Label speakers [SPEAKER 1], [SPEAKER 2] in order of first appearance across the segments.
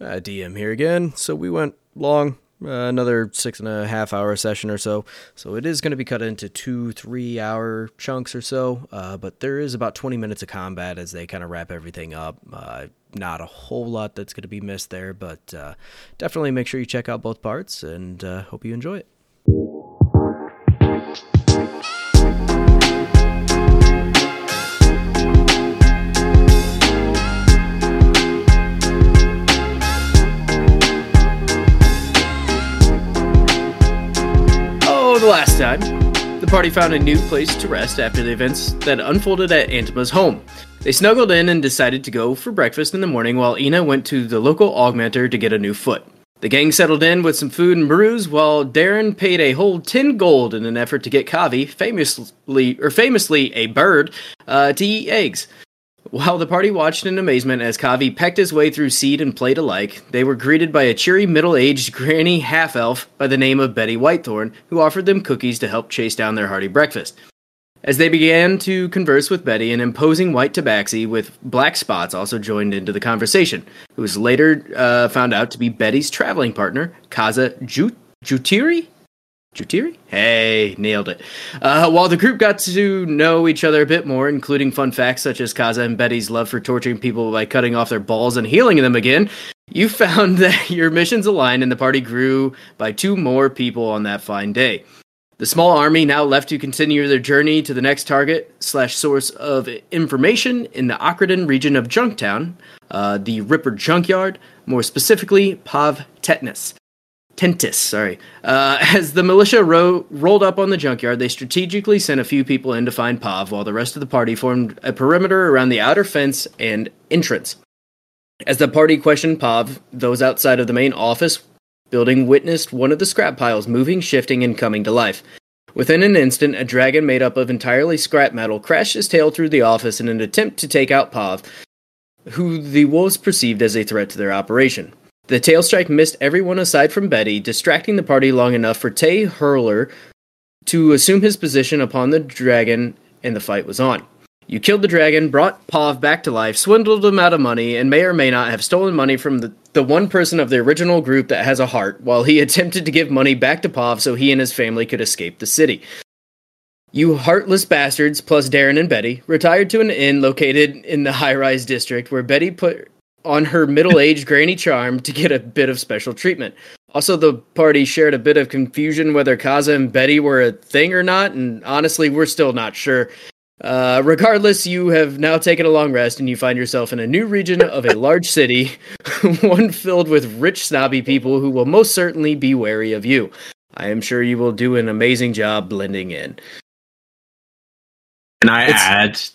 [SPEAKER 1] uh, DM here again. So we went long, uh, another six and a half hour session or so. So it is going to be cut into two, three hour chunks or so. Uh, but there is about 20 minutes of combat as they kind of wrap everything up. Uh, not a whole lot that's going to be missed there, but uh, definitely make sure you check out both parts and uh, hope you enjoy it. Oh, the last time, the party found a new place to rest after the events that unfolded at Antipa's home. They snuggled in and decided to go for breakfast in the morning while Ina went to the local augmenter to get a new foot. The gang settled in with some food and brews while Darren paid a whole 10 gold in an effort to get Kavi, famously or famously a bird, uh, to eat eggs. While the party watched in amazement as Kavi pecked his way through seed and plate alike, they were greeted by a cheery middle aged granny half elf by the name of Betty Whitethorn, who offered them cookies to help chase down their hearty breakfast. As they began to converse with Betty, an imposing white tabaxi with black spots also joined into the conversation, who was later uh, found out to be Betty's traveling partner, Kaza Jut- Jutiri? Jutiri? Hey, nailed it. Uh, while the group got to know each other a bit more, including fun facts such as Kaza and Betty's love for torturing people by cutting off their balls and healing them again, you found that your missions aligned and the party grew by two more people on that fine day. The small army now left to continue their journey to the next target slash source of information in the Ockerton region of Junktown, uh, the Ripper Junkyard, more specifically Pav Tetnis. Tentis, sorry. Uh, as the militia ro- rolled up on the junkyard, they strategically sent a few people in to find Pav, while the rest of the party formed a perimeter around the outer fence and entrance. As the party questioned Pav, those outside of the main office building witnessed one of the scrap piles moving, shifting, and coming to life. Within an instant, a dragon made up of entirely scrap metal crashed his tail through the office in an attempt to take out Pav, who the wolves perceived as a threat to their operation. The tail strike missed everyone aside from Betty, distracting the party long enough for Tay Hurler to assume his position upon the dragon, and the fight was on. You killed the dragon, brought Pav back to life, swindled him out of money, and may or may not have stolen money from the, the one person of the original group that has a heart, while he attempted to give money back to Pav so he and his family could escape the city. You heartless bastards, plus Darren and Betty, retired to an inn located in the high rise district where Betty put on her middle aged granny charm to get a bit of special treatment. Also, the party shared a bit of confusion whether Kaza and Betty were a thing or not, and honestly, we're still not sure. Uh, regardless, you have now taken a long rest and you find yourself in a new region of a large city, one filled with rich, snobby people who will most certainly be wary of you. I am sure you will do an amazing job blending in.
[SPEAKER 2] Can I
[SPEAKER 1] It's-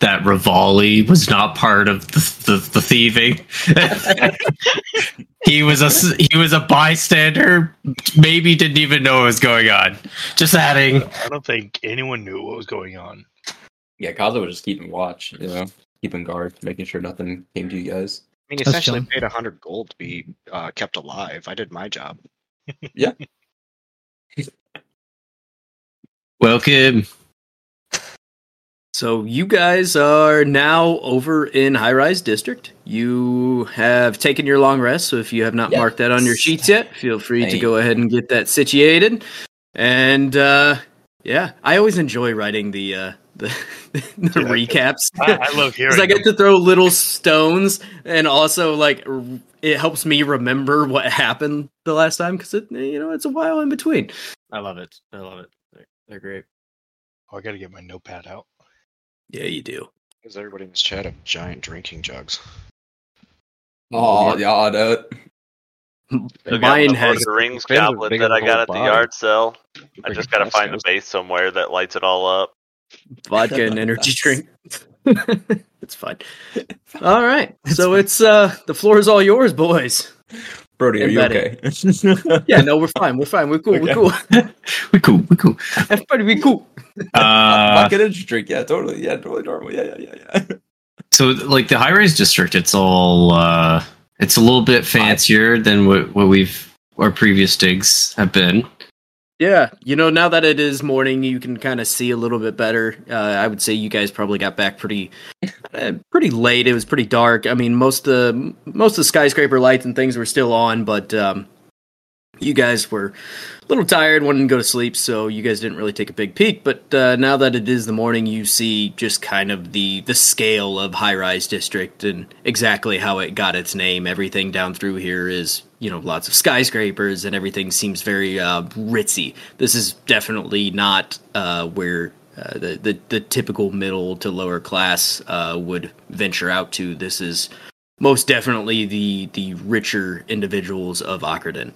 [SPEAKER 2] add that Rivali was not part of the, the, the thieving? he was a s- he was a bystander. Maybe didn't even know what was going on. Just adding.
[SPEAKER 3] I don't think anyone knew what was going on.
[SPEAKER 4] Yeah, Kaza was just keeping watch, you know, keeping guard, making sure nothing came to you guys.
[SPEAKER 5] I mean,
[SPEAKER 6] That's
[SPEAKER 5] essentially
[SPEAKER 6] dumb.
[SPEAKER 5] paid a hundred gold to be uh, kept alive. I did my job.
[SPEAKER 2] Welcome.
[SPEAKER 1] So you guys are now over in High Rise District. You have taken your long rest, so if you have not
[SPEAKER 4] Yes.
[SPEAKER 1] marked that on your sheets yet, feel free to
[SPEAKER 4] Hey.
[SPEAKER 1] go ahead and get that situated. And uh, yeah, I always enjoy writing the uh, the, the recaps.
[SPEAKER 3] I, I love hearing.
[SPEAKER 1] Because I
[SPEAKER 3] them.
[SPEAKER 1] get to throw little stones, and also like r- it helps me remember what happened the last time because it you know it's a while in between. I love it. I love it. They're, they're great.
[SPEAKER 3] Oh, I gotta get my notepad out.
[SPEAKER 1] Yeah, you do.
[SPEAKER 5] Is everybody in this chat have giant drinking jugs?
[SPEAKER 4] Oh, y'all know it.
[SPEAKER 7] Still got
[SPEAKER 1] Mine
[SPEAKER 7] the Lord
[SPEAKER 1] has
[SPEAKER 7] of the Rings
[SPEAKER 5] Fans are
[SPEAKER 7] goblet
[SPEAKER 5] bigger
[SPEAKER 7] that I
[SPEAKER 5] than
[SPEAKER 7] got
[SPEAKER 5] the
[SPEAKER 7] at the
[SPEAKER 5] bottom.
[SPEAKER 7] yard sale. I just gotta
[SPEAKER 5] Freaking
[SPEAKER 7] find a
[SPEAKER 5] Tesco's.
[SPEAKER 7] base somewhere that lights it all up.
[SPEAKER 1] vodka and energy drink. it's fine. All right. so it's uh the floor is all yours, boys.
[SPEAKER 4] Brody, are
[SPEAKER 1] And
[SPEAKER 4] you
[SPEAKER 1] Betty.
[SPEAKER 4] okay?
[SPEAKER 1] Yeah, no, we're fine. We're fine. We're cool. We're
[SPEAKER 4] Okay.
[SPEAKER 1] cool.
[SPEAKER 2] We cool. We cool.
[SPEAKER 1] Everybody, we cool.
[SPEAKER 2] Uh,
[SPEAKER 4] Vodka energy drink. Yeah, totally. Yeah, totally normal. Yeah, yeah, yeah, yeah.
[SPEAKER 2] so like the high rise district, it's all uh, it's a little bit fancier than what what we've our previous digs have been.
[SPEAKER 1] Yeah, you know, now that it is morning, you can kind of see a little bit better. Uh, I would say you guys probably got back pretty, uh, pretty late. It was pretty dark. I mean, most the most of the skyscraper lights and things were still on, but um, you guys were a little tired, wanted to go to sleep, so you guys didn't really take a big peek. But uh, now that it is the morning, you see just kind of the the scale of high rise district and exactly how it got its name. Everything down through here is you know lots of skyscrapers, and everything seems very uh, ritzy. This is definitely not uh, where. Uh, the, the the typical middle to lower class uh, would venture out to. This is most definitely the the richer individuals of Ockerton.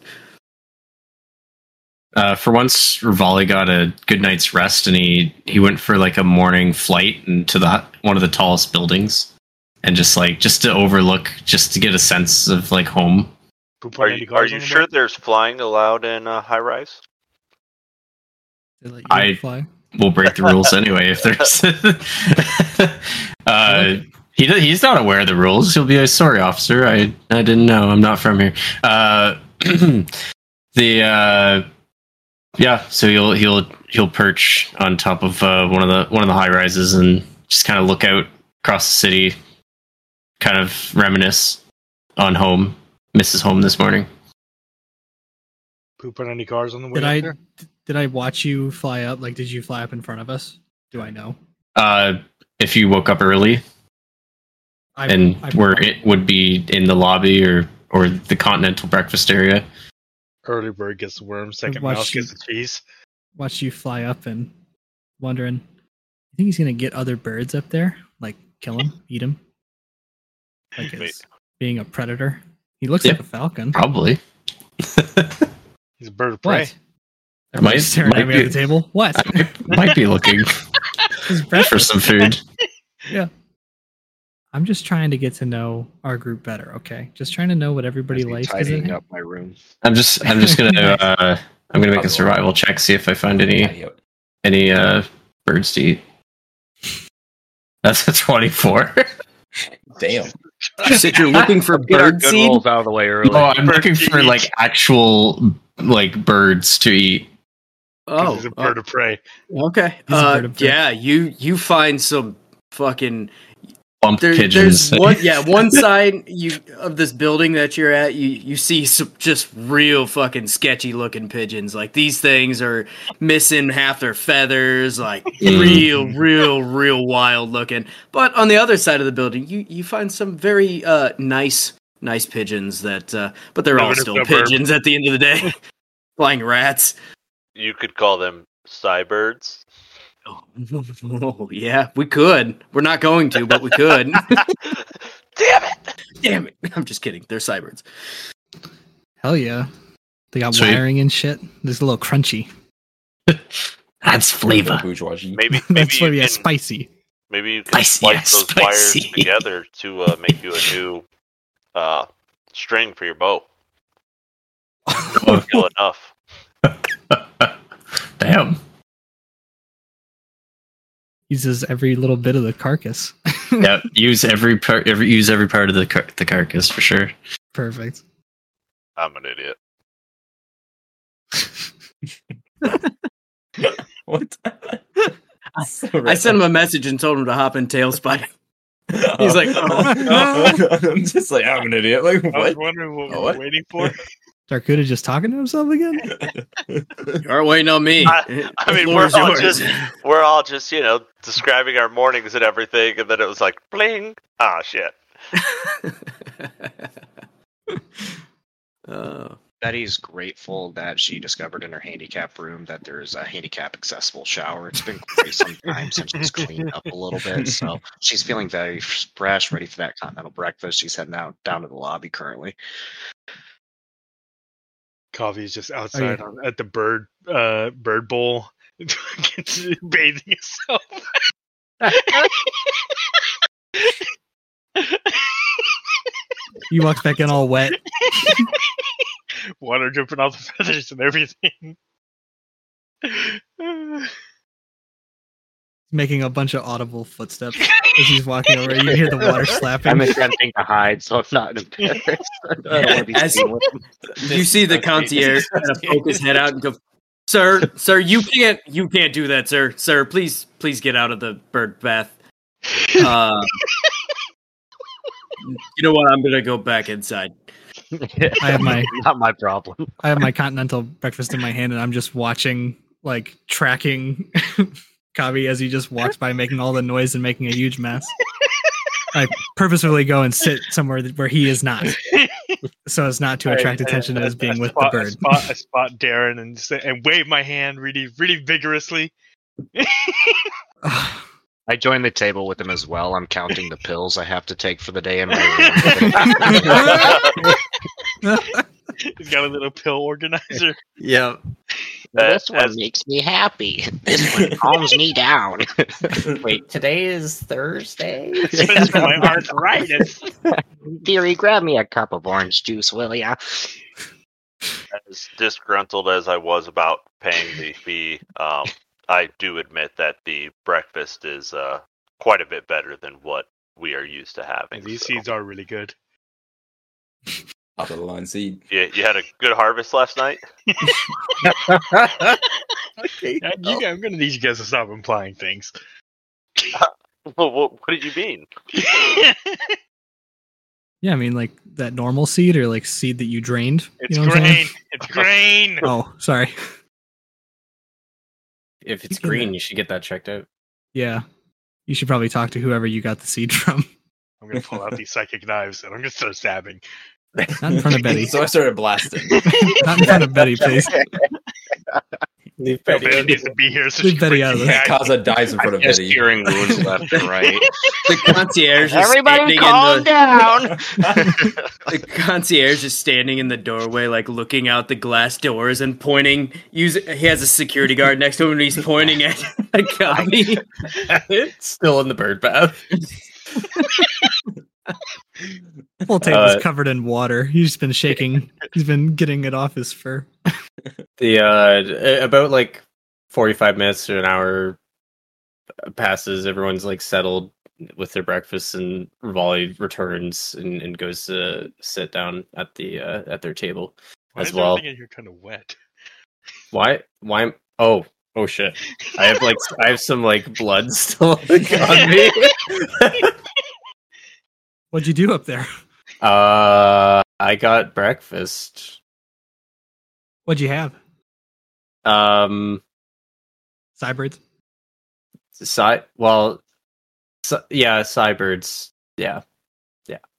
[SPEAKER 2] Uh, for once, Rivali got a good night's rest, and he he went for like a morning flight into the one of the tallest buildings, and just like just to overlook, just to get a sense of like home.
[SPEAKER 3] Poop on
[SPEAKER 7] Are
[SPEAKER 3] any
[SPEAKER 7] you, are
[SPEAKER 3] cars
[SPEAKER 7] you
[SPEAKER 3] on the
[SPEAKER 7] sure
[SPEAKER 3] road?
[SPEAKER 7] there's flying allowed in uh, high rise?
[SPEAKER 6] They let you
[SPEAKER 2] I-
[SPEAKER 6] fly.
[SPEAKER 2] We'll break the rules anyway if there's. uh, he do- he's not aware of the rules. He'll be a sorry officer. I I didn't know. I'm not from here. Uh, the uh, yeah. So he'll he'll he'll perch on top of uh, one of the one of the high rises and just kind of look out across the city, kind of reminisce on home. Misses home this morning.
[SPEAKER 3] Poop on any cars on the way
[SPEAKER 6] Did
[SPEAKER 3] up
[SPEAKER 6] I
[SPEAKER 3] there?
[SPEAKER 6] did I watch you fly up? Like, did you fly up in front of us? Do I know?
[SPEAKER 2] Uh, if you woke up early,
[SPEAKER 6] I,
[SPEAKER 2] and
[SPEAKER 6] I,
[SPEAKER 2] where it would be in the lobby or or the continental breakfast area.
[SPEAKER 3] Early bird gets the worm, second
[SPEAKER 6] watched
[SPEAKER 3] mouse
[SPEAKER 6] you-
[SPEAKER 3] gets the cheese.
[SPEAKER 6] watched you fly up and wondering, you think he's gonna get other birds up there? Like, kill him, eat him? Like,
[SPEAKER 7] Wait.
[SPEAKER 6] as being a predator. He looks
[SPEAKER 2] Yeah.
[SPEAKER 6] like a falcon.
[SPEAKER 2] Probably.
[SPEAKER 3] He's a bird of prey.
[SPEAKER 6] What? Everybody's
[SPEAKER 2] Might-
[SPEAKER 6] staring
[SPEAKER 2] might
[SPEAKER 6] at me at
[SPEAKER 2] be-
[SPEAKER 6] the table. What?
[SPEAKER 2] I might, might be looking
[SPEAKER 6] His
[SPEAKER 2] for
[SPEAKER 6] breakfast.
[SPEAKER 2] some food.
[SPEAKER 6] I'm just trying to get to know our group better. Okay, just trying to know what everybody
[SPEAKER 5] I'd be
[SPEAKER 6] likes. 'cause it-
[SPEAKER 5] Tidying up my room.
[SPEAKER 2] I'm just I'm just gonna uh, I'm gonna make a survival check see if I find any
[SPEAKER 4] Patio.
[SPEAKER 2] any uh, birds to eat. That's a twenty four.
[SPEAKER 4] Damn.
[SPEAKER 1] You said you're looking for
[SPEAKER 8] Get our
[SPEAKER 1] bird
[SPEAKER 8] good
[SPEAKER 1] seed.
[SPEAKER 8] rolls out of the way early.
[SPEAKER 2] Oh, I'm
[SPEAKER 3] Bird
[SPEAKER 2] looking
[SPEAKER 3] to
[SPEAKER 2] for
[SPEAKER 3] eat.
[SPEAKER 2] like actual like birds to eat.
[SPEAKER 3] 'cause
[SPEAKER 1] Oh,
[SPEAKER 3] he's a bird of prey.
[SPEAKER 1] oh, okay.
[SPEAKER 6] He's a
[SPEAKER 1] Uh,
[SPEAKER 6] bird of prey.
[SPEAKER 1] yeah, you you find some fucking
[SPEAKER 2] Bump
[SPEAKER 1] there,
[SPEAKER 2] pigeons.
[SPEAKER 1] there's one yeah one side you of this building that you're at you you see some just real fucking sketchy looking pigeons like these things are missing half their feathers like
[SPEAKER 2] Mm.
[SPEAKER 1] real real real wild looking but on the other side of the building you you find some very uh nice nice pigeons that uh but they're all
[SPEAKER 3] Urban
[SPEAKER 1] still
[SPEAKER 3] suburb.
[SPEAKER 1] pigeons at the end of the day flying rats
[SPEAKER 7] You could call them cybirds.
[SPEAKER 1] Oh, yeah, we could. We're not going to, but we could.
[SPEAKER 7] Damn it!
[SPEAKER 1] Damn it. I'm just kidding. They're cyberds.
[SPEAKER 6] Hell yeah, they got
[SPEAKER 2] Sweet.
[SPEAKER 6] wiring and shit. This is a little crunchy.
[SPEAKER 2] That's flavor.
[SPEAKER 4] Bourgeoisie.
[SPEAKER 7] Maybe maybe
[SPEAKER 6] That's why
[SPEAKER 7] you
[SPEAKER 6] yeah,
[SPEAKER 7] can,
[SPEAKER 6] spicy.
[SPEAKER 7] maybe you can
[SPEAKER 2] Spicy,
[SPEAKER 7] splice
[SPEAKER 2] yeah,
[SPEAKER 7] those
[SPEAKER 2] spicy.
[SPEAKER 7] wires together to uh, make you a new uh, string for your bow. Kill enough.
[SPEAKER 2] Damn.
[SPEAKER 6] uses every little bit of the carcass.
[SPEAKER 2] yeah, use every part. Every use every part of the car- the carcass for sure.
[SPEAKER 6] Perfect.
[SPEAKER 7] I'm an idiot.
[SPEAKER 4] What? So
[SPEAKER 1] I
[SPEAKER 4] random.
[SPEAKER 1] sent him a message and told him to hop in tailspike. he's like, "Oh,
[SPEAKER 4] I'm just like, I'm an idiot. Like,
[SPEAKER 3] I was
[SPEAKER 4] what?
[SPEAKER 3] wondering what we
[SPEAKER 4] Oh,
[SPEAKER 3] were
[SPEAKER 4] what?
[SPEAKER 3] waiting for.
[SPEAKER 6] Darkuda just talking to himself again?
[SPEAKER 1] You are waiting on me.
[SPEAKER 7] I- I
[SPEAKER 1] The
[SPEAKER 7] mean,
[SPEAKER 1] floor
[SPEAKER 7] we're
[SPEAKER 1] is
[SPEAKER 7] all
[SPEAKER 1] yours.
[SPEAKER 7] just- We're all just, you know, describing our mornings and everything, and then it was like, bling. Ah, shit.
[SPEAKER 1] Oh.
[SPEAKER 5] Betty's grateful that she discovered in her handicap room that there's a handicap accessible shower. It's been quite some time since she's cleaned up a little bit, so she's feeling very fresh, ready for that continental breakfast. She's heading out down to the lobby currently.
[SPEAKER 3] Coffee is
[SPEAKER 6] Oh,
[SPEAKER 3] just outside on, at the bird uh, bird bowl, bathing himself.
[SPEAKER 6] He walks back in all wet.
[SPEAKER 3] Water dripping off the feathers and everything.
[SPEAKER 6] Making a bunch of audible footsteps as he's walking over. You can hear the water slapping.
[SPEAKER 5] I'm attempting to hide, so I'm not embarrassed. I don't wanna be
[SPEAKER 1] As-
[SPEAKER 5] seen with them.
[SPEAKER 1] You see the concierge kind of poke his head out and go, sir, sir, you can't, you can't do that, sir, sir. Please, please get out of the bird bath. Uh, you know what? I'm gonna go back inside.
[SPEAKER 6] I have my-
[SPEAKER 8] not my problem.
[SPEAKER 6] I have my continental breakfast in my hand and I'm just watching, like tracking Kavi as he just walks by, making all the noise and making a huge mess. I purposefully go and sit somewhere that- where he is not, so as not to attract
[SPEAKER 3] I- I-
[SPEAKER 6] attention
[SPEAKER 3] I-
[SPEAKER 6] as
[SPEAKER 3] I
[SPEAKER 6] being with the
[SPEAKER 3] spot- I
[SPEAKER 6] bird.
[SPEAKER 3] spot, I spot Darren and say, and wave my hand really, really vigorously.
[SPEAKER 6] Ugh.
[SPEAKER 5] I joined the table with him as well. I'm counting the pills I have to take for the day in my room.
[SPEAKER 3] He's got a little pill organizer.
[SPEAKER 2] Yeah.
[SPEAKER 7] That- that's-
[SPEAKER 5] makes me happy. This one calms me down.
[SPEAKER 8] Wait, today is Thursday.
[SPEAKER 3] It's for my arthritis.
[SPEAKER 5] Dearie, grab me a cup of orange juice, will ya?
[SPEAKER 7] as disgruntled as I was about paying the fee, um, I do admit that the breakfast is uh, quite a bit better than what we are used to having.
[SPEAKER 3] These
[SPEAKER 7] so-
[SPEAKER 3] seeds are really good.
[SPEAKER 4] Top of the line seed.
[SPEAKER 7] you, you had a good harvest last night.
[SPEAKER 3] I- you guys- I'm gonna need you guys to stop implying things.
[SPEAKER 7] Well, what, what did you mean?
[SPEAKER 6] yeah, I mean like that normal seed or like seed that you drained. You
[SPEAKER 3] It's
[SPEAKER 6] know what I'm saying?
[SPEAKER 3] grain. It's grain.
[SPEAKER 6] Oh, sorry.
[SPEAKER 2] If it's
[SPEAKER 6] You can-
[SPEAKER 2] green, you should get that checked out.
[SPEAKER 6] Yeah, you should probably talk to whoever you got the seed from.
[SPEAKER 3] I'm gonna pull out these psychic knives and I'm gonna start stabbing.
[SPEAKER 6] Not in front of Betty.
[SPEAKER 4] so I started blasting.
[SPEAKER 6] Not in front of Betty, please.
[SPEAKER 2] Leave
[SPEAKER 3] No, Betty needs to be here. So she
[SPEAKER 6] Leave Betty
[SPEAKER 3] brings
[SPEAKER 6] out of
[SPEAKER 3] me
[SPEAKER 6] this.
[SPEAKER 3] back.
[SPEAKER 4] Kaza dies in front of
[SPEAKER 5] Just
[SPEAKER 4] Betty.
[SPEAKER 5] curing wounds left and right.
[SPEAKER 1] The concierge. is standing
[SPEAKER 5] Everybody
[SPEAKER 1] in
[SPEAKER 5] calm
[SPEAKER 1] the-
[SPEAKER 5] down.
[SPEAKER 1] The concierge is standing in the doorway, like looking out the glass doors and pointing. Use he has a security guard next to him, and he's pointing at a copy.
[SPEAKER 2] It's still in the bird bath.
[SPEAKER 6] Full tape
[SPEAKER 2] Uh,
[SPEAKER 6] was covered in water. He's just been shaking. He's been getting it off his fur.
[SPEAKER 2] The uh, about like forty-five minutes to an hour passes. Everyone's like settled with their breakfast, and Rivali returns and, and goes to sit down at the uh, at their table
[SPEAKER 3] Why
[SPEAKER 2] as
[SPEAKER 3] is
[SPEAKER 2] well.
[SPEAKER 3] everything in here kind of wet.
[SPEAKER 2] Why? Why? am- Oh, oh shit! I have like I have some like blood still on me.
[SPEAKER 6] What'd you do up there?
[SPEAKER 2] uh, I got breakfast.
[SPEAKER 6] What'd you have?
[SPEAKER 2] Um,
[SPEAKER 6] Cybirds?
[SPEAKER 2] cy- well, cy- yeah, cybirds. Yeah,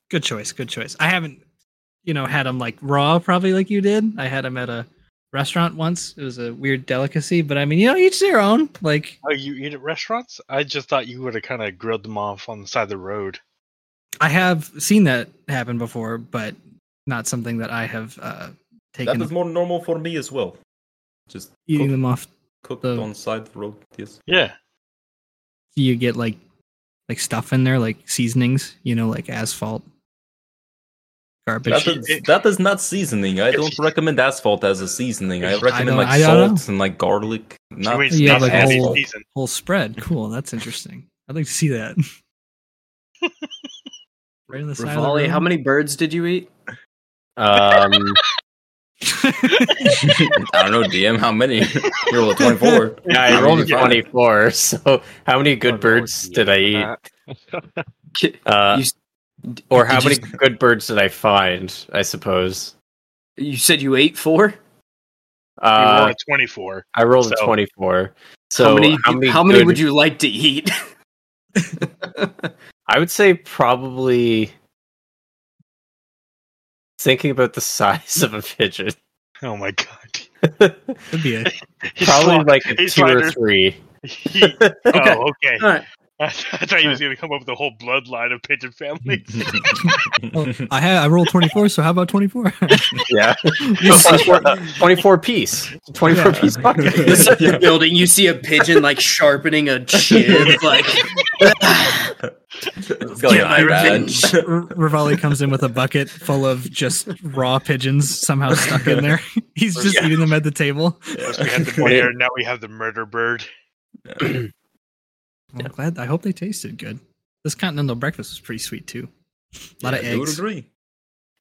[SPEAKER 6] Good choice. Good choice. I haven't, you know, had them like raw probably like you did. I had them at a restaurant once. It was a weird delicacy, but I mean, you know, each their own. Like,
[SPEAKER 3] Oh, you eat at restaurants? I just thought you would have kind of grilled them off on the side of the road.
[SPEAKER 6] I have seen that happen before, but not something that I have uh,
[SPEAKER 9] That
[SPEAKER 6] taken
[SPEAKER 9] is more normal for me as well. Just
[SPEAKER 6] eating
[SPEAKER 9] cook-
[SPEAKER 6] them off.
[SPEAKER 9] cooked
[SPEAKER 6] the-
[SPEAKER 9] on side of the road. Yes.
[SPEAKER 3] Yeah.
[SPEAKER 6] You get like, like stuff in there, like seasonings, you know, like asphalt, garbage.
[SPEAKER 9] That is, that is not seasoning. I don't recommend asphalt as a seasoning. I recommend
[SPEAKER 6] don't-
[SPEAKER 9] like
[SPEAKER 6] I don't know.
[SPEAKER 9] salt and like garlic. Not
[SPEAKER 3] mean,
[SPEAKER 6] Yeah,
[SPEAKER 3] not
[SPEAKER 6] like
[SPEAKER 3] heavy
[SPEAKER 6] whole-
[SPEAKER 3] season.
[SPEAKER 6] whole spread. Cool. That's interesting. I'd like to see that. right on the side.
[SPEAKER 1] Rivali, how
[SPEAKER 6] of
[SPEAKER 1] many birds did you eat?
[SPEAKER 2] um,
[SPEAKER 6] the room.
[SPEAKER 9] I don't know, DM, how many? You rolled a 24.
[SPEAKER 2] yeah, I
[SPEAKER 9] How
[SPEAKER 2] rolled
[SPEAKER 9] many
[SPEAKER 2] a
[SPEAKER 9] did you get?
[SPEAKER 2] twenty-four. So, how many good birds did I eat? Uh,
[SPEAKER 1] You s-
[SPEAKER 2] or how
[SPEAKER 1] did
[SPEAKER 2] many
[SPEAKER 1] you
[SPEAKER 2] good birds did I find? I suppose.
[SPEAKER 1] You said you ate four.
[SPEAKER 3] You roll
[SPEAKER 2] Uh,
[SPEAKER 3] a 24.
[SPEAKER 2] I rolled
[SPEAKER 3] so-
[SPEAKER 2] a twenty-four. So
[SPEAKER 1] how many?
[SPEAKER 2] How many, good-
[SPEAKER 1] would you like to eat?
[SPEAKER 2] I would say probably thinking about the size of a pigeon.
[SPEAKER 3] Oh my god.
[SPEAKER 6] Could be a
[SPEAKER 3] He
[SPEAKER 2] probably
[SPEAKER 3] slot-
[SPEAKER 2] like a
[SPEAKER 3] he
[SPEAKER 2] two or
[SPEAKER 3] slaughtered-
[SPEAKER 2] three.
[SPEAKER 3] he- Oh, okay.
[SPEAKER 1] All right.
[SPEAKER 3] I, th- I thought he was going to come up with a whole bloodline of pigeon families.
[SPEAKER 6] well, I had I rolled twenty four, so how about twenty four?
[SPEAKER 2] Yeah. 24, 24 piece. 24
[SPEAKER 6] Yeah.
[SPEAKER 2] piece bucket.
[SPEAKER 1] This is the building. You see a pigeon like sharpening a chip. Like
[SPEAKER 9] It's got like
[SPEAKER 1] Get my
[SPEAKER 9] an
[SPEAKER 1] revenge.
[SPEAKER 9] iPad.
[SPEAKER 6] Rivali comes in with a bucket full of just raw pigeons somehow stuck in there. He's just eating them at the table.
[SPEAKER 3] we had the boyer, now we have the murder bird.
[SPEAKER 6] I'm glad. I hope they tasted good. This continental breakfast was pretty sweet too. A lot
[SPEAKER 9] Yeah,
[SPEAKER 6] of
[SPEAKER 9] I would
[SPEAKER 6] eggs.
[SPEAKER 9] agree. I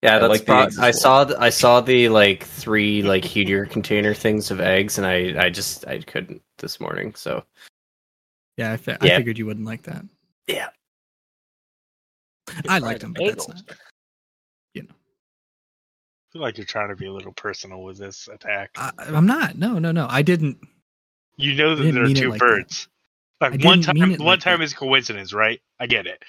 [SPEAKER 8] Yeah, that's
[SPEAKER 9] like the
[SPEAKER 8] prob-
[SPEAKER 9] eggs as
[SPEAKER 8] I
[SPEAKER 9] well.
[SPEAKER 8] saw th- I saw the like three like heater container things of eggs, and I I just I couldn't this morning. So
[SPEAKER 6] Yeah, I, fi- I
[SPEAKER 8] Yeah.
[SPEAKER 6] figured you wouldn't like that.
[SPEAKER 8] Yeah.
[SPEAKER 6] I liked them, but that's
[SPEAKER 5] bagels.
[SPEAKER 6] not.
[SPEAKER 3] I feel like you're trying to be a little personal with this attack.
[SPEAKER 6] I, I'm not. No, no, no. I didn't.
[SPEAKER 3] you know
[SPEAKER 6] I
[SPEAKER 3] that
[SPEAKER 6] didn't
[SPEAKER 3] there are
[SPEAKER 6] mean it
[SPEAKER 3] two
[SPEAKER 6] like that.
[SPEAKER 3] birds.
[SPEAKER 6] I
[SPEAKER 3] Like one
[SPEAKER 6] didn't
[SPEAKER 3] time,
[SPEAKER 6] mean it
[SPEAKER 3] one
[SPEAKER 6] like
[SPEAKER 3] time
[SPEAKER 6] that.
[SPEAKER 3] is coincidence, right? I get it.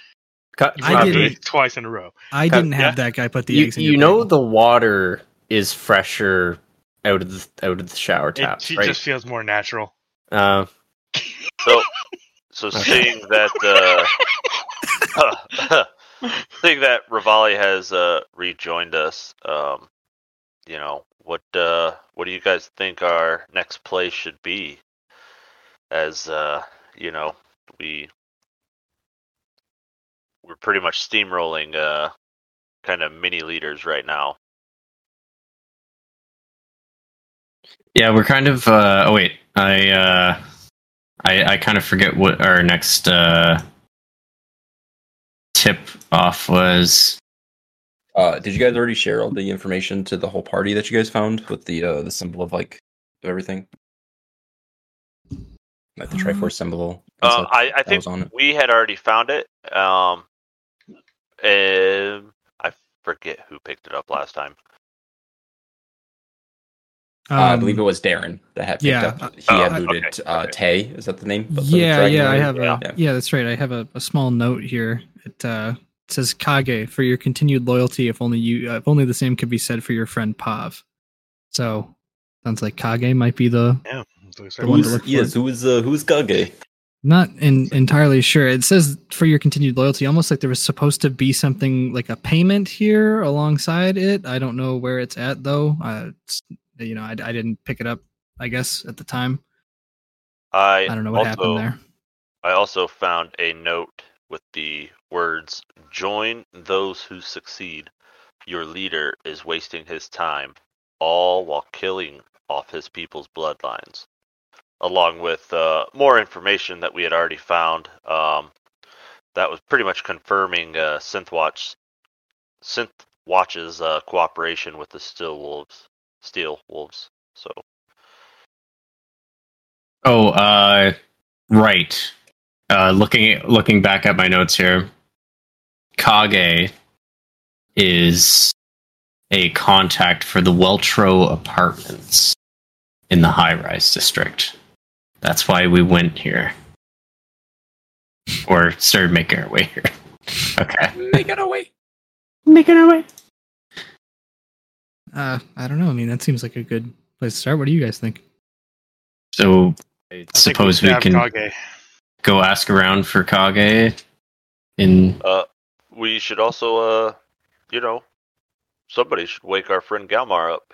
[SPEAKER 8] Ca-
[SPEAKER 3] You
[SPEAKER 6] I
[SPEAKER 3] probably
[SPEAKER 6] didn't-
[SPEAKER 3] did it twice in a row.
[SPEAKER 6] I
[SPEAKER 8] Cut-
[SPEAKER 6] didn't have that guy put the
[SPEAKER 8] you,
[SPEAKER 6] eggs. in your
[SPEAKER 8] you know
[SPEAKER 6] bagel.
[SPEAKER 8] the water is fresher out of the out of the shower
[SPEAKER 3] It
[SPEAKER 8] tap,
[SPEAKER 3] ju-
[SPEAKER 8] right?
[SPEAKER 3] just feels more natural.
[SPEAKER 8] Uh,
[SPEAKER 7] So, so seeing that, uh, seeing that Rivali has uh, rejoined us, um, you know what? Uh, what do you guys think our next play should be? As uh, you know, we we're pretty much steamrolling uh, kind of mini leaders right now.
[SPEAKER 2] Yeah, we're kind of. Uh, oh wait, I, uh, I I kind of forget what our next uh, tip off was.
[SPEAKER 9] Uh, did you guys already share all the information to the whole party that you guys found with the uh, the symbol of like everything, like the
[SPEAKER 6] Uh,
[SPEAKER 9] Triforce symbol? and
[SPEAKER 7] Uh,
[SPEAKER 9] such
[SPEAKER 7] I, I
[SPEAKER 9] that
[SPEAKER 7] think
[SPEAKER 9] was on it.
[SPEAKER 7] we had already found it. Um, um, I forget who picked it up last time.
[SPEAKER 9] Uh, I believe it was Darren that had picked
[SPEAKER 6] Um, yeah,
[SPEAKER 9] up. He
[SPEAKER 7] uh,
[SPEAKER 9] had
[SPEAKER 7] uh,
[SPEAKER 9] looted
[SPEAKER 7] okay,
[SPEAKER 9] uh,
[SPEAKER 7] okay.
[SPEAKER 9] Tay. Is that the name? of the
[SPEAKER 6] yeah,
[SPEAKER 9] dragon
[SPEAKER 6] yeah, I
[SPEAKER 9] lady?
[SPEAKER 6] have. A,
[SPEAKER 9] Yeah.
[SPEAKER 6] yeah. that's right. I have a, a small note here. It, uh, it says Kage for your continued loyalty. If only you, uh, if only the same could be said for your friend Pav. So sounds like Kage might be the
[SPEAKER 3] Yeah, looks
[SPEAKER 6] The
[SPEAKER 3] like-
[SPEAKER 6] one
[SPEAKER 9] Who's,
[SPEAKER 6] to look for.
[SPEAKER 9] yes, who's uh, who's Kage?
[SPEAKER 6] not in, entirely sure. It says for your continued loyalty, almost like there was supposed to be something like a payment here alongside it. I don't know where it's at though. Uh, it's- you know, I, I didn't pick it up. I guess at the time,
[SPEAKER 7] I,
[SPEAKER 6] I don't know what
[SPEAKER 7] also-
[SPEAKER 6] happened there.
[SPEAKER 7] I also found a note with the words "Join those who succeed." Your leader is wasting his time, all while killing off his people's bloodlines. Along with uh, more information that we had already found, um, that was pretty much confirming uh, Synthwatch, Synthwatch's uh, cooperation with the Steel Wolves. Steel Wolves. So
[SPEAKER 2] Oh, uh, right. Uh, looking looking back at my notes here, Kage is a contact for the Weltro Apartments in the high rise district. That's why we went here, or started making our way here. Okay.
[SPEAKER 9] Making away.
[SPEAKER 2] Making our way.
[SPEAKER 6] Uh, I don't know. I mean, that seems like a good place to start. What do you guys think?
[SPEAKER 2] So I
[SPEAKER 3] I think
[SPEAKER 2] suppose we
[SPEAKER 3] stab
[SPEAKER 2] can
[SPEAKER 3] Kage.
[SPEAKER 2] go ask around for Kage in
[SPEAKER 7] Uh, we should also uh you know somebody should wake our friend Galmar up.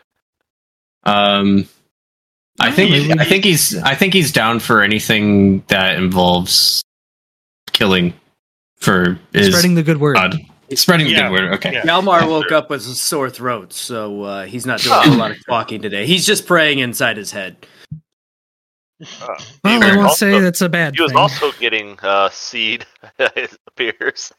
[SPEAKER 2] Um, I
[SPEAKER 3] Maybe
[SPEAKER 2] think
[SPEAKER 3] we-
[SPEAKER 2] I think he's I think he's down for anything that involves killing for is
[SPEAKER 6] Spreading the good word.
[SPEAKER 2] God. Spreading
[SPEAKER 3] Yeah.
[SPEAKER 2] the good word. Okay.
[SPEAKER 3] Yeah.
[SPEAKER 1] Galmar woke up with a sore throat, so uh, he's not doing a whole lot of talking today. He's just praying inside his head.
[SPEAKER 6] Well,
[SPEAKER 7] He
[SPEAKER 6] I
[SPEAKER 7] was
[SPEAKER 6] won't
[SPEAKER 7] also-
[SPEAKER 6] say that's a bad
[SPEAKER 7] He was
[SPEAKER 6] thing.
[SPEAKER 7] also getting uh seed, it appears.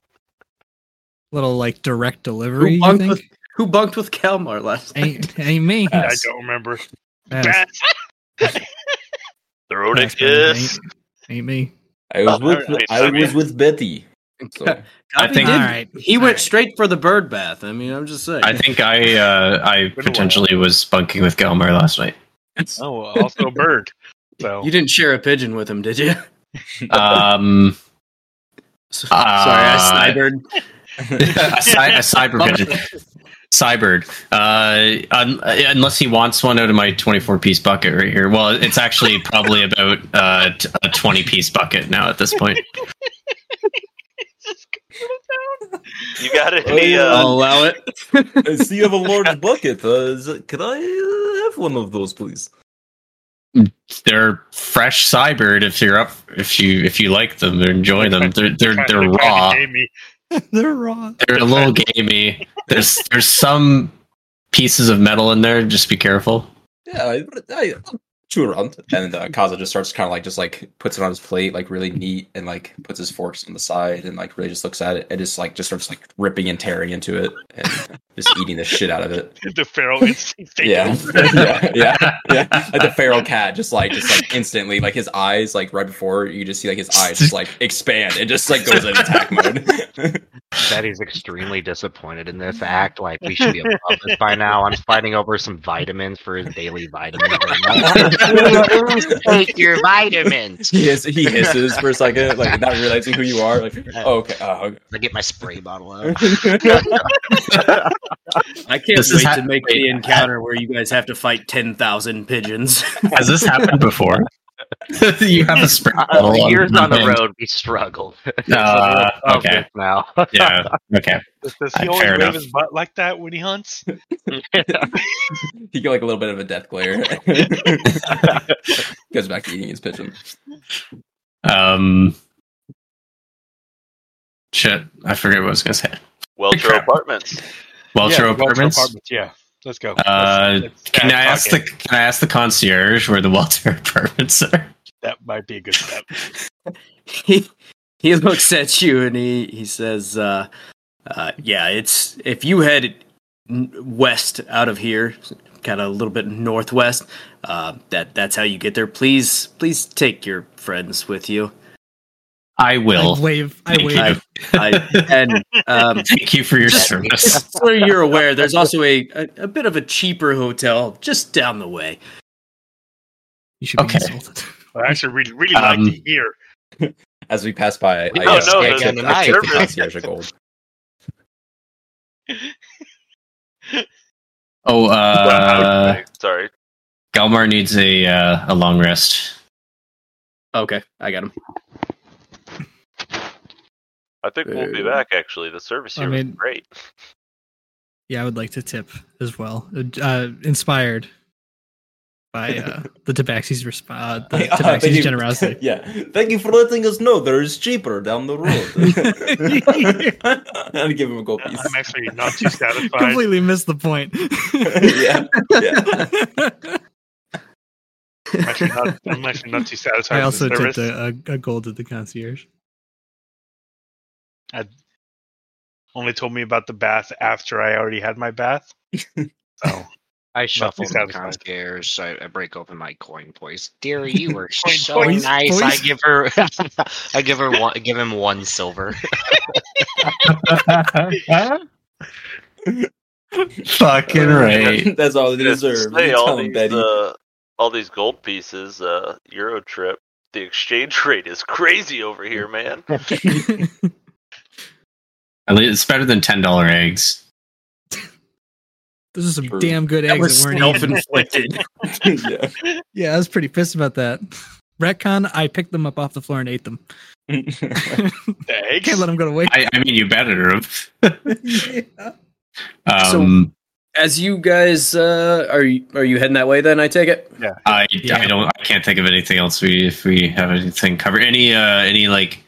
[SPEAKER 6] Little like direct delivery. You
[SPEAKER 1] bunked with,
[SPEAKER 6] think?
[SPEAKER 1] who bunked with Galmar last night?
[SPEAKER 6] Ain't, ain't me.
[SPEAKER 3] I
[SPEAKER 6] Yes.
[SPEAKER 3] don't remember.
[SPEAKER 6] Yes.
[SPEAKER 7] Throw it
[SPEAKER 6] Yes, brother.
[SPEAKER 7] kiss.
[SPEAKER 6] Ain't, ain't me.
[SPEAKER 9] I was
[SPEAKER 7] Oh,
[SPEAKER 9] with
[SPEAKER 7] alright,
[SPEAKER 9] I
[SPEAKER 7] so
[SPEAKER 9] was with Betty. So.
[SPEAKER 2] I
[SPEAKER 1] Gabi
[SPEAKER 2] think-
[SPEAKER 1] did-
[SPEAKER 6] All right.
[SPEAKER 1] he
[SPEAKER 6] All
[SPEAKER 1] went
[SPEAKER 6] right.
[SPEAKER 1] straight for the bird bath. I mean, I'm just saying.
[SPEAKER 2] I think I uh, I
[SPEAKER 3] while.
[SPEAKER 2] potentially was bunking with Galmar last night.
[SPEAKER 3] Oh, also a bird. So
[SPEAKER 1] you didn't share a pigeon with him, did you?
[SPEAKER 2] Um,
[SPEAKER 1] S- Sorry, I
[SPEAKER 2] Uh,
[SPEAKER 1] snipered.
[SPEAKER 2] a, cy- a cyber pigeon, cybered. Uh, un- unless he wants one out of my twenty-four piece bucket right here. Well, it's actually probably about uh, t- a twenty-piece bucket now at this point.
[SPEAKER 7] You got any
[SPEAKER 9] Oh,
[SPEAKER 7] uh
[SPEAKER 1] I'll allow it.
[SPEAKER 9] I see you have a large bucket. Uh, is it- could I uh, have one of those, please?
[SPEAKER 2] they're fresh cybered if you're up if you if you like them or enjoy them they're they're,
[SPEAKER 3] Kinda-
[SPEAKER 2] they're
[SPEAKER 3] kinda
[SPEAKER 2] raw
[SPEAKER 3] gave me-
[SPEAKER 6] They're raw.
[SPEAKER 2] they're a little gamey there's there's some pieces of metal in there just be careful
[SPEAKER 9] Yeah, I, I I'll chew around. And uh, Kaza just starts kind of like just like puts it on his plate, like really neat, and like puts his forks on the side, and like really just looks at it and just like just starts like ripping and tearing into it. And just eating the shit out of it.
[SPEAKER 3] the feral instinct. taking
[SPEAKER 9] Yeah.
[SPEAKER 3] over.
[SPEAKER 9] yeah, yeah, yeah. Like the feral cat, just like, just like instantly, like his eyes, like right before you just see like his eyes just like expand. It just like goes in attack mode.
[SPEAKER 5] Betty's extremely disappointed in this act. Like we should be above this by now. I'm fighting over some vitamins for his daily vitamins. Take your vitamins.
[SPEAKER 9] he, hiss, he hisses for a second, like not realizing who you are. Like, oh, okay, oh,
[SPEAKER 5] I get my spray bottle out.
[SPEAKER 9] okay.
[SPEAKER 1] I can't
[SPEAKER 2] This is
[SPEAKER 1] wait
[SPEAKER 2] ha-
[SPEAKER 1] to make the encounter where you guys have to fight ten thousand pigeons.
[SPEAKER 2] Has this happened before? you have a spring
[SPEAKER 5] Uh,
[SPEAKER 2] bottle
[SPEAKER 5] years on the
[SPEAKER 2] hand.
[SPEAKER 5] road, we struggled.
[SPEAKER 2] Uh,
[SPEAKER 5] Of
[SPEAKER 2] okay.
[SPEAKER 5] this now.
[SPEAKER 2] Yeah. Okay.
[SPEAKER 3] Does, does
[SPEAKER 2] Fair
[SPEAKER 3] he always wave
[SPEAKER 2] enough.
[SPEAKER 3] his butt like that when he hunts?
[SPEAKER 9] he got like a little bit of a death glare. Goes back to eating his pigeon.
[SPEAKER 2] Um. Shit, I forget what I was gonna say.
[SPEAKER 7] Welcher
[SPEAKER 2] Crap.
[SPEAKER 7] Apartments.
[SPEAKER 2] Welcher
[SPEAKER 3] Yeah, Welcher
[SPEAKER 2] apartments.
[SPEAKER 3] Yeah, let's go.
[SPEAKER 2] Uh,
[SPEAKER 3] Let's- let's
[SPEAKER 2] Can
[SPEAKER 3] start
[SPEAKER 2] I ask the
[SPEAKER 3] talking.
[SPEAKER 2] Can I ask the concierge where the Walter apartments are?
[SPEAKER 3] That might be a good step.
[SPEAKER 1] he he looks at you and he he says, uh, uh, "Yeah, it's if you head n- west out of here, kind of a little bit northwest. Uh, that that's how you get there. Please, please take your friends with you.
[SPEAKER 2] I
[SPEAKER 6] I
[SPEAKER 2] will.
[SPEAKER 6] wave. I
[SPEAKER 2] Thank
[SPEAKER 6] wave.
[SPEAKER 2] you.
[SPEAKER 1] I, and um,
[SPEAKER 2] Thank you for your service.
[SPEAKER 1] just so you're aware, there's also a, a a bit of a cheaper hotel just down the way.
[SPEAKER 6] You should be
[SPEAKER 2] Okay.
[SPEAKER 6] insulted.
[SPEAKER 3] I actually really, really like
[SPEAKER 2] Um,
[SPEAKER 3] to hear.
[SPEAKER 9] As we pass by, I,
[SPEAKER 5] We don't
[SPEAKER 9] I,
[SPEAKER 7] know
[SPEAKER 9] I
[SPEAKER 7] those
[SPEAKER 9] tip-
[SPEAKER 5] are
[SPEAKER 9] I tip the
[SPEAKER 5] nice.
[SPEAKER 9] concierge a gold.
[SPEAKER 2] Oh, uh,
[SPEAKER 7] Okay, Sorry.
[SPEAKER 2] Galmar needs a uh, a long rest.
[SPEAKER 1] Okay, I got him.
[SPEAKER 7] I think we'll be
[SPEAKER 1] Uh,
[SPEAKER 7] back. Actually, the service
[SPEAKER 6] I
[SPEAKER 7] here
[SPEAKER 6] mean-
[SPEAKER 7] was great.
[SPEAKER 6] Yeah, I would like to tip as well. Uh, inspired by uh, the Tabaxi's resp- uh, the
[SPEAKER 9] Like, ah, thank
[SPEAKER 6] Tabaxi's
[SPEAKER 9] you-
[SPEAKER 6] generosity.
[SPEAKER 9] yeah. Thank you for letting us know there is cheaper down the road. I'll give him a gold piece.
[SPEAKER 3] I'm actually not too satisfied.
[SPEAKER 6] Completely missed the point.
[SPEAKER 9] yeah. yeah.
[SPEAKER 3] I'm actually not, I'm actually not too satisfied
[SPEAKER 6] I
[SPEAKER 3] with
[SPEAKER 6] also
[SPEAKER 3] the
[SPEAKER 6] tipped
[SPEAKER 3] service.
[SPEAKER 6] a, a, a gold at the concierge.
[SPEAKER 3] Only told me about the bath after I already had my bath. So
[SPEAKER 5] I shuffle the
[SPEAKER 3] satisfied.
[SPEAKER 5] concierge. So I, I break open my coin voice. Dearie, you were
[SPEAKER 3] Coin
[SPEAKER 5] so
[SPEAKER 3] voice,
[SPEAKER 5] nice. I
[SPEAKER 6] voice.
[SPEAKER 5] give her, I give her one, I give him one silver.
[SPEAKER 2] Fucking right.
[SPEAKER 9] That's all they
[SPEAKER 7] Just
[SPEAKER 9] deserve.
[SPEAKER 7] Say
[SPEAKER 9] You
[SPEAKER 7] all
[SPEAKER 9] tell them,
[SPEAKER 7] these,
[SPEAKER 9] Betty.
[SPEAKER 7] uh, all these gold pieces. Uh, Euro trip. The exchange rate is crazy over here, man.
[SPEAKER 2] At least it's better than ten dollar eggs.
[SPEAKER 6] Those are some
[SPEAKER 9] True.
[SPEAKER 6] damn good
[SPEAKER 1] That was
[SPEAKER 6] eggs that, weren't
[SPEAKER 1] self
[SPEAKER 6] eaten.
[SPEAKER 1] inflicted.
[SPEAKER 9] yeah.
[SPEAKER 6] Yeah, I was pretty pissed about that. Retcon, I picked them up off the floor and ate them.
[SPEAKER 3] the eggs.
[SPEAKER 6] Can't let them go to waste.
[SPEAKER 2] I, I mean, you better have.
[SPEAKER 6] Yeah.
[SPEAKER 2] Um,
[SPEAKER 1] As you guys uh, are you, are you heading that way? Then I take it.
[SPEAKER 2] I, I
[SPEAKER 6] Yeah.
[SPEAKER 2] don't. I can't think of anything else. We if we have anything covered. Any uh any like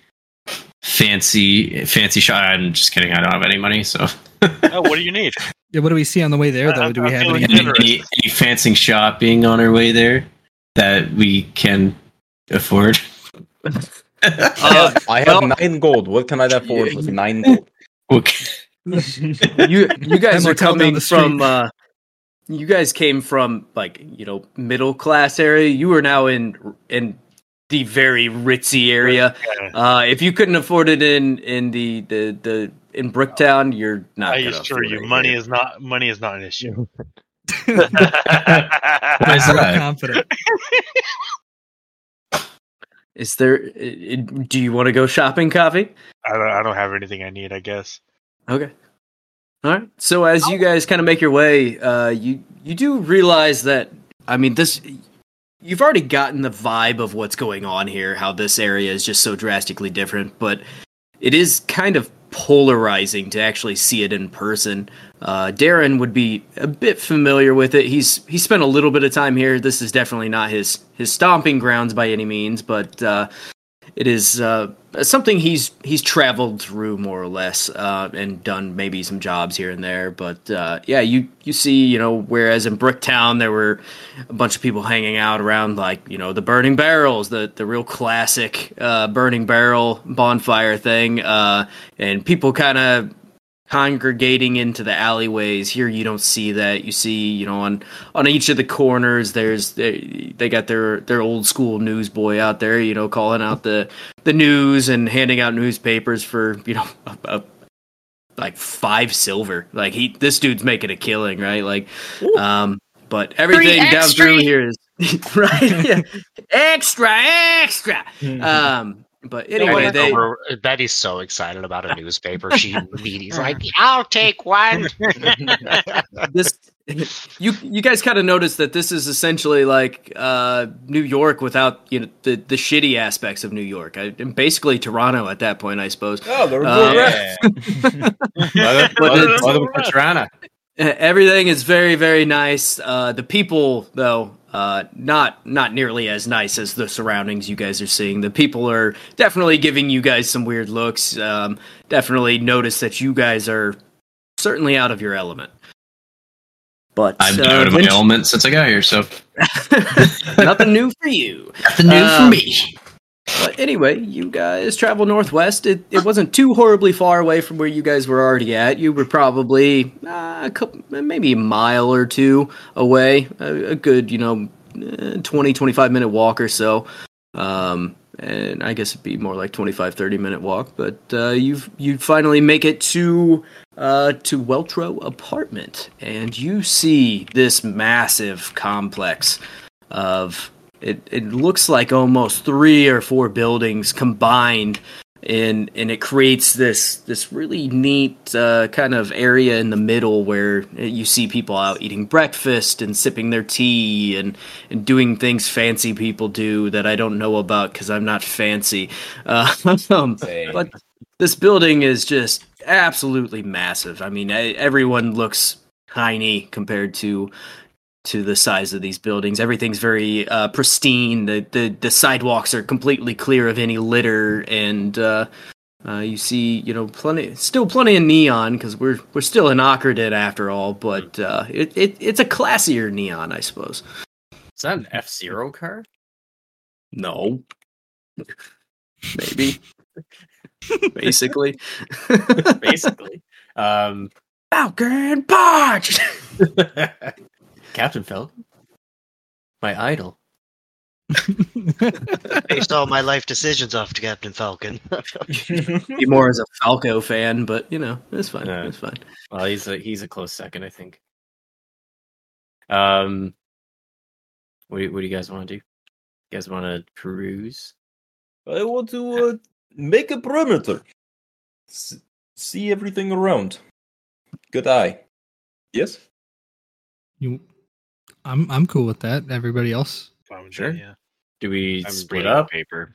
[SPEAKER 2] fancy fancy shot. I'm just kidding. I don't have any money. So
[SPEAKER 3] Oh, what do you need?
[SPEAKER 6] Yeah, what do we see on the way there,
[SPEAKER 3] I-
[SPEAKER 6] though?
[SPEAKER 3] I-
[SPEAKER 6] Do we
[SPEAKER 3] I
[SPEAKER 6] have
[SPEAKER 3] feel
[SPEAKER 6] any?
[SPEAKER 3] like-
[SPEAKER 2] any, any, any fancy shopping on our way there that we can afford.
[SPEAKER 1] Uh,
[SPEAKER 9] I
[SPEAKER 1] well-
[SPEAKER 9] nine gold. What can I have for with nine gold?
[SPEAKER 2] Okay.
[SPEAKER 1] you you guys
[SPEAKER 6] Emma
[SPEAKER 1] are
[SPEAKER 6] come down
[SPEAKER 1] coming
[SPEAKER 6] the street.
[SPEAKER 1] from uh you guys came from like you know middle class area you are now in in the very ritzy area
[SPEAKER 3] Yeah.
[SPEAKER 1] uh if you couldn't afford it in in the the the in Bricktown, you're not.
[SPEAKER 3] I
[SPEAKER 1] gonna
[SPEAKER 3] assure
[SPEAKER 1] afford it
[SPEAKER 3] you,
[SPEAKER 1] here.
[SPEAKER 3] money is not money is not an issue.
[SPEAKER 2] Why is that?
[SPEAKER 6] confident.
[SPEAKER 1] Is there? i- i- Do you want to go shopping, coffee?
[SPEAKER 3] I don't, I don't have anything I need. I guess.
[SPEAKER 1] Okay. All right. So as you guys kind of make your way, uh, you you do realize that I mean this. You've already gotten the vibe of what's going on here. How this area is just so drastically different, but it is kind of polarizing to actually see it in person. Uh, Darren would be a bit familiar with it. He's he spent a little bit of time here. This is definitely not his his stomping grounds by any means, but uh, it is uh, something he's he's traveled through more or less uh, and done maybe some jobs here and there. But uh, yeah, you you see, you know, whereas in Bricktown there were a bunch of people hanging out around like you know the burning barrels, the the real classic uh, burning barrel bonfire thing, uh, and people kind of congregating into the alleyways. Here you don't see that. You see, you know, on on each of the corners there's they, they got their their old school newsboy out there, you know, calling out the the news and handing out newspapers for, you know, a, a, like five silver. Like he this dude's making a killing, right? Like um but everything down
[SPEAKER 10] extra.
[SPEAKER 1] through here is right. Yeah. extra, extra. Um but anyway, they
[SPEAKER 5] Over- Betty's so excited about a newspaper. She immediately's like, "I'll take one."
[SPEAKER 1] this you you guys kind of notice that this is essentially like uh New York without you know the the shitty aspects of New York I, and basically Toronto at that point I suppose
[SPEAKER 9] Oh,
[SPEAKER 6] Uh,
[SPEAKER 9] the
[SPEAKER 1] Um,
[SPEAKER 9] rats.
[SPEAKER 2] Welcome- welcome- welcome to Toronto.
[SPEAKER 1] Uh, everything is very very nice uh the people though uh not not nearly as nice as the surroundings you guys are seeing the people are definitely giving you guys some weird looks um definitely notice that you guys are certainly out of your element but
[SPEAKER 2] I've been
[SPEAKER 1] uh,
[SPEAKER 2] out of my
[SPEAKER 1] eventu-
[SPEAKER 2] element since I got here, so
[SPEAKER 1] nothing new for you
[SPEAKER 2] nothing new
[SPEAKER 1] Um,
[SPEAKER 2] for me.
[SPEAKER 1] But anyway, you guys travel northwest. It, it wasn't too horribly far away from where you guys were already at. You were probably uh, a couple, maybe a mile or two away, a, a good, you know, eh, 20, 25 minute walk or so. Um, and I guess it'd be more like 25, 30 minute walk. But uh, you've, you finally make it to, uh, to Weltro Apartment. And you see this massive complex of it, it looks like almost three or four buildings combined and and it creates this this really neat uh, kind of area in the middle where you see people out eating breakfast and sipping their tea and and doing things fancy people do that I don't know about because I'm not fancy. Uh, um,
[SPEAKER 9] Same.
[SPEAKER 1] but this building is just absolutely massive. I mean, e- everyone looks tiny compared to to the size of these buildings. Everything's very uh, pristine. The, the the sidewalks are completely clear of any litter, and uh, uh, you see, you know, plenty, still plenty of neon because we're we're still in Ockerton after all. But uh, it, it it's a classier neon, I suppose.
[SPEAKER 8] Is that an F Zero car?
[SPEAKER 1] No, maybe, basically.
[SPEAKER 8] Basically. um,
[SPEAKER 1] Falcon Barge.
[SPEAKER 8] Captain Falcon, my idol.
[SPEAKER 10] Based all my life decisions off to Captain Falcon.
[SPEAKER 1] Be more as a Falco fan, but you know, it's fine.
[SPEAKER 8] Yeah.
[SPEAKER 1] It's fine.
[SPEAKER 8] Well, he's a he's a close second, I think. Um, what do you, what do you guys want to do? You guys want to peruse?
[SPEAKER 9] I want to uh, make a perimeter. S- see everything around. Good eye. Yes.
[SPEAKER 6] You, I'm I'm cool with that. Everybody else,
[SPEAKER 8] Sure.
[SPEAKER 3] Yeah.
[SPEAKER 8] Do we
[SPEAKER 5] I'm
[SPEAKER 8] split
[SPEAKER 5] reading
[SPEAKER 8] up
[SPEAKER 5] paper.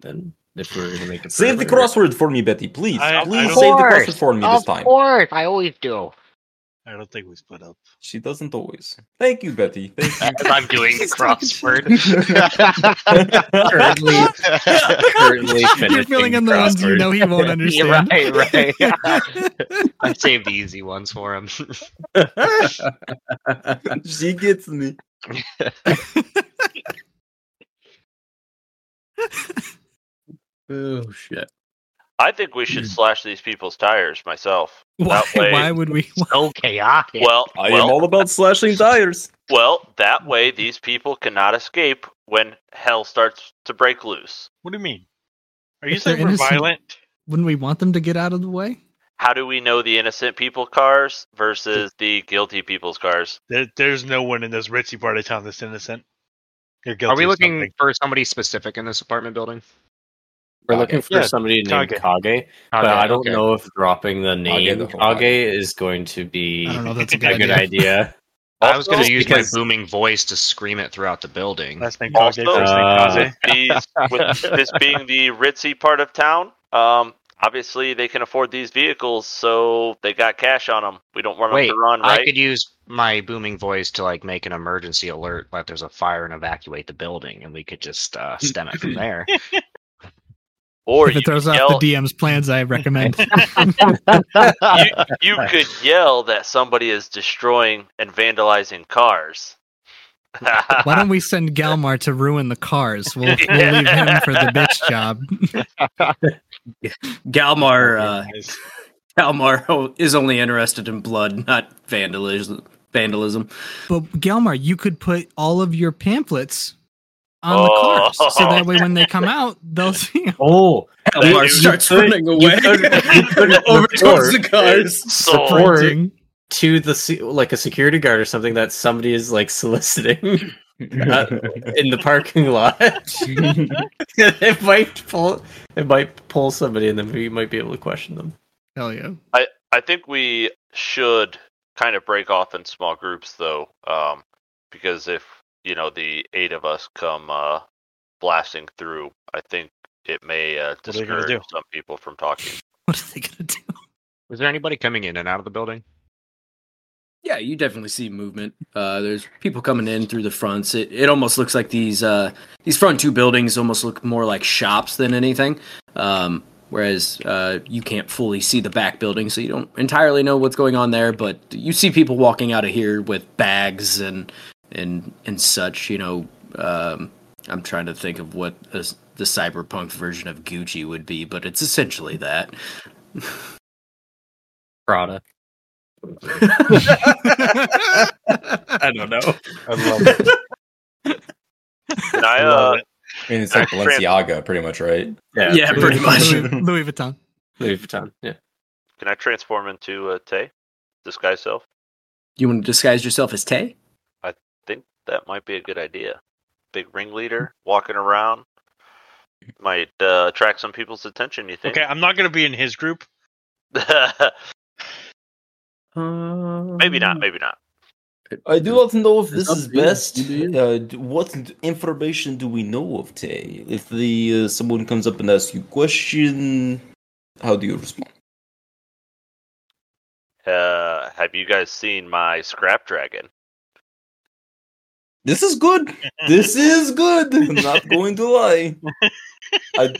[SPEAKER 8] then? If we're gonna make a
[SPEAKER 9] Save the
[SPEAKER 8] perimeter?
[SPEAKER 9] crossword for me, Betty, please.
[SPEAKER 3] I- I
[SPEAKER 9] please
[SPEAKER 3] don't-
[SPEAKER 9] save the
[SPEAKER 5] Of
[SPEAKER 9] crossword for me this
[SPEAKER 5] Of
[SPEAKER 9] time.
[SPEAKER 5] course, I always do.
[SPEAKER 3] I don't think we split up.
[SPEAKER 9] She doesn't always. Thank you, Betty. Thank you.
[SPEAKER 5] As I'm doing the crossword.
[SPEAKER 8] currently
[SPEAKER 6] you're
[SPEAKER 8] finishing
[SPEAKER 6] filling in the ones you
[SPEAKER 8] crossword.
[SPEAKER 6] know he won't
[SPEAKER 5] Yeah,
[SPEAKER 6] understand.
[SPEAKER 5] right, right. I saved the easy ones for him.
[SPEAKER 9] she gets me.
[SPEAKER 1] Oh shit!
[SPEAKER 7] I think we should slash these people's tires myself.
[SPEAKER 6] Why,
[SPEAKER 7] That way-
[SPEAKER 6] why would we?
[SPEAKER 5] so chaotic.
[SPEAKER 7] Well,
[SPEAKER 9] I am
[SPEAKER 7] well,
[SPEAKER 9] all about slashing tires.
[SPEAKER 7] well, that way these people cannot escape when hell starts to break loose.
[SPEAKER 3] What do you mean? Are you
[SPEAKER 6] If they're
[SPEAKER 3] saying we're
[SPEAKER 6] innocent-
[SPEAKER 3] violent?
[SPEAKER 6] Wouldn't we want them to get out of the way?
[SPEAKER 7] How do we know the innocent people cars versus the guilty people's cars?
[SPEAKER 3] There, there's no one in this ritzy part of town that's innocent. You're guilty.
[SPEAKER 5] Are we
[SPEAKER 3] of
[SPEAKER 5] looking
[SPEAKER 3] something.
[SPEAKER 5] for somebody specific in this apartment building?
[SPEAKER 8] We're looking for
[SPEAKER 3] Yeah,
[SPEAKER 8] somebody named
[SPEAKER 3] Kage.
[SPEAKER 8] Kage, but I don't know if dropping the name
[SPEAKER 9] the
[SPEAKER 8] Kage,
[SPEAKER 9] whole
[SPEAKER 8] is going to be
[SPEAKER 6] I don't know
[SPEAKER 8] a
[SPEAKER 6] if that's a good
[SPEAKER 8] good
[SPEAKER 6] idea.
[SPEAKER 8] idea.
[SPEAKER 5] I was going
[SPEAKER 7] Also-
[SPEAKER 5] to use
[SPEAKER 8] because-
[SPEAKER 5] my booming voice to scream it throughout the building.
[SPEAKER 3] Last name Kage,
[SPEAKER 7] Also,
[SPEAKER 3] first name
[SPEAKER 5] Oh.
[SPEAKER 8] Uh,
[SPEAKER 3] Kaze.
[SPEAKER 7] these, with this being the ritzy part of town, um, obviously they can afford these vehicles, so they got cash on them. We don't want
[SPEAKER 5] Wait,
[SPEAKER 7] them to run,
[SPEAKER 5] I
[SPEAKER 7] right?
[SPEAKER 5] could use my booming voice to like make an emergency alert that there's a fire and evacuate the building, and we could just uh,
[SPEAKER 4] Hmm.
[SPEAKER 5] stem it from there.
[SPEAKER 7] Or
[SPEAKER 6] if
[SPEAKER 7] you
[SPEAKER 6] it throws
[SPEAKER 7] could
[SPEAKER 6] off
[SPEAKER 7] yell,
[SPEAKER 6] the DM's plans, I recommend.
[SPEAKER 7] you could yell that somebody is destroying and vandalizing cars.
[SPEAKER 6] Why don't we send Galmar to ruin the cars? We'll, we'll leave him for the bitch job.
[SPEAKER 1] Galmar uh, Kalmar is only interested in blood, not vandalism. Vandalism.
[SPEAKER 6] But Gelmar, you could put all of your pamphlets on the cars, so that way when they come out, they'll see. 'em.
[SPEAKER 2] Oh,
[SPEAKER 1] Kalmar starts running away over towards the cars.
[SPEAKER 2] Support
[SPEAKER 6] Printing.
[SPEAKER 8] to the se- like a security guard or something that somebody is like soliciting uh, in the parking lot. it might pull. It might pull somebody, and then we might be able to question them.
[SPEAKER 6] Hell yeah.
[SPEAKER 7] I think we should kind of break off in small groups though, um, because if you know the eight of us come uh, blasting through, I think it may uh,
[SPEAKER 3] are they gonna
[SPEAKER 7] discourage
[SPEAKER 3] do?
[SPEAKER 7] some people from talking.
[SPEAKER 6] What are they gonna do?
[SPEAKER 5] Was there anybody coming in and out of the building?
[SPEAKER 1] Yeah, you definitely see movement. Uh, there's people coming in through the fronts. It it almost looks like these uh, these front two buildings almost look more like shops than anything. Um, whereas uh, you can't fully see the back building, so you don't entirely know what's going on there. But you see people walking out of here with bags and and and such. You know, um, I'm trying to think of what a s the cyberpunk version of Gucci would be, but it's essentially that.
[SPEAKER 8] Prada. I don't know.
[SPEAKER 9] I love it.
[SPEAKER 7] Can I,
[SPEAKER 3] Love
[SPEAKER 7] uh,
[SPEAKER 9] I mean, it's like
[SPEAKER 7] Alright, Fran-
[SPEAKER 9] Balenciaga, pretty much, right?
[SPEAKER 8] Yeah,
[SPEAKER 1] Yeah, pretty much.
[SPEAKER 6] Louis, Louis Vuitton.
[SPEAKER 8] Louis Vuitton. Yeah.
[SPEAKER 7] can I transform into uh, Tay, disguise self?
[SPEAKER 1] You want to disguise yourself as Tay?
[SPEAKER 7] I think that might be a good idea. Big ringleader walking around might uh, attract some people's attention. You think?
[SPEAKER 3] Okay, I'm not gonna be in his group.
[SPEAKER 9] Uh,
[SPEAKER 7] maybe not. Maybe not.
[SPEAKER 4] I do not know if this is
[SPEAKER 1] Something
[SPEAKER 4] best.
[SPEAKER 1] you
[SPEAKER 4] Uh, d- what information do we know of Tay? If the uh, someone comes up and asks you question, how do you respond?
[SPEAKER 7] Uh, have you guys seen my scrap dragon?
[SPEAKER 4] This is good. This is good. I'm not going to lie. I,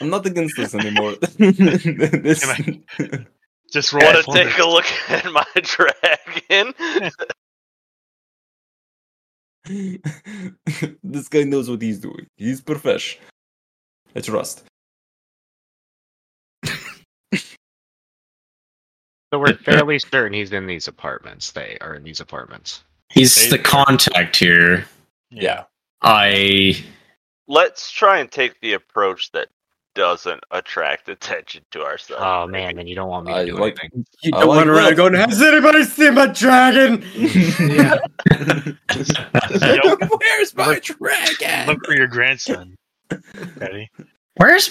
[SPEAKER 4] I'm not against this anymore. This-
[SPEAKER 3] Just roll.
[SPEAKER 7] Want
[SPEAKER 3] a
[SPEAKER 7] to take a look at my dragon?
[SPEAKER 4] this guy knows what he's doing. He's profesh. I trust.
[SPEAKER 5] So we're fairly certain he's in these apartments. They are in these apartments.
[SPEAKER 2] He's the contact here.
[SPEAKER 9] Yeah.
[SPEAKER 2] I
[SPEAKER 7] Let's try and take the approach that doesn't attract attention to ourselves.
[SPEAKER 10] Oh man, then you don't want me to
[SPEAKER 4] I
[SPEAKER 10] do
[SPEAKER 4] like.
[SPEAKER 10] anything.
[SPEAKER 1] You
[SPEAKER 4] I don't like run around that.
[SPEAKER 1] going, has anybody seen my dragon?
[SPEAKER 6] Yeah.
[SPEAKER 3] Nope.
[SPEAKER 4] Where's my dragon?
[SPEAKER 3] Look for your grandson. Ready?
[SPEAKER 2] Where's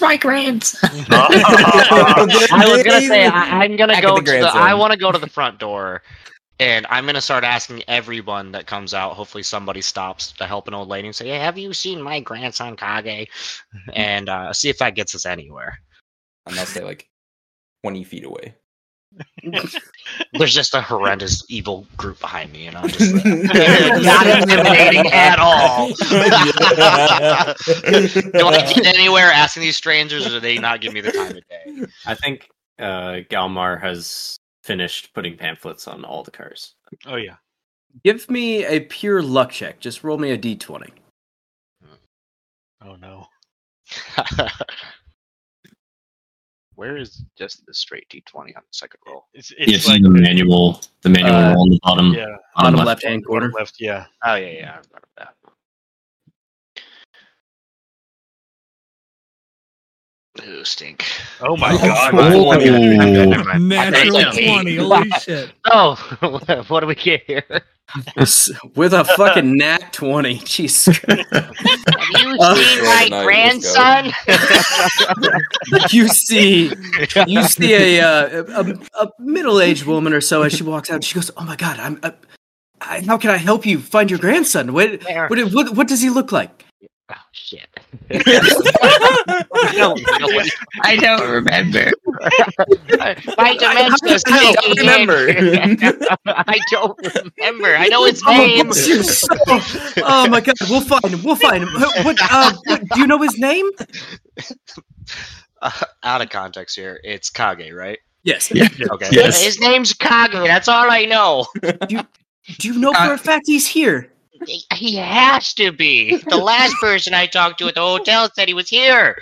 [SPEAKER 2] my grand?
[SPEAKER 10] I was gonna say I, I'm gonna
[SPEAKER 4] Back
[SPEAKER 10] go.
[SPEAKER 4] at the
[SPEAKER 10] to the,
[SPEAKER 4] grandson.
[SPEAKER 10] I want to go to the front door, and I'm gonna start asking everyone that comes out. Hopefully, somebody stops to help an old lady and say, "Hey, have you seen my grandson Kage?" And uh, see if that gets us anywhere.
[SPEAKER 9] And I'll stay like 20 feet away.
[SPEAKER 10] There's just a horrendous evil group behind me, and I'm just not intimidating at all. Do I get anywhere asking these strangers, or do they not give me the time of day?
[SPEAKER 8] I think uh, Galmar has finished putting pamphlets on all the cars.
[SPEAKER 3] Oh yeah.
[SPEAKER 1] Give me a pure luck check. Just roll me a d20.
[SPEAKER 3] Oh no.
[SPEAKER 5] Where is just the straight d20 on the second roll?
[SPEAKER 3] It's
[SPEAKER 2] It's
[SPEAKER 3] it's like
[SPEAKER 2] the manual. The manual
[SPEAKER 1] Uh,
[SPEAKER 2] on the bottom.
[SPEAKER 3] yeah,
[SPEAKER 1] Bottom
[SPEAKER 2] left.
[SPEAKER 1] left hand corner.
[SPEAKER 3] left. Yeah.
[SPEAKER 5] Oh yeah, yeah. I remember that. Ooh, stink.
[SPEAKER 3] Oh my
[SPEAKER 5] Oh,
[SPEAKER 3] god.
[SPEAKER 5] my-
[SPEAKER 2] Oh.
[SPEAKER 5] Never mind.
[SPEAKER 6] Natural
[SPEAKER 5] I think-
[SPEAKER 6] 20. Holy shit.
[SPEAKER 10] Oh, what do we get here?
[SPEAKER 1] S- With a fucking nat 20. Jesus Christ.
[SPEAKER 10] Have you
[SPEAKER 1] Uh,
[SPEAKER 10] seen
[SPEAKER 9] Right,
[SPEAKER 10] my
[SPEAKER 9] no,
[SPEAKER 10] grandson?
[SPEAKER 1] You see, you see a, uh, a, a middle aged woman or so as she walks out. She goes, Oh my God, I'm. I, I, how can I help you find your grandson? What,
[SPEAKER 10] Where?
[SPEAKER 1] what, what, what does he look like?
[SPEAKER 10] Oh shit!
[SPEAKER 2] I don't remember.
[SPEAKER 10] My dementia is kicking
[SPEAKER 1] I
[SPEAKER 10] in. I don't remember. I know his
[SPEAKER 4] Oh,
[SPEAKER 1] I'm
[SPEAKER 10] name.
[SPEAKER 1] gonna get you so- oh my god, we'll find him. We'll find him. What, what, uh, what- do you know his name?
[SPEAKER 10] Uh, out of context here. It's Kage, right?
[SPEAKER 1] Yes.
[SPEAKER 10] Okay.
[SPEAKER 2] Yes.
[SPEAKER 10] His name's Kage. That's all I know. Uh,
[SPEAKER 1] Do you know for a fact he's here?
[SPEAKER 10] He, he has to be. The last person I talked to at the hotel said he was here.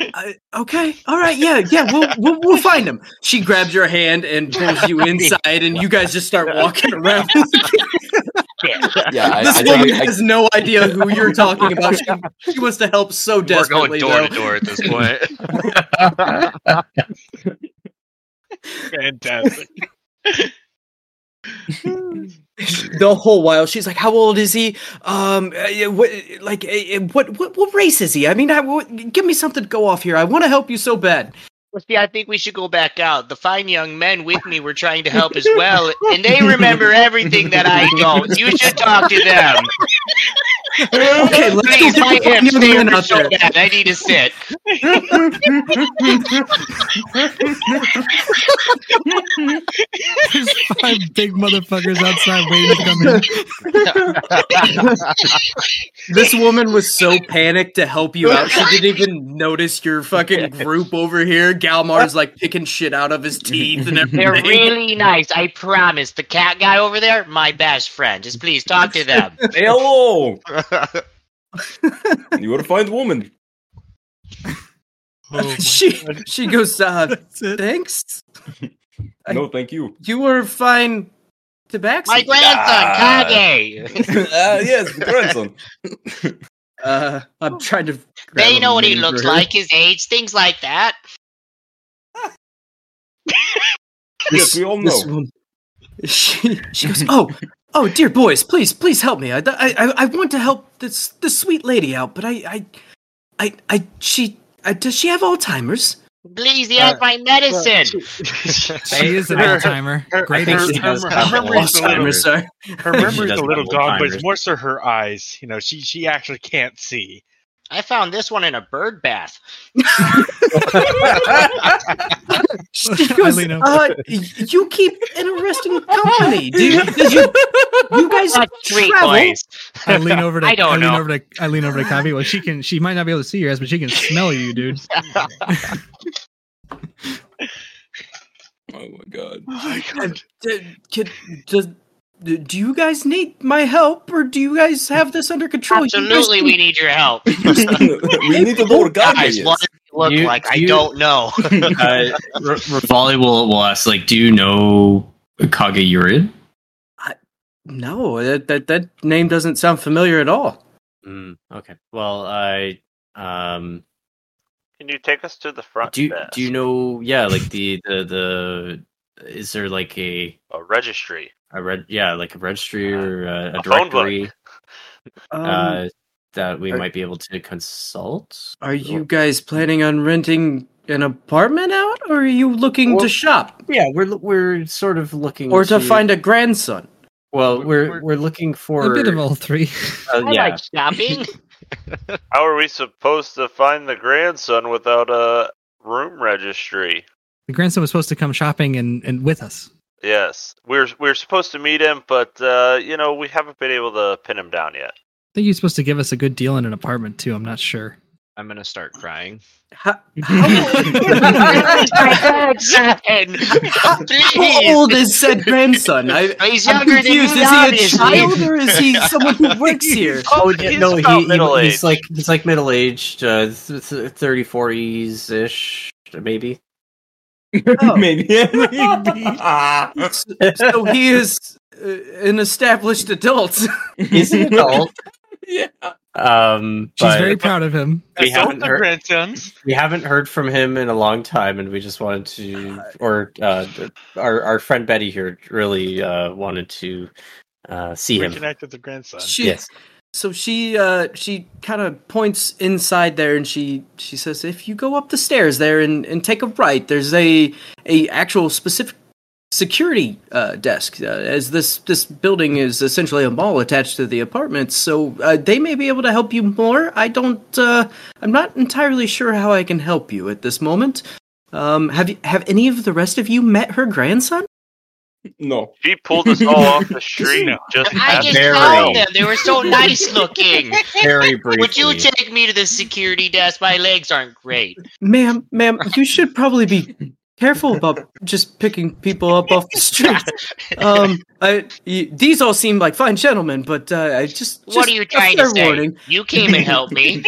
[SPEAKER 1] I, okay, all right, yeah, yeah, we'll, we'll we'll find him. She grabs your hand and pulls you inside, and you guys just start walking around.
[SPEAKER 9] Yeah, I,
[SPEAKER 1] this
[SPEAKER 9] I,
[SPEAKER 1] woman
[SPEAKER 9] I, I,
[SPEAKER 1] has no idea who you're talking about. She, she wants to help so
[SPEAKER 5] We're going
[SPEAKER 1] desperately.
[SPEAKER 5] door to
[SPEAKER 1] though.
[SPEAKER 5] door at this point.
[SPEAKER 3] Fantastic.
[SPEAKER 1] the whole while she's like how old is he um uh, what like uh, what, what what race is he i mean I, what, give me something to go off here i want to help you so bad
[SPEAKER 10] See, I think we should go back out. The fine young men with me were trying to help as well, and they remember everything that I don't. You should talk to them.
[SPEAKER 1] okay let's
[SPEAKER 10] Please,
[SPEAKER 1] go
[SPEAKER 10] my
[SPEAKER 1] get
[SPEAKER 10] hips
[SPEAKER 1] the
[SPEAKER 10] they
[SPEAKER 1] man
[SPEAKER 10] were
[SPEAKER 1] out
[SPEAKER 10] so
[SPEAKER 1] there
[SPEAKER 10] bad. I need to sit.
[SPEAKER 6] There's five big motherfuckers outside waiting to come in.
[SPEAKER 1] this woman was so panicked to help you out she didn't even notice your fucking group over here galmar's like picking shit out of his teeth and
[SPEAKER 10] They're
[SPEAKER 1] everything
[SPEAKER 10] really nice. I promise. The cat guy over there, my best friend. Just please talk to them.
[SPEAKER 9] Say hello.
[SPEAKER 5] That's
[SPEAKER 9] You want to find a woman?
[SPEAKER 1] she she goes uh
[SPEAKER 6] Oh That's it.
[SPEAKER 1] thanks
[SPEAKER 9] No, thank you.
[SPEAKER 1] you were fine tobacco
[SPEAKER 10] My
[SPEAKER 9] Ah.
[SPEAKER 10] grandson, Kage.
[SPEAKER 9] uh, yes, the grandson.
[SPEAKER 1] uh i'm trying to grab
[SPEAKER 10] They
[SPEAKER 1] a
[SPEAKER 10] know what he
[SPEAKER 1] name for
[SPEAKER 10] looks
[SPEAKER 1] her.
[SPEAKER 10] like, his age, things like that.
[SPEAKER 9] Yes, we all
[SPEAKER 1] this
[SPEAKER 9] know.
[SPEAKER 1] one- She, she goes, oh, oh, dear boys, please, please help me. I, I, I- I want to help this this sweet lady out, but I, I, I, I she, uh, does she have Alzheimer's?
[SPEAKER 10] Please, he has
[SPEAKER 1] Uh,
[SPEAKER 10] my medicine.
[SPEAKER 6] She is an
[SPEAKER 3] Her-
[SPEAKER 6] old timer.
[SPEAKER 3] her-
[SPEAKER 6] Great
[SPEAKER 3] her-
[SPEAKER 6] age.
[SPEAKER 3] her- her memory's a little-
[SPEAKER 1] Alzheimer's, sorry.
[SPEAKER 3] her memory's
[SPEAKER 2] does
[SPEAKER 3] a little
[SPEAKER 2] have
[SPEAKER 3] gone, but
[SPEAKER 2] Alzheimer's.
[SPEAKER 3] it's more so her eyes. You know, she she actually can't see.
[SPEAKER 10] I found this one in a bird bath.
[SPEAKER 1] She goes,
[SPEAKER 6] Eileen, no.
[SPEAKER 1] uh, y- you keep interesting company. Do you, did you, you guys
[SPEAKER 10] Fuck sweet
[SPEAKER 1] travel?
[SPEAKER 10] boys.
[SPEAKER 6] I lean over to
[SPEAKER 10] I
[SPEAKER 6] lean
[SPEAKER 10] don't know.
[SPEAKER 6] over to I lean over to Kavi. Well, she can she might not be able to see your ass, but she can smell you, dude.
[SPEAKER 9] Oh my god.
[SPEAKER 1] D- Could, does- d- do you guys need my help, or do you guys have this under control? You guys
[SPEAKER 10] Absolutely,
[SPEAKER 1] can-
[SPEAKER 10] we need your help.
[SPEAKER 9] we need to know where God
[SPEAKER 10] Guys,
[SPEAKER 9] is.
[SPEAKER 10] what does he look
[SPEAKER 2] You-
[SPEAKER 10] like? I
[SPEAKER 2] you-
[SPEAKER 10] don't know.
[SPEAKER 2] uh, R- Rivali will, will ask, like, do you know Kage Yurid?
[SPEAKER 1] No, that, that that name doesn't sound familiar at all.
[SPEAKER 2] Mm, okay. Well, I um,
[SPEAKER 7] Can you take us to the front
[SPEAKER 2] do you,
[SPEAKER 7] desk?
[SPEAKER 2] do you know? Yeah, like the the the is there like a
[SPEAKER 7] a registry?
[SPEAKER 2] a red yeah like a registry or a,
[SPEAKER 7] a
[SPEAKER 2] a
[SPEAKER 7] phone book.
[SPEAKER 2] directory
[SPEAKER 1] Um,
[SPEAKER 2] uh, that we
[SPEAKER 1] are-
[SPEAKER 2] might be able to consult?
[SPEAKER 1] are
[SPEAKER 9] Oh.
[SPEAKER 1] you guys planning on renting an apartment out, or are you looking
[SPEAKER 2] Well-
[SPEAKER 1] to shop,
[SPEAKER 2] Yeah, we're we're sort of looking
[SPEAKER 1] or to find a grandson?
[SPEAKER 2] well we're we're looking for
[SPEAKER 6] A bit of all three.
[SPEAKER 2] uh,
[SPEAKER 10] I
[SPEAKER 2] yeah
[SPEAKER 10] like shopping.
[SPEAKER 7] How are we supposed to find the grandson without a room registry?
[SPEAKER 6] The grandson was supposed to come shopping and, and with us.
[SPEAKER 7] Yes, we're we're supposed to meet him, but uh, you know we haven't been able to pin him down yet.
[SPEAKER 6] I think he was supposed to give us a good deal in an apartment too. I'm not sure.
[SPEAKER 5] I'm gonna start crying.
[SPEAKER 1] How, how, old,
[SPEAKER 10] Grandson,
[SPEAKER 1] how
[SPEAKER 10] Please.
[SPEAKER 1] old is said grandson? I,
[SPEAKER 10] He's
[SPEAKER 1] I'm
[SPEAKER 10] younger than me,
[SPEAKER 1] confused. Is he a
[SPEAKER 10] obviously.
[SPEAKER 1] child, or is he someone who works here?
[SPEAKER 2] Oh yeah,
[SPEAKER 7] He's
[SPEAKER 2] no, he,
[SPEAKER 7] about
[SPEAKER 2] he-
[SPEAKER 7] middle-aged.
[SPEAKER 2] he's like he's like middle aged, uh, th- th- 30, 40s ish, maybe.
[SPEAKER 1] Oh,
[SPEAKER 9] Maybe. Maybe.
[SPEAKER 1] so he is uh, an established adult.
[SPEAKER 2] He's an adult.
[SPEAKER 9] yeah.
[SPEAKER 2] Um,
[SPEAKER 6] She's
[SPEAKER 2] but
[SPEAKER 6] very proud of him.
[SPEAKER 2] we
[SPEAKER 3] Adult
[SPEAKER 2] haven't
[SPEAKER 3] and
[SPEAKER 2] heard
[SPEAKER 3] grandsons.
[SPEAKER 2] we haven't heard from him in a long time, and we just wanted to, or uh, our our friend Betty here really uh, wanted to uh, see him.
[SPEAKER 3] Reconnect with the grandson.
[SPEAKER 1] She,
[SPEAKER 2] Yes.
[SPEAKER 1] So she uh she kind of points inside there and she she says if you go up the stairs there and, and take a right there's a a actual specific security uh, desk uh, as this this building is essentially a mall attached to the apartments so uh, they may be able to help you more I don't uh, I'm not entirely sure how I can help you at this moment um have you, have any of the rest of you met her grandson
[SPEAKER 9] No.
[SPEAKER 7] She pulled us all off the street. Just
[SPEAKER 10] I
[SPEAKER 7] after-
[SPEAKER 10] just
[SPEAKER 2] Very.
[SPEAKER 10] found them. They were so nice looking.
[SPEAKER 2] Very briefly.
[SPEAKER 10] Would you take me to the security desk? My legs aren't great.
[SPEAKER 1] ma'am ma'am you should probably be careful about just picking people up off the street. Um, I, y- these all seem like fine gentlemen, but uh, I just,
[SPEAKER 10] what
[SPEAKER 1] just
[SPEAKER 10] are you
[SPEAKER 1] a
[SPEAKER 10] trying to
[SPEAKER 1] fair
[SPEAKER 10] say?
[SPEAKER 1] warning.
[SPEAKER 10] You came and helped me.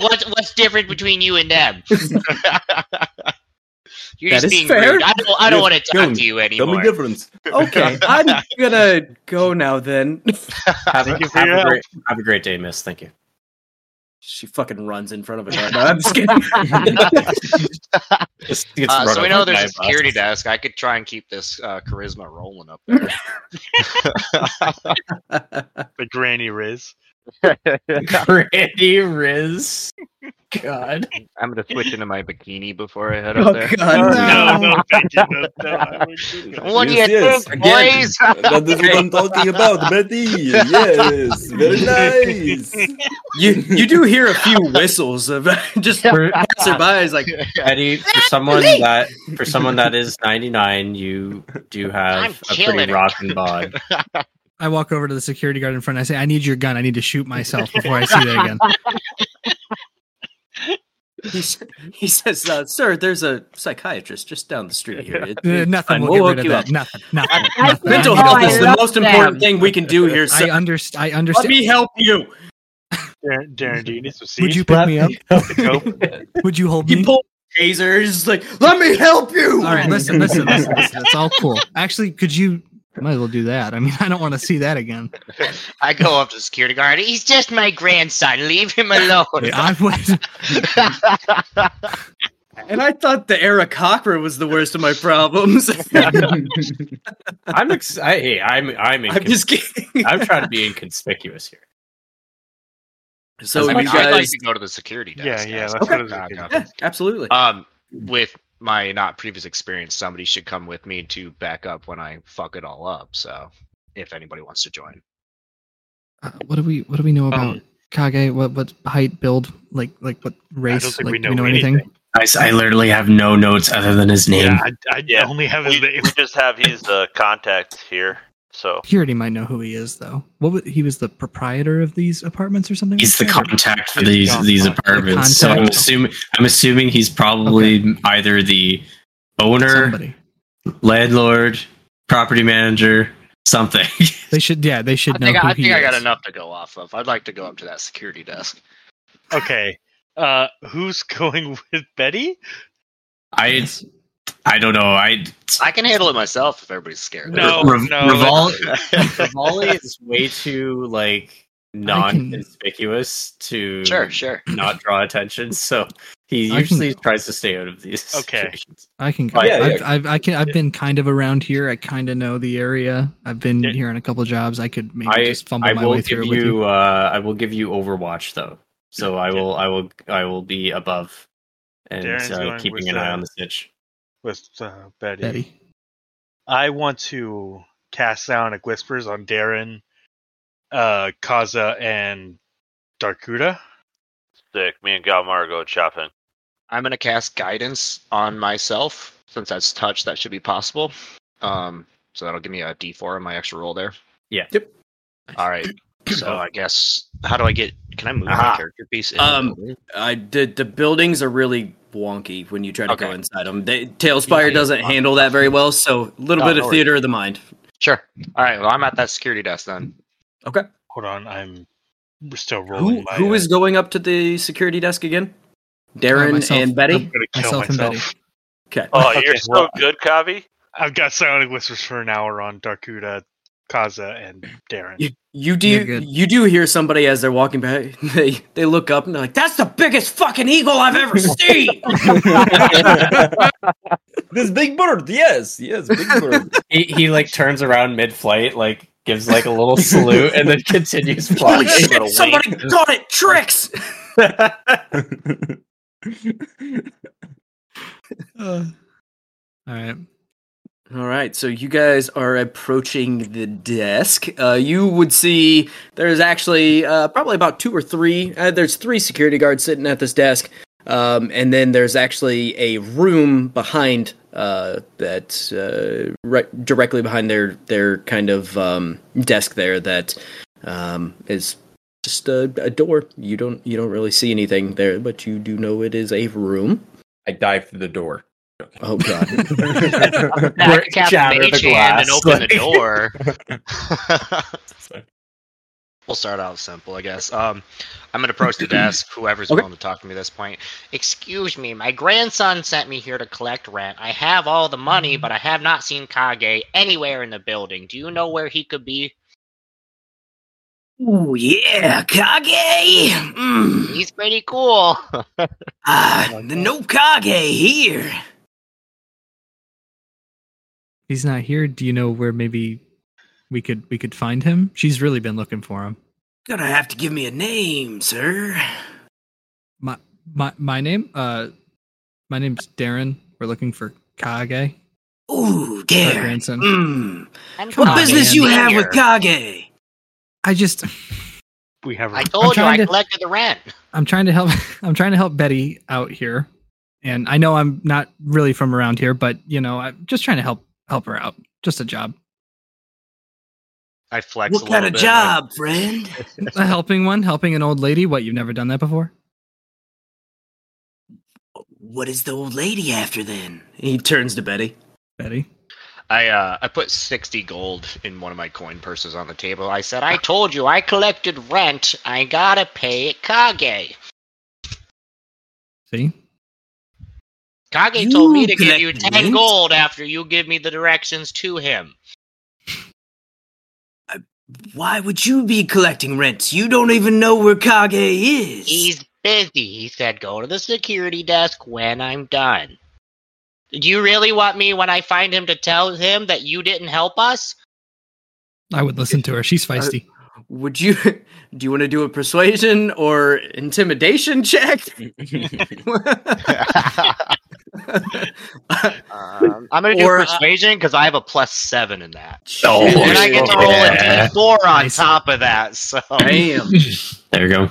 [SPEAKER 10] what's what's different between you and them? You're
[SPEAKER 1] That
[SPEAKER 10] just being
[SPEAKER 1] is fair.
[SPEAKER 10] rude. I don't. I don't want to
[SPEAKER 4] Tell
[SPEAKER 10] talk
[SPEAKER 4] me-
[SPEAKER 10] to you
[SPEAKER 4] Tell me
[SPEAKER 10] anymore.
[SPEAKER 4] difference.
[SPEAKER 1] Okay, I'm gonna go now. Then
[SPEAKER 2] Have, a,
[SPEAKER 3] Thank you for
[SPEAKER 2] have
[SPEAKER 3] your
[SPEAKER 2] a
[SPEAKER 3] help.
[SPEAKER 2] great, have a great day, miss. Thank you.
[SPEAKER 1] she fucking runs in front of a car. No, I'm just kidding.
[SPEAKER 2] Just gets
[SPEAKER 10] Uh,
[SPEAKER 2] run
[SPEAKER 10] so we
[SPEAKER 2] over
[SPEAKER 10] know
[SPEAKER 2] by
[SPEAKER 10] there's a
[SPEAKER 2] bus.
[SPEAKER 10] security desk. I could try and keep this uh, charisma rolling up there.
[SPEAKER 3] The granny Riz.
[SPEAKER 2] Randy Riz. God.
[SPEAKER 10] I'm gonna switch into my bikini before I head
[SPEAKER 1] oh
[SPEAKER 10] up there.
[SPEAKER 1] god,
[SPEAKER 3] No, no, thank you. No, no, I wouldn't do that.
[SPEAKER 10] What do you
[SPEAKER 4] Yes, yes,
[SPEAKER 10] think,
[SPEAKER 4] again.
[SPEAKER 10] boys?
[SPEAKER 4] That is what I'm talking about, Betty. Yes, very nice.
[SPEAKER 1] you you do hear a few whistles of just
[SPEAKER 2] For,
[SPEAKER 1] passerbys like
[SPEAKER 2] Eddie, for someone that for someone that is 99, you do
[SPEAKER 10] I'm
[SPEAKER 2] have a
[SPEAKER 10] killing
[SPEAKER 2] pretty
[SPEAKER 10] it.
[SPEAKER 2] rockin' bod.
[SPEAKER 6] I walk over to the security guard in front. I say, "I need your gun. I need to shoot myself before I see that again."
[SPEAKER 1] he, s- he says, uh, "Sir, there's a psychiatrist just down the street here. It-
[SPEAKER 6] Uh,
[SPEAKER 1] it-
[SPEAKER 6] nothing
[SPEAKER 1] fine,
[SPEAKER 6] will
[SPEAKER 1] we'll
[SPEAKER 6] get
[SPEAKER 1] hook
[SPEAKER 6] rid of
[SPEAKER 1] you
[SPEAKER 6] that.
[SPEAKER 1] up.
[SPEAKER 6] Nothing. Nothing.
[SPEAKER 1] I-
[SPEAKER 6] nothing.
[SPEAKER 1] Mental
[SPEAKER 6] I
[SPEAKER 1] health
[SPEAKER 6] know-
[SPEAKER 1] is
[SPEAKER 6] I
[SPEAKER 1] the
[SPEAKER 6] know-
[SPEAKER 1] most important
[SPEAKER 11] them.
[SPEAKER 1] thing we can do here.
[SPEAKER 6] I
[SPEAKER 1] Sir.
[SPEAKER 6] understand. I
[SPEAKER 1] Let
[SPEAKER 6] understand.
[SPEAKER 1] me help you."
[SPEAKER 3] Darren, Darren, do you need some seeds?
[SPEAKER 6] Would you pick me up? Would you hold
[SPEAKER 1] He
[SPEAKER 6] me?
[SPEAKER 1] pulled a taser. He's just like, "Let me help you."
[SPEAKER 6] All right, listen, listen, listen, listen. It's all cool. Actually, could you? Might as well do that. I mean, I don't want to see that again.
[SPEAKER 10] I go up to the security guard. He's just my grandson. Leave him alone.
[SPEAKER 6] I would.
[SPEAKER 1] And I thought the era Cochran was the worst of my problems.
[SPEAKER 2] I'm ex- I, hey, I'm I'm
[SPEAKER 1] I'm
[SPEAKER 2] incons-
[SPEAKER 1] just kidding.
[SPEAKER 2] I'm trying to be inconspicuous here.
[SPEAKER 1] So
[SPEAKER 10] Like,
[SPEAKER 1] you
[SPEAKER 10] I'd like
[SPEAKER 1] guys,
[SPEAKER 10] to go to the security
[SPEAKER 3] Yeah,
[SPEAKER 10] desk.
[SPEAKER 3] yeah,
[SPEAKER 10] guys.
[SPEAKER 3] let's
[SPEAKER 1] go
[SPEAKER 3] to the security
[SPEAKER 10] Uh,
[SPEAKER 1] yeah, absolutely.
[SPEAKER 10] Um, with my not previous experience, somebody should come with me to back up when I fuck it all up. So, if anybody wants to join,
[SPEAKER 6] Uh, what do we? What do we know about
[SPEAKER 2] Um,
[SPEAKER 6] Kage? What? What height? Build? Like? Like? What race?
[SPEAKER 3] think
[SPEAKER 6] like?
[SPEAKER 3] we
[SPEAKER 6] do
[SPEAKER 3] know
[SPEAKER 6] we know anything?
[SPEAKER 2] I, s- I literally have no notes other than his name.
[SPEAKER 3] Yeah, I, I
[SPEAKER 7] Yeah.
[SPEAKER 3] only have
[SPEAKER 7] We,
[SPEAKER 3] his
[SPEAKER 7] we
[SPEAKER 3] name.
[SPEAKER 7] just have his uh, contacts here. So
[SPEAKER 6] Security might know who he is, though. What? wa- he was the proprietor of these apartments or something.
[SPEAKER 2] He's the
[SPEAKER 6] like that, or-
[SPEAKER 2] contact for these these apartments. So I'm
[SPEAKER 6] contact.
[SPEAKER 2] assuming I'm assuming he's probably either the owner,
[SPEAKER 6] Somebody.
[SPEAKER 2] landlord, property manager, something.
[SPEAKER 6] They should. Yeah, they should
[SPEAKER 10] I
[SPEAKER 6] know
[SPEAKER 10] think,
[SPEAKER 6] who
[SPEAKER 10] I, I,
[SPEAKER 6] he
[SPEAKER 10] think I got
[SPEAKER 6] is.
[SPEAKER 10] enough to go off of. I'd like to go up to that security desk.
[SPEAKER 3] Okay. Uh, who's going with Betty?
[SPEAKER 2] I I don't know. I
[SPEAKER 10] I can handle it myself if everybody's scared.
[SPEAKER 3] No,
[SPEAKER 2] Rev-
[SPEAKER 3] no.
[SPEAKER 2] Revol-
[SPEAKER 3] that's-
[SPEAKER 2] Rivali is way too like
[SPEAKER 6] can-
[SPEAKER 2] non-conspicuous to
[SPEAKER 10] sure, sure.
[SPEAKER 2] not draw attention. So he
[SPEAKER 6] I can-
[SPEAKER 2] usually tries to stay out of these
[SPEAKER 3] Okay.
[SPEAKER 2] situations.
[SPEAKER 6] I can go.
[SPEAKER 2] Oh, yeah,
[SPEAKER 6] I've,
[SPEAKER 4] yeah.
[SPEAKER 6] I've, I can. I've been kind of around here. I kind of know the area. I've been
[SPEAKER 3] Yeah.
[SPEAKER 6] here on a couple jobs. I could maybe
[SPEAKER 2] I,
[SPEAKER 6] just fumble
[SPEAKER 2] I
[SPEAKER 6] my
[SPEAKER 2] will
[SPEAKER 6] way
[SPEAKER 2] give
[SPEAKER 6] through
[SPEAKER 2] you,
[SPEAKER 6] with you.
[SPEAKER 2] uh I will give you Overwatch though. So I will I will I will be above and
[SPEAKER 3] Darren's
[SPEAKER 2] uh,
[SPEAKER 3] going
[SPEAKER 2] keeping
[SPEAKER 3] with,
[SPEAKER 2] an eye
[SPEAKER 3] uh,
[SPEAKER 2] on the snitch.
[SPEAKER 3] With uh, Betty.
[SPEAKER 6] Betty.
[SPEAKER 3] I want to cast Psionic Whispers on Darren, uh, Kaza, and Darkuda.
[SPEAKER 7] sick. Me and Galmar are going shopping.
[SPEAKER 10] I'm gonna cast guidance on myself since that's touch. That should be possible. Um, so that'll give me a D4 on my extra roll there.
[SPEAKER 2] Yeah.
[SPEAKER 1] Yep.
[SPEAKER 10] All right. So I guess how do I get? Can I move
[SPEAKER 2] Aha.
[SPEAKER 10] my character piece? in?
[SPEAKER 1] Um, I did. The buildings are really wonky when you try to go
[SPEAKER 10] Okay.
[SPEAKER 1] inside them. They, Tailspire
[SPEAKER 10] Yeah.
[SPEAKER 1] doesn't handle that very well, so a little
[SPEAKER 10] Oh,
[SPEAKER 1] bit
[SPEAKER 10] no
[SPEAKER 1] of
[SPEAKER 10] worries.
[SPEAKER 1] theater of the mind.
[SPEAKER 10] Sure. All right. Well, I'm at that security desk then.
[SPEAKER 3] Hold on, I'm we're still rolling.
[SPEAKER 1] Who
[SPEAKER 3] my,
[SPEAKER 1] who
[SPEAKER 3] uh,
[SPEAKER 1] is going up to the security desk again?
[SPEAKER 6] Uh,
[SPEAKER 1] Darren
[SPEAKER 6] myself.
[SPEAKER 1] and Betty.
[SPEAKER 3] I'm gonna kill
[SPEAKER 6] Myself and
[SPEAKER 3] myself.
[SPEAKER 6] Betty.
[SPEAKER 1] Okay.
[SPEAKER 7] Oh, you're so
[SPEAKER 3] well-
[SPEAKER 7] good, Kavi.
[SPEAKER 3] I've got Psionic Whispers for an hour on Darkuda, Kaza, and Darren.
[SPEAKER 1] You, you
[SPEAKER 6] You're
[SPEAKER 1] do
[SPEAKER 6] good.
[SPEAKER 1] you do hear somebody as they're walking by? They they look up and they're like, "That's the biggest fucking eagle I've ever seen."
[SPEAKER 4] this big bird, yes, yes, big bird.
[SPEAKER 2] He, he like turns around mid-flight, like gives like a little salute, and then continues
[SPEAKER 1] Holy
[SPEAKER 2] flying.
[SPEAKER 1] shit! Somebody got it. Tricks.
[SPEAKER 6] All right.
[SPEAKER 1] All right, so you guys are approaching the desk. Uh, you would see there's actually uh, probably about two or three. Uh, there's three security guards sitting at this desk, um, and then there's actually a room behind uh, that, uh, right directly behind their their kind of um, desk there that um, is just a, a door. You don't you don't really see anything there, but you do know it is a room.
[SPEAKER 9] I dive through the door.
[SPEAKER 1] Oh god.
[SPEAKER 10] Back cap
[SPEAKER 8] shatter the
[SPEAKER 10] mage
[SPEAKER 8] glass,
[SPEAKER 10] hand and open
[SPEAKER 8] like-
[SPEAKER 10] the door. we'll start out simple, I guess. Um, I'm gonna approach the desk. Whoever's
[SPEAKER 1] Okay.
[SPEAKER 10] willing to talk to me at this point. Excuse me, my grandson sent me here to collect rent. I have all the money,
[SPEAKER 11] Mm-hmm.
[SPEAKER 10] but I have not seen Kage anywhere in the building. Do you know where he could be?
[SPEAKER 11] Ooh, yeah, Kage. Mm.
[SPEAKER 10] He's pretty cool.
[SPEAKER 3] Oh
[SPEAKER 11] Ah, no Kage here.
[SPEAKER 6] He's not here. Do you know where maybe we could we could find him? She's really been looking for him.
[SPEAKER 11] Gonna have to give me a name, sir.
[SPEAKER 6] My my my name uh my name's Darren. We're looking for Kage.
[SPEAKER 11] Ooh, Darren.
[SPEAKER 6] grandson.
[SPEAKER 11] Mm.
[SPEAKER 10] I'm
[SPEAKER 6] Come
[SPEAKER 11] What
[SPEAKER 6] on,
[SPEAKER 11] business
[SPEAKER 6] man.
[SPEAKER 11] you have
[SPEAKER 10] Here.
[SPEAKER 11] with Kage?
[SPEAKER 6] I just
[SPEAKER 3] We have.
[SPEAKER 10] I told you I
[SPEAKER 6] trying to-
[SPEAKER 10] collected the rent.
[SPEAKER 6] I'm trying to help I'm trying to help Betty out here. And I know I'm not really from around here, but you know, I'm just trying to help help her out. Just a job.
[SPEAKER 3] I flex.
[SPEAKER 11] What
[SPEAKER 3] a little
[SPEAKER 11] kind of
[SPEAKER 3] bit,
[SPEAKER 11] job, friend?
[SPEAKER 6] a helping one, helping an old lady. What, you've never done that before?
[SPEAKER 11] What is the old lady after then?
[SPEAKER 1] He turns to Betty.
[SPEAKER 6] Betty.
[SPEAKER 10] I uh, I put sixty gold in one of my coin purses on the table. I said, "I told you, I collected rent. I gotta pay it, Kage.
[SPEAKER 6] See?
[SPEAKER 10] Kage told me
[SPEAKER 11] You
[SPEAKER 10] to give you
[SPEAKER 11] collected
[SPEAKER 10] ten
[SPEAKER 11] rent?
[SPEAKER 10] gold after you give me the directions to him.
[SPEAKER 11] Why would you be collecting rents? You don't even know where Kage is.
[SPEAKER 10] He's busy. He said, go to the security desk when I'm done. Do you really want me when I find him to tell him that you didn't help us?
[SPEAKER 6] I would listen to her. She's feisty.
[SPEAKER 1] Would you do you want to do a persuasion or intimidation check?
[SPEAKER 10] Um, I'm gonna do
[SPEAKER 1] Or, uh,
[SPEAKER 10] persuasion because I have a plus seven in that,
[SPEAKER 2] Oh,
[SPEAKER 10] and then I get to roll
[SPEAKER 2] yeah.
[SPEAKER 10] a d4 on
[SPEAKER 6] Nice.
[SPEAKER 10] top of that. So
[SPEAKER 1] Damn.
[SPEAKER 2] There you go.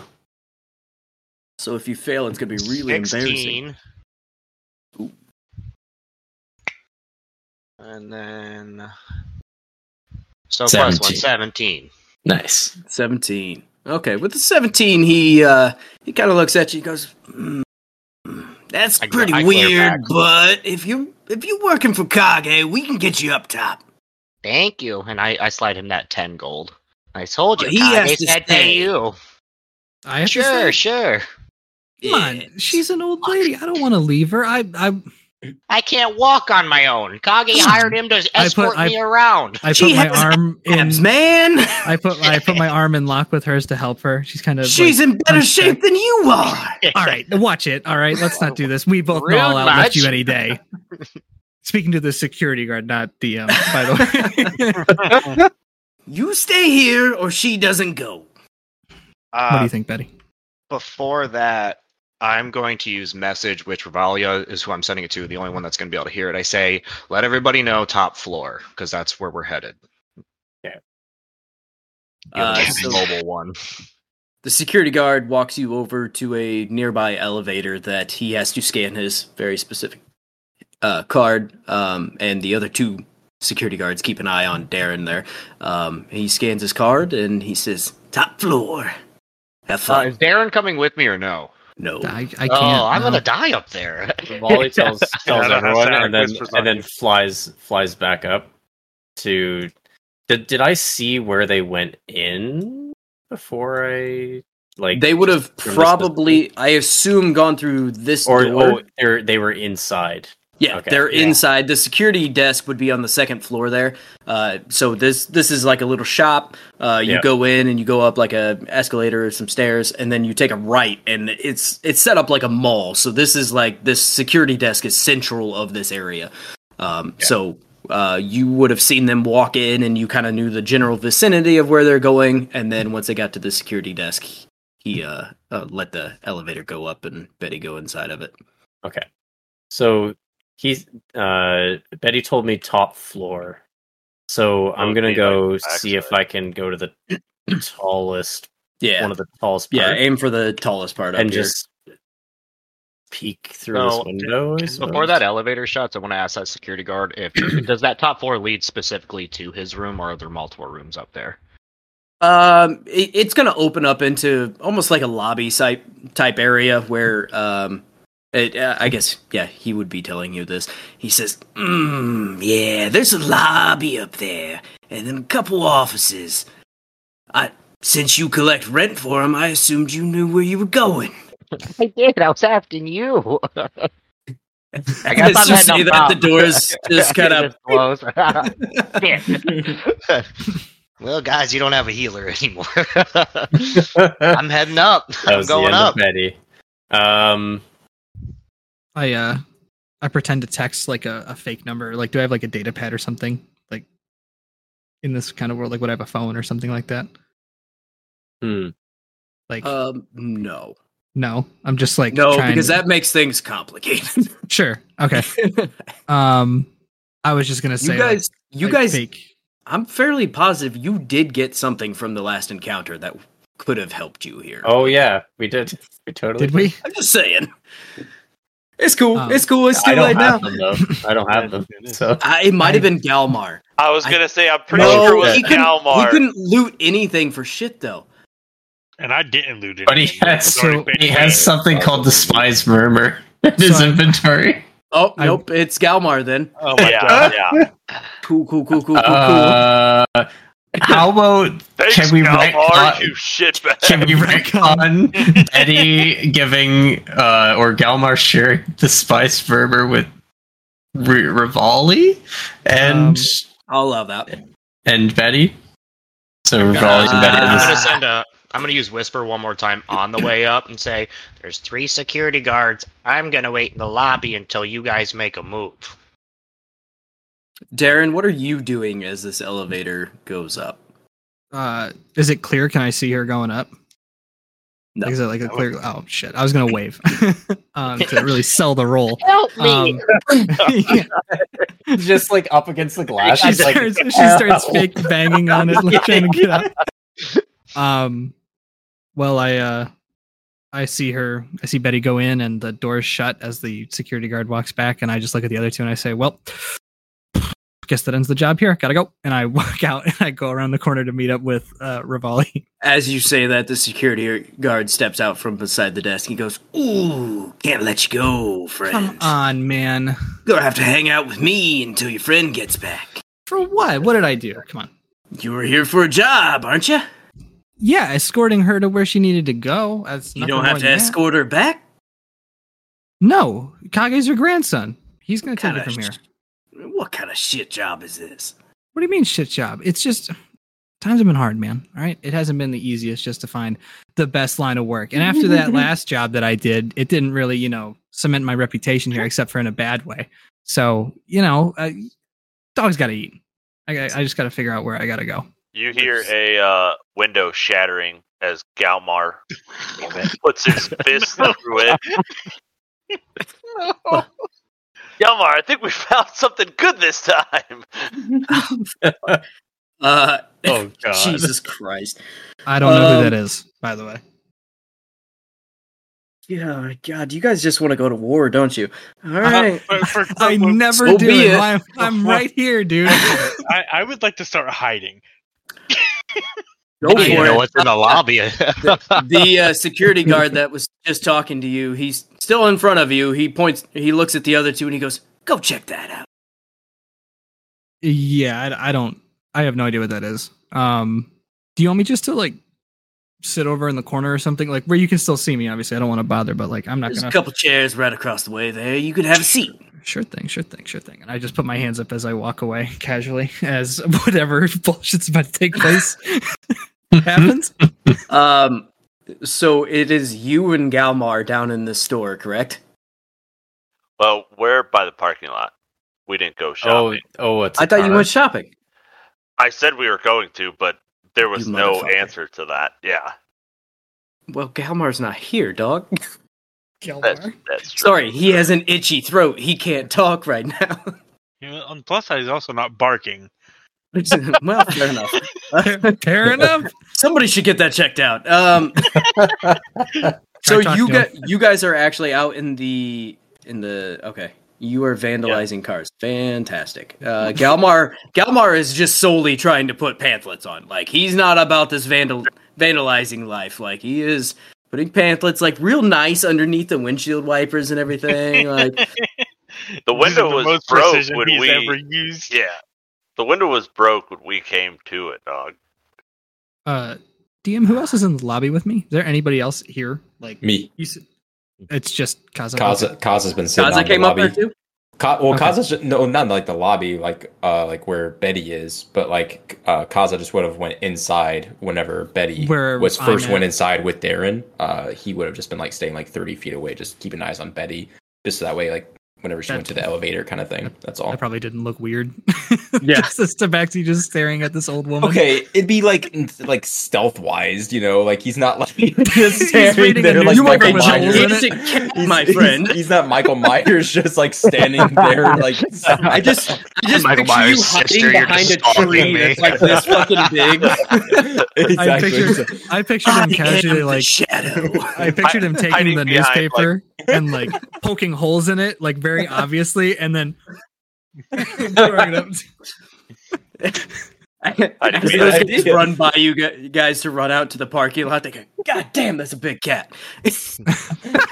[SPEAKER 1] So if you fail, it's gonna be really embarrassing.
[SPEAKER 10] 16. And then. So plus one,
[SPEAKER 2] 17.
[SPEAKER 10] 17.
[SPEAKER 2] Nice.
[SPEAKER 1] Seventeen. Okay, with the seventeen, he uh he kind of looks at you. He goes,
[SPEAKER 11] Mm. That's
[SPEAKER 10] I gl-
[SPEAKER 11] pretty
[SPEAKER 10] I glare
[SPEAKER 11] weird,
[SPEAKER 10] back.
[SPEAKER 11] but if you if you're working for Kage, we can get you up top.
[SPEAKER 10] Thank you. And I, I slide him that 10 gold. I told you.
[SPEAKER 11] But he
[SPEAKER 10] Kage
[SPEAKER 11] has to
[SPEAKER 10] said
[SPEAKER 11] stay.
[SPEAKER 10] pay you.
[SPEAKER 6] I have to
[SPEAKER 10] Sure,
[SPEAKER 6] say-
[SPEAKER 10] sure.
[SPEAKER 6] Come on. She's an old lady. I don't want to leave her. I I
[SPEAKER 10] I can't walk on my own. Kage hired him to
[SPEAKER 6] I
[SPEAKER 10] escort
[SPEAKER 6] put- I-
[SPEAKER 10] me around.
[SPEAKER 6] I
[SPEAKER 11] She
[SPEAKER 6] put my
[SPEAKER 11] has
[SPEAKER 6] arm in
[SPEAKER 11] Abs, man.
[SPEAKER 6] I put I put my arm in lock with hers to help her. She's kind of
[SPEAKER 11] She's
[SPEAKER 6] like,
[SPEAKER 11] in better
[SPEAKER 6] hunched
[SPEAKER 11] shape than you are.
[SPEAKER 6] all right, watch it. All right, let's not do this. We both know I'll
[SPEAKER 10] Rude
[SPEAKER 6] outlift you
[SPEAKER 10] much.
[SPEAKER 6] any day. Speaking to the security guard, not the um, by the way.
[SPEAKER 11] You stay here, or she doesn't go.
[SPEAKER 6] what do
[SPEAKER 10] Uh,
[SPEAKER 6] you think, Betty?
[SPEAKER 10] before that, I'm going to use message, which Rivalia is who I'm sending it to, the only one that's going to be able to hear it. I say, let everybody know top floor, because that's where we're headed. The
[SPEAKER 1] Uh,
[SPEAKER 10] only
[SPEAKER 1] so-
[SPEAKER 10] mobile one.
[SPEAKER 1] The security guard walks you over to a nearby elevator that he has to scan his very specific uh, card, um, and the other two security guards keep an eye on Darren there. Um, he scans his card and he says,
[SPEAKER 11] Top floor. Have
[SPEAKER 10] Uh,
[SPEAKER 11] fun.
[SPEAKER 10] is Darren coming with me or no?
[SPEAKER 1] "No."
[SPEAKER 6] I, I can't.
[SPEAKER 10] oh, I'm
[SPEAKER 6] no.
[SPEAKER 10] gonna die up there.
[SPEAKER 8] Volley tells tells
[SPEAKER 3] I don't have
[SPEAKER 8] everyone,
[SPEAKER 3] sound
[SPEAKER 8] and then
[SPEAKER 3] whispers on
[SPEAKER 8] and then
[SPEAKER 3] you.
[SPEAKER 8] flies flies back up to. Did did I see where they went in before I like?
[SPEAKER 1] They would have
[SPEAKER 8] just-
[SPEAKER 1] probably, I assume, gone through this
[SPEAKER 8] or
[SPEAKER 1] door.
[SPEAKER 8] oh, they're, they were inside.
[SPEAKER 1] Yeah,
[SPEAKER 8] Okay.
[SPEAKER 1] they're
[SPEAKER 8] Yeah.
[SPEAKER 1] inside. The security desk would be on the second floor there. Uh, so this this is like a little shop. Uh, you
[SPEAKER 8] Yeah.
[SPEAKER 1] go in and you go up like a escalator or some stairs, and then you take a right, and it's it's set up like a mall. So this is like this security desk is central of this area. Um, So uh, you would have seen them walk in, and you kind of knew the general vicinity of where they're going. And then once they got to the security desk, he uh, uh, let the elevator go up, and Betty go inside of it.
[SPEAKER 8] So he's uh, Betty told me top floor. So I'm
[SPEAKER 7] would
[SPEAKER 8] gonna
[SPEAKER 7] be,
[SPEAKER 8] go
[SPEAKER 7] like,
[SPEAKER 8] see if
[SPEAKER 7] backside.
[SPEAKER 8] I can go to the tallest
[SPEAKER 1] Yeah,
[SPEAKER 8] one of the tallest.
[SPEAKER 1] Yeah,
[SPEAKER 8] part
[SPEAKER 1] aim for the tallest part up
[SPEAKER 8] and
[SPEAKER 1] here.
[SPEAKER 8] just peek through
[SPEAKER 10] No,
[SPEAKER 8] this window. I
[SPEAKER 10] Oh, Before
[SPEAKER 8] suppose.
[SPEAKER 10] that elevator shuts, I want to ask that security guard if does that top floor lead specifically to his room, or are there multiple rooms up there?
[SPEAKER 1] Um, it, it's gonna open up into almost like a lobby type type area where um, It, uh, I guess, yeah, he would be telling you this. He says,
[SPEAKER 11] Mmm, yeah, there's a lobby up there, and then a couple offices. I, since you collect rent for them, I assumed you knew where you were going.
[SPEAKER 10] I did. I was asking you. I
[SPEAKER 11] guess you say that, the
[SPEAKER 1] doors just kind of-
[SPEAKER 10] close. Shit. well, guys, you don't have a healer anymore. I'm heading up.
[SPEAKER 2] That
[SPEAKER 10] I'm
[SPEAKER 2] was the
[SPEAKER 10] going
[SPEAKER 2] end
[SPEAKER 10] up.
[SPEAKER 2] of Betty. Um,
[SPEAKER 6] I uh I pretend to text like a, a fake number. Like do I have like a data pad or something? Like in this kind of world, like would I have a phone or something like that?
[SPEAKER 2] Hmm.
[SPEAKER 6] Like
[SPEAKER 1] um, no.
[SPEAKER 6] no. I'm just like
[SPEAKER 1] No,
[SPEAKER 6] trying
[SPEAKER 1] because
[SPEAKER 6] to-
[SPEAKER 1] that makes things complicated.
[SPEAKER 6] Sure. Okay. um I was just gonna say
[SPEAKER 1] you
[SPEAKER 6] like-
[SPEAKER 1] guys, you
[SPEAKER 6] like
[SPEAKER 1] guys,
[SPEAKER 6] fake.
[SPEAKER 1] I'm fairly positive you did get something from the last encounter that could have helped you here.
[SPEAKER 2] oh yeah, we did. We totally
[SPEAKER 6] Did we?
[SPEAKER 1] I'm just saying. It's cool.
[SPEAKER 6] Um,
[SPEAKER 1] it's cool. It's too
[SPEAKER 2] I don't
[SPEAKER 1] late now.
[SPEAKER 2] have them though. I don't have them. So
[SPEAKER 1] I, it might have been Galmar.
[SPEAKER 7] I was gonna say I'm pretty
[SPEAKER 1] No,
[SPEAKER 7] sure it was
[SPEAKER 1] he couldn't,
[SPEAKER 7] Galmar.
[SPEAKER 1] He couldn't loot anything for shit though.
[SPEAKER 3] And I didn't loot it.
[SPEAKER 2] But he has he has something called the Spies Murmur in his
[SPEAKER 6] So I-
[SPEAKER 2] inventory.
[SPEAKER 1] Oh
[SPEAKER 6] I-
[SPEAKER 1] nope, it's Galmar then.
[SPEAKER 7] Oh my god! Yeah.
[SPEAKER 1] Cool, cool, cool, cool, cool, cool.
[SPEAKER 2] Uh, how about
[SPEAKER 7] Thanks,
[SPEAKER 2] can we
[SPEAKER 7] Galmar,
[SPEAKER 2] retcon,
[SPEAKER 7] you shitbag.
[SPEAKER 2] can we retcon Betty giving uh, or Galmar sharing the Spice Murmur with Re- Rivali
[SPEAKER 1] Um,
[SPEAKER 2] and
[SPEAKER 1] I'll allow that.
[SPEAKER 2] and Betty? So Rivali and Betty.
[SPEAKER 10] I'm
[SPEAKER 2] are
[SPEAKER 10] gonna
[SPEAKER 2] this-
[SPEAKER 10] send a. I'm gonna use whisper one more time on the way up and say, "There's three security guards. I'm gonna wait in the lobby until you guys make a move."
[SPEAKER 1] Darren, what are you doing as this elevator goes up?
[SPEAKER 6] uh is it clear? Can I see her going up?
[SPEAKER 1] No.
[SPEAKER 6] Like, Is it like a clear oh shit. I was gonna wave. um to really sell the role.
[SPEAKER 10] Help
[SPEAKER 6] Um, yeah,
[SPEAKER 8] just like up against the glass.
[SPEAKER 6] she
[SPEAKER 8] just, like,
[SPEAKER 6] starts she starts
[SPEAKER 8] ow.
[SPEAKER 6] fake banging on it like, trying to get up. Um well I uh I see her I see Betty go in and the door's shut as the security guard walks back and I just look at the other two and I say, Well guess that ends the job here. Gotta go. And I walk out and I go around the corner to meet up with uh Rivali.
[SPEAKER 1] As you say that, the security guard steps out from beside the desk. He goes,
[SPEAKER 11] Ooh, can't let you go,
[SPEAKER 6] Come
[SPEAKER 11] friend.
[SPEAKER 6] on, man.
[SPEAKER 11] Gonna have to hang out with me until your friend gets back.
[SPEAKER 6] For what? What did I do? Come on.
[SPEAKER 11] You were here for a job, aren't you?
[SPEAKER 6] Yeah, escorting her to where she needed to go. That's
[SPEAKER 11] You
[SPEAKER 6] nothing
[SPEAKER 11] don't have
[SPEAKER 6] more
[SPEAKER 11] to
[SPEAKER 6] than that.
[SPEAKER 11] escort her back.
[SPEAKER 6] No, Kage's your grandson. He's gonna take
[SPEAKER 11] Kinda
[SPEAKER 6] it from here.
[SPEAKER 11] sh- What kind of shit job is this?
[SPEAKER 6] What do you mean shit job? It's just times have been hard, man. All right, it hasn't been the easiest just to find the best line of work. And after that last job that I did, it didn't really, you know, cement my reputation here, except for in a bad way. So you know, uh, dog's got to eat. I, got- I just got to figure out where I got to go.
[SPEAKER 7] You hear a uh, window shattering as Galmar puts his fist through it. Galmar, I think we found something good this time.
[SPEAKER 9] Um,
[SPEAKER 1] uh,
[SPEAKER 2] Oh god.
[SPEAKER 1] Jesus Christ.
[SPEAKER 6] I don't know
[SPEAKER 1] Um,
[SPEAKER 6] who that is, by the way.
[SPEAKER 1] Yeah, God, you guys just want to go to war, don't you?
[SPEAKER 11] Uh-huh.
[SPEAKER 1] All right.
[SPEAKER 3] Uh,
[SPEAKER 6] I never
[SPEAKER 1] so
[SPEAKER 6] do.
[SPEAKER 1] be
[SPEAKER 6] it.
[SPEAKER 1] it.
[SPEAKER 6] I'm, I'm right here, dude.
[SPEAKER 3] I, I would like to start hiding.
[SPEAKER 1] Go
[SPEAKER 10] I don't
[SPEAKER 1] for
[SPEAKER 10] know
[SPEAKER 1] Oh, it.
[SPEAKER 10] what's in the lobby.
[SPEAKER 1] The uh, security guard that was just talking to you, he's still in front of you. He points, he looks at the other two, and he goes, "Go check that out."
[SPEAKER 6] Yeah, I, I don't. I have no idea what that is. Um, do you want me just to like sit over in the corner or something, like where you can still see me? Obviously, I don't want to bother, but like I'm not
[SPEAKER 11] There's a
[SPEAKER 6] gonna.
[SPEAKER 11] couple chairs right across the way there. You could have a seat.
[SPEAKER 6] Sure thing, sure thing, sure thing. And I just put my hands up as I walk away casually, as whatever bullshit's about to take place happens.
[SPEAKER 1] Um, so it is you and Galmar down in the store, correct?
[SPEAKER 7] Well, we're by the parking lot. We didn't go
[SPEAKER 2] Oh,
[SPEAKER 7] shopping.
[SPEAKER 2] oh, it's
[SPEAKER 1] I thought you
[SPEAKER 2] Atara.
[SPEAKER 1] went shopping.
[SPEAKER 7] I said we were going to, but there was
[SPEAKER 1] You
[SPEAKER 7] no
[SPEAKER 1] motherfucker.
[SPEAKER 7] answer to that. Yeah,
[SPEAKER 1] Well, Galmar's not here, dog.
[SPEAKER 7] that's,
[SPEAKER 6] Gilmore.
[SPEAKER 7] that's true.
[SPEAKER 1] Sorry, he has an itchy throat. He can't talk right now.
[SPEAKER 3] You know, on the plus side, he's also not barking.
[SPEAKER 1] well, fair enough.
[SPEAKER 6] Fair enough.
[SPEAKER 1] Somebody should get that checked out. Um, so
[SPEAKER 6] Try talking
[SPEAKER 1] you
[SPEAKER 6] to him.
[SPEAKER 1] got you guys are actually out in the in the okay. You are vandalizing cars. Fantastic. Uh, Galmar Galmar is just solely trying to put pamphlets on. Like he's not about this vandal vandalizing life. Like he is putting pamphlets like real nice underneath the windshield wipers and everything. Like
[SPEAKER 7] The window
[SPEAKER 1] the
[SPEAKER 7] was
[SPEAKER 1] most
[SPEAKER 7] broke
[SPEAKER 1] precision
[SPEAKER 7] when
[SPEAKER 1] he's
[SPEAKER 7] we
[SPEAKER 1] ever
[SPEAKER 7] Yeah, the window was broke when we came to it, dog.
[SPEAKER 6] Uh, DM, who else is in the lobby with me? Is there anybody else here? Like
[SPEAKER 9] Me.
[SPEAKER 6] You said, it's just Kaza.
[SPEAKER 9] Kaza, Kaza's been sitting.
[SPEAKER 6] Kaza
[SPEAKER 9] out in
[SPEAKER 6] came
[SPEAKER 9] the
[SPEAKER 6] up
[SPEAKER 9] lobby.
[SPEAKER 6] there too?
[SPEAKER 9] Ka- well,
[SPEAKER 6] Okay.
[SPEAKER 9] Kaza's just, no, not like the lobby, like uh, like where Betty is, but like uh, Kaza just would have went inside whenever Betty
[SPEAKER 6] Where
[SPEAKER 9] was
[SPEAKER 6] I'm
[SPEAKER 9] first
[SPEAKER 6] at.
[SPEAKER 9] went inside with Darren. Uh, he would have just been like staying like thirty feet away, just keeping eyes on Betty, just so that way, like whenever she
[SPEAKER 6] That-
[SPEAKER 9] went to the elevator, kind of thing. That's all.
[SPEAKER 6] I probably didn't look weird.
[SPEAKER 9] Yeah.
[SPEAKER 6] just this tabaxi just staring at this old woman.
[SPEAKER 9] Okay, it'd be like n- like stealth wise, you know, like he's not like just
[SPEAKER 6] reading
[SPEAKER 9] staring
[SPEAKER 6] a
[SPEAKER 9] there like
[SPEAKER 6] newspaper
[SPEAKER 9] Michael
[SPEAKER 6] with
[SPEAKER 9] Myers.
[SPEAKER 6] holes in it.
[SPEAKER 9] He's-
[SPEAKER 1] my
[SPEAKER 9] he's-
[SPEAKER 1] friend.
[SPEAKER 9] he's, not Michael Myers, just like standing there, like
[SPEAKER 1] I just, I just
[SPEAKER 9] Michael
[SPEAKER 1] picture you
[SPEAKER 9] Myers'
[SPEAKER 1] hiding
[SPEAKER 9] sister, you're
[SPEAKER 1] behind
[SPEAKER 9] just
[SPEAKER 1] a tree
[SPEAKER 9] stalking me.
[SPEAKER 1] that's like this fucking big.
[SPEAKER 6] I
[SPEAKER 9] Exactly.
[SPEAKER 6] pictured, I pictured him
[SPEAKER 1] I am
[SPEAKER 6] casually
[SPEAKER 1] the
[SPEAKER 6] like
[SPEAKER 1] shadow.
[SPEAKER 6] I pictured him taking
[SPEAKER 7] Hiding
[SPEAKER 6] the
[SPEAKER 7] behind,
[SPEAKER 6] newspaper and like poking holes in it, like very obviously, and then throwing it up.
[SPEAKER 1] I,
[SPEAKER 7] I didn't
[SPEAKER 1] As
[SPEAKER 7] mean
[SPEAKER 1] those
[SPEAKER 7] that.
[SPEAKER 1] guys run by you gu- you guys to run out to the parking lot. They go, God damn, that's a big cat.
[SPEAKER 9] I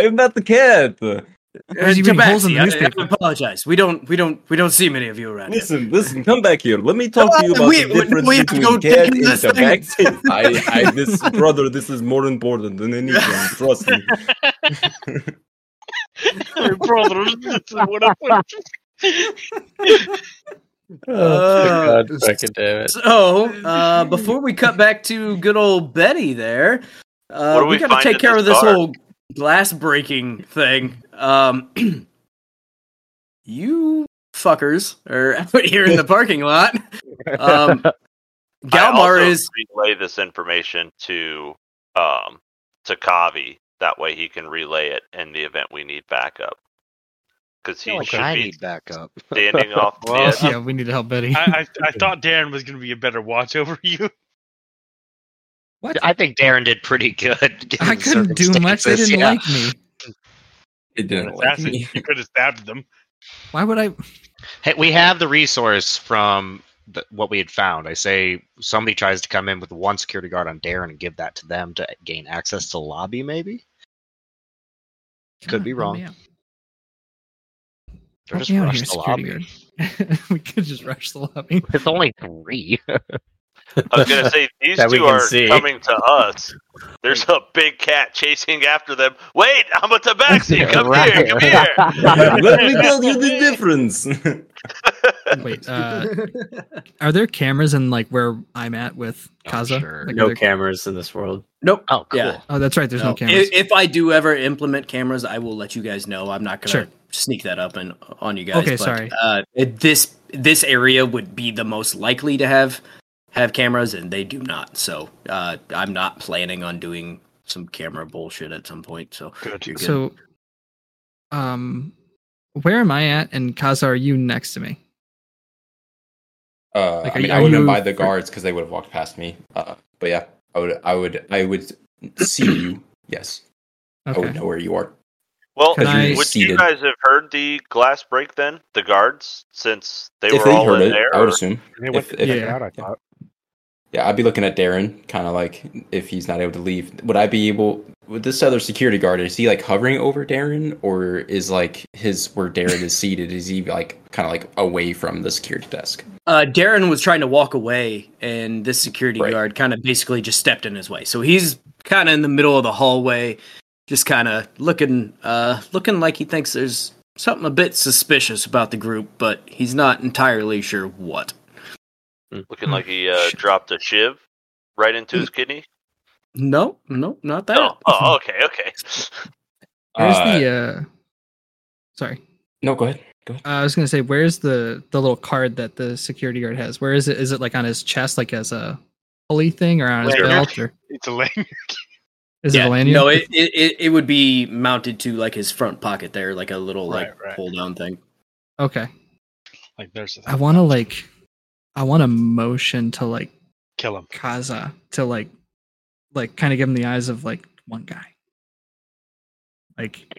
[SPEAKER 9] am not the cat.
[SPEAKER 6] is he
[SPEAKER 1] Uh,
[SPEAKER 6] reading holes in
[SPEAKER 1] Tabaxi,
[SPEAKER 6] the
[SPEAKER 1] I-
[SPEAKER 6] newspaper?
[SPEAKER 1] I, apologize. We don't, we don't, we don't see many of you around here.
[SPEAKER 9] Listen, listen, come back here. Let me talk to you about
[SPEAKER 1] Uh, We-
[SPEAKER 9] the difference
[SPEAKER 1] we have to go
[SPEAKER 9] between cat
[SPEAKER 1] take
[SPEAKER 9] and
[SPEAKER 1] this thing.
[SPEAKER 9] tabaxi. I, I, this brother, this is more important than anything. Trust me.
[SPEAKER 3] brother, this is what I put.
[SPEAKER 1] Uh,
[SPEAKER 9] Oh,
[SPEAKER 2] Oh, God fucking damn it.
[SPEAKER 1] So, uh, before we cut back to good old Betty there,
[SPEAKER 7] What
[SPEAKER 1] uh,
[SPEAKER 7] do
[SPEAKER 1] we,
[SPEAKER 7] we
[SPEAKER 1] got to
[SPEAKER 7] find
[SPEAKER 1] take
[SPEAKER 7] in
[SPEAKER 1] care
[SPEAKER 7] this
[SPEAKER 1] of this
[SPEAKER 7] car?
[SPEAKER 1] whole glass breaking thing. Um, you fuckers are out here in the parking lot. Um,
[SPEAKER 7] I
[SPEAKER 1] Galmar
[SPEAKER 7] also
[SPEAKER 1] is.
[SPEAKER 7] relay this information to um to Kavi. That way he can relay it in the event we need backup. Because he should
[SPEAKER 10] I
[SPEAKER 7] be
[SPEAKER 10] need backup.
[SPEAKER 7] standing off the
[SPEAKER 3] Well,
[SPEAKER 7] edge.
[SPEAKER 6] Yeah, we need to help Betty.
[SPEAKER 3] I, I, I thought Darren was going to be a better watch over you.
[SPEAKER 10] I think Darren did pretty good. given
[SPEAKER 6] I
[SPEAKER 10] the
[SPEAKER 6] couldn't do much. They
[SPEAKER 10] circumstances,
[SPEAKER 6] didn't
[SPEAKER 10] yeah.
[SPEAKER 6] like me.
[SPEAKER 9] It didn't like
[SPEAKER 3] Assassin,
[SPEAKER 9] me.
[SPEAKER 3] you could have stabbed them.
[SPEAKER 6] Why would I?
[SPEAKER 10] Hey, we have the resource from the, what we had found. I say somebody tries to come in with one security guard on Darren and give that to them to gain access to the lobby, maybe? Could be wrong. Or
[SPEAKER 6] Help
[SPEAKER 10] just
[SPEAKER 6] me out
[SPEAKER 10] rush
[SPEAKER 6] here,
[SPEAKER 10] the
[SPEAKER 6] security
[SPEAKER 10] lobby.
[SPEAKER 6] guard. we could just rush the lobby.
[SPEAKER 10] It's only three.
[SPEAKER 7] I was gonna say these
[SPEAKER 2] That we
[SPEAKER 7] two
[SPEAKER 2] can
[SPEAKER 7] are
[SPEAKER 2] see.
[SPEAKER 7] coming to us. There's a big cat chasing after them. Wait, I'm a tabaxi. Come here, come here.
[SPEAKER 9] Let me tell you the difference.
[SPEAKER 6] Wait, uh, are there cameras in like where I'm at with Kaza?
[SPEAKER 10] sure.
[SPEAKER 6] Like, are
[SPEAKER 2] No
[SPEAKER 6] there-
[SPEAKER 2] cameras in this world.
[SPEAKER 1] Nope.
[SPEAKER 10] Oh, cool.
[SPEAKER 1] Yeah.
[SPEAKER 6] Oh, that's right. There's no,
[SPEAKER 1] No.
[SPEAKER 6] cameras.
[SPEAKER 1] If, if I do ever implement cameras, I will let you guys know. I'm not gonna
[SPEAKER 6] Sure.
[SPEAKER 1] sneak that up and on you guys.
[SPEAKER 6] Okay,
[SPEAKER 1] but,
[SPEAKER 6] sorry.
[SPEAKER 1] Uh, it- this this area would be the most likely to have have cameras, and they do not. So uh, I'm not planning on doing some camera bullshit at some point. So
[SPEAKER 3] Good.
[SPEAKER 1] you're good.
[SPEAKER 6] so, um, where am I at? And Kaza, are you next to me?
[SPEAKER 9] Uh,
[SPEAKER 6] Like, are
[SPEAKER 9] I mean,
[SPEAKER 6] you-
[SPEAKER 9] I
[SPEAKER 6] are
[SPEAKER 9] would have
[SPEAKER 6] you-
[SPEAKER 9] been by the guards because they would have walked past me. Uh, but yeah, I would, I would, I would see you. Yes, I would
[SPEAKER 6] Okay.
[SPEAKER 9] know where you are.
[SPEAKER 7] Well,
[SPEAKER 6] Can I-
[SPEAKER 7] would you
[SPEAKER 9] Seated.
[SPEAKER 7] guys have heard the glass break then? The guards, since they
[SPEAKER 9] if
[SPEAKER 7] were
[SPEAKER 9] they
[SPEAKER 7] all
[SPEAKER 9] heard
[SPEAKER 7] in
[SPEAKER 9] it,
[SPEAKER 7] there.
[SPEAKER 9] I would
[SPEAKER 7] or-
[SPEAKER 9] assume.
[SPEAKER 12] They
[SPEAKER 9] If-
[SPEAKER 12] went to check
[SPEAKER 6] if-
[SPEAKER 12] it out, I thought.
[SPEAKER 9] Yeah, I'd be looking at Darren, kind of like if he's not able to leave, would I be able? Would this other security guard is he like hovering over Darren, or is like his where Darren is seated? Is he like kind of like away from the security desk?
[SPEAKER 1] uh, Darren was trying to walk away, and this security
[SPEAKER 9] Right.
[SPEAKER 1] guard kind of basically just stepped in his way. So he's kind of in the middle of the hallway, just kind of looking, uh, looking like he thinks there's something a bit suspicious about the group, but he's not entirely sure what.
[SPEAKER 7] Looking like he uh, dropped a shiv right into his kidney.
[SPEAKER 1] No, no, not that.
[SPEAKER 7] Oh, oh, okay, okay.
[SPEAKER 6] Where's
[SPEAKER 9] Uh,
[SPEAKER 6] the? uh Sorry,
[SPEAKER 9] No, go ahead.
[SPEAKER 6] uh, I was gonna say, where's the the little card that the security guard has? Where is it? Is it like on his chest, like as a pulley thing, or on his
[SPEAKER 7] Lanyard.
[SPEAKER 6] belt, or
[SPEAKER 3] It's a lanyard.
[SPEAKER 6] is it
[SPEAKER 1] yeah,
[SPEAKER 6] a lanyard?
[SPEAKER 1] no, it, it it- it would be mounted to like his front pocket there, like a little like
[SPEAKER 3] Right, right.
[SPEAKER 1] pull down thing.
[SPEAKER 6] okay.
[SPEAKER 3] Like, there's
[SPEAKER 6] I want to like, I want to motion to like
[SPEAKER 3] Kill him.
[SPEAKER 6] Kaza to like, like kind of give him the eyes of like one guy. Like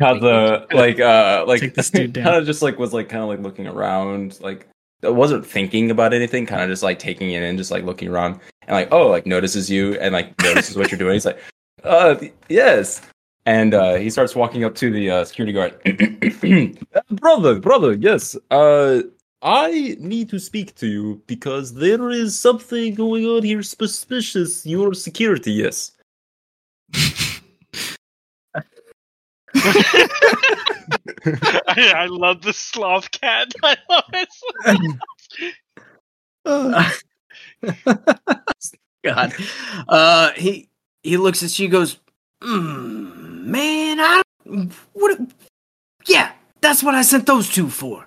[SPEAKER 9] Kaza, like, uh, like,
[SPEAKER 6] Take this dude down.
[SPEAKER 9] kind of just like was like kind of like looking around, like, I wasn't thinking about anything, kind of just like taking it in, just like looking around, and like, oh, like notices you and like notices what you're doing. He's like, uh, yes. And uh, he starts walking up to the uh, security guard. "Uh, brother, brother, yes. Uh, I need to speak to you because there is something going on here suspicious. Your security, yes.
[SPEAKER 3] I, I love the sloth cat. I love it. so much.
[SPEAKER 1] Uh, God.
[SPEAKER 11] Uh, he he looks at she goes,
[SPEAKER 1] "Hmm,
[SPEAKER 11] mm, "Man, I what? Yeah, that's what I sent those two for."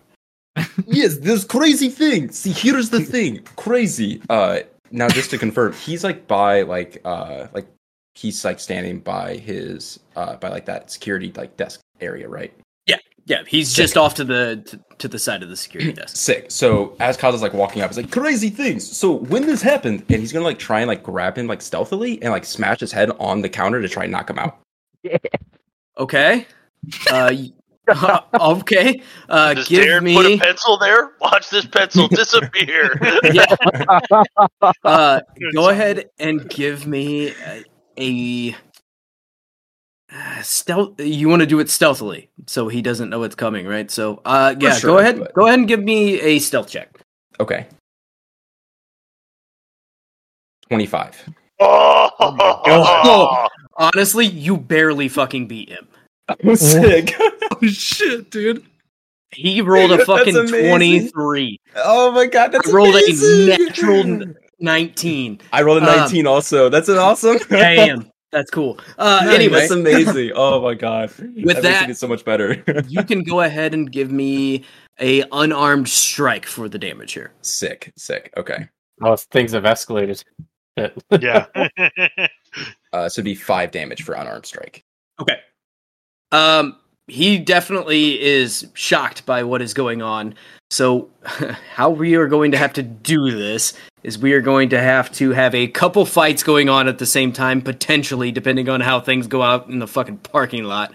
[SPEAKER 9] yes, this crazy thing. See, here's the thing. Crazy. Uh now just to confirm, he's like by like uh like he's like standing by his uh by like that security like desk area, right?
[SPEAKER 1] Yeah, yeah. He's just off to the to, to the side of the security desk.
[SPEAKER 9] Sick. So as Kaza's like walking up, it's like crazy things. So when this happened, and he's gonna like try and like grab him like stealthily and like smash his head on the counter to try and knock him out.
[SPEAKER 1] Okay. Uh, y- uh, okay. Uh,
[SPEAKER 7] Does
[SPEAKER 1] give
[SPEAKER 7] Darren put a
[SPEAKER 1] me.
[SPEAKER 7] pencil there? Watch this pencil disappear.
[SPEAKER 1] Uh, go ahead and give me a, a uh, stealth. You want to do it stealthily, so he doesn't know it's coming, right? So, uh,
[SPEAKER 9] For
[SPEAKER 1] yeah. go
[SPEAKER 9] sure,
[SPEAKER 1] ahead.
[SPEAKER 9] but-
[SPEAKER 1] Go ahead and give me a stealth check.
[SPEAKER 9] Okay. Twenty-five.
[SPEAKER 7] Oh,
[SPEAKER 1] Oh, honestly, you barely fucking beat him.
[SPEAKER 9] Sick.
[SPEAKER 6] Oh shit, dude.
[SPEAKER 1] He rolled a
[SPEAKER 6] That's
[SPEAKER 1] fucking
[SPEAKER 6] amazing.
[SPEAKER 1] twenty-three.
[SPEAKER 9] Oh my god,
[SPEAKER 1] I rolled a natural n- nineteen.
[SPEAKER 9] I rolled a
[SPEAKER 1] Um,
[SPEAKER 9] 19 also. That's an awesome.
[SPEAKER 1] Damn, that's cool. Uh, anyway,
[SPEAKER 9] that's amazing. Oh my god,
[SPEAKER 1] With
[SPEAKER 9] makes
[SPEAKER 1] that-
[SPEAKER 9] it so much better.
[SPEAKER 1] you can go ahead and give me a unarmed strike for the damage here.
[SPEAKER 9] sick, sick. Okay,
[SPEAKER 8] Oh, things have escalated. Shit.
[SPEAKER 3] yeah.
[SPEAKER 9] uh, so it'd be five damage for unarmed strike.
[SPEAKER 1] Okay. Um, he definitely is shocked by what is going on. So, how we are going to have to do this is we are going to have to have a couple fights going on at the same time, potentially, depending on how things go out in the fucking parking lot.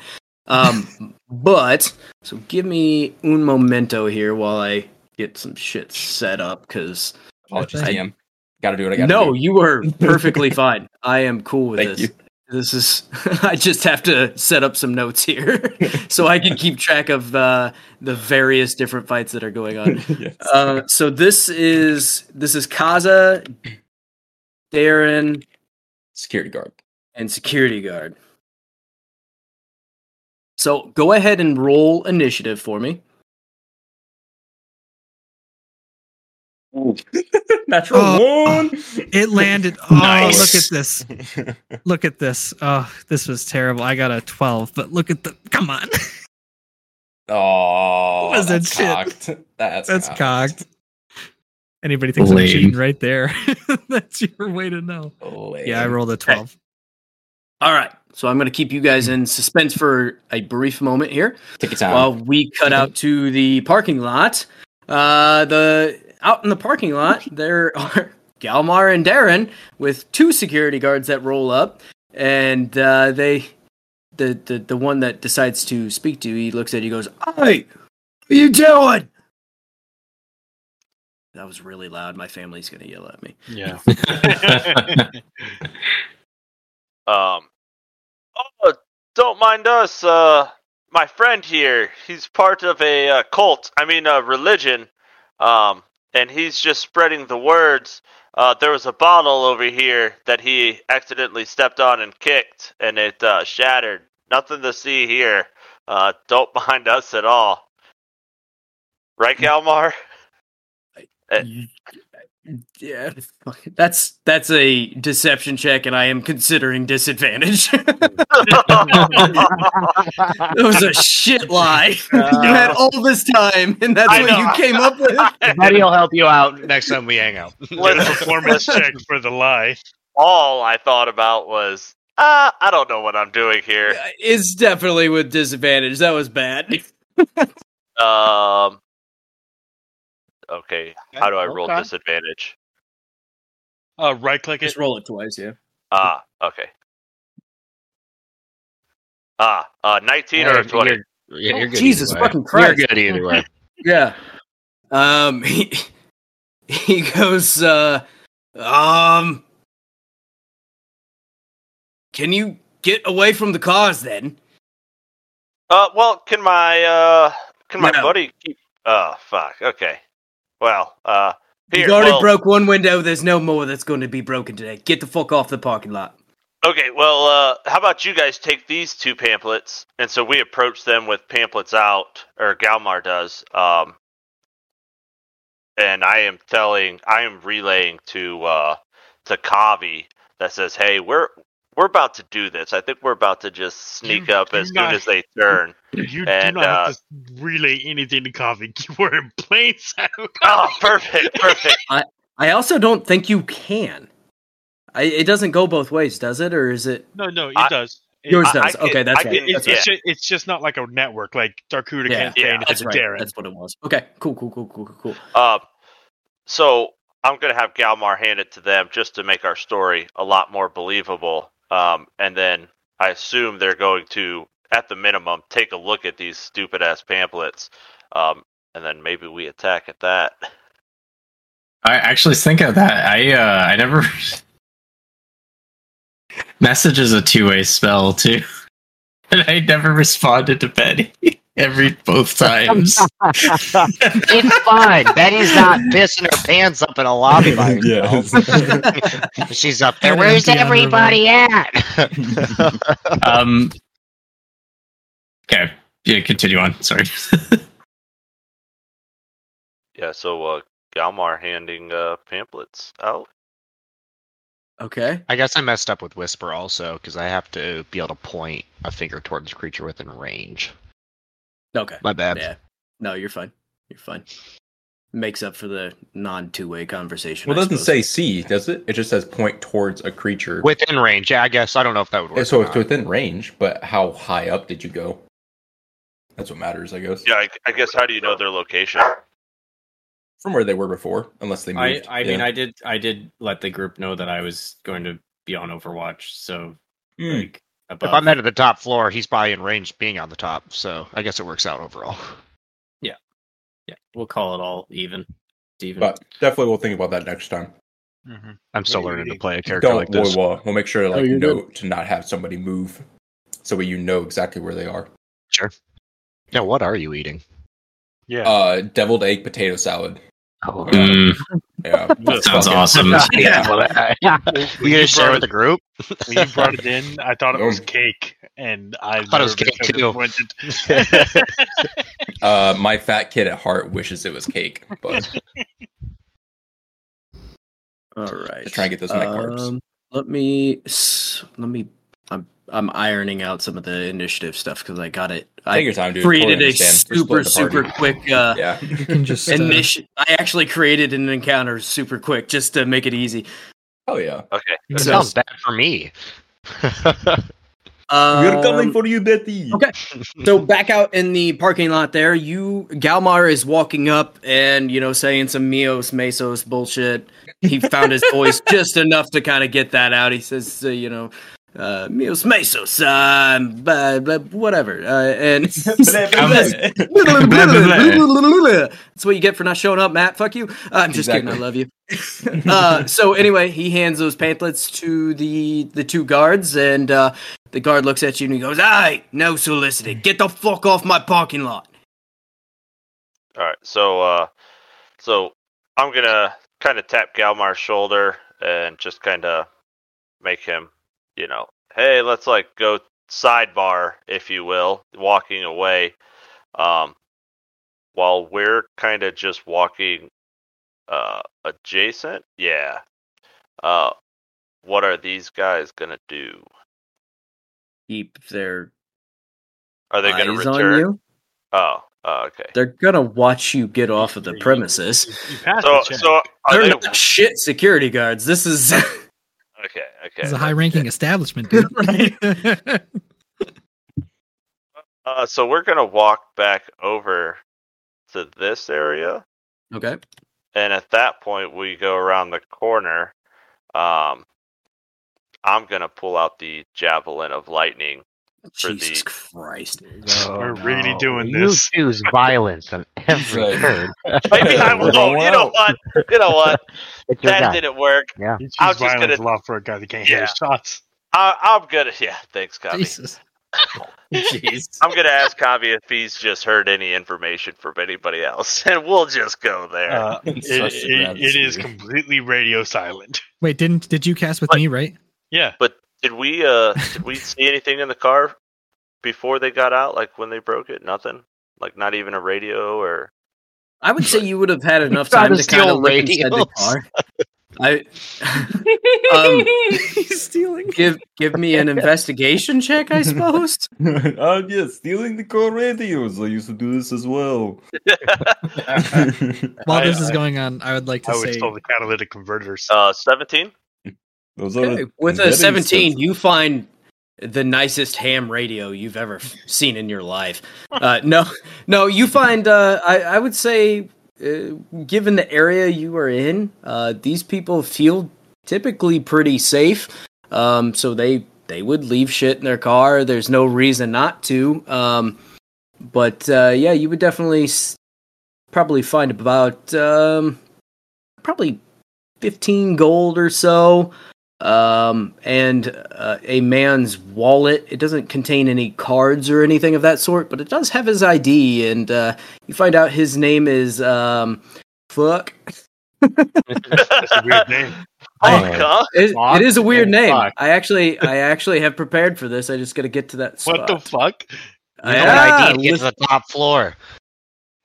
[SPEAKER 1] Um, but so give me un momento here while I get some shit set up because
[SPEAKER 9] Apologies,
[SPEAKER 1] I-
[SPEAKER 9] DM. Got to do what I got.
[SPEAKER 1] no,
[SPEAKER 9] do.
[SPEAKER 1] you were perfectly fine. I am cool with
[SPEAKER 9] Thank
[SPEAKER 1] this.
[SPEAKER 9] you.
[SPEAKER 1] This is. I just have to set up some notes here so I can keep track of uh, the various different fights that are going on.
[SPEAKER 9] Yes.
[SPEAKER 1] Uh, so this is this is Kaza, Darren,
[SPEAKER 9] Security guard.
[SPEAKER 1] and security guard. So go ahead and roll initiative for me.
[SPEAKER 9] Natural
[SPEAKER 6] Oh.
[SPEAKER 9] one.
[SPEAKER 6] It landed. Oh,
[SPEAKER 7] Nice.
[SPEAKER 6] look at this. Look at this. Oh, this was terrible. I got a 12, but look at the. Come on.
[SPEAKER 9] Oh,
[SPEAKER 6] What was that
[SPEAKER 9] that's
[SPEAKER 6] shit?
[SPEAKER 9] cocked. That's,
[SPEAKER 6] That's
[SPEAKER 9] cocked.
[SPEAKER 6] cocked. Anybody thinks I'm
[SPEAKER 2] Lame.
[SPEAKER 6] cheating right there? That's your way to know. Yeah, I
[SPEAKER 9] Lame.
[SPEAKER 6] rolled a Mm. 12.
[SPEAKER 1] All right. So I'm going to keep you guys in suspense for a brief moment here.
[SPEAKER 9] Take your time.
[SPEAKER 1] Well, we cut out to the parking lot. Uh, the out in the parking lot, there are Galmar and Darren with two security guards that roll up, and uh, they, the, the the one that decides to speak to, you, he looks at you, goes, "Hey, what are you doing?" That was really loud. My family's gonna yell at me.
[SPEAKER 3] Yeah.
[SPEAKER 7] Um, oh, don't mind us. Uh, my friend here, he's part of a uh, cult. I mean, a religion. Um, and he's just spreading the words. Uh, there was a bottle over here that he accidentally stepped on and kicked, and it uh, shattered. Nothing to see here. Uh, don't mind us at all. Right, Galmar?
[SPEAKER 1] Yeah, fuck, that's that's a deception check, and I am considering disadvantage. that was a shit lie. you had all this time, and that's
[SPEAKER 10] Uh, I
[SPEAKER 1] what
[SPEAKER 10] know.
[SPEAKER 1] you came up with.
[SPEAKER 10] Buddy will help you out next time we hang out.
[SPEAKER 3] Let's performance check for the lie.
[SPEAKER 7] all I thought about was, uh, I don't know what I'm doing here.
[SPEAKER 1] It's definitely with disadvantage. That was bad.
[SPEAKER 7] Um. Okay, how do I roll
[SPEAKER 10] Okay.
[SPEAKER 7] disadvantage?
[SPEAKER 3] Uh, right click it.
[SPEAKER 1] Just roll it twice, yeah.
[SPEAKER 7] Ah, okay. Ah, uh, 19 or a 20.
[SPEAKER 10] You're, yeah, you're good
[SPEAKER 1] Jesus
[SPEAKER 10] either way.
[SPEAKER 1] fucking Christ.
[SPEAKER 10] You're good either way.
[SPEAKER 1] Yeah. Um he, he goes uh um Can you get away from the cars then?
[SPEAKER 7] Uh, well, can my uh, can my
[SPEAKER 1] No.
[SPEAKER 7] buddy keep? Oh, fuck. Okay. Well, uh, here.
[SPEAKER 1] You've already
[SPEAKER 7] well,
[SPEAKER 1] broke one window. There's no more that's going to be broken today. Get the fuck off the parking lot.
[SPEAKER 7] Okay. Well, uh, how about you guys take these two pamphlets, and so we approach them with pamphlets out, or Galmar does. Um, and I am telling, I am relaying to uh, to Kavi that says, "Hey, we're we're about to do this. I think we're about to just sneak
[SPEAKER 3] You
[SPEAKER 7] up
[SPEAKER 3] do
[SPEAKER 7] as
[SPEAKER 3] not-
[SPEAKER 7] soon as they turn."
[SPEAKER 3] You
[SPEAKER 7] And,
[SPEAKER 3] do not
[SPEAKER 7] uh,
[SPEAKER 3] have to relay anything to Coffee. You were in plain sight. of
[SPEAKER 7] oh, perfect, perfect.
[SPEAKER 1] I I also don't think you can. I, it doesn't go both ways, does it? Or is it?
[SPEAKER 3] No, no, it
[SPEAKER 7] I-
[SPEAKER 3] does. It-
[SPEAKER 1] Yours
[SPEAKER 7] I- I
[SPEAKER 1] does.
[SPEAKER 7] can-
[SPEAKER 1] okay, that's
[SPEAKER 7] I
[SPEAKER 1] right.
[SPEAKER 7] can-
[SPEAKER 1] that's
[SPEAKER 3] It's,
[SPEAKER 1] right.
[SPEAKER 3] it's, ju- it's just not like a network. Like Darkuda
[SPEAKER 1] Yeah,
[SPEAKER 3] can't say
[SPEAKER 7] yeah,
[SPEAKER 3] anything
[SPEAKER 1] That's
[SPEAKER 3] to
[SPEAKER 1] right.
[SPEAKER 3] Darren.
[SPEAKER 1] That's what it was. Okay, cool, cool, cool, cool, cool, cool.
[SPEAKER 7] Um, so I'm going to have Galmar hand it to them just to make our story a lot more believable. Um, and then I assume they're going to, at the minimum, take a look at these stupid ass pamphlets. Um, and then maybe we attack at that.
[SPEAKER 11] I actually think of that. I uh, I never message is a two way spell too, and I never responded to Betty every both times.
[SPEAKER 5] it's fine. Betty's not pissing her pants up in a lobby by herself. She's up there.
[SPEAKER 6] An
[SPEAKER 5] Where's
[SPEAKER 6] empty
[SPEAKER 5] everybody at?
[SPEAKER 11] um. Okay. Yeah. Continue on. Sorry.
[SPEAKER 5] Mm-hmm.
[SPEAKER 7] Yeah, so uh, Galmar handing uh, pamphlets out.
[SPEAKER 1] Okay.
[SPEAKER 5] I guess I messed up with whisper also because I have to be able to point a finger towards a creature within range.
[SPEAKER 1] Okay.
[SPEAKER 5] My bad.
[SPEAKER 1] Yeah. No, you're fine. You're fine. Makes up for the non two way conversation.
[SPEAKER 9] Well,
[SPEAKER 1] I
[SPEAKER 9] it doesn't
[SPEAKER 1] suppose.
[SPEAKER 9] say C, does it? It just says point towards a creature.
[SPEAKER 5] Within range. Yeah, I guess I don't know if that would work.
[SPEAKER 9] And so
[SPEAKER 5] or
[SPEAKER 9] it's
[SPEAKER 5] not.
[SPEAKER 9] within range, but how high up did you go? That's what matters, I guess.
[SPEAKER 7] Yeah, I, I guess how do you know their location?
[SPEAKER 9] From where they were before, unless they
[SPEAKER 2] I,
[SPEAKER 9] moved.
[SPEAKER 2] I mean, I did, I did let the group know that I was going to be on Overwatch. So,
[SPEAKER 9] Hmm.
[SPEAKER 2] like, above.
[SPEAKER 5] if I'm at the top floor, he's probably in range being on the top, so I guess it works out overall.
[SPEAKER 2] yeah, we'll call it all even. It's even.
[SPEAKER 9] but definitely we'll think about that next time.
[SPEAKER 3] Mhm.
[SPEAKER 5] I'm still learning to play a character
[SPEAKER 9] Don't
[SPEAKER 5] like this. Oh,
[SPEAKER 9] we'll, we'll make sure to
[SPEAKER 6] Oh,
[SPEAKER 9] like
[SPEAKER 1] you're good.
[SPEAKER 9] note to not have somebody move, so you know exactly where they are.
[SPEAKER 5] Yeah, what are you eating?
[SPEAKER 3] Yeah.
[SPEAKER 9] Uh, deviled egg potato salad.
[SPEAKER 5] Oh,
[SPEAKER 11] Mm,
[SPEAKER 9] Yeah,
[SPEAKER 11] sounds
[SPEAKER 9] Fucking-
[SPEAKER 11] awesome.
[SPEAKER 5] yeah. you gonna share
[SPEAKER 3] brought
[SPEAKER 5] with
[SPEAKER 3] it-
[SPEAKER 5] the group?
[SPEAKER 3] when you brought it in, I thought it was
[SPEAKER 7] Um,
[SPEAKER 9] Mm.
[SPEAKER 3] cake, and I,
[SPEAKER 5] thought it was
[SPEAKER 3] never
[SPEAKER 5] cake,
[SPEAKER 3] been so
[SPEAKER 5] too.
[SPEAKER 3] disappointed.
[SPEAKER 9] Uh, my fat kid at heart wishes it was cake, but
[SPEAKER 1] All right. Um,
[SPEAKER 9] Just trying to get those in my carbs.
[SPEAKER 1] Let me s- let me. I'm I'm ironing out some of the initiative stuff because I got it.
[SPEAKER 9] take
[SPEAKER 1] I
[SPEAKER 9] your time, dude.
[SPEAKER 1] created
[SPEAKER 9] Totally
[SPEAKER 1] a
[SPEAKER 9] understand. We're
[SPEAKER 1] super
[SPEAKER 9] splitting
[SPEAKER 1] super
[SPEAKER 9] the
[SPEAKER 1] quick. Uh,
[SPEAKER 9] party. Yeah,
[SPEAKER 6] You can just uh,
[SPEAKER 1] initi- I actually created an encounter super quick just to make it easy.
[SPEAKER 9] oh yeah.
[SPEAKER 7] Okay.
[SPEAKER 5] That sounds bad for me.
[SPEAKER 1] Um,
[SPEAKER 9] for you, Betty.
[SPEAKER 1] okay. so back out in the parking lot there, you Galmar is walking up and you know saying some Mios Mesos bullshit. He found his voice just enough to kind of get that out. He says, uh, you know, uh, Mios Mesos, uh, blah, blah, whatever, uh, and that's what you get for not showing up, Matt. Fuck you. Uh, I'm just kidding. I
[SPEAKER 9] Exactly.
[SPEAKER 1] love you. uh, so anyway, he hands those pamphlets to the the two guards, and uh, the guard looks at you and he goes, "Hey, no soliciting. Get the fuck off my parking lot."
[SPEAKER 7] All right, so uh, so I'm gonna kind of tap Galmar's shoulder and just kind of make him, you know, hey, let's like go sidebar, if you will, walking away, um, while we're kind of just walking, uh, adjacent. Yeah. Uh, what are these guys gonna do?
[SPEAKER 1] Keep their
[SPEAKER 7] Are they gonna
[SPEAKER 1] eyes on
[SPEAKER 7] return?
[SPEAKER 1] you.
[SPEAKER 7] Oh, oh, okay.
[SPEAKER 1] They're gonna watch you get off of the premises.
[SPEAKER 3] You, you passed
[SPEAKER 7] So,
[SPEAKER 3] the check.
[SPEAKER 7] so are
[SPEAKER 1] They're
[SPEAKER 7] they?
[SPEAKER 1] not shit security guards. This is
[SPEAKER 7] Okay, okay.
[SPEAKER 6] it's a
[SPEAKER 7] that's
[SPEAKER 6] high
[SPEAKER 7] good.
[SPEAKER 6] ranking establishment, dude.
[SPEAKER 7] Uh, so we're gonna walk back over to this area,
[SPEAKER 1] okay.
[SPEAKER 7] and at that point, we go around the corner. Um, I'm gonna pull out the javelin of lightning. For the-
[SPEAKER 1] Jesus Christ.
[SPEAKER 3] We're really doing
[SPEAKER 5] you
[SPEAKER 3] this.
[SPEAKER 5] choose violence on every
[SPEAKER 9] Right.
[SPEAKER 5] turn.
[SPEAKER 7] Maybe I won't.
[SPEAKER 9] Roll
[SPEAKER 7] You know
[SPEAKER 9] out.
[SPEAKER 7] what? You know what?
[SPEAKER 5] It's your
[SPEAKER 7] that
[SPEAKER 5] guy.
[SPEAKER 7] didn't work.
[SPEAKER 3] You choose
[SPEAKER 7] I was just
[SPEAKER 3] violence
[SPEAKER 7] gonna-
[SPEAKER 3] a lot for a guy that can't hit his shots.
[SPEAKER 7] I, I'm gonna yeah. Thanks, Kavi.
[SPEAKER 6] Jesus.
[SPEAKER 8] Jeez.
[SPEAKER 7] I'm gonna ask Kavi if he's just heard any information from anybody else, and we'll just go there.
[SPEAKER 3] Uh, it,
[SPEAKER 9] Such a
[SPEAKER 3] it-
[SPEAKER 9] grab
[SPEAKER 3] it is
[SPEAKER 9] speed.
[SPEAKER 3] completely radio silent.
[SPEAKER 6] Wait, didn't did you cast with me, right?
[SPEAKER 3] Yeah.
[SPEAKER 7] but did we uh did we see anything in the car before they got out? Like when they broke it? Nothing. Like not even a radio or
[SPEAKER 1] I would say you would have had enough
[SPEAKER 10] Try
[SPEAKER 1] time
[SPEAKER 10] to
[SPEAKER 1] to kind
[SPEAKER 10] steal
[SPEAKER 1] of look inside the
[SPEAKER 10] radios.
[SPEAKER 1] car. I um,
[SPEAKER 6] He's stealing.
[SPEAKER 1] give give me an investigation check, I suppose.
[SPEAKER 4] oh yes, stealing the core radios. I used to do this as well.
[SPEAKER 6] While
[SPEAKER 3] I-
[SPEAKER 6] this is
[SPEAKER 3] I-
[SPEAKER 6] going on, I would like to
[SPEAKER 3] I would
[SPEAKER 6] say
[SPEAKER 3] steal the catalytic converters.
[SPEAKER 7] uh seventeen?
[SPEAKER 4] Those are
[SPEAKER 1] Okay,
[SPEAKER 4] the
[SPEAKER 1] With
[SPEAKER 4] very
[SPEAKER 1] a 17,
[SPEAKER 4] expensive-
[SPEAKER 1] you find the nicest ham radio you've ever f- seen in your life. Uh, no, no, you find, uh, I, I would say, uh, given the area you are in, uh, these people feel typically pretty safe. Um, so they, they would leave shit in their car. There's no reason not to. Um, but uh, yeah, you would definitely s- probably find about um, probably 15 gold or so um, and uh, a man's wallet. It doesn't contain any cards or anything of that sort, but it does have his ID, and uh, you find out his name is um, fuck.
[SPEAKER 3] It's a weird name.
[SPEAKER 7] Fuck, huh?
[SPEAKER 1] It,
[SPEAKER 8] Fuck
[SPEAKER 1] it is a
[SPEAKER 10] Oh,
[SPEAKER 1] weird
[SPEAKER 8] and
[SPEAKER 1] name.
[SPEAKER 8] fuck.
[SPEAKER 1] I actually, I actually have prepared for this. I just got to get to that spot. Ah,
[SPEAKER 3] What the fuck?
[SPEAKER 10] You know
[SPEAKER 1] Yeah,
[SPEAKER 10] what I did? Get to the top floor.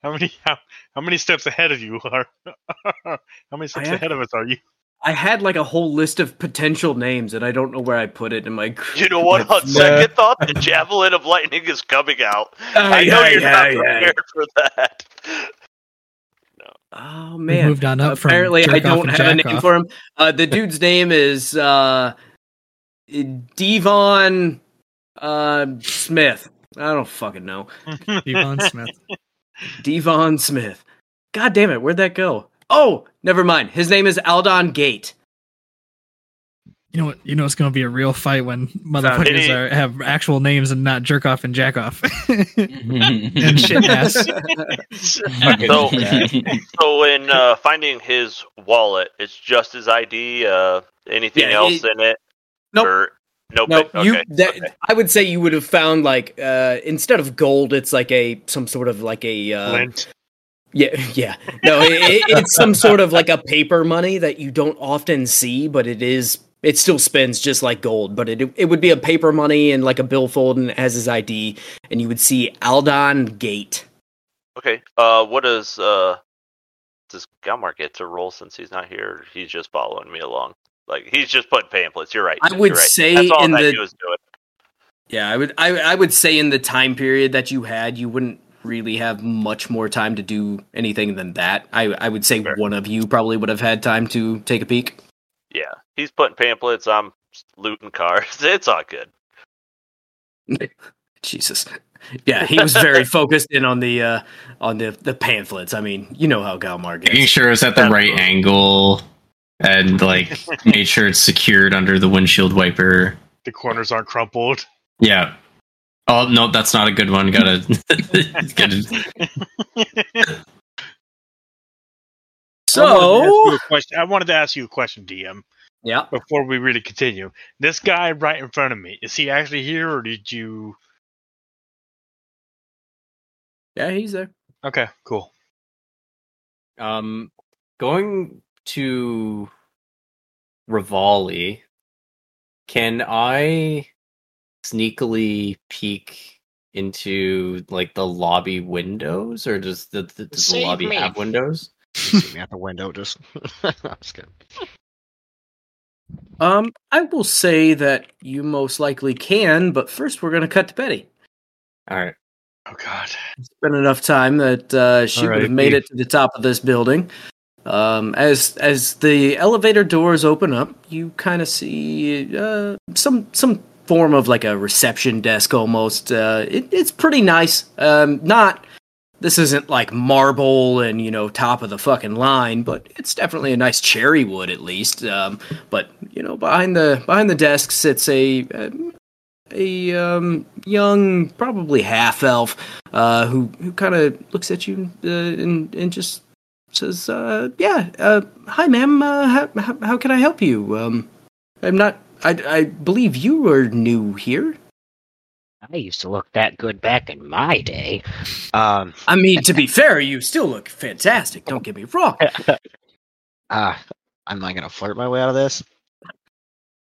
[SPEAKER 3] How many how, how many steps ahead of you are? how many steps
[SPEAKER 1] I-
[SPEAKER 3] ahead of us are you?
[SPEAKER 1] I had like a whole list of potential names, and I don't know where I put it in my.
[SPEAKER 7] You know what? On
[SPEAKER 1] Yeah.
[SPEAKER 7] second thought, the javelin of lightning is coming out. I know
[SPEAKER 1] Aye,
[SPEAKER 7] you're
[SPEAKER 1] aye,
[SPEAKER 7] not
[SPEAKER 1] aye, aye.
[SPEAKER 7] prepared for that.
[SPEAKER 1] Oh
[SPEAKER 6] we
[SPEAKER 1] man,
[SPEAKER 6] moved on up from
[SPEAKER 1] apparently I
[SPEAKER 6] jerk off
[SPEAKER 1] don't
[SPEAKER 6] and
[SPEAKER 1] have a
[SPEAKER 6] jack
[SPEAKER 1] name
[SPEAKER 6] off.
[SPEAKER 1] for him. Uh, the dude's name is uh, Devon uh, Smith. I don't fucking know.
[SPEAKER 6] Devon Smith.
[SPEAKER 1] Devon Smith. God damn it, where'd that go? Oh, never mind. His name is Aldon Gate.
[SPEAKER 6] You know what? You know it's going to be a real fight when motherfuckers
[SPEAKER 7] Any-
[SPEAKER 6] are, have actual names and not jerk off and jack off and shit ass.
[SPEAKER 7] So, so in uh, finding his wallet, it's just his ID. Uh, anything
[SPEAKER 1] Yeah,
[SPEAKER 7] else in it?
[SPEAKER 1] Nope.
[SPEAKER 7] Or, nope.
[SPEAKER 1] No,
[SPEAKER 7] it- okay.
[SPEAKER 1] you. That,
[SPEAKER 7] okay.
[SPEAKER 1] I would say you would have found like uh, instead of gold, it's like a some sort of like a uh,
[SPEAKER 3] Lint.
[SPEAKER 1] Yeah, yeah. No, it, it- it's some sort of like a paper money that you don't often see, but it is. It still spins just like gold, but it it would be a paper money and like a billfold, and it has his ID, and you would see Aldon Gate.
[SPEAKER 7] Okay. Uh, what does uh, does Galmar get to roll since he's not here? He's just following me along. Like he's just putting pamphlets. You're right.
[SPEAKER 1] I would
[SPEAKER 7] You're right.
[SPEAKER 1] say
[SPEAKER 7] That's all
[SPEAKER 1] in
[SPEAKER 7] that
[SPEAKER 1] the-
[SPEAKER 7] dude is doing.
[SPEAKER 1] Yeah, I would I I would say in the time period that you had, you wouldn't really have much more time to do anything than that. I I would say
[SPEAKER 7] Fair.
[SPEAKER 1] one of you probably would have had time to take a peek.
[SPEAKER 7] Yeah, he's putting pamphlets. I'm looting cars. It's all good.
[SPEAKER 1] Jesus. Yeah, he was very focused in on the uh on the the pamphlets. I mean, you know how Galmar
[SPEAKER 2] making
[SPEAKER 1] gets.
[SPEAKER 2] sure it was at the right angle and like made sure it's secured under the windshield wiper.
[SPEAKER 3] The corners aren't crumpled.
[SPEAKER 2] Yeah. Oh no, that's not a good one. Gotta, gotta
[SPEAKER 3] I wanted
[SPEAKER 1] So
[SPEAKER 3] to ask you a question. I wanted to ask you a question, DM,
[SPEAKER 1] yeah,
[SPEAKER 3] before we really continue. This guy right in front of me, is he actually here or did you
[SPEAKER 1] yeah, he's there.
[SPEAKER 3] Okay, cool.
[SPEAKER 8] Um, going to Rivali, can I sneakily peek into like the lobby windows, or does the, the, does the
[SPEAKER 10] Save
[SPEAKER 8] lobby
[SPEAKER 10] me.
[SPEAKER 8] have windows?
[SPEAKER 10] See me out the window, just. I'm just kidding.
[SPEAKER 1] Um, I will say that you most likely can, but first we're gonna cut to Betty.
[SPEAKER 8] All right.
[SPEAKER 3] Oh god.
[SPEAKER 1] It's been enough time that uh, she would have
[SPEAKER 8] Alrighty.
[SPEAKER 1] made it to the top of this building. Um, as as the elevator doors open up, you kind of see uh, some some form of like a reception desk almost. Uh, it, it's pretty nice. Um, not this isn't like marble and you know top of the fucking line, but it's definitely a nice cherry wood at least. Um, but you know behind the behind the desk sits a um, a um, young probably half elf uh, who who kind of looks at you uh, and and just says, uh, "Yeah, uh, hi, ma'am. Uh, how, how how can I help you? Um, I'm not I, I believe you were new here.
[SPEAKER 10] I used to look that good back in my day. Um,
[SPEAKER 1] I mean, to be fair, you still look fantastic. Don't get me wrong.
[SPEAKER 10] uh, am I gonna flirt my way out of this?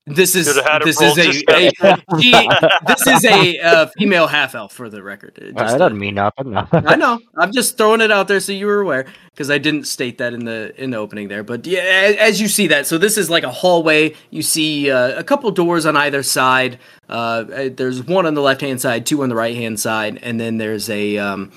[SPEAKER 1] This is
[SPEAKER 7] Should've had it
[SPEAKER 1] this
[SPEAKER 7] rolled
[SPEAKER 1] is a,
[SPEAKER 7] just now.
[SPEAKER 1] a- she- this is a uh, female half elf for the record. It just-
[SPEAKER 10] that doesn't mean nothing.
[SPEAKER 1] I know. I'm just throwing it out there so you were aware because I didn't state that in the in the opening there. But yeah, a- as you see that, so this is like a hallway. You see uh, a couple doors on either side. Uh, Uh, there's one on the left hand side, two on the right hand side, and then there's a um,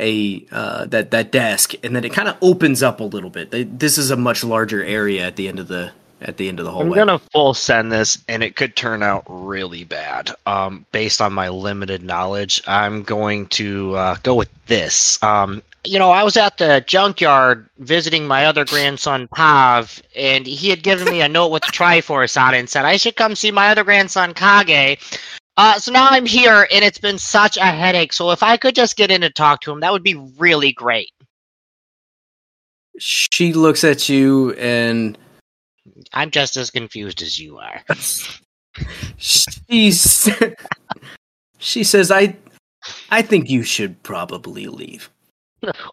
[SPEAKER 1] a uh, that that desk, and then it kind of opens up a little bit. They, this is a much larger area at the end of the at the end of the
[SPEAKER 5] I'm
[SPEAKER 1] hallway.
[SPEAKER 5] gonna full send this, and it could turn out really bad. Um, based on my limited knowledge, I'm going to uh, go with this. Um,
[SPEAKER 10] you know, I was at the junkyard visiting my other grandson Pav, and he had given me a note with the Triforce on it and said I should come see my other grandson Kage. Uh, so now I'm here, and it's been such a headache. So if I could just get in and talk to him, that would be really great.
[SPEAKER 1] She looks at you and
[SPEAKER 10] I'm just as confused as you are.
[SPEAKER 1] she s- she says, "I I think you should probably leave."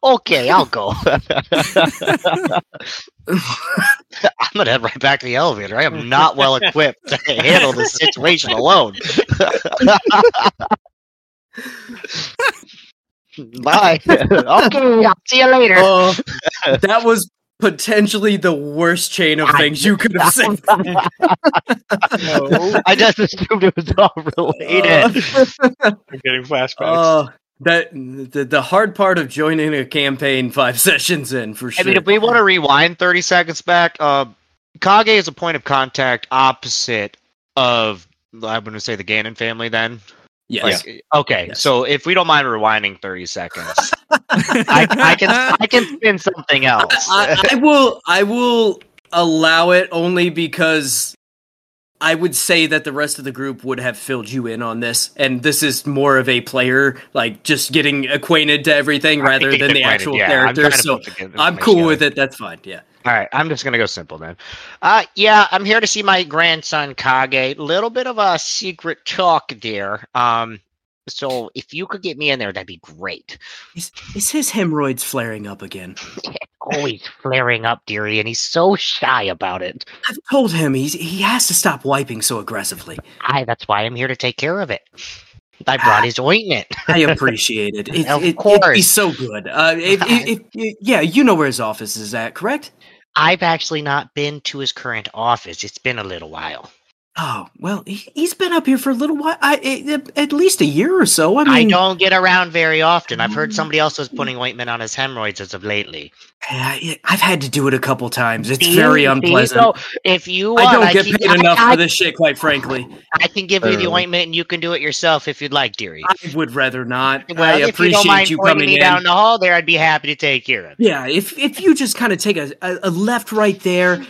[SPEAKER 10] Okay, I'll go. I'm gonna head right back to the elevator. I am not well equipped to handle this situation alone. Bye. okay, I'll see you later.
[SPEAKER 5] uh,
[SPEAKER 1] Oh, that was potentially the worst chain of things you could have said.
[SPEAKER 10] I just assumed it was all related.
[SPEAKER 3] I'm getting flashbacks.
[SPEAKER 1] Oh, Uh, that the, the hard part of joining a campaign five sessions in for
[SPEAKER 5] I
[SPEAKER 1] sure.
[SPEAKER 5] mean, if we want to rewind 30 seconds back, uh, Kage is a point of contact opposite of I'm going to say the Ganon family. Then,
[SPEAKER 1] yes.
[SPEAKER 5] okay,
[SPEAKER 1] Yes.
[SPEAKER 5] so if we don't mind rewinding 30 seconds, I, I can I can spin something else.
[SPEAKER 1] I, I will I will allow it only because I would say that the rest of the group would have filled you in on this, and this is more of a player like just getting acquainted to everything rather than the actual character. so I'm cool with it. That's fine. Yeah.
[SPEAKER 5] All right, I'm just going to go simple then.
[SPEAKER 10] Uh, yeah, I'm here to see my grandson Kage. Little bit of a secret talk there. Um, so if you could get me in there, that'd be great.
[SPEAKER 1] Is, is his hemorrhoids flaring up again?
[SPEAKER 10] Always flaring up, dearie, and he's so shy about it.
[SPEAKER 1] I've told him he's he has to stop wiping so aggressively.
[SPEAKER 10] I. That's why I'm here to take care of it. I brought his ointment.
[SPEAKER 1] Ah. I appreciate it. It,
[SPEAKER 10] Of
[SPEAKER 1] it- it-
[SPEAKER 10] course.
[SPEAKER 1] he's so good. Uh, if, if, if, yeah, you know where his office is at, correct?
[SPEAKER 10] I've actually not been to his current office. It's been a little while.
[SPEAKER 1] Oh well, he, he's been up here for a little while. I, I- at least a year or so. I mean,
[SPEAKER 10] I don't get around very often. I've heard somebody else was putting ointment on his hemorrhoids as of lately.
[SPEAKER 1] I, have had to do it a couple times. It's
[SPEAKER 10] See?
[SPEAKER 1] very
[SPEAKER 10] See?
[SPEAKER 1] unpleasant.
[SPEAKER 10] So if you want,
[SPEAKER 1] I don't get
[SPEAKER 10] can-
[SPEAKER 1] paid
[SPEAKER 10] I-
[SPEAKER 1] enough
[SPEAKER 10] I,
[SPEAKER 1] for this shit, quite frankly.
[SPEAKER 10] I can give you the
[SPEAKER 8] Thoroughly.
[SPEAKER 10] ointment, and you can do it yourself if you'd like, dearie.
[SPEAKER 1] Um, I would rather not.
[SPEAKER 10] well,
[SPEAKER 1] I
[SPEAKER 10] if you don't
[SPEAKER 1] appreciate
[SPEAKER 10] mind
[SPEAKER 1] you,
[SPEAKER 10] pointing
[SPEAKER 1] coming
[SPEAKER 10] me
[SPEAKER 1] in.
[SPEAKER 10] down the hall there, I'd be happy to take care of it.
[SPEAKER 1] Yeah, if if you just kind of take a, a, a left right there,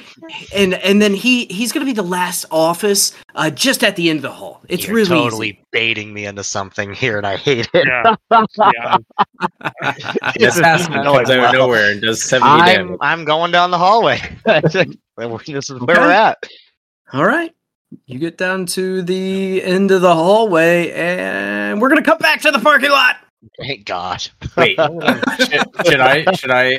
[SPEAKER 1] and and then he he's gonna be the last office, uh, just at the end of the hall. It's
[SPEAKER 10] You're
[SPEAKER 1] really
[SPEAKER 10] totally
[SPEAKER 1] easy.
[SPEAKER 10] baiting me into something here, and I hate it.
[SPEAKER 3] Yeah. yeah.
[SPEAKER 8] This assassin
[SPEAKER 10] I know
[SPEAKER 8] comes
[SPEAKER 10] it
[SPEAKER 8] out of
[SPEAKER 10] well.
[SPEAKER 8] nowhere and does 70
[SPEAKER 10] I'm
[SPEAKER 8] damage.
[SPEAKER 10] I'm going down the hallway. this is where
[SPEAKER 1] Okay.
[SPEAKER 10] we're at.
[SPEAKER 1] All right, you get down to the end of the hallway, and we're gonna come back to the parking lot.
[SPEAKER 10] Thank God.
[SPEAKER 8] Wait, should, should I? Should I?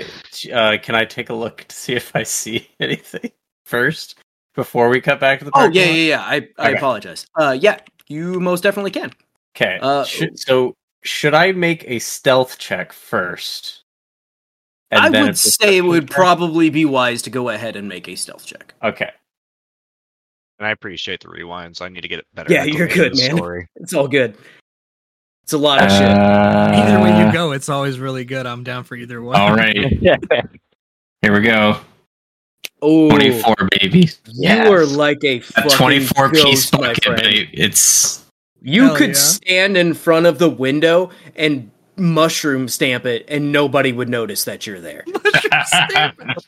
[SPEAKER 8] Uh, can I take a look to see if I see anything first before we cut back to the?
[SPEAKER 1] Oh
[SPEAKER 8] parking
[SPEAKER 1] yeah,
[SPEAKER 8] lot?
[SPEAKER 1] yeah, yeah. I I
[SPEAKER 8] Okay.
[SPEAKER 1] apologize. Uh, yeah, you most definitely can.
[SPEAKER 8] Okay.
[SPEAKER 1] Uh,
[SPEAKER 8] sh- so should I make a stealth check first? And
[SPEAKER 1] I
[SPEAKER 8] then a
[SPEAKER 1] would say it
[SPEAKER 8] perception
[SPEAKER 1] would
[SPEAKER 8] check?
[SPEAKER 1] probably be wise to go ahead and make a stealth check.
[SPEAKER 8] Okay.
[SPEAKER 5] And I appreciate the rewinds. I need to get better.
[SPEAKER 1] Yeah,
[SPEAKER 5] at the
[SPEAKER 1] you're
[SPEAKER 5] way
[SPEAKER 1] good,
[SPEAKER 5] the
[SPEAKER 1] man.
[SPEAKER 5] Story.
[SPEAKER 1] It's all good. It's a lot of shit.
[SPEAKER 8] Uh,
[SPEAKER 6] Either way you go, it's always really good. I'm down for either one.
[SPEAKER 2] Uh, All right. Here we go.
[SPEAKER 1] Oh,
[SPEAKER 2] 24, baby.
[SPEAKER 1] you are like a
[SPEAKER 2] A
[SPEAKER 1] fucking
[SPEAKER 2] 24 piece
[SPEAKER 1] ghost, my
[SPEAKER 2] bucket,
[SPEAKER 1] friend.
[SPEAKER 2] baby. It's.
[SPEAKER 1] You
[SPEAKER 6] Hell
[SPEAKER 1] could
[SPEAKER 6] yeah.
[SPEAKER 1] stand in front of the window and mushroom stamp it, and nobody would notice that you're there.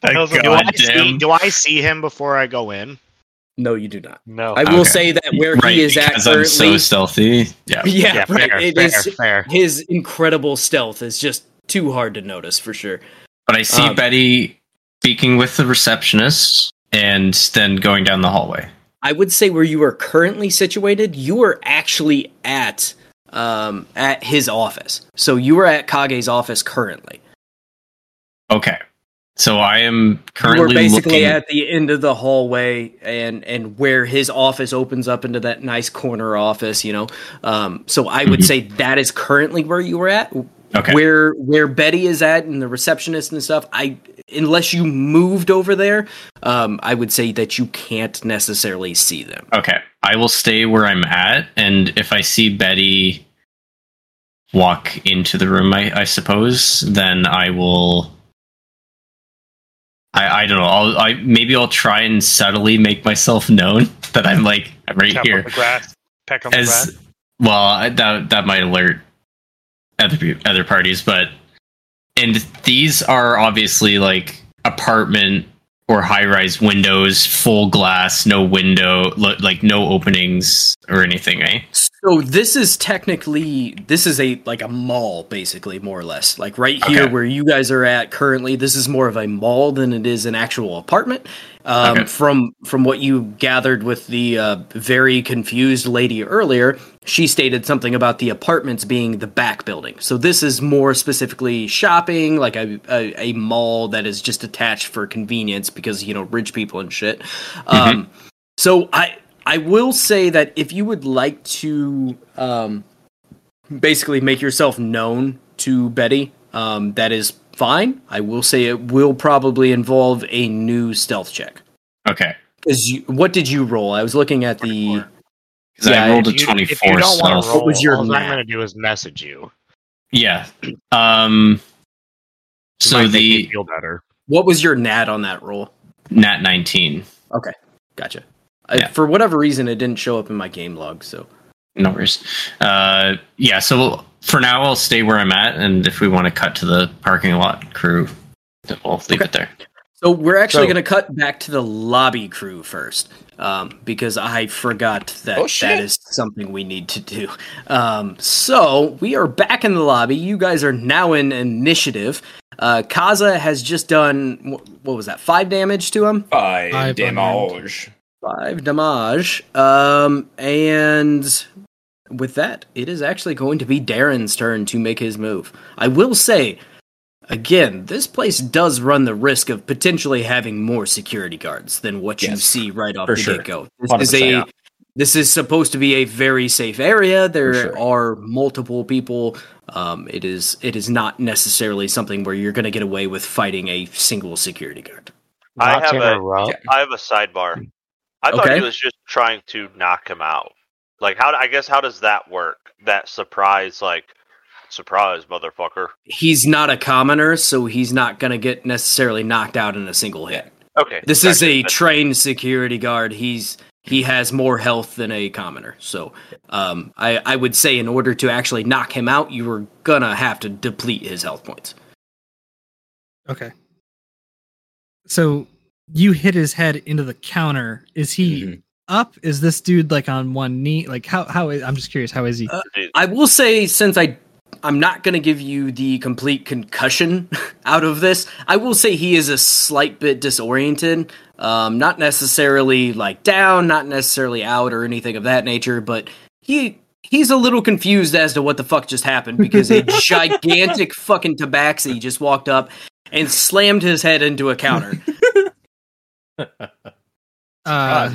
[SPEAKER 3] hell's
[SPEAKER 2] God
[SPEAKER 3] a- Do
[SPEAKER 10] Do I, see,
[SPEAKER 2] damn.
[SPEAKER 10] do I see him before I go in?
[SPEAKER 1] No, you do not.
[SPEAKER 3] No.
[SPEAKER 1] I will
[SPEAKER 2] Okay.
[SPEAKER 1] say that where
[SPEAKER 2] Right,
[SPEAKER 1] he is at
[SPEAKER 2] because I'm so
[SPEAKER 1] currently,
[SPEAKER 2] stealthy. Yeah.
[SPEAKER 1] yeah, right,
[SPEAKER 10] fair,
[SPEAKER 1] it
[SPEAKER 10] fair,
[SPEAKER 1] is-
[SPEAKER 10] fair.
[SPEAKER 1] his incredible stealth is just too hard to notice for sure.
[SPEAKER 2] But I see
[SPEAKER 1] Um,
[SPEAKER 2] Betty speaking with the receptionist and then going down the hallway.
[SPEAKER 1] I would say where you are currently situated, you are actually at um, at his office. So you are at Kage's office currently.
[SPEAKER 2] Okay. So I am
[SPEAKER 1] We're
[SPEAKER 2] currently
[SPEAKER 1] basically
[SPEAKER 2] looking.
[SPEAKER 1] at the end of the hallway and and where his office opens up into that nice corner office you know um, so i would
[SPEAKER 2] Mhm.
[SPEAKER 1] say that is currently where you were at
[SPEAKER 2] Okay.
[SPEAKER 1] where where betty is at and the receptionist and stuff i unless you moved over there um, i would say that you can't necessarily see them
[SPEAKER 2] Okay. I will stay where I'm at, and if I see Betty walk into the room, I, I suppose, then I will. I, I don't know. I'll I maybe I'll try and subtly make myself known that I'm like I'm right
[SPEAKER 3] Tap on
[SPEAKER 2] here.
[SPEAKER 3] the grass. Peck on the grass.
[SPEAKER 2] As well, I, that that might alert other peo- other parties, but and these are obviously like apartment or high rise windows, full glass, no window, lo- like no openings or anything, eh? right?
[SPEAKER 1] so this is technically this is a like a mall basically more or less like right here
[SPEAKER 2] Okay.
[SPEAKER 1] where you guys are at currently this is more of a mall than it is an actual apartment um,
[SPEAKER 2] Okay.
[SPEAKER 1] from from what you gathered with the uh, very confused lady earlier she stated something about the apartments being the back building so this is more specifically shopping like a, a, a mall that is just attached for convenience because you know rich people and shit um, so i I will say that if you would like to um, basically make yourself known to Betty, um, that is fine. I will say it will probably involve a new stealth check.
[SPEAKER 2] Okay.
[SPEAKER 1] Is you, what did you roll? I was looking at the.
[SPEAKER 2] 'Cause I rolled a
[SPEAKER 10] If you- If
[SPEAKER 2] 24,
[SPEAKER 10] you don't want
[SPEAKER 2] so-
[SPEAKER 10] to roll,
[SPEAKER 1] What was your
[SPEAKER 10] all I'm
[SPEAKER 1] map?
[SPEAKER 10] going to do is message you.
[SPEAKER 2] Yeah. Um
[SPEAKER 10] It
[SPEAKER 2] so
[SPEAKER 10] might make me
[SPEAKER 2] the
[SPEAKER 10] feel better.
[SPEAKER 1] What was your nat on that roll?
[SPEAKER 2] nat 19.
[SPEAKER 1] Gotcha. I,
[SPEAKER 2] Yeah.
[SPEAKER 1] for whatever reason, it didn't show up in my game log. So
[SPEAKER 2] No worries. Uh yeah, so for now I'll stay where I'm at and if we want to cut to the parking lot crew, then we'll leave it there.
[SPEAKER 1] So we're actually
[SPEAKER 4] So-
[SPEAKER 1] going to cut back to the lobby crew first, um, because I forgot that
[SPEAKER 4] Oh, shit.
[SPEAKER 1] that is something we need to do. Um, so we are back in the lobby. You guys are now in initiative. Uh, Kaza has just done wh- what was that? Five damage to him.
[SPEAKER 9] By
[SPEAKER 6] Five
[SPEAKER 9] damage.
[SPEAKER 1] Five damage. Um, and with that, it is actually going to be Darren's turn to make his move. I will say, again, this place does run the risk of potentially having more security guards than what you
[SPEAKER 9] Yes,
[SPEAKER 1] see right off
[SPEAKER 9] for
[SPEAKER 1] the
[SPEAKER 9] sure.
[SPEAKER 1] get go. This
[SPEAKER 9] 100%,
[SPEAKER 1] is a
[SPEAKER 9] yeah.
[SPEAKER 1] this is supposed to be a very safe area. There
[SPEAKER 9] sure.
[SPEAKER 1] are multiple people. Um, it is it is not necessarily something where you're going to get away with fighting a single security guard.
[SPEAKER 7] I
[SPEAKER 10] Not
[SPEAKER 7] have
[SPEAKER 10] in
[SPEAKER 7] a-
[SPEAKER 10] row.
[SPEAKER 9] Yeah.
[SPEAKER 7] I have a sidebar. I thought
[SPEAKER 1] Okay.
[SPEAKER 7] he was just trying to knock him out. Like how I guess how does that work? That surprise like surprise motherfucker.
[SPEAKER 1] he's not a commoner, so he's not going to get necessarily knocked out in a single hit.
[SPEAKER 7] Okay.
[SPEAKER 1] This is
[SPEAKER 7] gotcha.
[SPEAKER 1] a
[SPEAKER 7] That's-
[SPEAKER 1] trained security guard. He's he has more health than a commoner, so um, I I would say in order to actually knock him out, you were gonna have to deplete his health points.
[SPEAKER 6] Okay. So you hit his head into the counter. Is he
[SPEAKER 1] Mm-hmm.
[SPEAKER 9] Mhm.
[SPEAKER 6] up? Is this dude like on one knee? Like how how is I'm just curious, how is he?
[SPEAKER 1] Uh, I will say since I I'm not gonna give you the complete concussion out of this. I will say he is a slight bit disoriented. Um, not necessarily like down, not necessarily out or anything of that nature, but he he's a little confused as to what the fuck just happened because a gigantic fucking tabaxi just walked up and slammed his head into a counter.
[SPEAKER 6] Uh,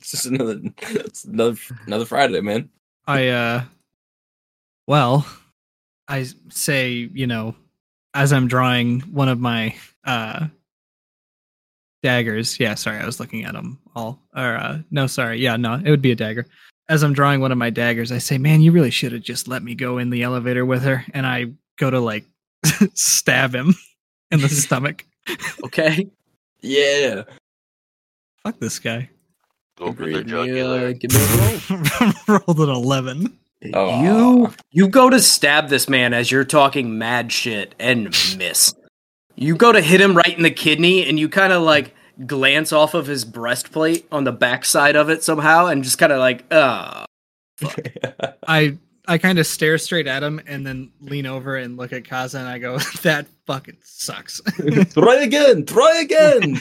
[SPEAKER 9] It's just another, it's another, another Friday, man.
[SPEAKER 6] I uh well, I s- say, you know, as I'm drawing one of my uh daggers. Yeah, sorry, I was looking at them all. Or uh no, sorry. Yeah, no, it would be a dagger. As I'm drawing one of my daggers, I say, "Man, you really should have just let me go in the elevator with her." And I go to like stab him in the stomach.
[SPEAKER 1] Okay.
[SPEAKER 9] Yeah.
[SPEAKER 6] Fuck this guy.
[SPEAKER 7] Go for the
[SPEAKER 9] Agreed.
[SPEAKER 7] jugular.
[SPEAKER 1] Yeah, give me a roll.
[SPEAKER 6] Rolled an 11.
[SPEAKER 9] Aw.
[SPEAKER 1] You you go to stab this man as you're talking mad shit and miss. You go to hit him right in the kidney and you kind of like glance off of his breastplate on the backside of it somehow and just kind of like uh
[SPEAKER 6] I I kind of stare straight at him and then lean over and look at Kaza and I go, "That fucking sucks."
[SPEAKER 9] try again. Try again.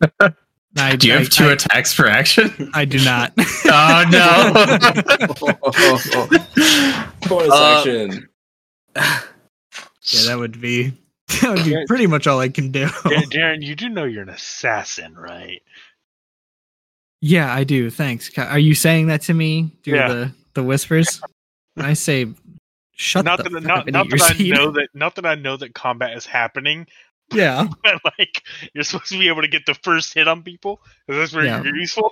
[SPEAKER 6] I,
[SPEAKER 2] Do you
[SPEAKER 6] I-
[SPEAKER 2] have two
[SPEAKER 6] I-
[SPEAKER 2] attacks per action?
[SPEAKER 6] I do not.
[SPEAKER 2] Oh no!
[SPEAKER 4] Bonus
[SPEAKER 1] Uh,
[SPEAKER 4] action.
[SPEAKER 6] yeah, that would be that would be pretty much all I can do.
[SPEAKER 3] Dar- Darren, you do know you're an assassin, right?
[SPEAKER 6] Yeah, I do. Thanks. Ca- Are you saying that to me through
[SPEAKER 3] Yeah.
[SPEAKER 6] the the whispers? I say, shut
[SPEAKER 3] not
[SPEAKER 6] the
[SPEAKER 3] that
[SPEAKER 6] fuck up
[SPEAKER 3] not,
[SPEAKER 6] and
[SPEAKER 3] not
[SPEAKER 6] eat your
[SPEAKER 3] that I
[SPEAKER 6] seed.
[SPEAKER 3] know that not that I know that combat is happening,
[SPEAKER 6] Yeah,
[SPEAKER 3] but like you're supposed to be able to get the first hit on people. Is this where
[SPEAKER 6] Yeah.
[SPEAKER 3] you're useful?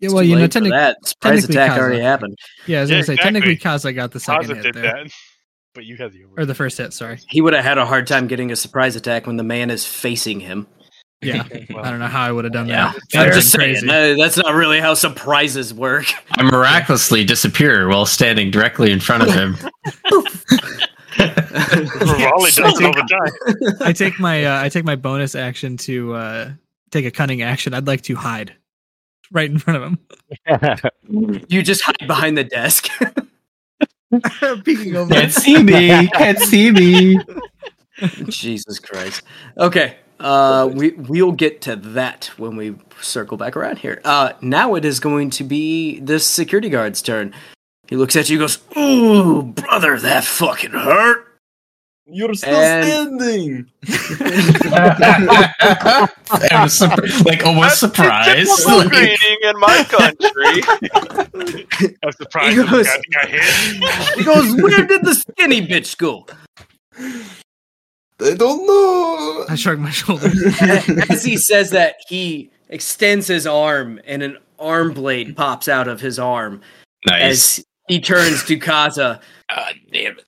[SPEAKER 6] yeah. Well, you know,
[SPEAKER 1] technically
[SPEAKER 6] technically,
[SPEAKER 1] that surprise
[SPEAKER 6] technically
[SPEAKER 1] attack
[SPEAKER 6] Kaza.
[SPEAKER 1] already happened.
[SPEAKER 6] yeah, I was
[SPEAKER 3] Yeah,
[SPEAKER 6] gonna say
[SPEAKER 3] exactly.
[SPEAKER 6] technically, Kaza got the second
[SPEAKER 3] Kaza
[SPEAKER 6] hit
[SPEAKER 3] did
[SPEAKER 6] there,
[SPEAKER 3] that, but you had the
[SPEAKER 6] or the first hit. Sorry.
[SPEAKER 1] He would have had a hard time getting a surprise attack when the man is facing him.
[SPEAKER 6] Yeah, I don't know how I would have done
[SPEAKER 2] Yeah,
[SPEAKER 6] that.
[SPEAKER 1] I'm
[SPEAKER 6] That's
[SPEAKER 1] just
[SPEAKER 6] crazy.
[SPEAKER 1] saying, that- that's not really how surprises work.
[SPEAKER 2] I miraculously disappear while standing directly in front of him.
[SPEAKER 3] Raleigh does it all the time.
[SPEAKER 6] I take my uh, I take my bonus action to uh, take a cunning action. I'd like to hide right in front of him,
[SPEAKER 1] You just hide behind the desk.
[SPEAKER 6] peeking over.
[SPEAKER 2] Can't see me. Can't see me.
[SPEAKER 1] Jesus Christ. Okay. Uh, we we'll get to that when we circle back around here. Uh, now it is going to be this security guard's turn. He looks at you, and goes, "Ooh, brother, that fucking hurt."
[SPEAKER 4] You're still
[SPEAKER 1] And-
[SPEAKER 4] standing.
[SPEAKER 2] I was surpri- like almost surprised.
[SPEAKER 7] Typical
[SPEAKER 2] Like,
[SPEAKER 7] greeting in my country.
[SPEAKER 3] I'm
[SPEAKER 1] He
[SPEAKER 3] surprised that the
[SPEAKER 1] goes-
[SPEAKER 3] guy that got hit.
[SPEAKER 1] He goes, "Where did the skinny bitch go?"
[SPEAKER 4] I don't know.
[SPEAKER 6] I shrug my shoulders.
[SPEAKER 1] As he says that, he extends his arm, and an arm blade pops out of his arm
[SPEAKER 2] nice.
[SPEAKER 1] as he turns to Kaza.
[SPEAKER 2] God damn it.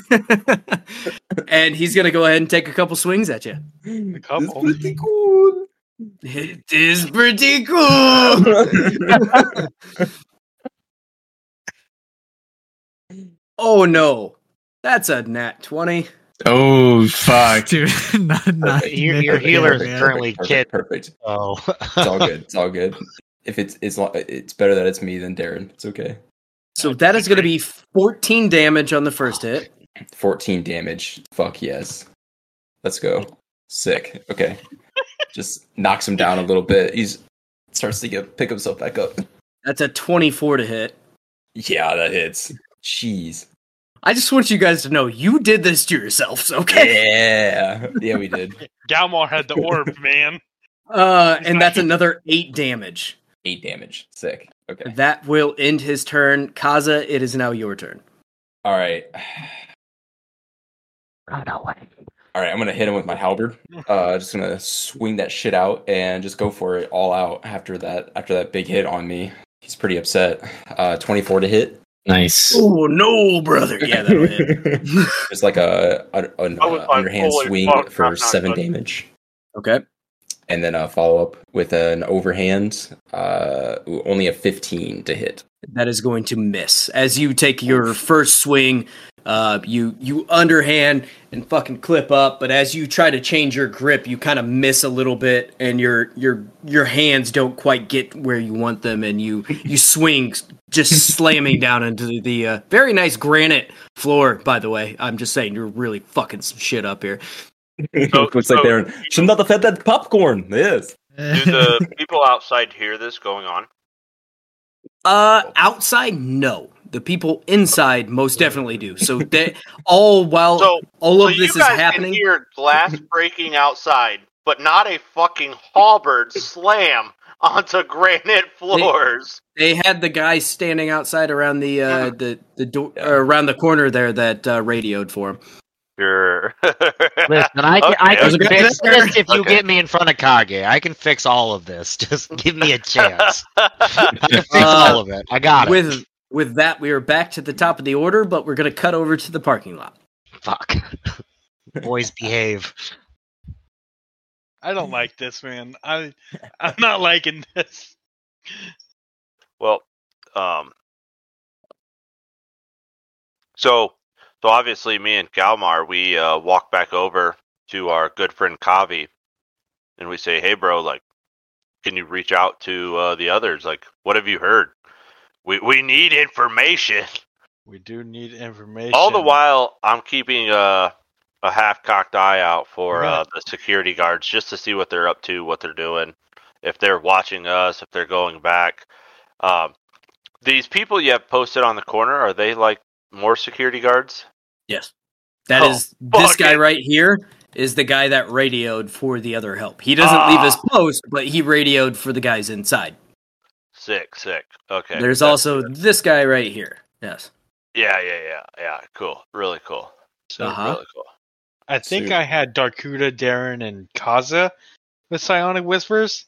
[SPEAKER 1] and and, and he's gonna go ahead and take a couple swings at you.
[SPEAKER 3] A
[SPEAKER 4] It's
[SPEAKER 3] couple.
[SPEAKER 4] pretty cool.
[SPEAKER 1] It is pretty cool. oh no, that's a nat twenty.
[SPEAKER 2] Oh fuck.
[SPEAKER 6] Dude, not, not
[SPEAKER 5] Uh, Your-
[SPEAKER 6] even
[SPEAKER 5] your
[SPEAKER 6] a bit,
[SPEAKER 5] healer is
[SPEAKER 6] man.
[SPEAKER 5] currently
[SPEAKER 9] perfect,
[SPEAKER 5] kid.
[SPEAKER 9] perfect.
[SPEAKER 5] Oh,
[SPEAKER 9] It's all good. It's all good. If it's it's lo- it's better that it's me than Darren. It's okay.
[SPEAKER 1] So that is gonna be fourteen damage on the first hit.
[SPEAKER 9] Fourteen damage. Fuck yes. Let's go. Sick. Okay. Just knocks him down a little bit. He's starts to get pick himself back up.
[SPEAKER 1] That's a twenty-four to hit.
[SPEAKER 9] Yeah, that hits. Jeez.
[SPEAKER 1] I just want you guys to know you did this to yourselves, okay?
[SPEAKER 9] Yeah. Yeah, we did.
[SPEAKER 3] Galmar had the orb, man.
[SPEAKER 1] Uh, and that's another eight damage.
[SPEAKER 9] Eight damage. Sick. Okay.
[SPEAKER 1] That will end his turn. Kaza, it is now your turn.
[SPEAKER 9] All right.
[SPEAKER 10] Oh,
[SPEAKER 9] All right, I'm gonna hit him with my halberd. Uh, just gonna swing that shit out and just go for it all out after that. After that big hit on me, he's pretty upset. Uh, 24 to hit.
[SPEAKER 2] Nice.
[SPEAKER 1] Oh no, brother! Yeah, that'll hit.
[SPEAKER 9] It's like a, a- an
[SPEAKER 7] I was
[SPEAKER 9] uh,
[SPEAKER 7] like,
[SPEAKER 9] underhand
[SPEAKER 7] holy
[SPEAKER 9] swing
[SPEAKER 7] fuck,
[SPEAKER 9] for
[SPEAKER 7] I'm not
[SPEAKER 9] seven
[SPEAKER 7] good.
[SPEAKER 9] damage,
[SPEAKER 1] Okay.
[SPEAKER 9] and then uh, follow up with an overhand. Uh, ooh, only a 15 to hit.
[SPEAKER 1] that is going to miss as you take your first swing uh, you you underhand and fucking clip up but as you try to change your grip you kind of miss a little bit and your your your hands don't quite get where you want them and you you swing just slamming down into the uh, very nice granite floor by the way i'm just saying you're really fucking some shit up here
[SPEAKER 7] So-
[SPEAKER 9] Looks like
[SPEAKER 7] so-
[SPEAKER 9] they're should not have had that popcorn. Yes.
[SPEAKER 7] Do the people outside hear this going on?
[SPEAKER 1] Uh, outside, no. The people inside most definitely do. So they all while
[SPEAKER 7] So-
[SPEAKER 1] all
[SPEAKER 7] so
[SPEAKER 1] of
[SPEAKER 7] you
[SPEAKER 1] this is
[SPEAKER 7] guys
[SPEAKER 1] happening.
[SPEAKER 7] can hear glass breaking outside, but not a fucking halberd slam onto granite floors.
[SPEAKER 1] They had the guy standing outside around the uh, the the door around the corner there that uh, radioed for him.
[SPEAKER 7] Sure.
[SPEAKER 10] Listen, I can, I
[SPEAKER 7] Okay.
[SPEAKER 10] can
[SPEAKER 7] Okay.
[SPEAKER 10] fix this if you
[SPEAKER 7] Okay.
[SPEAKER 10] get me in front of Kage. I can fix all of this. Just give me a chance. I can fix
[SPEAKER 1] Uh,
[SPEAKER 10] all of it. I got it.
[SPEAKER 1] With with that, we are back to the top of the order, but we're gonna cut over to the parking lot.
[SPEAKER 10] Fuck. Boys behave.
[SPEAKER 3] I don't like this, man. I I'm not liking this.
[SPEAKER 7] Well, um, so so obviously, me and Galmar, we uh, walk back over to our good friend Kavi, and we say, "Hey, bro, like, can you reach out to uh, the others? Like, what have you heard? We we need information."
[SPEAKER 3] We do need information.
[SPEAKER 7] All the while, I'm keeping uh a half cocked eye out for uh, the security guards just to see what they're up to, what they're doing, if they're watching us, if they're going back. Um, these people you have posted on the corner are they like more security guards?
[SPEAKER 1] Yes. that
[SPEAKER 7] Oh,
[SPEAKER 1] is this
[SPEAKER 7] fuck
[SPEAKER 1] guy
[SPEAKER 7] it.
[SPEAKER 1] right here is the guy that radioed for the other help. He doesn't
[SPEAKER 7] Ah.
[SPEAKER 1] leave his post, but he radioed for the guys inside.
[SPEAKER 7] Sick, sick. Okay.
[SPEAKER 1] There's
[SPEAKER 7] That's
[SPEAKER 1] also
[SPEAKER 7] good.
[SPEAKER 1] this guy right here. Yes.
[SPEAKER 7] yeah, yeah, yeah, yeah. Cool, really cool. So
[SPEAKER 1] Uh-huh.
[SPEAKER 7] really cool.
[SPEAKER 3] I think
[SPEAKER 9] So-
[SPEAKER 3] I had Darkuda, Darren, and Kaza with Psionic Whispers.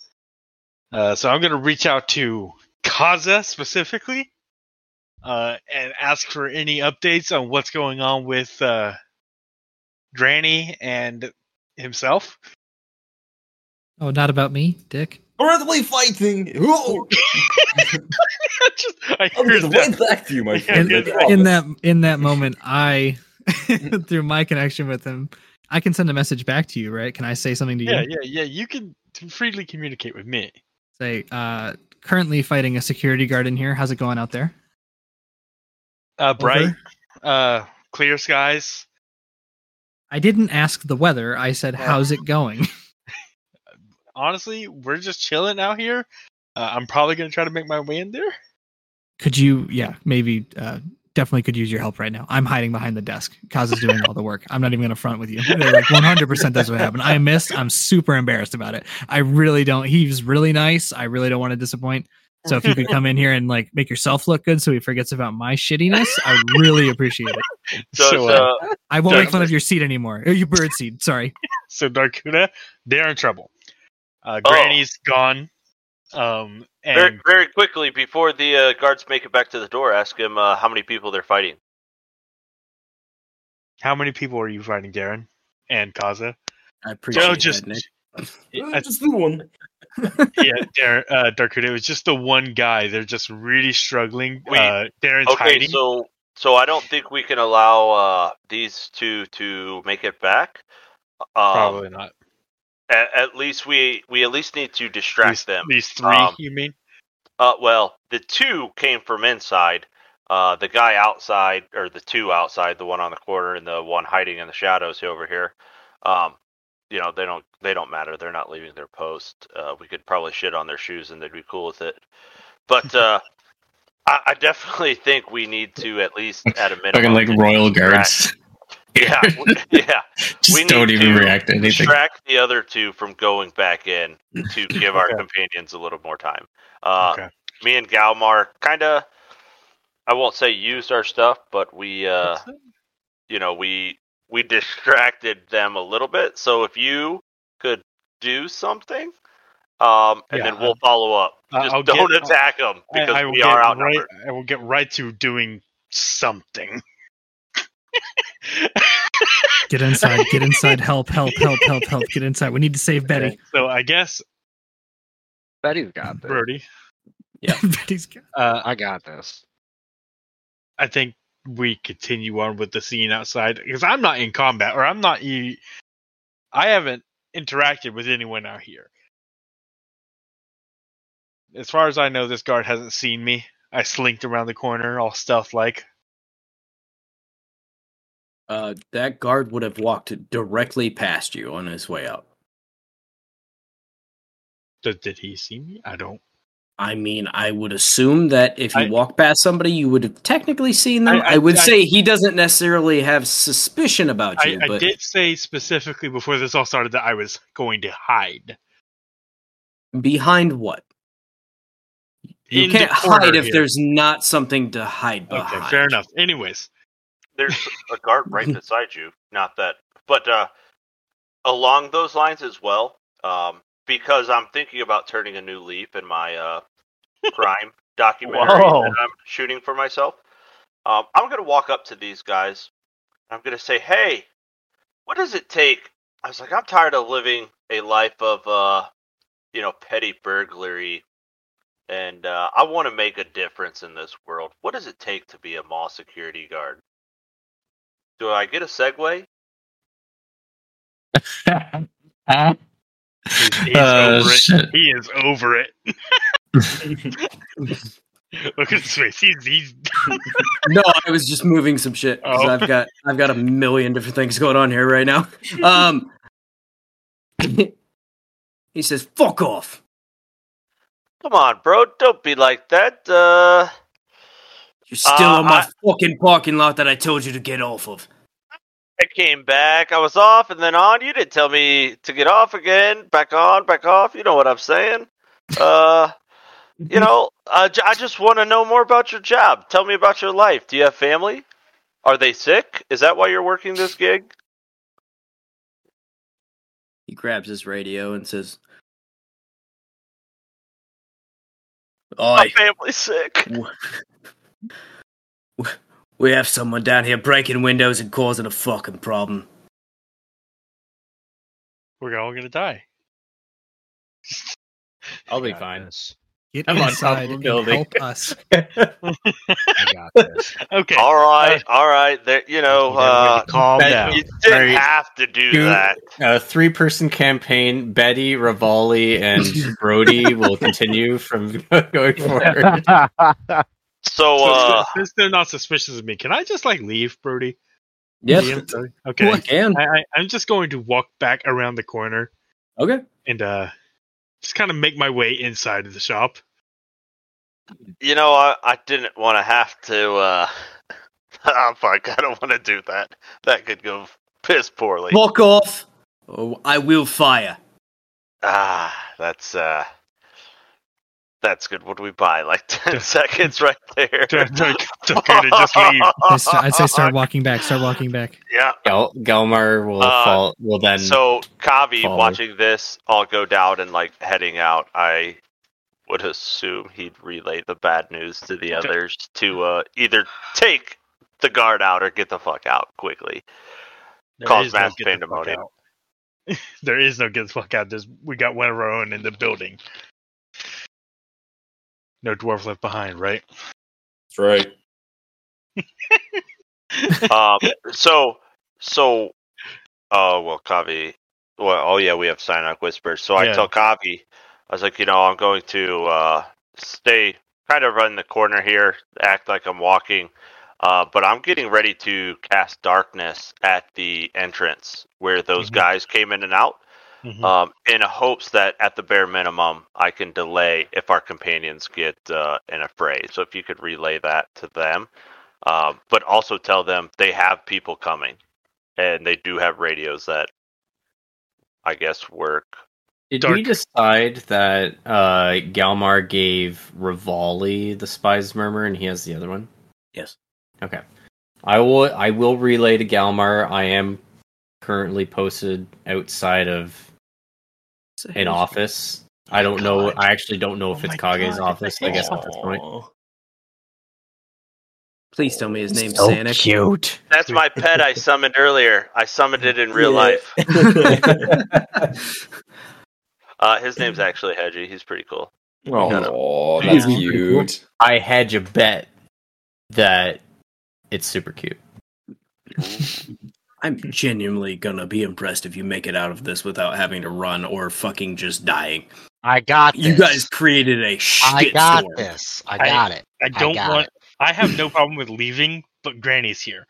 [SPEAKER 3] Uh, so I'm going to reach out to Kaza specifically uh, and ask for any updates on what's going on with uh, Dranny and himself.
[SPEAKER 6] Oh, not about me, Dick.
[SPEAKER 4] Currently fighting. Whoa!
[SPEAKER 3] Just- I
[SPEAKER 4] I'll
[SPEAKER 3] hear
[SPEAKER 4] get
[SPEAKER 3] that.
[SPEAKER 4] right back to you, my
[SPEAKER 3] Yeah,
[SPEAKER 6] In,
[SPEAKER 4] friend. I
[SPEAKER 3] yeah, yeah.
[SPEAKER 6] in
[SPEAKER 4] promise.
[SPEAKER 6] that in that moment, I
[SPEAKER 4] Mm.
[SPEAKER 6] through my connection with him, I can send a message back to you, right? Can I say something to you?
[SPEAKER 3] Yeah, yeah, yeah. You can freely communicate with me.
[SPEAKER 6] Say, uh, currently fighting a security guard in here. How's it going out there?
[SPEAKER 3] Uh, bright,
[SPEAKER 6] Over.
[SPEAKER 3] uh, clear skies.
[SPEAKER 6] I didn't ask the weather. I said, "How's it going?"
[SPEAKER 3] Honestly, we're just chilling out here. Uh, I'm probably going to try to make my way in there.
[SPEAKER 6] could you? Yeah, maybe. Uh, definitely could use your help right now. I'm hiding behind the desk. Kaz is doing all the work. I'm not even gonna front with you. They're like 100. percent That's what happened. I missed. I'm super embarrassed about it. I really don't. He's really nice. I really don't want to disappoint. So if you could come in here and like make yourself look good, so he forgets about my shittiness, I really appreciate it.
[SPEAKER 7] So,
[SPEAKER 3] So,
[SPEAKER 7] so,
[SPEAKER 3] uh,
[SPEAKER 6] I won't make fun of your seed anymore. Or your bird seed. Sorry.
[SPEAKER 3] so Darkuda, they're in trouble. Uh,
[SPEAKER 7] Oh.
[SPEAKER 3] Granny's gone. Um,
[SPEAKER 7] very,
[SPEAKER 3] and
[SPEAKER 7] very quickly before the uh, guards make it back to the door, ask him uh, how many people they're fighting.
[SPEAKER 3] how many people are you fighting, Darren and Kaza?
[SPEAKER 1] I appreciate
[SPEAKER 3] No,
[SPEAKER 1] that,
[SPEAKER 3] just
[SPEAKER 1] Nick.
[SPEAKER 3] I-
[SPEAKER 4] Uh, Just do one.
[SPEAKER 3] yeah, Darren, uh, Darkuda. It was just the one guy. They're just really struggling.
[SPEAKER 7] Wait.
[SPEAKER 3] uh, Darren's
[SPEAKER 7] okay,
[SPEAKER 3] hiding.
[SPEAKER 7] so so I don't think we can allow uh, these two to make it back. Um,
[SPEAKER 3] Probably not.
[SPEAKER 7] at, at least we we at least need to distract
[SPEAKER 3] These,
[SPEAKER 7] them.
[SPEAKER 3] these three,
[SPEAKER 7] Um,
[SPEAKER 3] you mean?
[SPEAKER 7] Uh, well, the two came from inside. Uh, the guy outside, or the two outside, the one on the corner and the one hiding in the shadows over here. Um, you know, they don't they don't matter. They're not leaving their post. Uh, we could probably shit on their shoes and they'd be cool with it. But uh, I, I definitely think we need to at least at a minimum
[SPEAKER 2] Fucking like royal guards.
[SPEAKER 7] Yeah, we- yeah.
[SPEAKER 2] Just
[SPEAKER 7] We
[SPEAKER 2] don't
[SPEAKER 7] need
[SPEAKER 2] even
[SPEAKER 7] to
[SPEAKER 2] react to anything.
[SPEAKER 7] Distract the other two from going back in to give our companions a little more time. Uh,
[SPEAKER 3] Okay.
[SPEAKER 7] Me and Galmar kind of, I won't say used our stuff, but we, uh, you know, we we distracted them a little bit. So if you could do something, um, and
[SPEAKER 3] Yeah,
[SPEAKER 7] then we'll follow up.
[SPEAKER 3] I-
[SPEAKER 7] Just
[SPEAKER 3] Uh, I'll get-
[SPEAKER 7] don't attack them
[SPEAKER 3] I-
[SPEAKER 7] because
[SPEAKER 3] I will
[SPEAKER 7] we are
[SPEAKER 3] get
[SPEAKER 7] outnumbered.
[SPEAKER 3] Right, I will get right to doing something.
[SPEAKER 6] Get inside. Get inside. Help. Help. Help. Help. Help. Get inside. We need to save Betty.
[SPEAKER 3] So I guess
[SPEAKER 5] Betty's got this.
[SPEAKER 3] Brody.
[SPEAKER 6] Betty's.
[SPEAKER 3] Uh,
[SPEAKER 5] I got this.
[SPEAKER 3] I think we continue on with the scene outside because I'm not in combat or I'm not. E- I haven't interacted with anyone out here. As far as I know, this guard hasn't seen me. I slinked around the corner, all stealth like.
[SPEAKER 1] Uh, that guard would have walked directly past you on his way out.
[SPEAKER 3] Did, did he see me? I don't.
[SPEAKER 1] I mean, I would assume that if you
[SPEAKER 3] I-
[SPEAKER 1] walk past somebody, you would have technically seen them.
[SPEAKER 3] I-
[SPEAKER 1] I,
[SPEAKER 3] I-
[SPEAKER 1] would
[SPEAKER 3] I-
[SPEAKER 1] say he doesn't necessarily have suspicion about
[SPEAKER 3] I,
[SPEAKER 1] you,
[SPEAKER 3] I
[SPEAKER 1] but
[SPEAKER 3] did say specifically before this all started that I was going to hide.
[SPEAKER 1] behind what? You
[SPEAKER 3] In the
[SPEAKER 1] can't
[SPEAKER 3] corner
[SPEAKER 1] hide if
[SPEAKER 3] here.
[SPEAKER 1] there's not something to hide
[SPEAKER 3] Okay,
[SPEAKER 1] behind.
[SPEAKER 3] fair enough. Anyways,
[SPEAKER 7] there's a guard right beside you. Not that, but uh, along those lines as well. Um, because I'm thinking about turning a new leaf in my uh, crime documentary
[SPEAKER 3] Whoa.
[SPEAKER 7] that I'm shooting for myself. Um, I'm gonna walk up to these guys. And I'm gonna say, "Hey, what does it take?" I was like, "I'm tired of living a life of, uh, you know, petty burglary." And uh, I want to make a difference in this world. What does it take to be a mall security guard? Do I get a segue?
[SPEAKER 3] he's, he's
[SPEAKER 2] Uh,
[SPEAKER 3] over it.
[SPEAKER 2] shit.
[SPEAKER 3] He is over it. Look at his face. He's, he's
[SPEAKER 11] No, I was just moving some shit 'cause
[SPEAKER 3] Oh.
[SPEAKER 11] I've got I've got a million different things going on here right now. Um, he says, "Fuck off."
[SPEAKER 7] Come on, bro. Don't be like that. Uh,
[SPEAKER 11] You're still
[SPEAKER 7] Uh,
[SPEAKER 11] on my
[SPEAKER 7] I-
[SPEAKER 11] fucking parking lot that I told you to get off of.
[SPEAKER 7] I came back. I was off and then on. You didn't tell me to get off again. Back on, back off. You know what I'm saying? Uh, you know, uh, j- I just want to know more about your job. Tell me about your life. Do you have family? Are they sick? Is that why you're working this gig?
[SPEAKER 11] He grabs his radio and says,
[SPEAKER 7] My
[SPEAKER 11] "Oi,
[SPEAKER 7] family's sick.
[SPEAKER 11] we have someone down here breaking windows and causing a fucking problem."
[SPEAKER 3] we're all gonna die.
[SPEAKER 2] I'll be fine.
[SPEAKER 6] Get
[SPEAKER 2] I'm on top
[SPEAKER 6] inside
[SPEAKER 2] of a
[SPEAKER 6] and
[SPEAKER 2] building.
[SPEAKER 6] help us.
[SPEAKER 2] I
[SPEAKER 5] got this.
[SPEAKER 3] Okay.
[SPEAKER 7] All right, all right. There, you know, uh,
[SPEAKER 5] Calm
[SPEAKER 2] That-
[SPEAKER 5] down.
[SPEAKER 7] you didn't
[SPEAKER 2] Right.
[SPEAKER 7] have to do
[SPEAKER 2] Dude.
[SPEAKER 7] that.
[SPEAKER 2] A three person campaign. Betty, Rivali, and Brody will continue from going forward.
[SPEAKER 7] So,
[SPEAKER 3] So,
[SPEAKER 7] uh,
[SPEAKER 3] since they're not suspicious of me, can I just like leave, Brody?
[SPEAKER 11] Yes,
[SPEAKER 3] Ian, sorry. Okay.
[SPEAKER 11] can.
[SPEAKER 3] I, I, I'm just going to walk back around the corner
[SPEAKER 11] Okay.
[SPEAKER 3] and uh, just kind of make my way inside of the shop.
[SPEAKER 7] you know, I, I didn't want to have to. Uh, I'm fine. I don't want to do that. That could go piss poorly.
[SPEAKER 11] Fuck off. Oh, I will fire.
[SPEAKER 7] Ah, that's uh, that's good. What do we buy? Like ten seconds right there.
[SPEAKER 3] Do I, do I, do I kind of just leave?
[SPEAKER 6] I s- I'd say start walking back. Start walking back.
[SPEAKER 7] Yeah.
[SPEAKER 2] Gal- Galmar will
[SPEAKER 7] Uh,
[SPEAKER 2] fall. Will then.
[SPEAKER 7] So Kavi,
[SPEAKER 2] Follow.
[SPEAKER 7] watching this all go down and like heading out, I would assume he'd relay the bad news to the others to uh, either take the guard out or get the fuck out quickly.
[SPEAKER 3] There
[SPEAKER 7] Cause
[SPEAKER 3] is no
[SPEAKER 7] mass
[SPEAKER 3] get the fuck
[SPEAKER 7] pandemonium.
[SPEAKER 3] out. there is no get the fuck out. There's, we got one of our own in the building. No dwarf left behind, right?
[SPEAKER 9] That's right.
[SPEAKER 7] um, so, so, oh well, Kavi. Well, oh yeah, we have Sinok Whisper. So I
[SPEAKER 3] Yeah.
[SPEAKER 7] tell Kavi, I was like, you know, I'm going to uh, stay kind of run the corner here, act like I'm walking, uh, but I'm getting ready to cast darkness at the entrance where those
[SPEAKER 3] Mhm.
[SPEAKER 7] guys came in and out.
[SPEAKER 3] Mhm.
[SPEAKER 7] Um, in hopes that at the bare minimum, I can delay if our companions get uh, in a fray. So if you could relay that to them, um, but also tell them they have people coming, and they do have radios that I guess work.
[SPEAKER 2] Did
[SPEAKER 3] Dark.
[SPEAKER 2] we decide that uh, Galmar gave Rivali the Spy's Murmur and he has the other one?
[SPEAKER 11] Yes.
[SPEAKER 2] Okay. I will I will relay to Galmar. I am currently posted outside of an office. I don't know I actually don't know Oh if it's Kage's office, I guess at this point.
[SPEAKER 11] Please tell me his name's Sanic.
[SPEAKER 8] cute.
[SPEAKER 7] That's my pet I summoned earlier. I summoned it in real
[SPEAKER 4] Yeah.
[SPEAKER 7] life. Uh, his name's actually Hedgie. He's pretty cool.
[SPEAKER 9] Oh, that's
[SPEAKER 6] Yeah.
[SPEAKER 9] cute.
[SPEAKER 2] I had you bet that it's super cute.
[SPEAKER 11] I'm genuinely gonna be impressed if you make it out of this without having to run or fucking just dying.
[SPEAKER 10] I got this.
[SPEAKER 11] You guys created a
[SPEAKER 10] I
[SPEAKER 11] shit
[SPEAKER 10] got
[SPEAKER 11] storm.
[SPEAKER 10] this. I
[SPEAKER 3] I-
[SPEAKER 10] got it.
[SPEAKER 3] I don't
[SPEAKER 10] got
[SPEAKER 3] want. I have no problem with leaving, but Granny's here.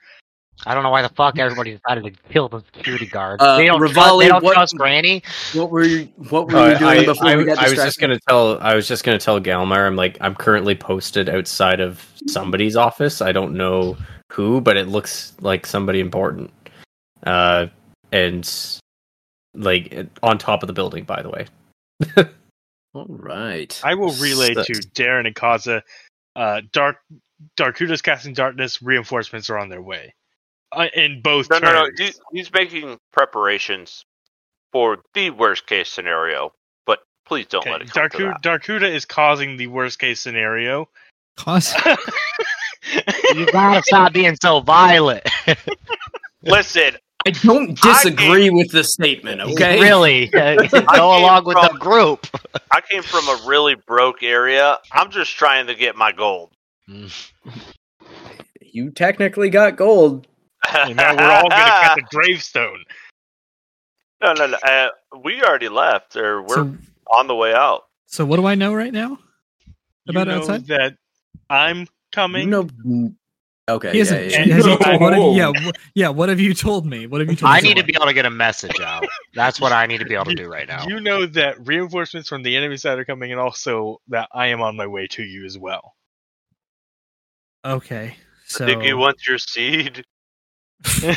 [SPEAKER 10] I don't know why the fuck everybody decided to kill the security guard.
[SPEAKER 11] Uh,
[SPEAKER 10] they don't, trust-
[SPEAKER 11] Rivali,
[SPEAKER 10] they don't
[SPEAKER 11] what-
[SPEAKER 10] trust Granny.
[SPEAKER 11] What were you what were
[SPEAKER 2] Uh,
[SPEAKER 11] you doing
[SPEAKER 2] I,
[SPEAKER 11] before
[SPEAKER 2] I-
[SPEAKER 11] we got
[SPEAKER 2] I was
[SPEAKER 11] distracted?
[SPEAKER 2] just gonna tell. I was just gonna tell Galmar. I'm like, I'm currently posted outside of somebody's office. I don't know who, but it looks like somebody important. Uh, and like it- on top of the building, by the way.
[SPEAKER 11] All right.
[SPEAKER 3] I will relay
[SPEAKER 2] Sucks.
[SPEAKER 3] to Darren and Kaza. Uh, Dark Darkuda's casting darkness. Reinforcements are on their way. Uh, in both
[SPEAKER 7] No, no, no.
[SPEAKER 3] turns.
[SPEAKER 7] He, he's making preparations for the worst case scenario, but please don't let
[SPEAKER 3] Okay.
[SPEAKER 7] it come to
[SPEAKER 3] Darku-
[SPEAKER 7] that.
[SPEAKER 3] Darkuda is causing the worst case scenario.
[SPEAKER 6] Cause
[SPEAKER 10] You gotta stop being so violent.
[SPEAKER 7] Listen,
[SPEAKER 11] I don't
[SPEAKER 7] I
[SPEAKER 11] disagree with the statement, okay?
[SPEAKER 10] really, uh, go along with the group.
[SPEAKER 7] I came from a really broke area. I'm just trying to get my gold.
[SPEAKER 3] Mm.
[SPEAKER 11] You technically got gold.
[SPEAKER 3] And now we're all going to cut the gravestone.
[SPEAKER 7] No, no, no. Uh, we already left, or we're
[SPEAKER 6] so,
[SPEAKER 7] on the way out.
[SPEAKER 6] so what do I know right now?
[SPEAKER 3] You
[SPEAKER 6] About
[SPEAKER 3] know
[SPEAKER 6] outside?
[SPEAKER 3] that I'm coming.
[SPEAKER 1] No. Okay.
[SPEAKER 6] He hasn't.
[SPEAKER 1] yeah, yeah, yeah.
[SPEAKER 6] has he-
[SPEAKER 4] No.
[SPEAKER 6] what have, you- yeah, wh- yeah. What have you told me? What have you told
[SPEAKER 10] I
[SPEAKER 6] me?
[SPEAKER 10] need to be able to get a message out. That's what I need to be able to do right now.
[SPEAKER 3] You know that reinforcements from the enemy side are coming, and also that I am on my way to you as well.
[SPEAKER 6] Okay. So
[SPEAKER 7] I think he wants your seed.
[SPEAKER 3] I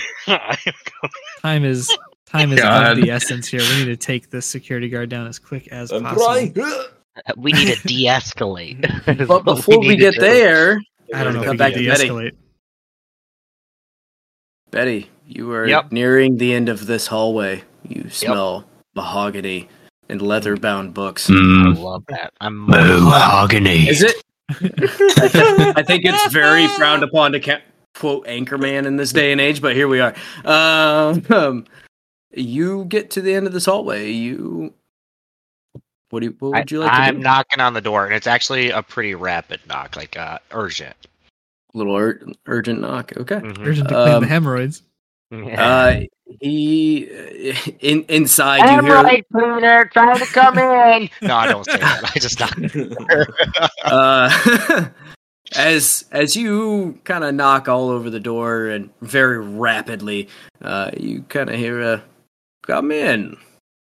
[SPEAKER 3] am coming.
[SPEAKER 6] time is time is
[SPEAKER 2] God.
[SPEAKER 6] of the essence here. We need to take this security guard down as quick as
[SPEAKER 4] I'm
[SPEAKER 6] possible.
[SPEAKER 4] trying.
[SPEAKER 10] We need to de-escalate. Is
[SPEAKER 1] But
[SPEAKER 10] what
[SPEAKER 1] before we
[SPEAKER 10] need
[SPEAKER 1] get
[SPEAKER 10] to do.
[SPEAKER 1] there,
[SPEAKER 6] I don't know if
[SPEAKER 1] Come
[SPEAKER 6] we
[SPEAKER 1] back
[SPEAKER 6] can
[SPEAKER 1] to Betty.
[SPEAKER 6] de-escalate.
[SPEAKER 1] Betty, you are
[SPEAKER 10] Yep.
[SPEAKER 1] nearing the end of this hallway. You smell mahogany and leather-bound books.
[SPEAKER 10] I
[SPEAKER 2] Mm.
[SPEAKER 10] love that. I'm
[SPEAKER 2] Mahogany.
[SPEAKER 1] Is it? I, think, I think it's very frowned upon to ca- quote Anchorman in this day and age, but here we are. Um, um, you get to the end of this hallway. You. What, do you, what would you like
[SPEAKER 10] I,
[SPEAKER 1] to
[SPEAKER 10] am
[SPEAKER 1] do?
[SPEAKER 10] knocking on the door, and it's actually a pretty rapid knock, like uh, urgent.
[SPEAKER 1] Little ur- urgent knock. Okay.
[SPEAKER 10] Mm-hmm.
[SPEAKER 6] Urgent to clean
[SPEAKER 1] Um,
[SPEAKER 6] the hemorrhoids.
[SPEAKER 1] Uh, he in inside you hear
[SPEAKER 10] cleaner trying to come in. no, I don't say that. I just knock.
[SPEAKER 1] uh, as as you kind of knock all over the door and very rapidly, uh, you kind of hear a "Come in."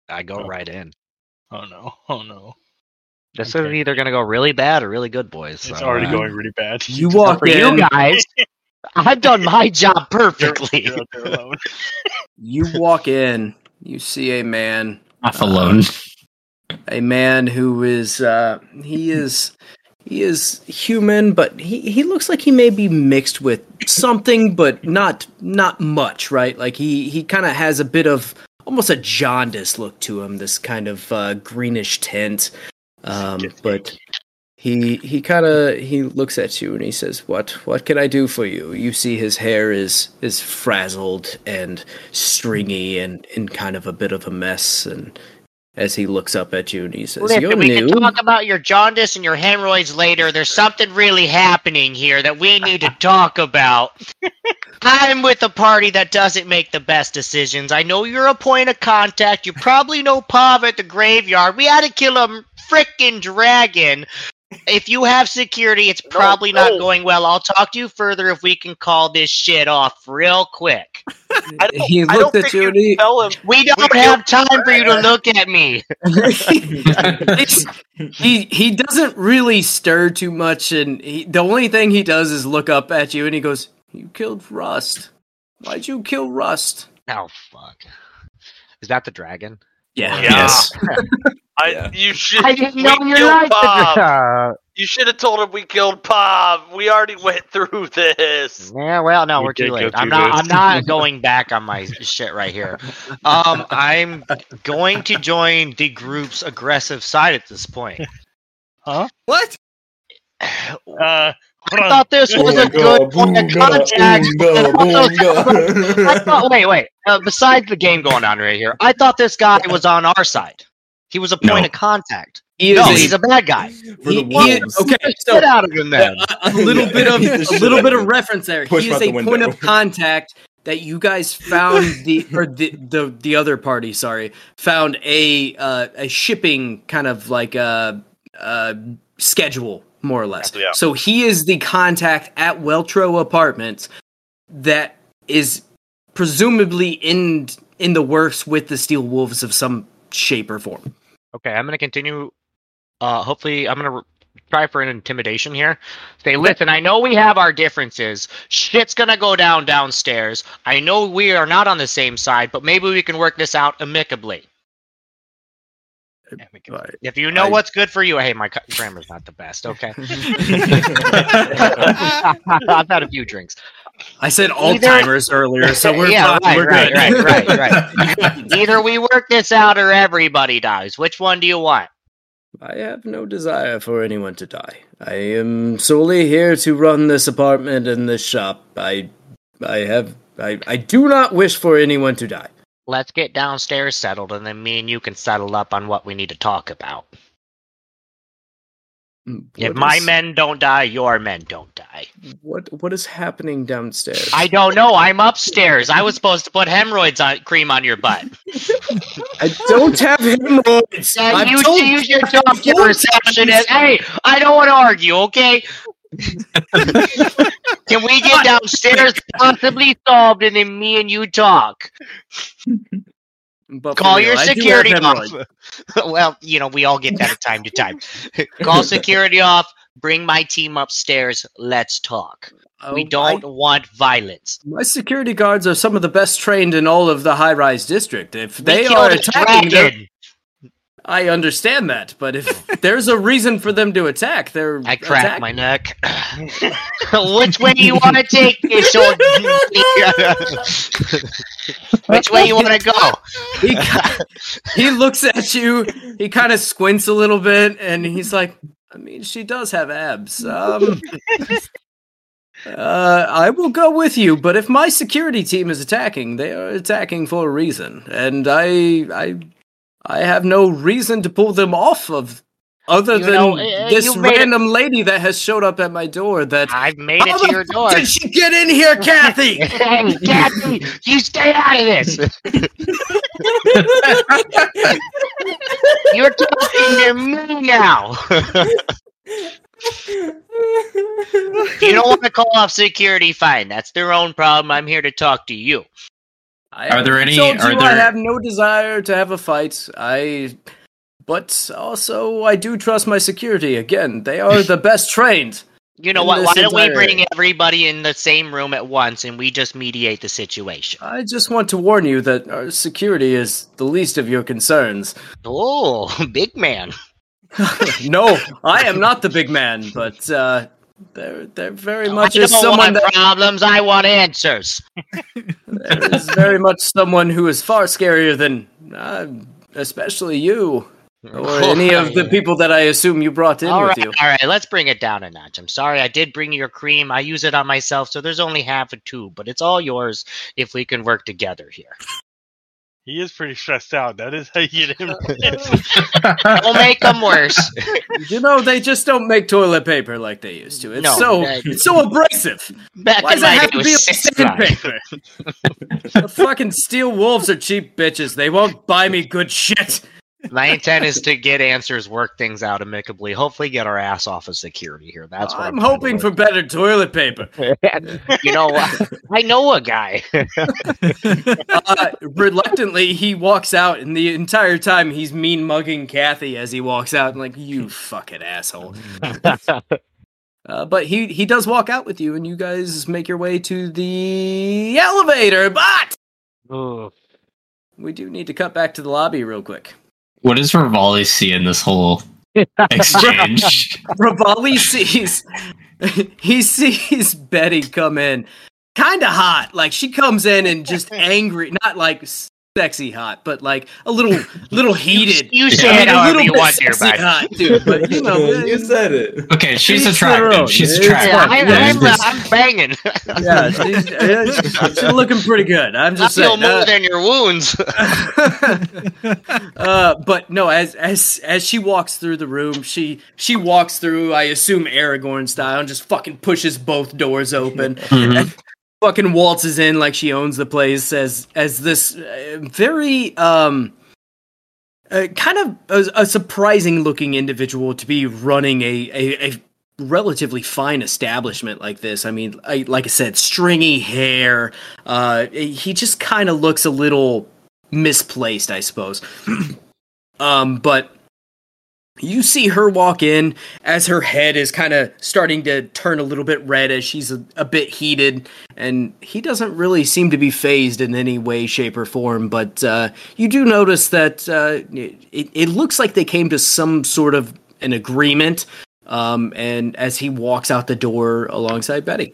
[SPEAKER 10] I go right in.
[SPEAKER 3] Oh no! Oh no!
[SPEAKER 10] This
[SPEAKER 3] Okay.
[SPEAKER 10] is either gonna go really bad or really good, boys.
[SPEAKER 3] It's
[SPEAKER 10] so,
[SPEAKER 3] already
[SPEAKER 10] uh,
[SPEAKER 3] going really bad.
[SPEAKER 1] You
[SPEAKER 3] just-
[SPEAKER 1] walk
[SPEAKER 10] for
[SPEAKER 1] in.
[SPEAKER 10] you guys. I've done my job
[SPEAKER 3] you're-
[SPEAKER 10] perfectly.
[SPEAKER 3] you're out there alone.
[SPEAKER 1] You walk in. You see a man, uh,
[SPEAKER 2] Off alone.
[SPEAKER 1] a man who is uh, he is he is human, but he he looks like he may be mixed with something, but not not much, right? Like he he kind of has a bit of almost a jaundice look to him. This kind of uh, greenish tint, um, but. He he kind of he looks at you and he says, "What what can I do for you?" You see his hair is is frazzled and stringy and in kind of a bit of a mess. And as he looks up at you and he says,
[SPEAKER 10] Listen,
[SPEAKER 1] "You're
[SPEAKER 10] we
[SPEAKER 1] new."
[SPEAKER 10] can talk about your jaundice and your hemorrhoids later. There's something really happening here that we need to talk about. I'm with a party that doesn't make the best decisions. I know you're a point of contact. You probably know Pav at the graveyard. We had to kill a frickin' dragon. If you have security, it's probably
[SPEAKER 7] no.
[SPEAKER 10] not going well. I'll talk to you further if we can call this shit off real quick.
[SPEAKER 7] I don't,
[SPEAKER 1] He
[SPEAKER 7] I don't
[SPEAKER 1] looked at
[SPEAKER 7] think
[SPEAKER 1] you
[SPEAKER 7] you
[SPEAKER 1] and he,
[SPEAKER 7] tell him.
[SPEAKER 10] We don't
[SPEAKER 7] We
[SPEAKER 10] have time for you to look at me.
[SPEAKER 1] It's- he he doesn't really stir too much, and he, the only thing he does is look up at you, and he goes, "You killed Rust. Why'd you kill Rust?"
[SPEAKER 10] Oh fuck. Is that the dragon?
[SPEAKER 1] Yeah.
[SPEAKER 7] Yeah.
[SPEAKER 2] Yes.
[SPEAKER 7] I,
[SPEAKER 4] Yeah.
[SPEAKER 7] You should. we killed Bob. You should have told him we killed Bob. We already went through this.
[SPEAKER 10] Yeah, well, no,
[SPEAKER 3] We
[SPEAKER 10] we are too
[SPEAKER 3] did go
[SPEAKER 10] late.
[SPEAKER 3] through
[SPEAKER 10] I'm not.
[SPEAKER 3] this.
[SPEAKER 10] I'm not going back on my shit right here. Um, I'm going to join the group's aggressive side at this point.
[SPEAKER 6] What?
[SPEAKER 3] Uh, hold
[SPEAKER 10] I
[SPEAKER 3] on.
[SPEAKER 10] thought this was a good point of contact. I thought this- I thought, wait, wait. Uh, besides the game going on right here, I thought this guy was on our side. He was a point
[SPEAKER 2] No.
[SPEAKER 10] of contact.
[SPEAKER 1] He is
[SPEAKER 10] No,
[SPEAKER 1] a-
[SPEAKER 10] he's a bad guy.
[SPEAKER 4] For the
[SPEAKER 1] he- he is-
[SPEAKER 4] wolves.
[SPEAKER 1] okay, so
[SPEAKER 10] Get out of him, then.
[SPEAKER 1] a little bit of
[SPEAKER 4] Beat the
[SPEAKER 1] a
[SPEAKER 4] shit
[SPEAKER 1] little
[SPEAKER 4] out
[SPEAKER 1] bit
[SPEAKER 4] of
[SPEAKER 1] of
[SPEAKER 4] him.
[SPEAKER 1] reference there.
[SPEAKER 4] Push
[SPEAKER 1] he is
[SPEAKER 4] him out
[SPEAKER 1] a
[SPEAKER 4] the
[SPEAKER 1] point of
[SPEAKER 4] window.
[SPEAKER 1] contact that you guys found the or the the, the other party, sorry, found a uh, a shipping kind of like uh uh schedule more or less.
[SPEAKER 7] Yeah.
[SPEAKER 1] So he is the contact at Weltro Apartments that is presumably in in the works with the Steel Wolves of some shape or form.
[SPEAKER 10] Okay, I'm gonna continue. Uh, hopefully, I'm gonna re- try for an intimidation here. Say, listen, I know we have our differences. Shit's gonna go down downstairs. I know we are not on the same side, but maybe we can work this out amicably.
[SPEAKER 1] Right.
[SPEAKER 10] If you know
[SPEAKER 1] I-
[SPEAKER 10] what's good for you, hey, my cu- grammar's not the best. Okay, I've had a few drinks.
[SPEAKER 1] I said all
[SPEAKER 10] Either-
[SPEAKER 1] timers earlier, so we're
[SPEAKER 10] yeah,
[SPEAKER 1] fine,
[SPEAKER 10] right,
[SPEAKER 1] we're
[SPEAKER 10] right,
[SPEAKER 1] good.
[SPEAKER 10] right, right, right. Either we work this out, or everybody dies. Which one do you want?
[SPEAKER 1] I have no desire for anyone to die. I am solely here to run this apartment and this shop. I I have I, I do not wish for anyone to die.
[SPEAKER 10] Let's get downstairs settled, and then me and you can settle up on what we need to talk about. if
[SPEAKER 1] What
[SPEAKER 10] my
[SPEAKER 1] is-
[SPEAKER 10] men don't die, your men don't die.
[SPEAKER 1] what what is happening downstairs?
[SPEAKER 10] I don't know. I'm upstairs. I was supposed to put hemorrhoids on, cream on your butt.
[SPEAKER 1] I don't have hemorrhoids.
[SPEAKER 10] Yeah,
[SPEAKER 1] I've
[SPEAKER 10] you
[SPEAKER 1] told
[SPEAKER 10] use your doctor
[SPEAKER 1] told you.
[SPEAKER 10] receptionist. Hey, I don't want to argue, okay?
[SPEAKER 12] Can we get downstairs possibly solved and then me and you talk?
[SPEAKER 1] But for
[SPEAKER 10] Call
[SPEAKER 1] real,
[SPEAKER 10] your
[SPEAKER 1] I do have
[SPEAKER 10] security off.
[SPEAKER 1] hemorrhoids.
[SPEAKER 10] well, you know, we all get that time to time. Call security off, bring my team upstairs, let's talk. we
[SPEAKER 1] Oh,
[SPEAKER 10] don't want violence.
[SPEAKER 1] My security guards are some of the best trained in all of the high-rise district. If they
[SPEAKER 10] killed
[SPEAKER 1] are
[SPEAKER 10] a
[SPEAKER 1] attacking, they're-
[SPEAKER 10] dragon.
[SPEAKER 1] I understand that. But if there's a reason for them to attack, they're
[SPEAKER 10] I cracked
[SPEAKER 1] attack-
[SPEAKER 10] my neck. Which way do you want to take this, old Which way you want to go?
[SPEAKER 1] He, he looks at you. He kind of squints a little bit, and he's like, "I mean, she does have abs. Um, uh, I will go with you, but if my security team is attacking, they are attacking for a reason, and I, I, I have no reason to pull them off of." Other
[SPEAKER 10] You
[SPEAKER 1] than
[SPEAKER 10] know, uh,
[SPEAKER 1] this
[SPEAKER 10] you made it-
[SPEAKER 1] random lady that has showed up at my door, that
[SPEAKER 10] I've made it
[SPEAKER 1] How
[SPEAKER 10] to
[SPEAKER 1] the
[SPEAKER 10] your
[SPEAKER 1] fuck
[SPEAKER 10] door.
[SPEAKER 1] did she get in here, Kathy?
[SPEAKER 10] hey, Kathy, you stay out of this. You're talking to me now. you don't want to call off security, fine. That's their own problem. I'm here to talk to you.
[SPEAKER 1] I
[SPEAKER 2] Are there any-
[SPEAKER 1] Told
[SPEAKER 2] are
[SPEAKER 1] you I
[SPEAKER 2] there-
[SPEAKER 1] have no desire to have a fight. I, but also I do trust my security. Again, they are the best trained.
[SPEAKER 10] You know
[SPEAKER 1] In
[SPEAKER 10] what?
[SPEAKER 1] this
[SPEAKER 10] Why don't we
[SPEAKER 1] entire
[SPEAKER 10] bring
[SPEAKER 1] area.
[SPEAKER 10] everybody in the same room at once and we just mediate the situation?
[SPEAKER 1] I just want to warn you that our security is the least of your concerns.
[SPEAKER 10] Oh, big man.
[SPEAKER 1] no, I am not the big man, but uh, there, there very
[SPEAKER 10] I
[SPEAKER 1] much
[SPEAKER 10] don't
[SPEAKER 1] is someone
[SPEAKER 10] want
[SPEAKER 1] that
[SPEAKER 10] problems. I want answers.
[SPEAKER 1] there is very much someone who is far scarier than, uh, especially you. Or any of the people that I assume you brought in
[SPEAKER 10] All right,
[SPEAKER 1] with you.
[SPEAKER 10] all right. Let's bring it down a notch. I'm sorry, I did bring your cream. I use it on myself, so there's only half a tube, but it's all yours if we can work together here.
[SPEAKER 3] He is pretty stressed out. That is how you get him.
[SPEAKER 10] Don't make them worse.
[SPEAKER 1] You know, they just don't make toilet paper like they used to. It's
[SPEAKER 10] No,
[SPEAKER 1] so
[SPEAKER 10] that-
[SPEAKER 1] it's so abrasive.
[SPEAKER 10] Back
[SPEAKER 1] Why
[SPEAKER 10] in
[SPEAKER 1] does
[SPEAKER 10] my
[SPEAKER 1] it have
[SPEAKER 10] day,
[SPEAKER 1] to
[SPEAKER 10] it
[SPEAKER 1] be like
[SPEAKER 10] was sandpaper.
[SPEAKER 1] sandpaper? the fucking steel wolves are cheap bitches. They won't buy me good shit.
[SPEAKER 10] My intent is to get answers, work things out amicably, hopefully get our ass off of security here. That's what
[SPEAKER 1] I'm hoping for better toilet paper.
[SPEAKER 10] for. You know, what? I know a guy.
[SPEAKER 1] Uh, reluctantly, he walks out, and the entire time he's mean mugging Kathy as he walks out. and like, you fucking asshole. Uh, but he he does walk out with you, and you guys make your way to the elevator. But we do need to cut back to the lobby real quick.
[SPEAKER 2] What does Rivali see in this whole exchange?
[SPEAKER 1] Bravali sees he sees Betty come in, kind of hot. Like she comes in and just angry, not like sexy hot, but like a little little heated.
[SPEAKER 10] You
[SPEAKER 1] I
[SPEAKER 10] say
[SPEAKER 1] mean,
[SPEAKER 10] it
[SPEAKER 1] a
[SPEAKER 10] however
[SPEAKER 1] little
[SPEAKER 10] you
[SPEAKER 1] bit
[SPEAKER 10] want there,
[SPEAKER 1] sexy
[SPEAKER 10] bud.
[SPEAKER 1] hot, dude. But you know,
[SPEAKER 4] you said it.
[SPEAKER 2] okay, she's
[SPEAKER 1] She's their own,
[SPEAKER 2] attractive. She's
[SPEAKER 1] dude.
[SPEAKER 2] attractive.
[SPEAKER 10] Yeah, I,
[SPEAKER 2] There's
[SPEAKER 10] am
[SPEAKER 2] this-
[SPEAKER 10] I'm banging.
[SPEAKER 1] yeah, she's, yeah, she's looking pretty good. I'm
[SPEAKER 10] I
[SPEAKER 1] just
[SPEAKER 10] feel
[SPEAKER 1] saying.
[SPEAKER 10] more
[SPEAKER 1] uh,
[SPEAKER 10] than your wounds.
[SPEAKER 1] uh, but no, as as as she walks through the room, she she walks through, I assume Aragorn style, and just fucking pushes both doors open.
[SPEAKER 11] Mm-hmm.
[SPEAKER 1] and fucking waltzes in like she owns the place as as this uh, very um uh, kind of a, a surprising looking individual to be running a, a, a relatively fine establishment like this. I mean, I, like I said, stringy hair. Uh, he just kind of looks a little misplaced, I suppose.
[SPEAKER 2] Mm-hmm.
[SPEAKER 1] um, but you see her walk in as her head is kind of starting to turn a little bit red as she's a, a bit heated and he doesn't really seem to be phased in any way shape or form but uh, you do notice that uh, it, it looks like they came to some sort of an agreement um, and as he walks out the door alongside betty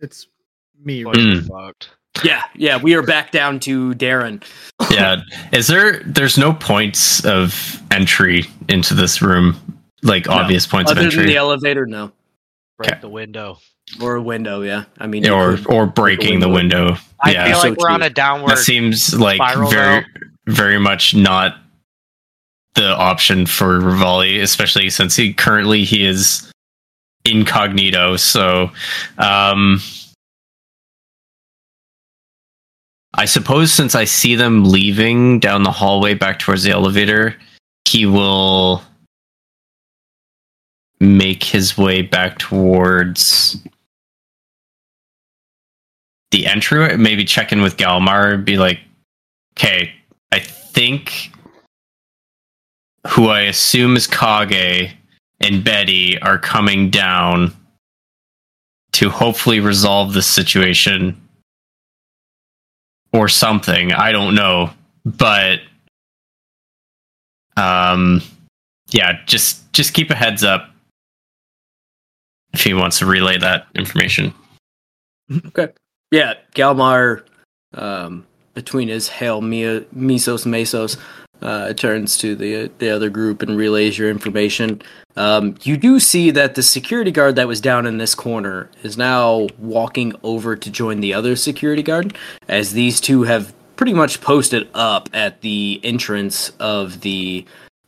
[SPEAKER 6] It's me.
[SPEAKER 2] Fuck.
[SPEAKER 6] Right?
[SPEAKER 2] Mm.
[SPEAKER 7] Fucked.
[SPEAKER 1] yeah yeah we are back down to darren
[SPEAKER 2] yeah. Is there? There's no points of entry into this room, like obvious points of
[SPEAKER 1] other than
[SPEAKER 2] entry,
[SPEAKER 1] the elevator no
[SPEAKER 2] Break
[SPEAKER 1] the window or a window yeah i mean you
[SPEAKER 2] or
[SPEAKER 1] could-
[SPEAKER 2] or breaking the window.
[SPEAKER 10] I
[SPEAKER 2] yeah,
[SPEAKER 10] feel
[SPEAKER 1] so
[SPEAKER 10] like we're on
[SPEAKER 1] true.
[SPEAKER 10] a downward.
[SPEAKER 2] that seems like
[SPEAKER 10] spiral
[SPEAKER 2] very
[SPEAKER 10] though.
[SPEAKER 2] very much not the option for Rivali, especially since he currently he is incognito. So, um, I suppose since I see them leaving down the hallway back towards the elevator, he will make his way back towards the entryway. Maybe check in with Galmar and be like, okay, I think who I assume is Kage and Betty are coming down to hopefully resolve this situation or something. I don't know, but um yeah, just just keep a heads up if he wants to relay that information.
[SPEAKER 1] Okay. Yeah, Galmar, um, between his hail Mia, Misos Mesos, uh, turns to the the other group and relays your information. Um, you do see that the security guard that was down in this corner is now walking over to join the other security guard, as these two have pretty much posted up at the entrance of the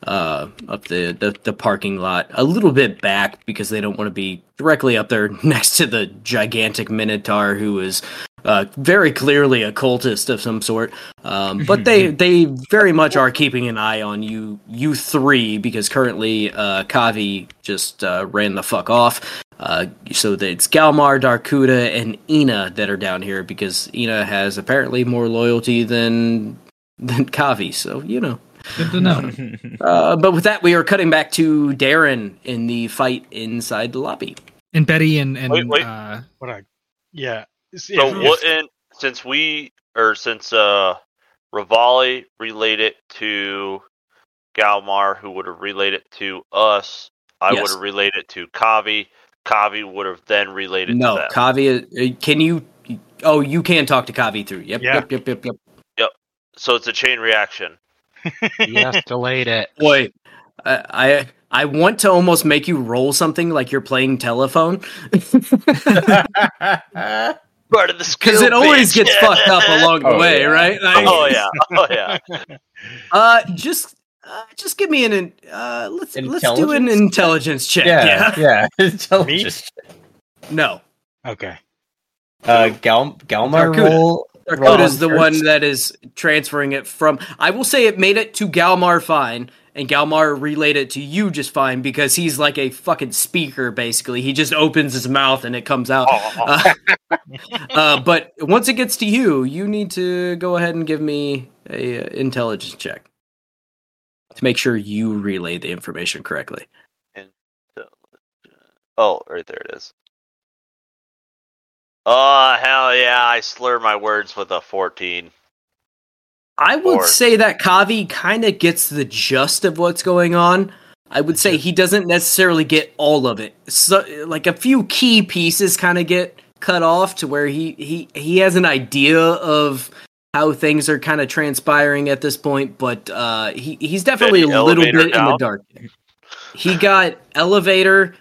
[SPEAKER 1] uh, up the, the the parking lot a little bit back because they don't want to be directly up there next to the gigantic minotaur who is uh, very clearly a cultist of some sort. Um, but they they very much are keeping an eye on you you three because currently uh, Kavi just uh, ran the fuck off. Uh, so that it's Galmar, Darkuda, and Ina that are down here because Ina has apparently more loyalty than than Kavi. So you know.
[SPEAKER 13] Good to know.
[SPEAKER 1] Uh, but with that, we are cutting back to Darren in the fight inside the lobby.
[SPEAKER 6] And Betty and and
[SPEAKER 7] Wait, wait.
[SPEAKER 6] Uh,
[SPEAKER 3] what I yeah.
[SPEAKER 7] So wouldn't since we or since uh Rivali relayed it to Galmar, who would have relayed it to us, I
[SPEAKER 1] Yes.
[SPEAKER 7] would have relayed it to Kavi. Kavi would have then relayed it
[SPEAKER 1] No,
[SPEAKER 7] to them.
[SPEAKER 1] Kavi, uh, can you? Oh, you can talk to Kavi through. Yep,
[SPEAKER 7] Yeah.
[SPEAKER 1] yep, yep, yep, yep.
[SPEAKER 7] so it's a chain reaction.
[SPEAKER 10] Yes, delayed it.
[SPEAKER 1] Boy, I, I I want to almost make you roll something like you're playing telephone
[SPEAKER 7] Part of the
[SPEAKER 1] because it always gets fucked up along the
[SPEAKER 7] Oh,
[SPEAKER 1] way,
[SPEAKER 7] yeah.
[SPEAKER 1] right?
[SPEAKER 7] Oh yeah, oh yeah.
[SPEAKER 1] Uh, just uh, just give me an in- uh let's let's do an intelligence check. Yeah,
[SPEAKER 2] yeah.
[SPEAKER 1] No.
[SPEAKER 3] Okay.
[SPEAKER 2] Uh, Gal- Galmar
[SPEAKER 1] Darkuda.
[SPEAKER 2] roll. roll
[SPEAKER 1] Darkota's the
[SPEAKER 2] first.
[SPEAKER 1] one that is transferring it from. I will say it made it to Galmar fine, and Galmar relayed it to you just fine because he's like a fucking speaker, basically. He just opens his mouth and it comes out. Uh, uh, but once it gets to you, you need to go ahead and give me a uh, intelligence check to make sure you relay the information correctly.
[SPEAKER 7] Oh, right there it is. Oh hell yeah! I slur my words with a fourteen.
[SPEAKER 1] I would
[SPEAKER 7] Or-
[SPEAKER 1] say that Kavi kind of gets the gist of what's going on. I would say he doesn't necessarily get all of it. So, like a few key pieces kind of get cut off to where he he he has an idea of how things are kind of transpiring at this point, but uh, he he's definitely
[SPEAKER 7] Betty
[SPEAKER 1] a little
[SPEAKER 7] elevator
[SPEAKER 1] bit in the
[SPEAKER 7] down?
[SPEAKER 1] dark. He got elevator.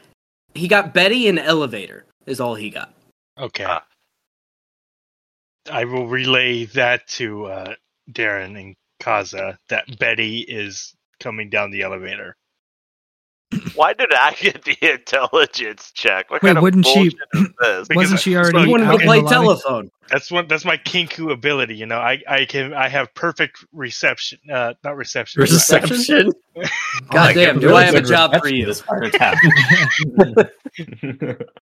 [SPEAKER 1] He got Betty and elevator is all he got.
[SPEAKER 3] Okay.
[SPEAKER 7] Ah.
[SPEAKER 3] I will relay that to uh, Darren and Kaza that Betty is coming down the elevator.
[SPEAKER 7] Why did I get the intelligence check? What
[SPEAKER 6] Wait,
[SPEAKER 7] kind of
[SPEAKER 6] wouldn't she-
[SPEAKER 7] bullshit is this?
[SPEAKER 6] Wasn't she already
[SPEAKER 3] You wanted to
[SPEAKER 6] out in
[SPEAKER 3] play
[SPEAKER 6] the lobby?
[SPEAKER 1] telephone.
[SPEAKER 3] That's one. That's my kinku ability. You know, I, I can I have perfect reception. Uh, not reception.
[SPEAKER 2] Reception?
[SPEAKER 1] Goddamn, do I have a job for you?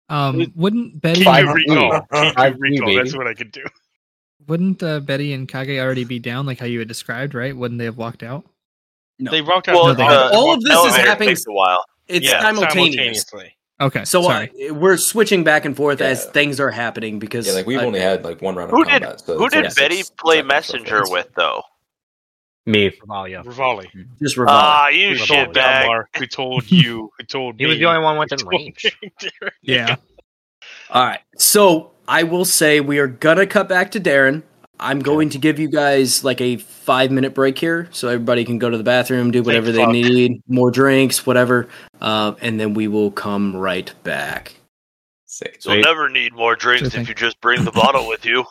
[SPEAKER 6] Um, wouldn't Betty?
[SPEAKER 3] Can you recall? Can you recall? That's what I could do.
[SPEAKER 6] Wouldn't uh, Betty and Kage already be down like how you had described, right? Wouldn't they have walked out?
[SPEAKER 3] They walked out.
[SPEAKER 6] Well,
[SPEAKER 3] of the
[SPEAKER 6] uh,
[SPEAKER 3] elevator.
[SPEAKER 6] all of this is
[SPEAKER 3] Elevator
[SPEAKER 6] happening-
[SPEAKER 3] takes a while.
[SPEAKER 1] It's
[SPEAKER 3] Yeah,
[SPEAKER 1] simultaneous.
[SPEAKER 3] simultaneously.
[SPEAKER 6] Okay,
[SPEAKER 1] So uh,
[SPEAKER 6] sorry.
[SPEAKER 1] we're switching back and forth as things are happening because
[SPEAKER 9] Yeah, like we've
[SPEAKER 1] I-
[SPEAKER 9] only had like one round of
[SPEAKER 7] Who did
[SPEAKER 9] combat. so
[SPEAKER 7] who
[SPEAKER 9] it's
[SPEAKER 7] did
[SPEAKER 9] like
[SPEAKER 7] Betty
[SPEAKER 9] six-
[SPEAKER 7] play messenger with though?
[SPEAKER 2] Me.
[SPEAKER 3] Rivali.
[SPEAKER 1] Just
[SPEAKER 7] Rivali. Ah, you shitbag.
[SPEAKER 3] Who told you? Who told
[SPEAKER 10] He
[SPEAKER 3] me?
[SPEAKER 10] was the only one within
[SPEAKER 3] who told
[SPEAKER 10] range.
[SPEAKER 3] me, Darren.
[SPEAKER 6] Yeah.
[SPEAKER 1] All right. So I will say we are gonna cut back to Darren. I'm going to give you guys like a five minute break here, so everybody can go to the bathroom, do whatever they
[SPEAKER 3] fuck.
[SPEAKER 1] need, more drinks, whatever, uh, and then we will come right back.
[SPEAKER 9] Sick.
[SPEAKER 7] You'll never need more drinks if you just bring the bottle with you.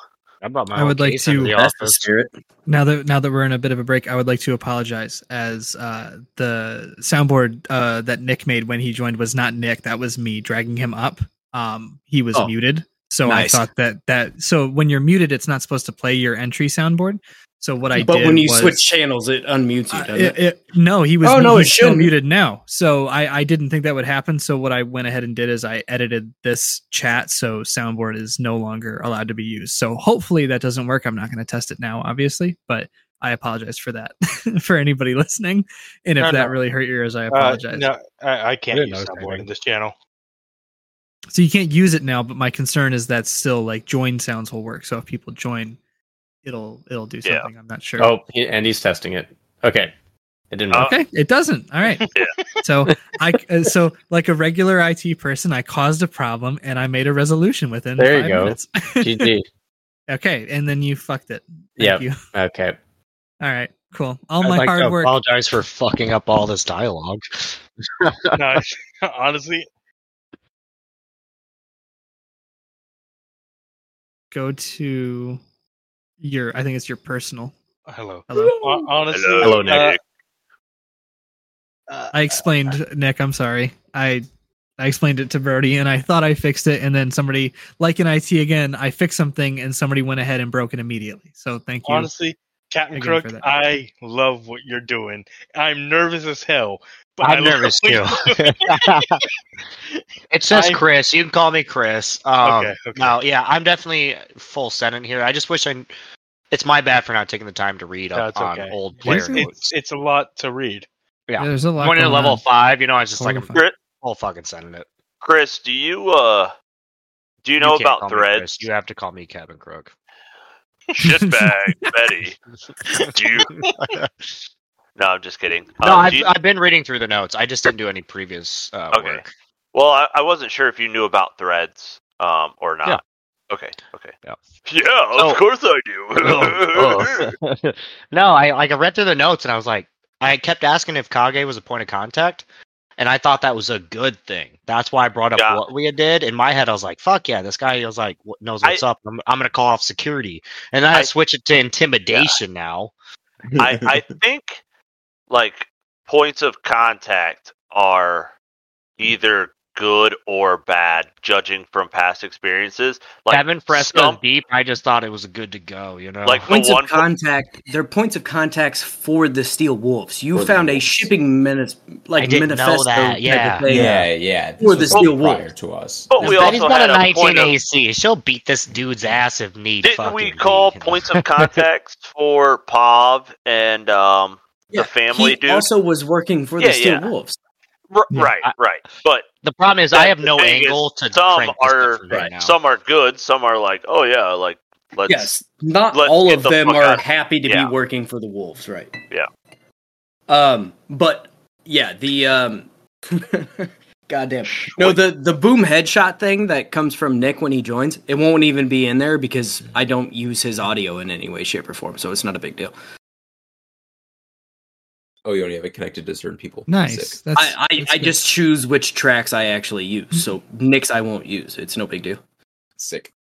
[SPEAKER 10] I brought
[SPEAKER 6] my I own would like case into to- the
[SPEAKER 1] That's the
[SPEAKER 6] office.
[SPEAKER 1] spirit.
[SPEAKER 6] Now that now that we're in a bit of a break, I would like to apologize as uh, the soundboard uh, that Nick made when he joined was not Nick. That was me dragging him up. Um, he was
[SPEAKER 1] Oh,
[SPEAKER 6] muted, so
[SPEAKER 1] nice.
[SPEAKER 6] I thought that that so when you're muted, it's not supposed to play your entry soundboard. So what I
[SPEAKER 14] but
[SPEAKER 6] did
[SPEAKER 14] when you
[SPEAKER 6] was-
[SPEAKER 14] switch channels, it unmutes you.
[SPEAKER 6] Uh,
[SPEAKER 14] doesn't
[SPEAKER 6] it- it- no, he was.
[SPEAKER 14] Oh no,
[SPEAKER 6] he's
[SPEAKER 14] it
[SPEAKER 6] still
[SPEAKER 14] shouldn't.
[SPEAKER 6] muted now. So I, I didn't think that would happen. So what I went ahead and did is I edited this chat so soundboard is no longer allowed to be used. So hopefully that doesn't work. I'm not going to test it now, obviously, but I apologize for that for anybody listening. And if
[SPEAKER 3] No,
[SPEAKER 6] that
[SPEAKER 3] no.
[SPEAKER 6] really hurt your ears, I
[SPEAKER 3] Uh,
[SPEAKER 6] apologize.
[SPEAKER 3] no, I, I can't
[SPEAKER 6] I didn't
[SPEAKER 3] use
[SPEAKER 6] know it was
[SPEAKER 3] Soundboard in this channel.
[SPEAKER 6] So you can't use it now. But my concern is that still like join sounds will work. So if people join, it'll it'll do
[SPEAKER 2] Yeah.
[SPEAKER 6] something. I'm not sure.
[SPEAKER 2] Oh, he- and he's testing it. Okay, it didn't. work.
[SPEAKER 6] okay it doesn't all right so i uh, so like a regular it person i caused a problem and i made a resolution within
[SPEAKER 2] There you
[SPEAKER 6] five
[SPEAKER 2] go.
[SPEAKER 6] minutes.
[SPEAKER 2] GG.
[SPEAKER 6] okay and then you fucked it
[SPEAKER 2] Yeah.
[SPEAKER 6] you.
[SPEAKER 2] Okay.
[SPEAKER 6] all right cool all
[SPEAKER 5] I'd
[SPEAKER 6] my
[SPEAKER 5] like to
[SPEAKER 6] hard work
[SPEAKER 5] apologize for fucking up all this dialogue.
[SPEAKER 3] no, honestly,
[SPEAKER 6] go to your i think it's your personal
[SPEAKER 3] hello
[SPEAKER 6] hello
[SPEAKER 3] hon- honestly,
[SPEAKER 6] Hello, Nick.
[SPEAKER 3] uh,
[SPEAKER 6] i explained nick i'm sorry i I explained it to Brody and I thought I fixed it. And then somebody, like in IT again, I fixed something and somebody went ahead and broke it immediately. So thank you.
[SPEAKER 3] honestly, Captain
[SPEAKER 6] Again
[SPEAKER 3] Crook,
[SPEAKER 6] for that.
[SPEAKER 3] I love what you're doing. I'm nervous as hell. But I
[SPEAKER 5] I'm
[SPEAKER 3] love
[SPEAKER 5] nervous
[SPEAKER 3] what
[SPEAKER 5] too.
[SPEAKER 3] you're
[SPEAKER 5] it says
[SPEAKER 3] I-
[SPEAKER 5] Chris. You can call me Chris. Um,
[SPEAKER 3] Okay, okay.
[SPEAKER 5] No, yeah, I'm definitely full sentence here. I just wish I. It's my bad for not taking the time to read
[SPEAKER 3] No,
[SPEAKER 5] up
[SPEAKER 3] it's
[SPEAKER 5] on
[SPEAKER 3] okay.
[SPEAKER 5] old
[SPEAKER 6] It's-
[SPEAKER 5] player
[SPEAKER 3] It's,
[SPEAKER 5] notes.
[SPEAKER 3] it's, it's a lot to read.
[SPEAKER 5] Yeah,
[SPEAKER 6] there's a lot
[SPEAKER 5] When you're
[SPEAKER 6] going
[SPEAKER 5] level
[SPEAKER 6] on.
[SPEAKER 5] five, you know, I was just like,
[SPEAKER 6] Totally
[SPEAKER 5] I'm
[SPEAKER 6] fine.
[SPEAKER 5] full fucking sending it.
[SPEAKER 7] Chris, do you uh do you know
[SPEAKER 5] can't
[SPEAKER 7] about
[SPEAKER 5] call me
[SPEAKER 7] threads?
[SPEAKER 5] Chris, You have to call me Kevin Crook.
[SPEAKER 7] Shitbag Betty. Do you Um, No, I'm just kidding.
[SPEAKER 5] No,
[SPEAKER 7] Um,
[SPEAKER 5] I've,
[SPEAKER 7] do you-
[SPEAKER 5] I've been reading through the notes. I just didn't do any previous uh,
[SPEAKER 7] Okay.
[SPEAKER 5] work.
[SPEAKER 7] Well, I, I wasn't sure if you knew about threads um or not. Okay, okay.
[SPEAKER 5] Yeah.
[SPEAKER 7] Yeah, of
[SPEAKER 5] So-
[SPEAKER 7] course I do.
[SPEAKER 5] Oh, oh. no, I like I read through the notes and I was like, I kept asking if Kage was a point of contact, and I thought that was a good thing. That's why I brought up
[SPEAKER 7] Yeah.
[SPEAKER 5] what we did. In my head, I was like, "Fuck yeah, this guy is like what- knows what's up." I'm, I'm gonna call off security, and then I,
[SPEAKER 7] I-
[SPEAKER 5] switch it to intimidation now.
[SPEAKER 7] I, I think like points of contact are either good or bad, judging from past experiences. Like
[SPEAKER 5] Kevin Fresco's
[SPEAKER 7] some-
[SPEAKER 5] deep. I just thought it was good to go. You know,
[SPEAKER 7] Like, the
[SPEAKER 1] points
[SPEAKER 7] one-
[SPEAKER 1] of contact. They're points of contacts for the Steel Wolves. You
[SPEAKER 9] For the
[SPEAKER 1] found a shipping minutes like
[SPEAKER 5] I didn't know
[SPEAKER 1] manifesto
[SPEAKER 5] that,
[SPEAKER 1] type of
[SPEAKER 5] yeah.
[SPEAKER 1] thing.
[SPEAKER 9] yeah, yeah.
[SPEAKER 1] Or the
[SPEAKER 9] was
[SPEAKER 7] Oh,
[SPEAKER 1] Steel
[SPEAKER 9] prior
[SPEAKER 1] Wolf.
[SPEAKER 9] to us.
[SPEAKER 7] but we
[SPEAKER 5] Betty's
[SPEAKER 7] also
[SPEAKER 5] got
[SPEAKER 7] had
[SPEAKER 5] a 19
[SPEAKER 7] point of,
[SPEAKER 5] AC. She'll beat this dude's ass if need.
[SPEAKER 7] didn't
[SPEAKER 5] fucking
[SPEAKER 7] we call
[SPEAKER 5] be.
[SPEAKER 7] points of contacts for Pav and um
[SPEAKER 1] Yeah,
[SPEAKER 7] the family
[SPEAKER 1] he
[SPEAKER 7] dude?
[SPEAKER 1] also was working for
[SPEAKER 7] Yeah,
[SPEAKER 1] the Steel
[SPEAKER 7] yeah.
[SPEAKER 1] Wolves.
[SPEAKER 7] R-
[SPEAKER 6] Yeah.
[SPEAKER 7] Right, right. But
[SPEAKER 5] The problem is
[SPEAKER 7] That's
[SPEAKER 5] I have
[SPEAKER 7] the
[SPEAKER 5] no
[SPEAKER 7] thing is
[SPEAKER 5] angle to
[SPEAKER 7] some
[SPEAKER 5] crank this
[SPEAKER 7] are-
[SPEAKER 5] stuff right now.
[SPEAKER 7] some are good, some are like, oh yeah, like let's
[SPEAKER 1] yes, not
[SPEAKER 7] let's
[SPEAKER 1] all
[SPEAKER 7] get
[SPEAKER 1] of
[SPEAKER 7] the
[SPEAKER 1] them
[SPEAKER 7] fuck
[SPEAKER 1] are
[SPEAKER 7] out.
[SPEAKER 1] happy to
[SPEAKER 7] Yeah.
[SPEAKER 1] be working for the Wolves, right?
[SPEAKER 7] Yeah.
[SPEAKER 1] Um, but yeah, the um, goddamn no, the the boom headshot thing that comes from Nick when he joins, it won't even be in there because I don't use his audio in any way, shape, or form, so it's not a big deal.
[SPEAKER 9] Oh, you only have it connected to certain people.
[SPEAKER 6] nice.
[SPEAKER 9] Sick.
[SPEAKER 6] That's,
[SPEAKER 1] I I,
[SPEAKER 6] that's
[SPEAKER 1] I
[SPEAKER 6] good.
[SPEAKER 1] just choose which tracks I actually use. So Nick's I won't use. It's no big deal.
[SPEAKER 9] Sick.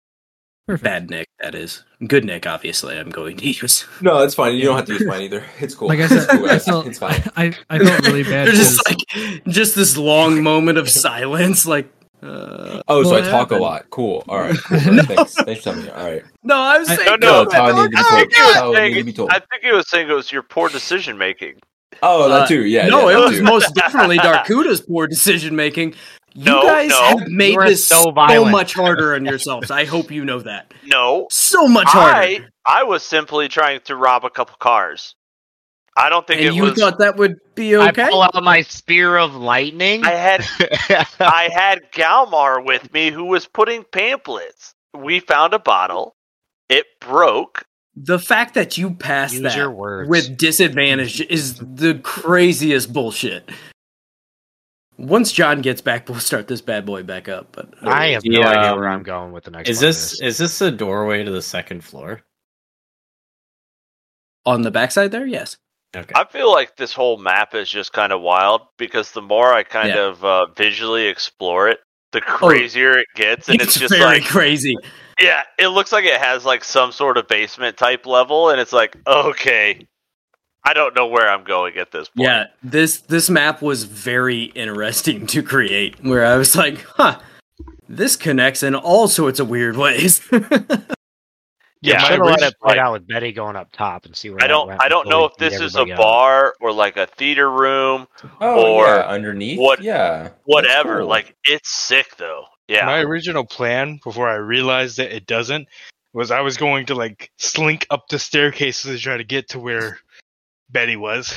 [SPEAKER 6] Perfect.
[SPEAKER 1] Bad Nick, that is. Good Nick, obviously. I'm going to use.
[SPEAKER 9] No, it's fine. You don't have to use mine either. It's cool.
[SPEAKER 6] Like I
[SPEAKER 9] it's,
[SPEAKER 6] said,
[SPEAKER 9] cool,
[SPEAKER 6] I
[SPEAKER 9] guys.
[SPEAKER 6] felt-
[SPEAKER 9] it's fine.
[SPEAKER 6] I, I felt really bad.
[SPEAKER 1] There's just
[SPEAKER 6] 'cause-
[SPEAKER 1] like just this long moment of silence. Like, uh,
[SPEAKER 9] Oh, so
[SPEAKER 6] Well,
[SPEAKER 9] I
[SPEAKER 6] that
[SPEAKER 9] talk a
[SPEAKER 6] happened.
[SPEAKER 9] lot. Cool. All right. Cool. All right, Thanks. Thanks for telling me. All right.
[SPEAKER 1] no, I was
[SPEAKER 6] I-
[SPEAKER 1] saying
[SPEAKER 7] No,
[SPEAKER 9] No,
[SPEAKER 7] no,
[SPEAKER 9] it's how I needed to be
[SPEAKER 7] I think, it
[SPEAKER 9] told.
[SPEAKER 7] was
[SPEAKER 9] It's how I needed to be
[SPEAKER 7] saying,
[SPEAKER 9] told.
[SPEAKER 7] I think he was saying it was your poor decision making.
[SPEAKER 9] Oh,
[SPEAKER 1] Uh,
[SPEAKER 9] that too. Yeah.
[SPEAKER 1] no,
[SPEAKER 9] yeah,
[SPEAKER 1] it
[SPEAKER 9] that
[SPEAKER 1] was
[SPEAKER 9] too.
[SPEAKER 1] most definitely Darkuda's poor decision making. You
[SPEAKER 7] No,
[SPEAKER 1] guys
[SPEAKER 7] no.
[SPEAKER 1] have made
[SPEAKER 5] You are
[SPEAKER 1] this
[SPEAKER 5] so
[SPEAKER 1] so,
[SPEAKER 5] violent.
[SPEAKER 1] much harder on yourselves. I hope you know that.
[SPEAKER 7] No,
[SPEAKER 1] So much
[SPEAKER 7] I
[SPEAKER 1] harder.
[SPEAKER 7] I was simply trying to rob a couple cars. I don't think
[SPEAKER 1] And
[SPEAKER 7] it
[SPEAKER 1] you
[SPEAKER 7] was.
[SPEAKER 1] thought that would be
[SPEAKER 5] I
[SPEAKER 1] okay?
[SPEAKER 5] pull out my spear of lightning.
[SPEAKER 7] I had I had Galmar with me who was putting pamphlets. We found a bottle. It broke.
[SPEAKER 1] The fact that you passed
[SPEAKER 5] Use
[SPEAKER 1] that
[SPEAKER 5] your words.
[SPEAKER 1] with disadvantage is the craziest bullshit. Once John gets back, we'll start this bad boy back up. But uh,
[SPEAKER 5] I have no
[SPEAKER 2] Yeah,
[SPEAKER 5] idea where
[SPEAKER 2] um,
[SPEAKER 5] I'm going with the next.
[SPEAKER 2] Is
[SPEAKER 5] one of
[SPEAKER 2] this is this a doorway to the second floor?
[SPEAKER 1] on the backside there, yes.
[SPEAKER 2] Okay.
[SPEAKER 7] I feel like this whole map is just kind of wild because the more I kind
[SPEAKER 1] Yeah.
[SPEAKER 7] of uh, visually explore it, the crazier it gets, and it's, just
[SPEAKER 1] very
[SPEAKER 7] like
[SPEAKER 1] crazy.
[SPEAKER 7] yeah, it looks like it has like some sort of basement type level, and it's like okay, I don't know where I'm going at this point.
[SPEAKER 1] Yeah, this this map was very interesting to create. Where I was like, huh, this connects in all sorts of weird ways.
[SPEAKER 7] Yeah,
[SPEAKER 5] should have
[SPEAKER 7] my
[SPEAKER 5] let
[SPEAKER 7] wrist,
[SPEAKER 5] it play
[SPEAKER 7] like-
[SPEAKER 5] out with Betty going up top and see where
[SPEAKER 7] I
[SPEAKER 5] that
[SPEAKER 7] don't
[SPEAKER 5] went
[SPEAKER 7] I don't
[SPEAKER 5] before
[SPEAKER 7] know
[SPEAKER 5] we
[SPEAKER 7] if
[SPEAKER 5] beat
[SPEAKER 7] this is a
[SPEAKER 5] everybody up.
[SPEAKER 7] bar or like a theater room
[SPEAKER 9] Oh,
[SPEAKER 7] or
[SPEAKER 9] yeah, underneath.
[SPEAKER 7] what-
[SPEAKER 9] yeah.
[SPEAKER 7] whatever.
[SPEAKER 9] That's cool.
[SPEAKER 7] Like it's sick though. Yeah.
[SPEAKER 3] My original plan before I realized that it doesn't was I was going to like slink up the staircases to try to get to where Betty was.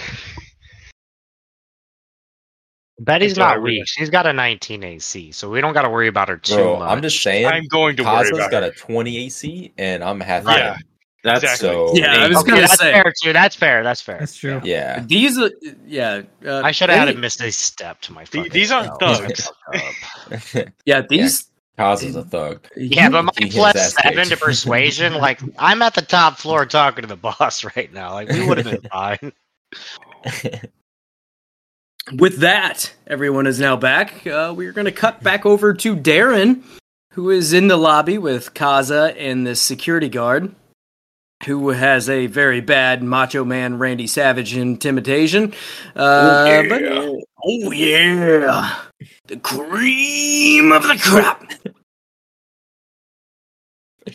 [SPEAKER 5] Betty's
[SPEAKER 3] Until I
[SPEAKER 5] not weak.
[SPEAKER 3] realized-
[SPEAKER 5] She's got a 19 AC, so we don't got to worry about her too
[SPEAKER 9] Bro,
[SPEAKER 5] much.
[SPEAKER 9] I'm just saying.
[SPEAKER 3] I'm going to worry
[SPEAKER 9] Kaza's
[SPEAKER 3] about
[SPEAKER 9] got
[SPEAKER 3] it.
[SPEAKER 9] a 20 AC, and I'm half.
[SPEAKER 5] Right.
[SPEAKER 9] Yeah,
[SPEAKER 15] That's
[SPEAKER 3] Exactly.
[SPEAKER 9] so.
[SPEAKER 1] Yeah, I was
[SPEAKER 5] okay,
[SPEAKER 1] gonna
[SPEAKER 5] that's
[SPEAKER 1] say
[SPEAKER 5] fair too. That's fair. That's fair.
[SPEAKER 6] That's true.
[SPEAKER 9] Yeah.
[SPEAKER 1] these. Are, yeah, uh,
[SPEAKER 5] I should have
[SPEAKER 1] any-
[SPEAKER 5] added Misty Step to my.
[SPEAKER 3] Th-
[SPEAKER 5] fucking
[SPEAKER 3] these aren't
[SPEAKER 5] notes.
[SPEAKER 3] thugs.
[SPEAKER 1] Yeah, these.
[SPEAKER 9] Kaz is a thug.
[SPEAKER 5] Yeah, but my
[SPEAKER 9] He has
[SPEAKER 5] plus
[SPEAKER 9] ass
[SPEAKER 5] seven
[SPEAKER 9] kicked.
[SPEAKER 5] to persuasion, like I'm at the top floor talking to the boss right now. Like we would have been fine.
[SPEAKER 1] With that, everyone is now back. Uh, we're going to cut back over to Darren, who is in the lobby with Kaza and this security guard, who has a very bad Macho Man Randy Savage intimidation. Uh, but- oh, yeah. The cream of the crop.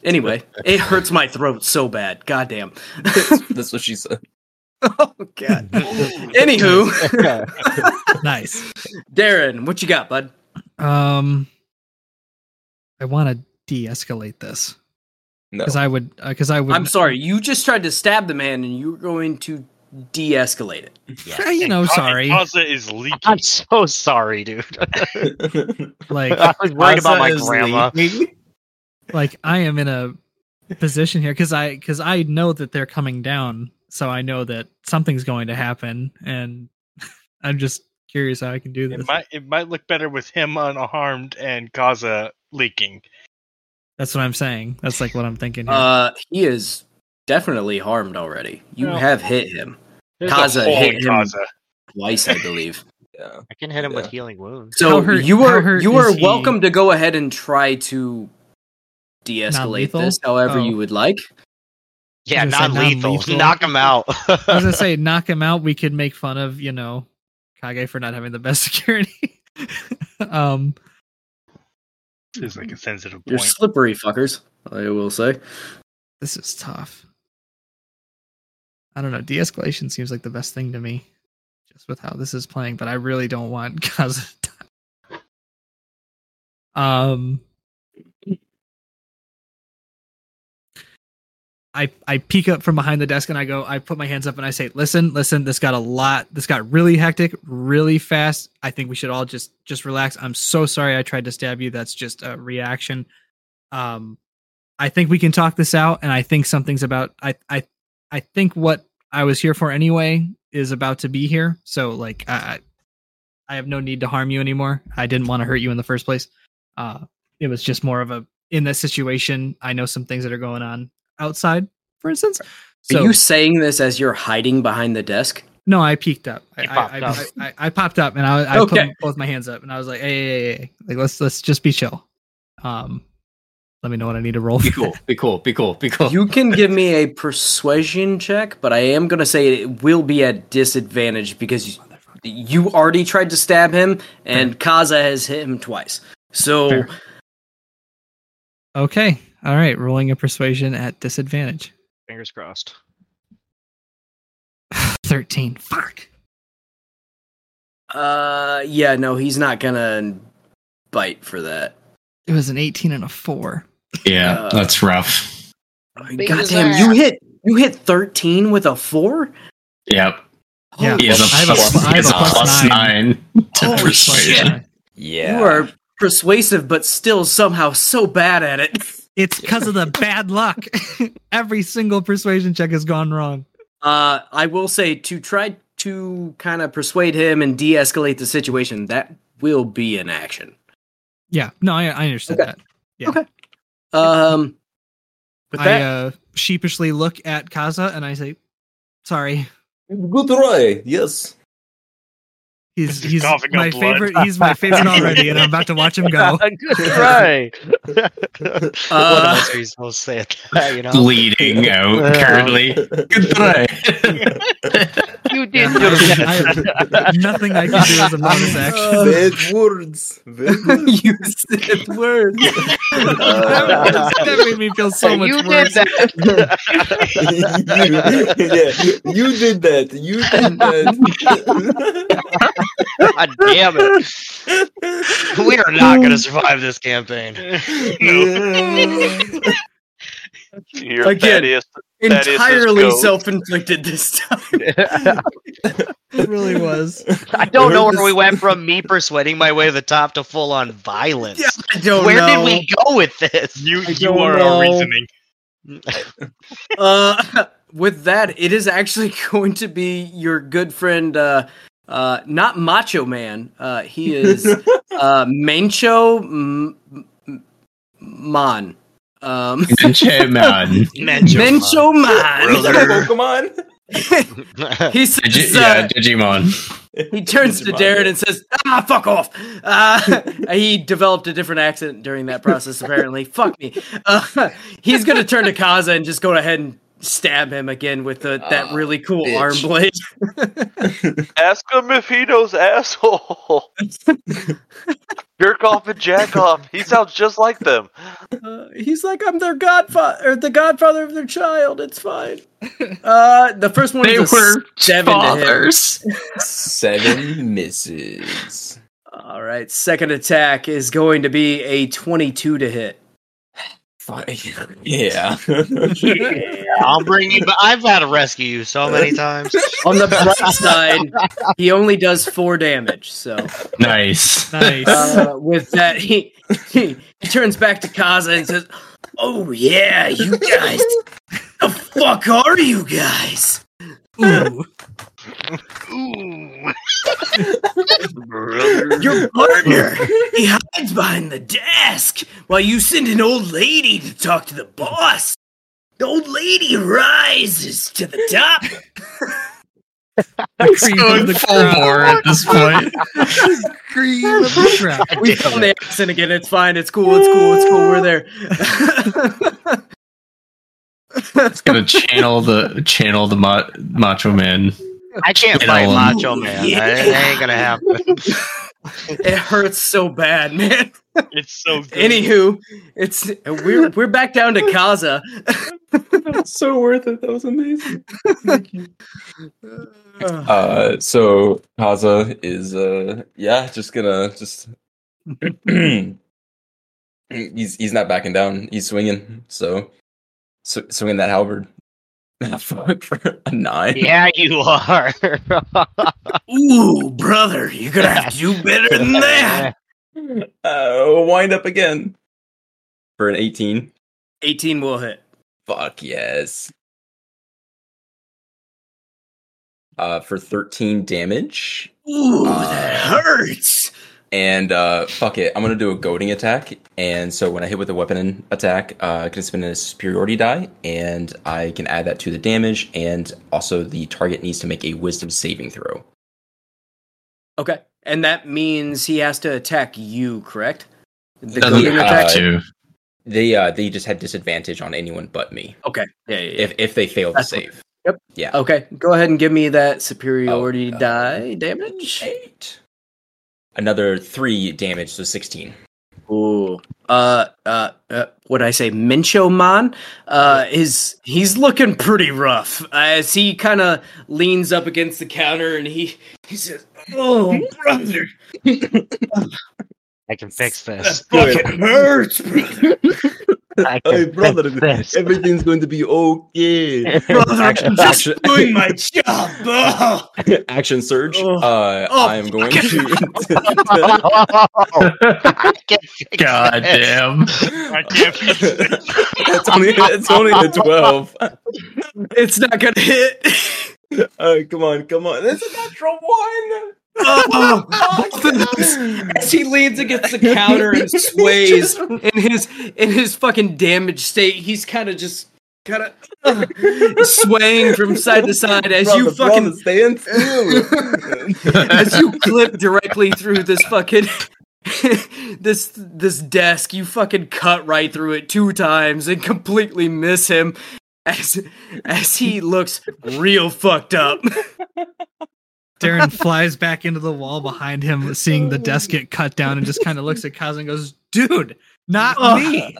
[SPEAKER 1] anyway, it hurts my throat so bad. Goddamn.
[SPEAKER 9] That's what she said.
[SPEAKER 1] oh, God. Anywho,
[SPEAKER 6] nice.
[SPEAKER 1] Darren, what you got, bud?
[SPEAKER 6] Um, I want to de-escalate this
[SPEAKER 9] No.
[SPEAKER 6] because I would because I would.
[SPEAKER 1] I'm sorry, you just tried to stab the man and you're going to de escalate it.
[SPEAKER 6] Eh, you know,
[SPEAKER 3] Ka-
[SPEAKER 6] sorry.
[SPEAKER 3] Kaza is leaking.
[SPEAKER 5] I'm so sorry, dude.
[SPEAKER 6] Like
[SPEAKER 5] I was worried about my
[SPEAKER 15] Kaza is
[SPEAKER 5] grandma.
[SPEAKER 15] leaking.
[SPEAKER 6] like I am in a position here because I because I know that they're coming down, so I know that something's going to happen, and I'm just curious how I can do
[SPEAKER 3] It
[SPEAKER 6] this.
[SPEAKER 3] might it might look better with him unharmed and Kaza leaking.
[SPEAKER 6] That's what I'm saying. That's like what I'm thinking. Here.
[SPEAKER 1] Uh, he is definitely harmed already. You
[SPEAKER 3] Well.
[SPEAKER 1] have hit him
[SPEAKER 3] There's a
[SPEAKER 1] Kaza
[SPEAKER 3] hole
[SPEAKER 1] hit
[SPEAKER 3] in
[SPEAKER 1] him.
[SPEAKER 3] Kaza.
[SPEAKER 1] twice, I believe.
[SPEAKER 9] Yeah.
[SPEAKER 5] I can hit him with
[SPEAKER 9] Yeah.
[SPEAKER 5] healing wounds.
[SPEAKER 6] How
[SPEAKER 1] So
[SPEAKER 6] hurt-
[SPEAKER 1] you
[SPEAKER 6] how
[SPEAKER 1] are
[SPEAKER 6] hurt
[SPEAKER 1] you are
[SPEAKER 6] is he?
[SPEAKER 1] welcome to go ahead and try to de escalate
[SPEAKER 6] Non-lethal?
[SPEAKER 1] this however
[SPEAKER 6] Oh.
[SPEAKER 1] you would like.
[SPEAKER 5] Yeah,
[SPEAKER 6] was gonna say
[SPEAKER 5] non lethal.
[SPEAKER 6] non-lethal.
[SPEAKER 5] Knock him out.
[SPEAKER 6] I was gonna say knock him out. We could make fun of you know Kage for not having the best security. um,
[SPEAKER 3] It's like a sensitive
[SPEAKER 1] You're
[SPEAKER 3] point.
[SPEAKER 1] slippery fuckers, I will say.
[SPEAKER 6] this is tough. I don't know. De-escalation seems like the best thing to me, just with how this is playing. But I really don't want Kaza. To die. Um, I I peek up from behind the desk and I go. I put my hands up and I say, "Listen, listen. This got a lot. This got really hectic, really fast. I think we should all just just relax. I'm so sorry. I tried to stab you. That's just a reaction. Um, I think we can talk this out, and I think something's about. I I I think what I was here for anyway is about to be here. So like I I I have no need to harm you anymore. I didn't want to hurt you in the first place. Uh, it was just more of a in this situation. I know some things that are going on outside, for instance. So
[SPEAKER 1] are you saying this as you're hiding behind the desk?
[SPEAKER 6] no, I peeked up. I,
[SPEAKER 5] You
[SPEAKER 6] I-
[SPEAKER 5] popped
[SPEAKER 6] I,
[SPEAKER 5] up.
[SPEAKER 6] I, I, I popped up and I, I
[SPEAKER 1] Okay.
[SPEAKER 6] put both my hands up and I was like, hey, hey, hey, hey, like let's let's just be chill. Um, let me know what I need to roll.
[SPEAKER 2] Be
[SPEAKER 6] for
[SPEAKER 2] cool. Be cool. Be cool. Be cool.
[SPEAKER 1] You can give me a persuasion check, but I am going to say it will be at disadvantage because you already tried to stab him, and Kaza has hit him twice. So
[SPEAKER 6] Fair. Okay. All right. Rolling a persuasion at disadvantage.
[SPEAKER 5] Fingers crossed.
[SPEAKER 6] 13. Fuck.
[SPEAKER 1] Uh, yeah, no, he's not gonna bite for that.
[SPEAKER 6] It was an 18 and a 4.
[SPEAKER 2] yeah,
[SPEAKER 1] Uh,
[SPEAKER 2] that's rough.
[SPEAKER 1] Oh, God damn, you hit you hit thirteen with a four.
[SPEAKER 2] Yep.
[SPEAKER 1] oh,
[SPEAKER 6] Yeah.
[SPEAKER 2] He has a
[SPEAKER 6] I have a
[SPEAKER 2] plus,
[SPEAKER 6] pl- I
[SPEAKER 2] he
[SPEAKER 6] have
[SPEAKER 2] has
[SPEAKER 6] a
[SPEAKER 2] a
[SPEAKER 6] plus
[SPEAKER 2] plus nine, to
[SPEAKER 1] Holy
[SPEAKER 2] persuasion.
[SPEAKER 1] shit.
[SPEAKER 9] Yeah.
[SPEAKER 1] You are persuasive, but still somehow so bad at it.
[SPEAKER 6] It's because of the bad luck. Every single persuasion check has gone wrong.
[SPEAKER 1] Uh, I will say to try to kind of persuade him and de-escalate the situation. That will be an action.
[SPEAKER 6] Yeah. No, I, I understand
[SPEAKER 1] Okay.
[SPEAKER 6] that. Yeah.
[SPEAKER 1] Okay. Um, but
[SPEAKER 6] I
[SPEAKER 1] that
[SPEAKER 6] uh, sheepishly look at Kaza and I say, sorry.
[SPEAKER 9] Good try. Yes.
[SPEAKER 6] He's,
[SPEAKER 3] Just
[SPEAKER 6] he's
[SPEAKER 3] coughing up
[SPEAKER 6] my
[SPEAKER 3] blood.
[SPEAKER 6] favorite. He's my favorite already, and I'm about to watch him go.
[SPEAKER 5] Good try. what
[SPEAKER 1] Uh,
[SPEAKER 5] else are you supposed to say at that? You know.
[SPEAKER 2] bleeding out currently. Good try.
[SPEAKER 16] you did.
[SPEAKER 6] I- nothing I can do is a bonus action.
[SPEAKER 4] Bad words. Bad words.
[SPEAKER 6] you said words. that, that made me feel so much
[SPEAKER 16] you
[SPEAKER 6] worse.
[SPEAKER 16] did that.
[SPEAKER 4] you, yeah, you did that. You did that.
[SPEAKER 10] God damn it. We are not going to survive this campaign.
[SPEAKER 7] You're
[SPEAKER 1] Again,
[SPEAKER 7] Thaddeus, Thaddeus is
[SPEAKER 1] Entirely
[SPEAKER 7] goat.
[SPEAKER 1] self-inflicted this time.
[SPEAKER 6] It really was.
[SPEAKER 10] I don't know where we went from me persuading my way to the top to full on violence.
[SPEAKER 1] Yeah, I don't
[SPEAKER 10] where
[SPEAKER 1] know.
[SPEAKER 10] did we go Oh, with this?
[SPEAKER 11] You you
[SPEAKER 1] don't
[SPEAKER 11] are
[SPEAKER 1] know.
[SPEAKER 11] our reasoning.
[SPEAKER 1] uh, with that, it is actually going to be your good friend, uh, uh, not Macho Man. Uh, he is uh, Mancho M- M- Mon. Um,
[SPEAKER 2] Che man.
[SPEAKER 1] Mancho Man.
[SPEAKER 4] Pokemon.
[SPEAKER 1] he
[SPEAKER 2] Digi-
[SPEAKER 1] says,
[SPEAKER 2] yeah,
[SPEAKER 1] uh,
[SPEAKER 2] Digimon.
[SPEAKER 1] he turns to
[SPEAKER 4] Digimon,
[SPEAKER 1] Darren
[SPEAKER 4] yeah.
[SPEAKER 1] and says, "Ah, fuck off." Uh, he developed a different accent during that process, apparently. fuck me. Uh, he's gonna turn to Kaza and just go ahead and stab him again with the, that
[SPEAKER 4] Ah,
[SPEAKER 1] really cool
[SPEAKER 4] bitch.
[SPEAKER 1] arm blade.
[SPEAKER 7] Ask him if he knows asshole. Jerk off and jack off. He sounds just like them.
[SPEAKER 1] Uh, he's like, "I'm their godfather, or the godfather of their child. It's fine." Uh, the first one
[SPEAKER 2] They
[SPEAKER 1] is a
[SPEAKER 2] were
[SPEAKER 1] seven to hit.
[SPEAKER 2] Fathers.
[SPEAKER 9] Seven misses.
[SPEAKER 1] All right, second attack is going to be a twenty-two to hit.
[SPEAKER 9] Yeah.
[SPEAKER 10] I'll bring you back. I've had to rescue you so many times.
[SPEAKER 1] On the bright side, he only does four damage. So.
[SPEAKER 2] Nice.
[SPEAKER 6] Nice.
[SPEAKER 1] uh, with that, he, he he turns back to Kaza and says, "Oh yeah, you guys, the fuck are you guys?"
[SPEAKER 6] Ooh.
[SPEAKER 10] Ooh.
[SPEAKER 1] Your partner he hides behind the desk while you send an old lady to talk to the boss. The old lady rises to the top.
[SPEAKER 6] The cream of the
[SPEAKER 2] Full
[SPEAKER 6] crop.
[SPEAKER 2] bore at this point.
[SPEAKER 6] Cream of the crop.
[SPEAKER 1] We found the accent again. It's fine. It's cool. It's cool. It's cool. We're there.
[SPEAKER 2] Gonna channel the channel the ma- macho man.
[SPEAKER 10] I can't
[SPEAKER 2] Get
[SPEAKER 10] fight
[SPEAKER 2] all-
[SPEAKER 10] Macho Man.
[SPEAKER 1] Yeah.
[SPEAKER 10] That that ain't gonna happen.
[SPEAKER 1] it hurts so bad, man.
[SPEAKER 11] It's so good.
[SPEAKER 1] Anywho, it's we're we're back down to Kaza.
[SPEAKER 4] so worth it. That was amazing.
[SPEAKER 1] Uh,
[SPEAKER 9] Uh, so Kaza is uh, yeah, just gonna just. he's he's not backing down. He's swinging. So, sw- swinging that halberd. Ah, Fuck for a nine.
[SPEAKER 10] Yeah, you are.
[SPEAKER 1] Ooh, brother, you're gonna have to do better than that.
[SPEAKER 9] Uh, wind up again for an eighteen.
[SPEAKER 1] 18 will hit.
[SPEAKER 9] Fuck yes. Uh, for thirteen damage.
[SPEAKER 1] Ooh,
[SPEAKER 9] Uh,
[SPEAKER 1] that hurts.
[SPEAKER 9] And uh, fuck it, I'm gonna do a goading attack. And so when I hit with a weapon attack, uh, I can spin a superiority die, and I can add that to the damage. And also, the target needs to make a Wisdom saving throw.
[SPEAKER 1] Okay, and that means he has to attack you, correct? The
[SPEAKER 2] Doesn't
[SPEAKER 1] goading
[SPEAKER 9] have
[SPEAKER 1] attack.
[SPEAKER 9] to.
[SPEAKER 2] Two.
[SPEAKER 9] Uh, They uh, they just have disadvantage on anyone but me
[SPEAKER 1] Okay, yeah, yeah. yeah.
[SPEAKER 9] if if they fail to
[SPEAKER 1] That's-
[SPEAKER 9] save.
[SPEAKER 1] okay, go ahead and give me that superiority
[SPEAKER 9] Oh, uh,
[SPEAKER 1] die damage.
[SPEAKER 9] Eight. Another three damage, so sixteen.
[SPEAKER 1] Ooh. Uh, uh, uh what I say, Mincho Man, uh, is he's looking pretty rough Uh, as he kind of leans up against the counter and he he says, "Oh, brother,
[SPEAKER 10] I can fix this.
[SPEAKER 4] Good.
[SPEAKER 1] hurts, brother.
[SPEAKER 10] I can
[SPEAKER 4] Hey, brother,
[SPEAKER 10] fix this.
[SPEAKER 4] everything's going to be okay.
[SPEAKER 1] brother I'm just
[SPEAKER 9] Action-
[SPEAKER 1] doing my job." Oh.
[SPEAKER 9] Action surge.
[SPEAKER 1] Oh.
[SPEAKER 9] Uh,
[SPEAKER 1] Oh,
[SPEAKER 9] I am going
[SPEAKER 1] fuck.
[SPEAKER 9] to.
[SPEAKER 10] I can fix
[SPEAKER 2] God
[SPEAKER 10] this.
[SPEAKER 2] damn.
[SPEAKER 11] I can't be
[SPEAKER 9] that's only that's only a twelve.
[SPEAKER 1] It's not gonna hit.
[SPEAKER 4] Uh, come on, come on. That's a natural one.
[SPEAKER 1] Oh, both of those. As he leans against the counter and sways in his in his fucking damaged state, he's kind of just kind of swaying from side to side as you
[SPEAKER 4] Brother,
[SPEAKER 1] fucking
[SPEAKER 4] brother, stand still.
[SPEAKER 1] as you clip directly through this fucking this this desk you fucking cut right through it two times and completely miss him as as he looks real fucked up
[SPEAKER 6] Darren flies back into the wall behind him, seeing the desk get cut down, and just kind of looks at Kaz and goes, "Dude, not me."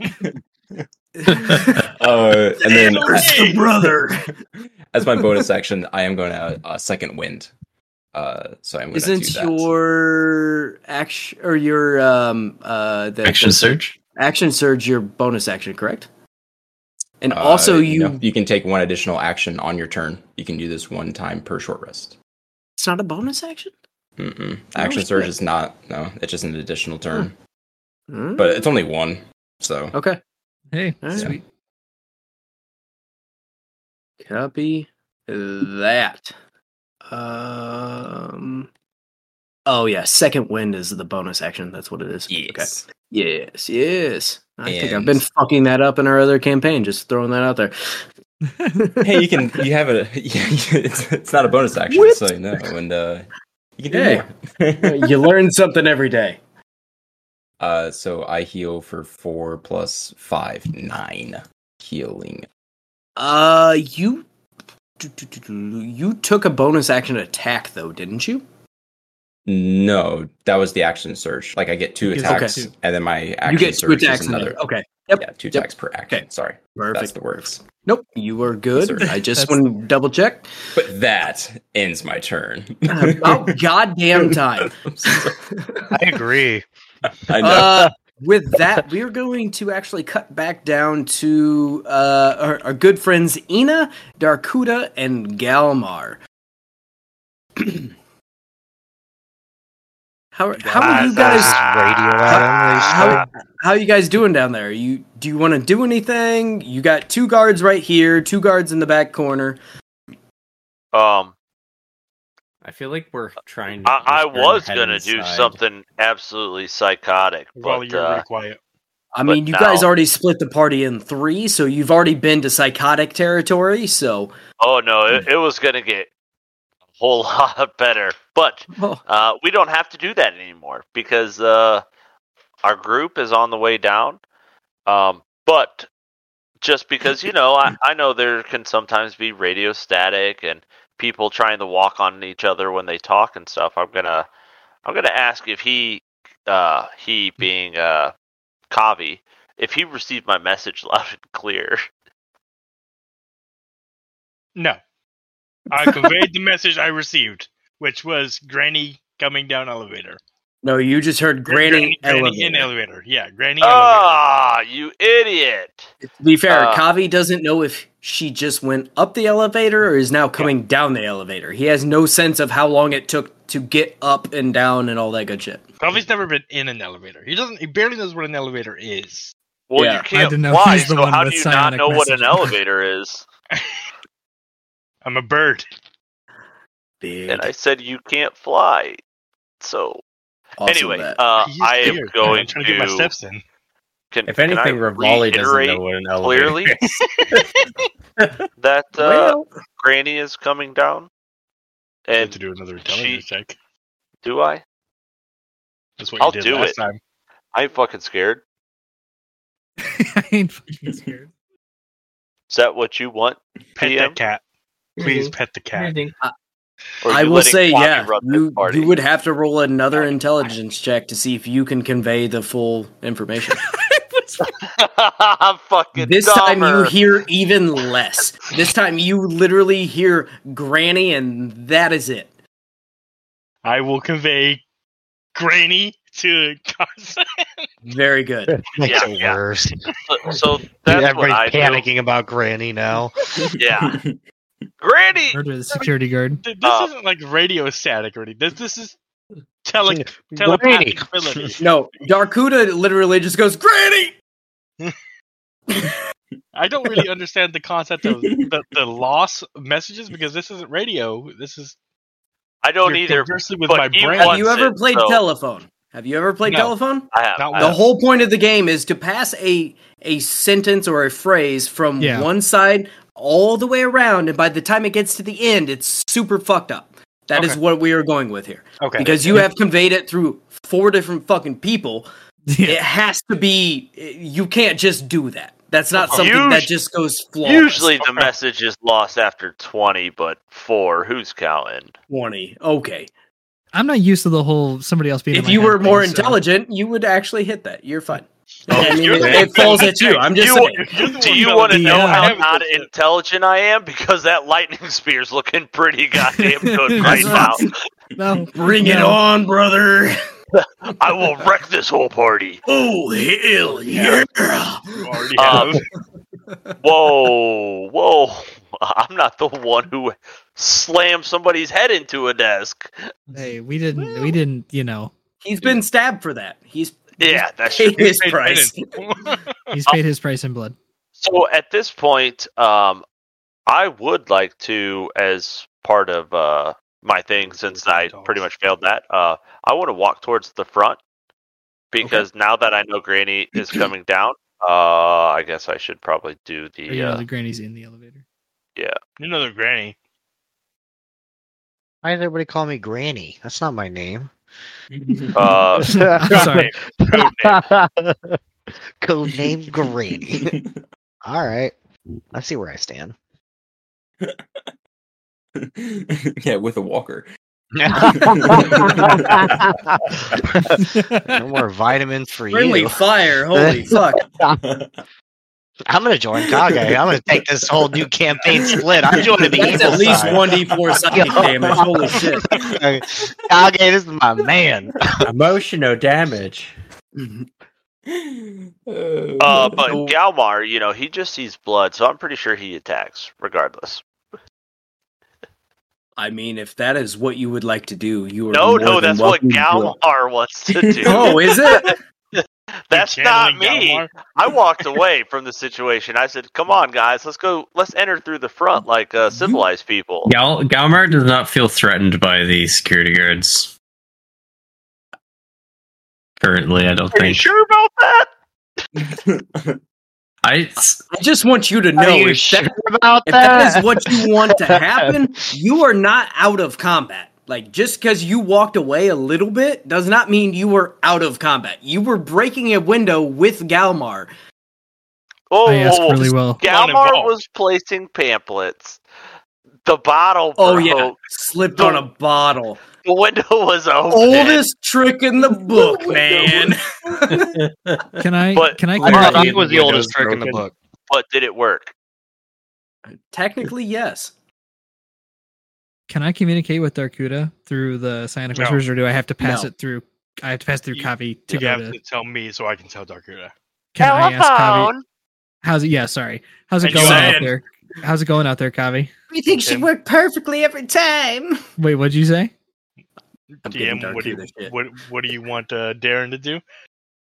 [SPEAKER 9] Uh, and then
[SPEAKER 6] Hey, brother.
[SPEAKER 9] as my bonus action, I am going to uh, second wind. Uh, so I'm going to do
[SPEAKER 1] Isn't
[SPEAKER 9] that.
[SPEAKER 1] your action or your um uh the,
[SPEAKER 17] Action
[SPEAKER 1] the-
[SPEAKER 17] surge?
[SPEAKER 1] Action surge your bonus action, correct? And also
[SPEAKER 9] Uh,
[SPEAKER 1] you
[SPEAKER 9] no, you can take one additional action on your turn. You can do this one time per short rest.
[SPEAKER 1] it's not a bonus action?
[SPEAKER 9] Mm-mm. Action
[SPEAKER 1] Oh, shit.
[SPEAKER 9] surge is not. No, it's just an additional turn,
[SPEAKER 1] Hmm?
[SPEAKER 9] but it's only one. So
[SPEAKER 1] Okay.
[SPEAKER 6] Hey,
[SPEAKER 1] Alright.
[SPEAKER 6] sweet.
[SPEAKER 1] Copy that. Um Oh yeah, second wind is the bonus action. That's what it is.
[SPEAKER 9] Yes.
[SPEAKER 1] Okay. Yes, yes. I think I've
[SPEAKER 9] And-
[SPEAKER 1] been fucking that up in our other campaign, just throwing that out there.
[SPEAKER 9] hey, you can. You have a. it's, it's not a bonus action,
[SPEAKER 1] Whip.
[SPEAKER 9] so you know. And uh, you can do
[SPEAKER 1] Hey.
[SPEAKER 9] more.
[SPEAKER 1] you learn something every day.
[SPEAKER 9] Uh, so I heal for four plus five, nine healing.
[SPEAKER 1] Uh, you you took a bonus action attack though, didn't you?
[SPEAKER 9] No, that was the action surge. Like I get two
[SPEAKER 1] Okay.
[SPEAKER 9] attacks, and then my action
[SPEAKER 1] you get two
[SPEAKER 9] surge
[SPEAKER 1] attacks
[SPEAKER 9] is
[SPEAKER 1] in
[SPEAKER 9] another.
[SPEAKER 1] there. Okay. Yep.
[SPEAKER 9] Yeah, two
[SPEAKER 1] Yep.
[SPEAKER 9] attacks per action.
[SPEAKER 1] Okay.
[SPEAKER 9] Sorry, that's
[SPEAKER 1] Perfect.
[SPEAKER 9] the words.
[SPEAKER 1] Nope. You are good.
[SPEAKER 9] Yes, sir.
[SPEAKER 1] I just
[SPEAKER 6] That's-
[SPEAKER 1] want to double check.
[SPEAKER 9] But that ends my turn.
[SPEAKER 1] About goddamn time.
[SPEAKER 9] I'm sorry.
[SPEAKER 3] I agree.
[SPEAKER 9] I know.
[SPEAKER 1] Uh, with that, we're going to actually cut back down to uh, our, our good friends Ina, Darkuda, and Galmar. how are, how are you guys?
[SPEAKER 11] Ah.
[SPEAKER 1] How, how you guys doing down there? You do you want to do anything? You got two guards right here, two guards in the back corner.
[SPEAKER 7] Um,
[SPEAKER 2] I feel like we're trying.
[SPEAKER 7] I, I
[SPEAKER 2] just turn
[SPEAKER 7] was
[SPEAKER 2] head
[SPEAKER 7] gonna do
[SPEAKER 2] inside.
[SPEAKER 7] something absolutely psychotic,
[SPEAKER 3] While
[SPEAKER 7] but
[SPEAKER 3] you're
[SPEAKER 7] uh,
[SPEAKER 3] really quiet.
[SPEAKER 1] I
[SPEAKER 7] But
[SPEAKER 1] mean, you guys
[SPEAKER 7] now-
[SPEAKER 1] already split the party in three, so you've already been to psychotic territory. So,
[SPEAKER 7] oh no, it, it was gonna get a whole lot better. But
[SPEAKER 1] oh,
[SPEAKER 7] uh, we don't have to do that anymore because uh, our group is on the way down. Um, but just because you know, I, I know there can sometimes be radio static and people trying to walk on each other when they talk and stuff. I'm gonna I'm gonna ask if he uh, he being uh, Kavi if he received my message loud and clear.
[SPEAKER 3] No. I conveyed the message I received, which was Granny coming down elevator.
[SPEAKER 1] no, you just heard Granny.
[SPEAKER 3] Granny in
[SPEAKER 1] elevator.
[SPEAKER 3] elevator. Yeah, Granny elevator.
[SPEAKER 7] Ah, you idiot!
[SPEAKER 1] To be fair,
[SPEAKER 7] Uh,
[SPEAKER 1] Kavi doesn't know if she just went up the elevator or is now coming down the elevator. He has no sense of how long it took to get up and down and all that good shit.
[SPEAKER 3] Kavi's never been in an elevator. He doesn't. He barely knows what an elevator is.
[SPEAKER 7] Well,
[SPEAKER 1] Yeah.
[SPEAKER 7] you can't
[SPEAKER 6] didn't know
[SPEAKER 7] fly,
[SPEAKER 6] he's the
[SPEAKER 7] so
[SPEAKER 6] one
[SPEAKER 7] how
[SPEAKER 6] with
[SPEAKER 7] do you not
[SPEAKER 6] psionic
[SPEAKER 7] know what an
[SPEAKER 6] messages.
[SPEAKER 7] elevator is?
[SPEAKER 3] I'm a bird.
[SPEAKER 1] Big.
[SPEAKER 7] and I said you can't fly. So
[SPEAKER 1] awesome
[SPEAKER 7] anyway,
[SPEAKER 1] that.
[SPEAKER 7] uh,
[SPEAKER 3] He's
[SPEAKER 7] I am
[SPEAKER 3] weird.
[SPEAKER 7] going
[SPEAKER 3] I'm trying to get my steps in.
[SPEAKER 7] Can,
[SPEAKER 2] If
[SPEAKER 7] can I
[SPEAKER 2] anything, Rivali doesn't
[SPEAKER 7] reiterate
[SPEAKER 2] know what an elevator.
[SPEAKER 7] clearly that uh,
[SPEAKER 1] Well,
[SPEAKER 7] Granny is coming down.
[SPEAKER 3] I have to
[SPEAKER 7] And
[SPEAKER 3] do another intelligence check.
[SPEAKER 7] do I?
[SPEAKER 3] That's what
[SPEAKER 7] I'll
[SPEAKER 3] you did
[SPEAKER 7] do
[SPEAKER 3] last
[SPEAKER 7] it.
[SPEAKER 3] time.
[SPEAKER 7] I'm fucking scared.
[SPEAKER 6] I ain't fucking scared.
[SPEAKER 7] Is that what you want?
[SPEAKER 3] Pet
[SPEAKER 7] PM?
[SPEAKER 3] that cat. Please pet the cat.
[SPEAKER 7] Or are
[SPEAKER 1] Mm-hmm. I
[SPEAKER 7] you
[SPEAKER 1] will
[SPEAKER 7] letting
[SPEAKER 1] say,
[SPEAKER 7] Kwame
[SPEAKER 1] yeah,
[SPEAKER 7] run this
[SPEAKER 1] you,
[SPEAKER 7] party?
[SPEAKER 1] you would have to roll another intelligence check to see if you can convey the full information.
[SPEAKER 7] I'm fucking
[SPEAKER 1] this time you
[SPEAKER 7] dumber.
[SPEAKER 1] hear even less. This time you literally hear Granny, and that is it.
[SPEAKER 3] I will convey Granny to Carson.
[SPEAKER 1] Very good.
[SPEAKER 7] Yeah,
[SPEAKER 5] the
[SPEAKER 7] yeah.
[SPEAKER 5] worst.
[SPEAKER 7] So, so that's what I
[SPEAKER 5] Everybody's
[SPEAKER 7] do.
[SPEAKER 5] panicking about Granny now.
[SPEAKER 7] Yeah, Granny.
[SPEAKER 6] Murder the security guard.
[SPEAKER 3] Th- This
[SPEAKER 7] Uh,
[SPEAKER 3] isn't like radio static or anything. This this is tele
[SPEAKER 5] Granny.
[SPEAKER 3] telepathic ability.
[SPEAKER 1] No, Darkuda literally just goes, Granny!
[SPEAKER 3] I don't really understand the concept of the, the loss of messages because this isn't radio. This is
[SPEAKER 7] I don't
[SPEAKER 3] you're
[SPEAKER 7] either.
[SPEAKER 3] conversing with
[SPEAKER 7] but
[SPEAKER 3] my
[SPEAKER 7] he
[SPEAKER 3] brain.
[SPEAKER 1] Have
[SPEAKER 7] wants
[SPEAKER 1] you ever
[SPEAKER 7] it,
[SPEAKER 1] played
[SPEAKER 7] so-
[SPEAKER 1] telephone? Have you ever played
[SPEAKER 3] No.
[SPEAKER 1] telephone?
[SPEAKER 7] I have.
[SPEAKER 3] Not
[SPEAKER 7] I
[SPEAKER 1] The
[SPEAKER 7] have.
[SPEAKER 1] whole point of the game is to pass a a sentence or a phrase from
[SPEAKER 6] Yeah.
[SPEAKER 1] one side all the way around, and by the time it gets to the end, it's super fucked up. That is
[SPEAKER 3] Okay.
[SPEAKER 1] what we are going with here.
[SPEAKER 3] Okay.
[SPEAKER 1] Because you have conveyed it through four different fucking people.
[SPEAKER 6] Yeah.
[SPEAKER 1] It has to be. You can't just do that. That's not something that just goes flawless.
[SPEAKER 7] Usually the message is lost after 20, but four, who's counting?
[SPEAKER 1] 20. Okay.
[SPEAKER 6] I'm not used to the whole somebody else being. in
[SPEAKER 1] If
[SPEAKER 6] my
[SPEAKER 1] you
[SPEAKER 6] head
[SPEAKER 1] were more
[SPEAKER 6] thing, so-
[SPEAKER 1] intelligent, you would actually hit that. You're fine.
[SPEAKER 7] Oh,
[SPEAKER 1] I mean,
[SPEAKER 7] you're
[SPEAKER 1] it,
[SPEAKER 7] the-
[SPEAKER 1] it falls at you. I'm just
[SPEAKER 7] You-
[SPEAKER 1] saying.
[SPEAKER 7] Do you want to know how not intelligent I am? Because that lightning spear's looking pretty goddamn good right now.
[SPEAKER 6] No.
[SPEAKER 1] Bring it on, brother.
[SPEAKER 7] I will wreck this whole party.
[SPEAKER 1] Oh, hell yeah.
[SPEAKER 7] Um, whoa, whoa. I'm not the one who slammed somebody's head into a desk.
[SPEAKER 6] Hey, we didn't. We didn't. You know,
[SPEAKER 1] He's been stabbed for that. He's
[SPEAKER 7] Yeah, that's
[SPEAKER 1] paid his price.
[SPEAKER 6] he's paid his price in blood.
[SPEAKER 7] So at this point, um, I would like to, as part of uh, my thing, since I pretty much failed that, uh, I want to walk towards the front because now that I know Granny is coming down, uh, I guess I should probably do
[SPEAKER 6] Or, you
[SPEAKER 7] the
[SPEAKER 6] know,
[SPEAKER 7] uh,
[SPEAKER 6] the granny's in the elevator.
[SPEAKER 7] yeah.
[SPEAKER 3] You know the Granny.
[SPEAKER 10] Why does everybody call me Granny? That's not my name.
[SPEAKER 7] Uh,
[SPEAKER 6] Sorry.
[SPEAKER 10] Code name. Granny. All right. I see where I stand.
[SPEAKER 5] yeah, with a walker.
[SPEAKER 10] no more vitamins for
[SPEAKER 1] Friendly
[SPEAKER 10] you.
[SPEAKER 1] fire. Holy fuck.
[SPEAKER 10] I'm gonna join Kage. I'm gonna take this whole new campaign split. I'm joining the
[SPEAKER 1] That's
[SPEAKER 10] evil
[SPEAKER 1] at least
[SPEAKER 10] side.
[SPEAKER 1] 1d4 psychic damage. Holy shit.
[SPEAKER 10] Kage, this is my man.
[SPEAKER 18] Emotional damage.
[SPEAKER 7] uh, but Galmar, you know, he just sees blood, so I'm pretty sure he attacks regardless.
[SPEAKER 1] I mean, if that is what you would like to do, you are
[SPEAKER 7] No,
[SPEAKER 1] more
[SPEAKER 7] no,
[SPEAKER 1] than
[SPEAKER 7] that's what
[SPEAKER 1] welcome to
[SPEAKER 7] Galmar wants to do.
[SPEAKER 1] it. Oh, is it?
[SPEAKER 7] That's not me. I walked away from the situation. I said, "Come on, guys, let's go. Let's enter through the front like uh, civilized people."
[SPEAKER 2] Gal- Galmar does not feel threatened by the security guards. Currently, I don't
[SPEAKER 7] Are you
[SPEAKER 2] think.
[SPEAKER 7] sure about that?
[SPEAKER 2] I
[SPEAKER 1] I just want you to know
[SPEAKER 4] you
[SPEAKER 1] if,
[SPEAKER 4] sure
[SPEAKER 1] that,
[SPEAKER 4] about
[SPEAKER 1] if that
[SPEAKER 4] that?
[SPEAKER 1] is what you want to happen, you are not out of combat. Like just because you walked away a little bit does not mean you were out of combat. You were breaking a window with Galmar.
[SPEAKER 7] Oh,
[SPEAKER 6] I asked really well.
[SPEAKER 7] Galmar was placing pamphlets. The bottle broke.
[SPEAKER 1] Oh yeah, slipped on a bottle.
[SPEAKER 7] The window was open.
[SPEAKER 1] Oldest trick in the book, man.
[SPEAKER 6] Can I?
[SPEAKER 7] But-
[SPEAKER 6] can I?
[SPEAKER 7] I thought
[SPEAKER 6] clarify-
[SPEAKER 7] he was the oldest trick in the book. But did it work?
[SPEAKER 1] Technically, yes.
[SPEAKER 6] Can I communicate with Darkuda through the psionic
[SPEAKER 3] No.
[SPEAKER 6] whispers, or do I have to pass
[SPEAKER 1] No.
[SPEAKER 6] it through? I have to pass through Kavi to
[SPEAKER 3] You
[SPEAKER 6] go
[SPEAKER 3] have
[SPEAKER 6] to.
[SPEAKER 3] to tell me so I can tell Darkuda.
[SPEAKER 6] Can I ask Kavi?
[SPEAKER 4] Telephone.
[SPEAKER 6] How's it? Yeah, sorry. How's it
[SPEAKER 3] And you
[SPEAKER 6] going out
[SPEAKER 3] said-
[SPEAKER 6] there? How's it going out there, Kavi?
[SPEAKER 1] Everything should work perfectly every time.
[SPEAKER 6] Wait, what'd you say?
[SPEAKER 1] giving
[SPEAKER 3] DM, what do
[SPEAKER 1] Darkuda
[SPEAKER 3] you
[SPEAKER 1] shit.
[SPEAKER 3] what, what do you want uh, Darren to do?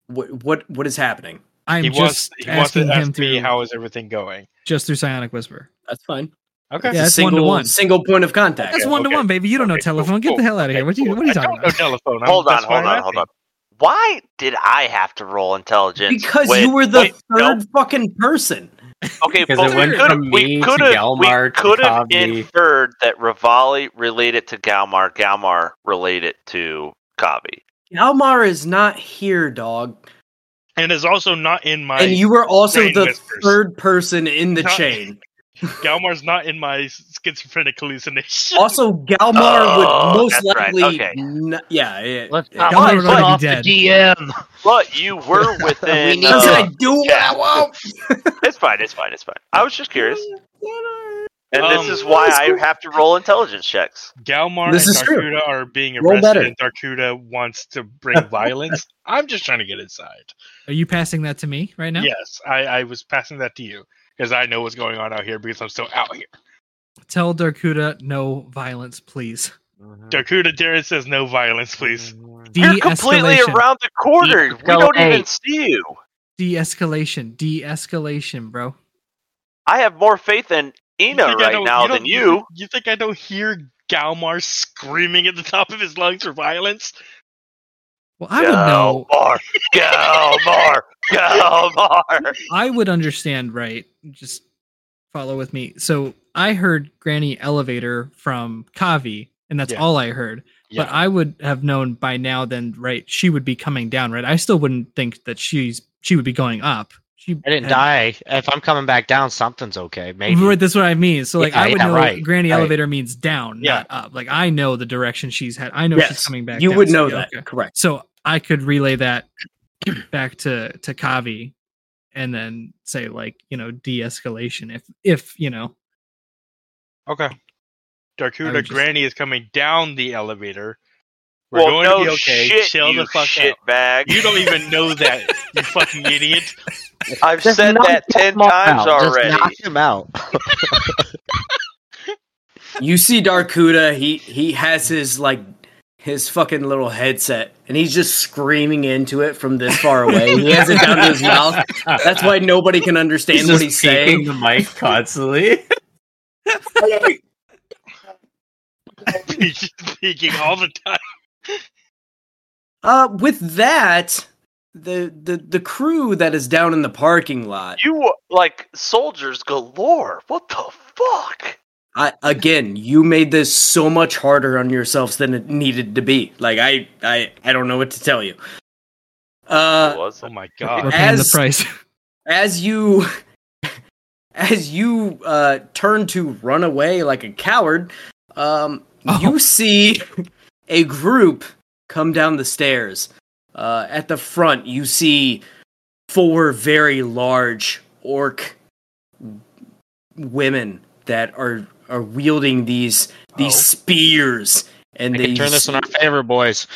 [SPEAKER 1] What what what is happening?
[SPEAKER 6] I'm
[SPEAKER 3] he
[SPEAKER 6] just
[SPEAKER 3] wants he wants
[SPEAKER 6] asking
[SPEAKER 3] to ask
[SPEAKER 6] him
[SPEAKER 3] me
[SPEAKER 6] through
[SPEAKER 3] how is everything going.
[SPEAKER 6] just through psionic whisper.
[SPEAKER 1] That's fine.
[SPEAKER 3] Okay.
[SPEAKER 6] Yeah,
[SPEAKER 1] a
[SPEAKER 6] that's
[SPEAKER 1] single
[SPEAKER 6] one-to-one.
[SPEAKER 1] single point of contact.
[SPEAKER 6] That's
[SPEAKER 3] Okay,
[SPEAKER 6] one to one, baby. You don't know telephone. Get the hell out of here. What you? What are you
[SPEAKER 3] I
[SPEAKER 6] talking
[SPEAKER 3] don't know
[SPEAKER 6] about?
[SPEAKER 3] telephone. I'm-
[SPEAKER 7] Hold on,
[SPEAKER 3] that's why
[SPEAKER 7] hold
[SPEAKER 3] I'm
[SPEAKER 7] on, hold on. Why did I have to roll intelligence?
[SPEAKER 1] Because
[SPEAKER 7] when-
[SPEAKER 1] you were the
[SPEAKER 7] wait, no,
[SPEAKER 1] third fucking person.
[SPEAKER 7] Okay,
[SPEAKER 18] Because
[SPEAKER 7] but
[SPEAKER 18] it
[SPEAKER 7] we
[SPEAKER 18] went
[SPEAKER 7] could have
[SPEAKER 18] from
[SPEAKER 7] we
[SPEAKER 18] me to
[SPEAKER 7] could have we
[SPEAKER 18] Galmar to
[SPEAKER 7] could have
[SPEAKER 18] Kavli.
[SPEAKER 7] inferred that Rivali related to Galmar, Galmar related to Kavi.
[SPEAKER 1] Almar is not here, dog.
[SPEAKER 3] asking. And is also not in my.
[SPEAKER 1] And you were also
[SPEAKER 3] brain
[SPEAKER 1] the
[SPEAKER 3] whispers.
[SPEAKER 1] third person in the chain.
[SPEAKER 3] Galmar's not in my schizophrenic hallucination.
[SPEAKER 1] Also, Galmar
[SPEAKER 7] Oh,
[SPEAKER 1] would most
[SPEAKER 7] that's right,
[SPEAKER 1] likely,
[SPEAKER 7] okay. Uh,
[SPEAKER 1] n- yeah, yeah.
[SPEAKER 4] Let's
[SPEAKER 1] yeah.
[SPEAKER 4] not
[SPEAKER 6] Y'all
[SPEAKER 4] piss
[SPEAKER 6] would already be
[SPEAKER 4] off
[SPEAKER 6] dead.
[SPEAKER 4] the DM.
[SPEAKER 7] But you were within.
[SPEAKER 4] need
[SPEAKER 7] uh,
[SPEAKER 1] Because I do what I want.
[SPEAKER 7] it's fine, it's fine, it's fine. I was just curious, and
[SPEAKER 3] Um,
[SPEAKER 7] this is why I have to roll intelligence checks.
[SPEAKER 3] Galmar
[SPEAKER 1] This
[SPEAKER 3] and
[SPEAKER 1] is true.
[SPEAKER 3] Darkuda are being
[SPEAKER 1] Roll
[SPEAKER 3] arrested,
[SPEAKER 1] better.
[SPEAKER 3] and Darkuda wants to bring violence. I'm just trying to get inside.
[SPEAKER 6] Are you passing that to me right now?
[SPEAKER 3] Yes, I, I was passing that to you because I know what's going on out here because I'm still out here.
[SPEAKER 6] Tell Darkuda no violence, please.
[SPEAKER 3] Darkuda Darren says no violence, please.
[SPEAKER 7] You're completely
[SPEAKER 6] De-escalation.
[SPEAKER 7] around the corner. We
[SPEAKER 4] Go
[SPEAKER 7] don't even
[SPEAKER 4] eight.
[SPEAKER 7] see you.
[SPEAKER 6] De-escalation. De-escalation, bro.
[SPEAKER 7] I have more faith in
[SPEAKER 3] You
[SPEAKER 7] Ina
[SPEAKER 3] think I
[SPEAKER 7] right
[SPEAKER 3] don't-
[SPEAKER 7] now
[SPEAKER 3] don't-
[SPEAKER 7] than you.
[SPEAKER 3] You think I don't hear Galmar screaming at the top of his lungs for violence?
[SPEAKER 6] Well, I would know.
[SPEAKER 7] Galmar, Galmar, Galmar.
[SPEAKER 6] I would understand, right? Just follow with me. So I heard Granny Elevator from Kavi, and that's
[SPEAKER 3] Yeah.
[SPEAKER 6] all I heard. But I would have known by now then, right, she would be coming down, right? I still wouldn't think that she's she would be going up.
[SPEAKER 10] I didn't die. If I'm coming back down, something's okay. Maybe.
[SPEAKER 6] Right, that's what I mean. So like
[SPEAKER 10] Yeah,
[SPEAKER 6] I would
[SPEAKER 10] yeah,
[SPEAKER 6] know
[SPEAKER 10] right,
[SPEAKER 6] granny
[SPEAKER 10] right.
[SPEAKER 6] elevator means down,
[SPEAKER 10] Yeah.
[SPEAKER 6] not up. Like I know the direction she's had. I know she's coming back.
[SPEAKER 1] You
[SPEAKER 6] down,
[SPEAKER 1] would
[SPEAKER 6] so
[SPEAKER 1] know
[SPEAKER 6] yeah,
[SPEAKER 1] that,
[SPEAKER 6] okay.
[SPEAKER 1] correct?
[SPEAKER 6] So I could relay that back to to Kavi and then say like, you know, de-escalation if if, you know,
[SPEAKER 3] Okay.
[SPEAKER 6] I
[SPEAKER 3] Darkuda
[SPEAKER 6] would just-
[SPEAKER 3] Granny is coming down the elevator. We're
[SPEAKER 7] Well,
[SPEAKER 3] going
[SPEAKER 7] no
[SPEAKER 3] to be okay.
[SPEAKER 7] shit,
[SPEAKER 3] Chill
[SPEAKER 7] you
[SPEAKER 3] the fuck
[SPEAKER 7] shit
[SPEAKER 3] out.
[SPEAKER 7] bag.
[SPEAKER 3] You don't even know that, you fucking idiot.
[SPEAKER 7] I've said that ten times already.
[SPEAKER 10] him out.
[SPEAKER 1] You see Darkuda, he he has his like his fucking little headset and he's just screaming into it from this far away. He has it down to his mouth. That's why nobody can understand
[SPEAKER 2] He's
[SPEAKER 1] what
[SPEAKER 2] just
[SPEAKER 1] he's saying.
[SPEAKER 2] peeking the mic constantly.
[SPEAKER 3] He's just peeking all the time.
[SPEAKER 1] Uh with that, the the the crew that is down in the parking lot.
[SPEAKER 7] You like soldiers galore. What the fuck?
[SPEAKER 1] I, again, you made this so much harder on yourselves than it needed to be. Like I I I don't know what to tell you. Uh
[SPEAKER 7] was
[SPEAKER 3] Oh my
[SPEAKER 6] we're
[SPEAKER 3] god.
[SPEAKER 6] paying the
[SPEAKER 1] As-
[SPEAKER 6] price.
[SPEAKER 1] as you as you uh, turn to run away like a coward, um,
[SPEAKER 10] Oh.
[SPEAKER 1] you see a group come down the stairs. Uh, at the front, you see four very large orc women that are are wielding these these spears and
[SPEAKER 10] Oh. We
[SPEAKER 1] they
[SPEAKER 10] can turn this in our favor, boys.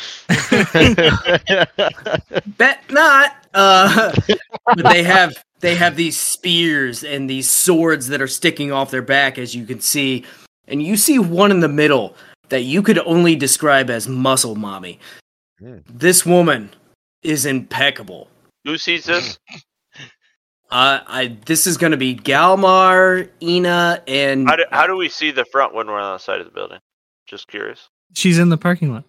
[SPEAKER 1] bet not. Uh, but they have they have these spears and these swords that are sticking off their back, as you can see, and you see one in the middle that you could only describe as muscle mommy. This woman is impeccable.
[SPEAKER 7] Who sees this?
[SPEAKER 1] Uh, I this is going to be Galmar, Ina, and
[SPEAKER 7] How do, how do we see the front when we're on the side of the building? Just curious.
[SPEAKER 6] She's in the parking lot.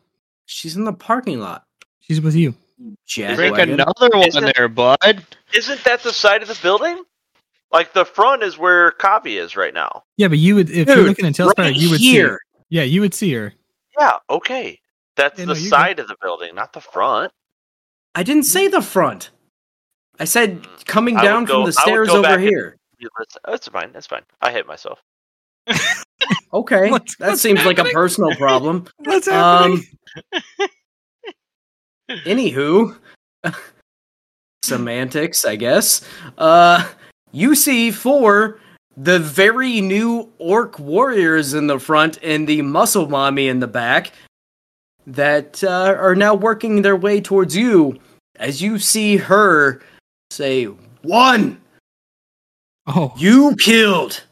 [SPEAKER 1] she's in the parking lot.
[SPEAKER 6] She's with you.
[SPEAKER 1] Jack
[SPEAKER 10] Drink
[SPEAKER 1] wagon.
[SPEAKER 10] another one
[SPEAKER 7] Isn't it-
[SPEAKER 10] there, bud.
[SPEAKER 7] Isn't that the side of the building? Like the front is where Kavi is right now.
[SPEAKER 6] Yeah, but you would if you're
[SPEAKER 1] Dude,
[SPEAKER 6] looking at Tailspire,
[SPEAKER 1] right
[SPEAKER 6] you would see
[SPEAKER 1] here.
[SPEAKER 6] her. Yeah, you would see her.
[SPEAKER 7] Yeah. Okay. That's
[SPEAKER 6] Yeah,
[SPEAKER 7] the
[SPEAKER 6] no, you're
[SPEAKER 7] side of the building, not the front.
[SPEAKER 1] I didn't say the front. I said coming
[SPEAKER 7] I would
[SPEAKER 1] down
[SPEAKER 7] go- I
[SPEAKER 1] from the
[SPEAKER 7] would
[SPEAKER 1] stairs
[SPEAKER 7] go
[SPEAKER 1] over
[SPEAKER 7] back and-
[SPEAKER 1] here.
[SPEAKER 7] Yeah, That's, that's fine. That's fine. I hit myself.
[SPEAKER 1] Okay,
[SPEAKER 6] What's-
[SPEAKER 1] that
[SPEAKER 6] what's
[SPEAKER 1] seems like a
[SPEAKER 6] happening?
[SPEAKER 1] personal problem.
[SPEAKER 6] What's happening?
[SPEAKER 1] Um, anywho, semantics, I guess. Uh, you see four the very new orc warriors in the front and the muscle mommy in the back that uh, are now working their way towards you as you see her say, One,
[SPEAKER 6] oh,
[SPEAKER 1] you killed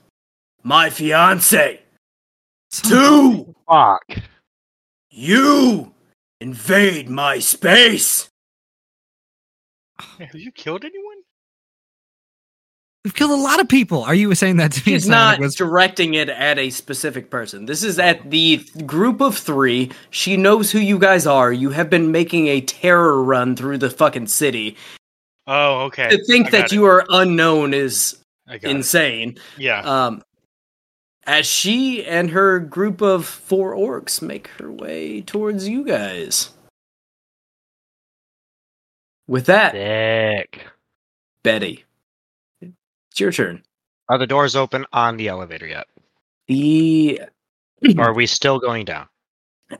[SPEAKER 1] my fiance. Two,
[SPEAKER 10] Fuck.
[SPEAKER 1] You invade my space.
[SPEAKER 3] Have you killed anyone?
[SPEAKER 6] We've killed a lot of people. Are you saying that to me?
[SPEAKER 1] He's
[SPEAKER 6] Sonic?
[SPEAKER 1] not directing it at a specific person. This is at the th- group of three. She knows who you guys are. You have been making a terror run through the fucking city.
[SPEAKER 3] Oh, okay.
[SPEAKER 1] To think
[SPEAKER 3] I
[SPEAKER 1] that
[SPEAKER 3] got
[SPEAKER 1] you are unknown is
[SPEAKER 3] it. I got it.
[SPEAKER 1] insane.
[SPEAKER 3] Yeah.
[SPEAKER 1] Um, as she and her group of four orcs make her way towards you guys. With that,
[SPEAKER 10] Sick.
[SPEAKER 1] Betty, it's your turn.
[SPEAKER 10] Are the doors open on the elevator yet?
[SPEAKER 1] The
[SPEAKER 10] Or are we still going down?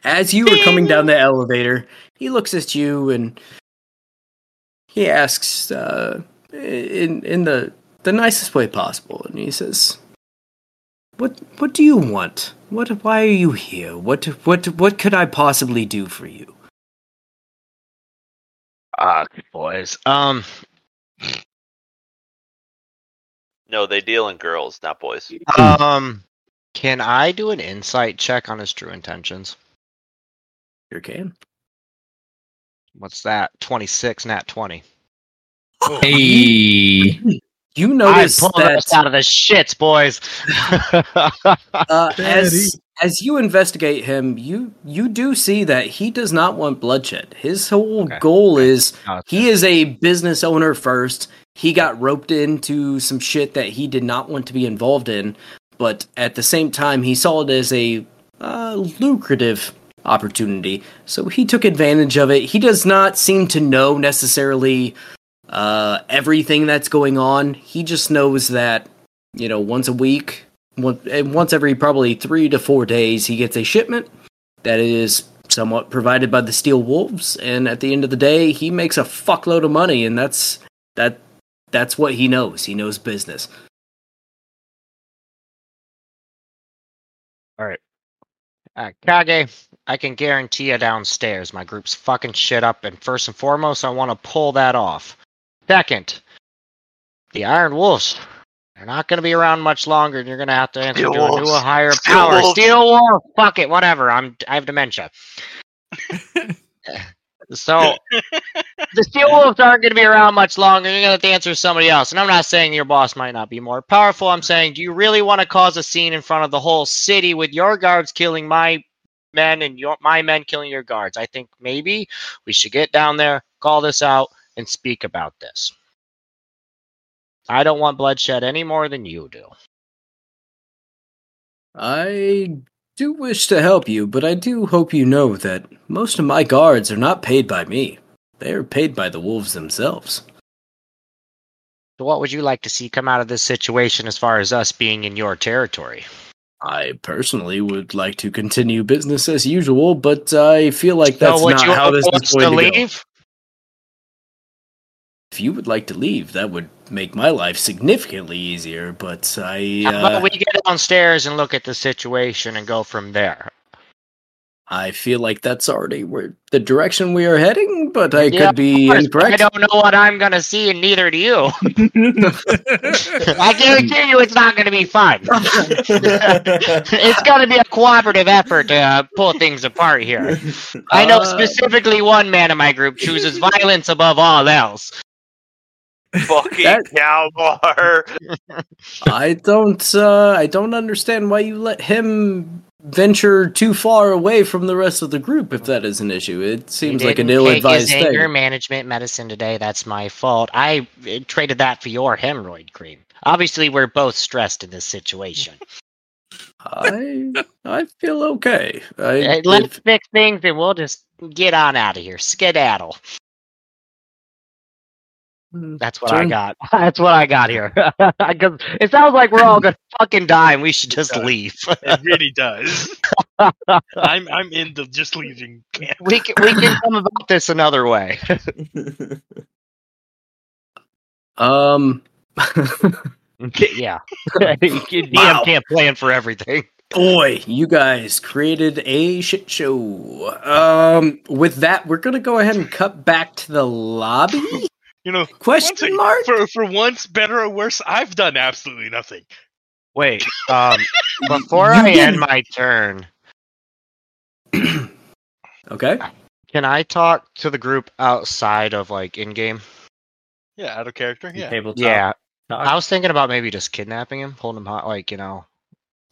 [SPEAKER 1] as you were coming down the elevator, he looks at you and he asks uh, in in the the nicest way possible, and he says, "What what do you want? What why are you here? What what what could I possibly do for you?"
[SPEAKER 10] Fuck, Ah, boys. Um,
[SPEAKER 7] No, they deal in girls, not boys.
[SPEAKER 10] um, can I do an insight check on his true intentions?
[SPEAKER 1] Sure can.
[SPEAKER 10] What's that? 26, nat 20.
[SPEAKER 2] hey,
[SPEAKER 1] You
[SPEAKER 10] I
[SPEAKER 1] notice
[SPEAKER 10] pulled
[SPEAKER 1] that
[SPEAKER 10] us out of the shits, boys.
[SPEAKER 1] uh, as as you investigate him, you you do see that he does not want bloodshed. His whole
[SPEAKER 10] Okay.
[SPEAKER 1] goal is
[SPEAKER 10] Oh,
[SPEAKER 1] he is a business owner first. He got roped into some shit that he did not want to be involved in, but at the same time, he saw it as a uh, lucrative opportunity. So he took advantage of it. He does not seem to know necessarily uh, everything that's going on. He just knows that, you know, once a week, one, and once every probably three to four days, he gets a shipment that is somewhat provided by the Steel Wolves. And at the end of the day, he makes a fuckload of money, and that's that. That's what he knows. He knows business.
[SPEAKER 10] All right. Uh, Kage, I can guarantee you downstairs, my group's fucking shit up, and first and foremost, I want to pull that off. Second, the Iron Wolves, they're not going to be around much longer, and you're going to have to answer
[SPEAKER 12] Steel
[SPEAKER 10] to a
[SPEAKER 12] Wolves.
[SPEAKER 10] new, a higher
[SPEAKER 12] Steel
[SPEAKER 10] power.
[SPEAKER 12] Wolves.
[SPEAKER 10] Steel Wolf, fuck it, whatever. I'm, I have dementia. so the Steel Wolves aren't going to be around much longer. You're going to have to answer to somebody else. And I'm not saying your boss might not be more powerful. I'm saying, do you really want to cause a scene in front of the whole city with your guards killing my men and your my men killing your guards? I think maybe we should get down there, call this out, and speak about this. I don't want bloodshed any more than you do.
[SPEAKER 1] I do wish to help you, but I do hope you know that most of my guards are not paid by me. They are paid by the wolves themselves.
[SPEAKER 10] So, what would you like to see come out of this situation as far as us being in your territory?
[SPEAKER 1] I personally would like to continue business as usual, but I feel like that's
[SPEAKER 10] so would
[SPEAKER 1] not
[SPEAKER 10] you
[SPEAKER 1] how this
[SPEAKER 10] want
[SPEAKER 1] is
[SPEAKER 10] us
[SPEAKER 1] going to, go.
[SPEAKER 10] leave?
[SPEAKER 1] If you would like to leave, that would make my life significantly easier. But I,
[SPEAKER 10] How about
[SPEAKER 1] uh,
[SPEAKER 10] we get downstairs and look at the situation and go from there?
[SPEAKER 1] I feel like that's already where the direction we are heading. But I
[SPEAKER 10] Yeah,
[SPEAKER 1] could be
[SPEAKER 10] course.
[SPEAKER 1] incorrect.
[SPEAKER 10] I don't know what I'm gonna see, and neither do you. I guarantee you, it's not gonna be fun. it's gonna be a cooperative effort to uh, pull things apart here. I know
[SPEAKER 12] Uh,
[SPEAKER 10] specifically one man in my group chooses violence above all else.
[SPEAKER 7] Fucking Galmar.
[SPEAKER 1] I don't uh I don't understand why you let him venture too far away from the rest of the group if that is an issue. It seems
[SPEAKER 10] He
[SPEAKER 1] like an
[SPEAKER 10] didn't take
[SPEAKER 1] ill-advised
[SPEAKER 10] his anger
[SPEAKER 1] thing.
[SPEAKER 10] management medicine today. That's my fault. I uh, traded that for your hemorrhoid cream. Obviously, we're both stressed in this situation.
[SPEAKER 1] I I feel okay. I
[SPEAKER 10] Uh, Let's fix things, and we'll just get on out of here. Skedaddle. That's what I
[SPEAKER 12] Turn-
[SPEAKER 10] got. That's what I got here. 'Cause it sounds like we're all gonna fucking die, and we should just leave.
[SPEAKER 3] It really does. I'm I'm in the just leaving camp.
[SPEAKER 10] we can, we can come about this another way.
[SPEAKER 1] um
[SPEAKER 10] yeah. DM
[SPEAKER 1] Wow.
[SPEAKER 10] can't plan for everything.
[SPEAKER 1] boy, you guys created a shit show. Um with that, we're going to go ahead and cut back to the lobby.
[SPEAKER 3] You know,
[SPEAKER 1] question
[SPEAKER 3] mark for for once, better or worse, I've done absolutely nothing.
[SPEAKER 10] Wait, um, before
[SPEAKER 3] You
[SPEAKER 10] I end
[SPEAKER 3] didn't-
[SPEAKER 10] my turn,
[SPEAKER 1] Okay.
[SPEAKER 10] can I talk to the group outside of like in game?
[SPEAKER 3] Yeah, out of character. Yeah.
[SPEAKER 10] Yeah, I was thinking about maybe just kidnapping him, holding him hot, like you know,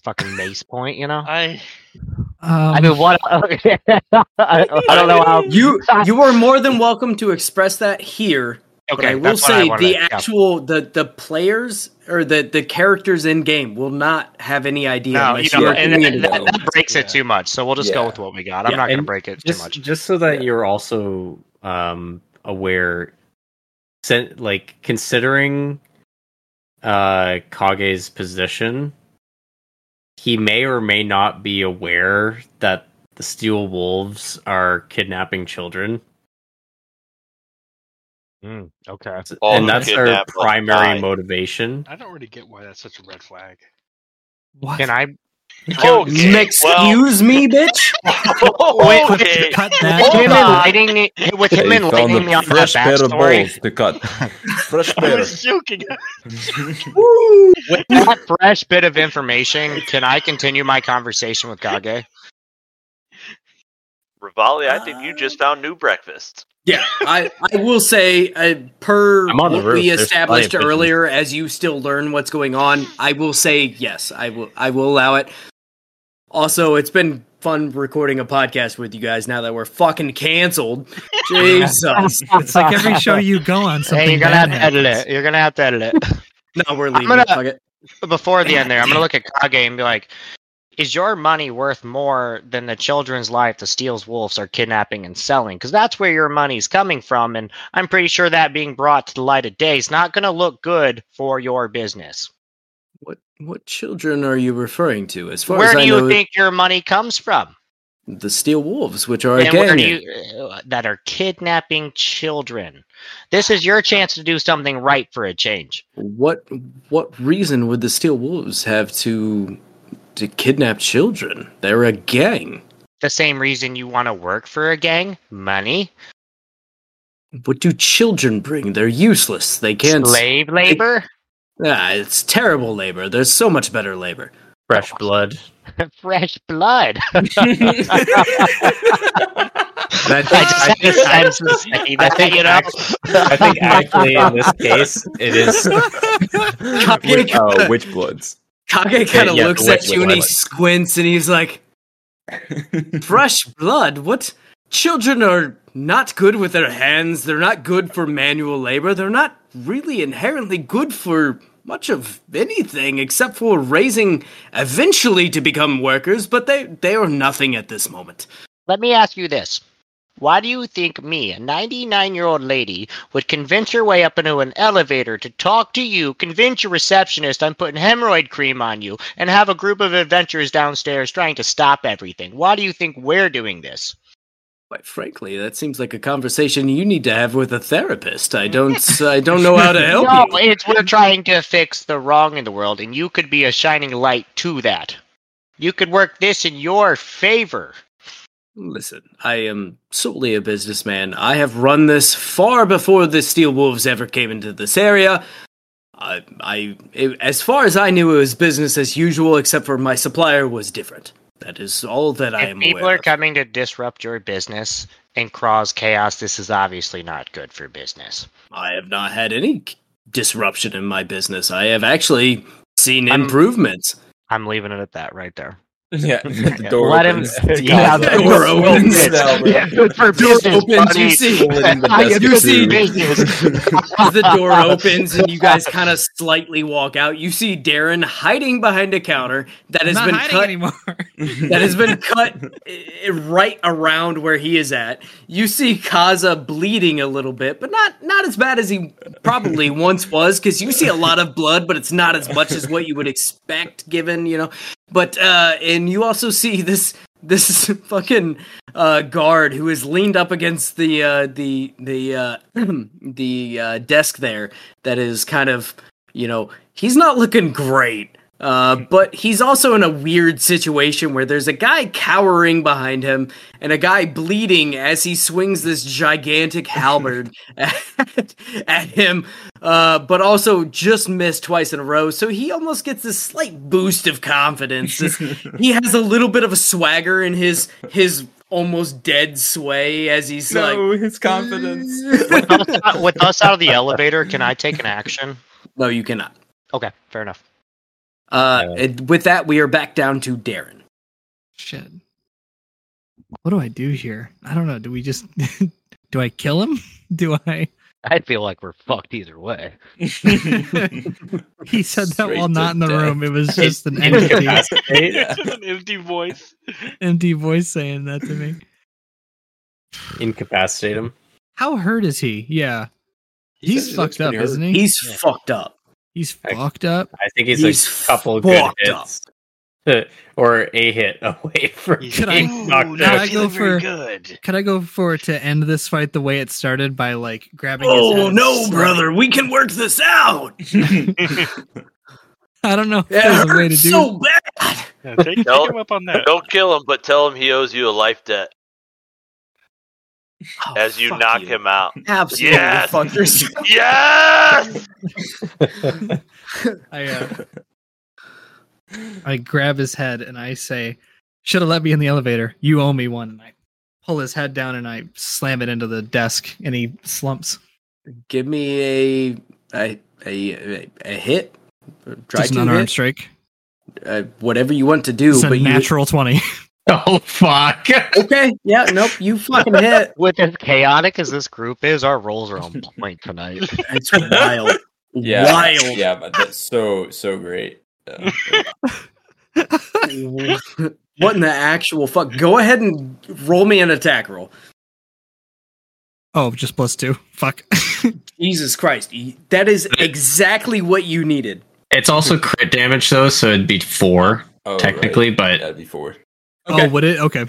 [SPEAKER 10] fucking mace point. You know,
[SPEAKER 3] I,
[SPEAKER 10] I mean, what? I don't know how
[SPEAKER 1] you you are more than welcome to express that here. but
[SPEAKER 10] Okay,
[SPEAKER 1] I will
[SPEAKER 10] that's what I
[SPEAKER 1] say
[SPEAKER 10] wanted,
[SPEAKER 1] the
[SPEAKER 10] yeah.
[SPEAKER 1] actual the the players or the the characters in game will not have any idea.
[SPEAKER 10] No, you
[SPEAKER 1] unless
[SPEAKER 10] know,
[SPEAKER 1] are
[SPEAKER 10] and
[SPEAKER 1] coming
[SPEAKER 10] that,
[SPEAKER 1] into
[SPEAKER 10] that,
[SPEAKER 1] the-
[SPEAKER 10] that breaks it too much. So we'll just go
[SPEAKER 8] Yeah.
[SPEAKER 10] with what we got. I'm
[SPEAKER 8] Yeah,
[SPEAKER 10] not going to
[SPEAKER 8] and
[SPEAKER 10] break it
[SPEAKER 8] just,
[SPEAKER 10] too much.
[SPEAKER 8] Just so that you're also um, aware, sen- like considering uh, Kage's position, he may or may not be aware that the Steel Wolves are kidnapping children,
[SPEAKER 10] okay.
[SPEAKER 7] All
[SPEAKER 8] and
[SPEAKER 7] the
[SPEAKER 8] that's their
[SPEAKER 7] kidnapped must
[SPEAKER 8] primary
[SPEAKER 7] die.
[SPEAKER 8] motivation.
[SPEAKER 3] I don't really get why that's such a red flag.
[SPEAKER 10] Can I?
[SPEAKER 7] Okay,
[SPEAKER 1] Mix-
[SPEAKER 7] well-
[SPEAKER 1] Excuse me, bitch.
[SPEAKER 7] Okay.
[SPEAKER 10] With him
[SPEAKER 7] on.
[SPEAKER 10] enlightening me, with him
[SPEAKER 9] They found
[SPEAKER 10] enlightening
[SPEAKER 9] a
[SPEAKER 10] me on that
[SPEAKER 9] fresh pair of
[SPEAKER 10] backstory,
[SPEAKER 9] balls to cut. Fresh
[SPEAKER 3] I
[SPEAKER 9] pair.
[SPEAKER 3] was joking.
[SPEAKER 10] with that fresh bit of information, can I continue my conversation with Kage?
[SPEAKER 7] Rivali, I
[SPEAKER 1] Uh,
[SPEAKER 7] think you just found new breakfast.
[SPEAKER 1] yeah, I I will say uh, per
[SPEAKER 7] I'm on the
[SPEAKER 1] what
[SPEAKER 7] roof,
[SPEAKER 1] we
[SPEAKER 7] there's
[SPEAKER 1] established
[SPEAKER 7] plenty of
[SPEAKER 1] earlier, as you still learn what's going on, I will say yes. I will I will allow it. Also, it's been fun recording a podcast with you guys now that we're fucking canceled. Jesus.
[SPEAKER 6] It's like every show you go on, something
[SPEAKER 10] Hey, you're gonna
[SPEAKER 6] bad
[SPEAKER 10] have to edit
[SPEAKER 6] happens.
[SPEAKER 10] it. You're gonna have to edit it.
[SPEAKER 1] no, we're
[SPEAKER 10] leaving. Before the end, there, I'm gonna look at Kage and be like, is your money worth more than the children's life the Steels Wolves are kidnapping and selling? Because that's where your money's coming from. And I'm pretty sure that being brought to the light of day is not going to look good for your business.
[SPEAKER 1] What what children are you referring to? As far
[SPEAKER 10] Where
[SPEAKER 1] as
[SPEAKER 10] do
[SPEAKER 1] I
[SPEAKER 10] you
[SPEAKER 1] know,
[SPEAKER 10] think your money comes from?
[SPEAKER 1] the Steel Wolves, which are a
[SPEAKER 10] and where
[SPEAKER 1] gang,
[SPEAKER 10] do you, uh, that are kidnapping children. This is your chance to do something right for a change.
[SPEAKER 1] what what reason would the Steel Wolves have to to kidnap children? They're a gang.
[SPEAKER 10] The same reason you want to work for a gang? Money?
[SPEAKER 1] What do children bring? They're useless. They can't.
[SPEAKER 10] Slave labor?
[SPEAKER 1] Ah, it's terrible labor. There's so much better labor.
[SPEAKER 2] Fresh blood.
[SPEAKER 10] Fresh blood.
[SPEAKER 2] I
[SPEAKER 10] I just had a sense of saying
[SPEAKER 2] I
[SPEAKER 10] that,
[SPEAKER 2] think
[SPEAKER 10] you know?
[SPEAKER 2] act- I think actually in this case it is.
[SPEAKER 1] Kage,
[SPEAKER 9] Oh, witch bloods.
[SPEAKER 1] Kage kind of
[SPEAKER 2] yeah,
[SPEAKER 1] looks
[SPEAKER 2] the
[SPEAKER 1] at
[SPEAKER 2] witch
[SPEAKER 1] you and he
[SPEAKER 2] blood.
[SPEAKER 1] squints and he's like, "Fresh blood? What? Children are not good with their hands. They're not good for manual labor. They're not really inherently good for much of anything except for raising eventually to become workers. But they they are nothing at this moment.
[SPEAKER 10] Let me ask you this. Why do you think me, a 99 year old lady, would convince your way up into an elevator to talk to you, convince your receptionist I'm putting hemorrhoid cream on you, and have a group of adventurers downstairs trying to stop everything? Why do you think we're doing this?
[SPEAKER 1] Quite frankly, that seems like a conversation you need to have with a therapist. I don't I don't know how to help
[SPEAKER 10] no,
[SPEAKER 1] you.
[SPEAKER 10] it's we're trying to fix the wrong in the world, and you could be a shining light to that. You could work this in your favor.
[SPEAKER 1] Listen, I am solely a businessman. I have run this far before the Steel Wolves ever came into this area. I, I, it- as far as I knew, it was business as usual, except for my supplier was different. That is all that I
[SPEAKER 10] If
[SPEAKER 1] am
[SPEAKER 10] people
[SPEAKER 1] aware.
[SPEAKER 10] are coming to disrupt your business and cause chaos, this is obviously not good for business.
[SPEAKER 1] I have not had any c- disruption in my business. I have actually seen improvements.
[SPEAKER 10] I'm leaving it at that right there.
[SPEAKER 9] Yeah, the door
[SPEAKER 10] Let
[SPEAKER 9] opens.
[SPEAKER 10] him speak out the
[SPEAKER 1] Door opens.
[SPEAKER 10] Yeah, good for
[SPEAKER 1] Door
[SPEAKER 10] business,
[SPEAKER 1] opens, you
[SPEAKER 10] buddy.
[SPEAKER 1] see-
[SPEAKER 10] I
[SPEAKER 9] best
[SPEAKER 10] do see
[SPEAKER 9] food.
[SPEAKER 10] business.
[SPEAKER 1] As the door opens and you guys kind of slightly walk out, you see Darren hiding behind a counter that has
[SPEAKER 6] not
[SPEAKER 1] been
[SPEAKER 6] hiding
[SPEAKER 1] cut
[SPEAKER 6] anymore.
[SPEAKER 1] that has been cut i- right around where he is at. You see Kaza bleeding a little bit, but not not as bad as he probably once was because you see a lot of blood, but it's not as much as what you would expect given you know. But uh, and you also see this this fucking uh, guard who is leaned up against the uh, the the uh, the uh, desk there that is kind of you know he's not looking great. Uh, but he's also in a weird situation where there's a guy cowering behind him and a guy bleeding as he swings this gigantic halberd at, at him, uh, but also just missed twice in a row. So he almost gets this slight boost of confidence. This- he has a little bit of a swagger in his his almost dead sway as he's
[SPEAKER 4] no,
[SPEAKER 1] like,
[SPEAKER 4] his confidence.
[SPEAKER 10] With us out of the elevator, can I take an action?
[SPEAKER 1] "No, you cannot."
[SPEAKER 10] Okay, fair enough.
[SPEAKER 1] Uh, and with that, we are back down to Darren.
[SPEAKER 6] Shit. What do I do here? I don't know. Do we just do I kill him? Do I?
[SPEAKER 10] I feel like we're fucked either way.
[SPEAKER 6] He said that
[SPEAKER 4] Straight
[SPEAKER 6] while not
[SPEAKER 4] to
[SPEAKER 6] in the
[SPEAKER 4] death.
[SPEAKER 6] room. It was just an empty,
[SPEAKER 3] It's an empty voice.
[SPEAKER 6] empty voice saying that to me.
[SPEAKER 8] Incapacitate him.
[SPEAKER 6] How hurt is he? Yeah,
[SPEAKER 9] He
[SPEAKER 6] he's
[SPEAKER 9] said he looks
[SPEAKER 6] fucked up,
[SPEAKER 9] pretty hurt.
[SPEAKER 6] isn't he?
[SPEAKER 1] He's fucked up.
[SPEAKER 6] he's
[SPEAKER 8] I-
[SPEAKER 6] fucked up.
[SPEAKER 8] I think he's,
[SPEAKER 1] He's
[SPEAKER 8] a couple good
[SPEAKER 1] fucked up.
[SPEAKER 8] hits. or a hit away from
[SPEAKER 3] He's-
[SPEAKER 6] Could I-
[SPEAKER 8] being knocked
[SPEAKER 3] not
[SPEAKER 6] I
[SPEAKER 8] out.
[SPEAKER 6] go
[SPEAKER 3] feeling very
[SPEAKER 6] for-
[SPEAKER 3] good.
[SPEAKER 6] Could I go for to end this fight the way it started by like grabbing? his head
[SPEAKER 1] Oh
[SPEAKER 6] and
[SPEAKER 1] no,
[SPEAKER 6] slamming-
[SPEAKER 1] brother, we can work this out.
[SPEAKER 6] I don't know. If
[SPEAKER 1] It
[SPEAKER 6] there's a way to do.
[SPEAKER 1] hurts so bad.
[SPEAKER 3] Yeah, take, take
[SPEAKER 7] No.
[SPEAKER 3] him up on that.
[SPEAKER 7] Don't kill him, but tell him he owes you a life debt
[SPEAKER 1] Oh,
[SPEAKER 7] as you
[SPEAKER 1] fuck
[SPEAKER 7] knock him out.
[SPEAKER 1] Absolutely
[SPEAKER 7] Yes.
[SPEAKER 1] fuck yourself.
[SPEAKER 7] Yes!
[SPEAKER 6] I uh, I grab his head and I say, "Should have let me in the elevator. You owe me one." And I pull his head down and I slam it into the desk, and he slumps.
[SPEAKER 1] Give me a a a, a, a hit. or Try
[SPEAKER 6] Just an
[SPEAKER 1] to
[SPEAKER 6] unarmed
[SPEAKER 1] hit.
[SPEAKER 6] strike.
[SPEAKER 1] Uh, whatever you want to do,
[SPEAKER 6] It's a
[SPEAKER 1] but you
[SPEAKER 6] natural twenty.
[SPEAKER 2] Oh fuck!
[SPEAKER 1] okay. Yeah, nope. You fucking hit.
[SPEAKER 10] With as chaotic as this group is, our rolls are on point tonight.
[SPEAKER 1] It's wild.
[SPEAKER 9] Yeah,
[SPEAKER 1] Wild.
[SPEAKER 9] Yeah, but that's so so great. Yeah.
[SPEAKER 1] what in the actual fuck? Go ahead and roll me an attack roll.
[SPEAKER 6] Oh, just plus two. Fuck.
[SPEAKER 1] Jesus Christ. y- That is exactly what you needed.
[SPEAKER 2] It's also crit damage though, so it'd be four
[SPEAKER 9] Oh,
[SPEAKER 2] technically, but
[SPEAKER 9] that'd be four.
[SPEAKER 6] Oh, would it? Okay.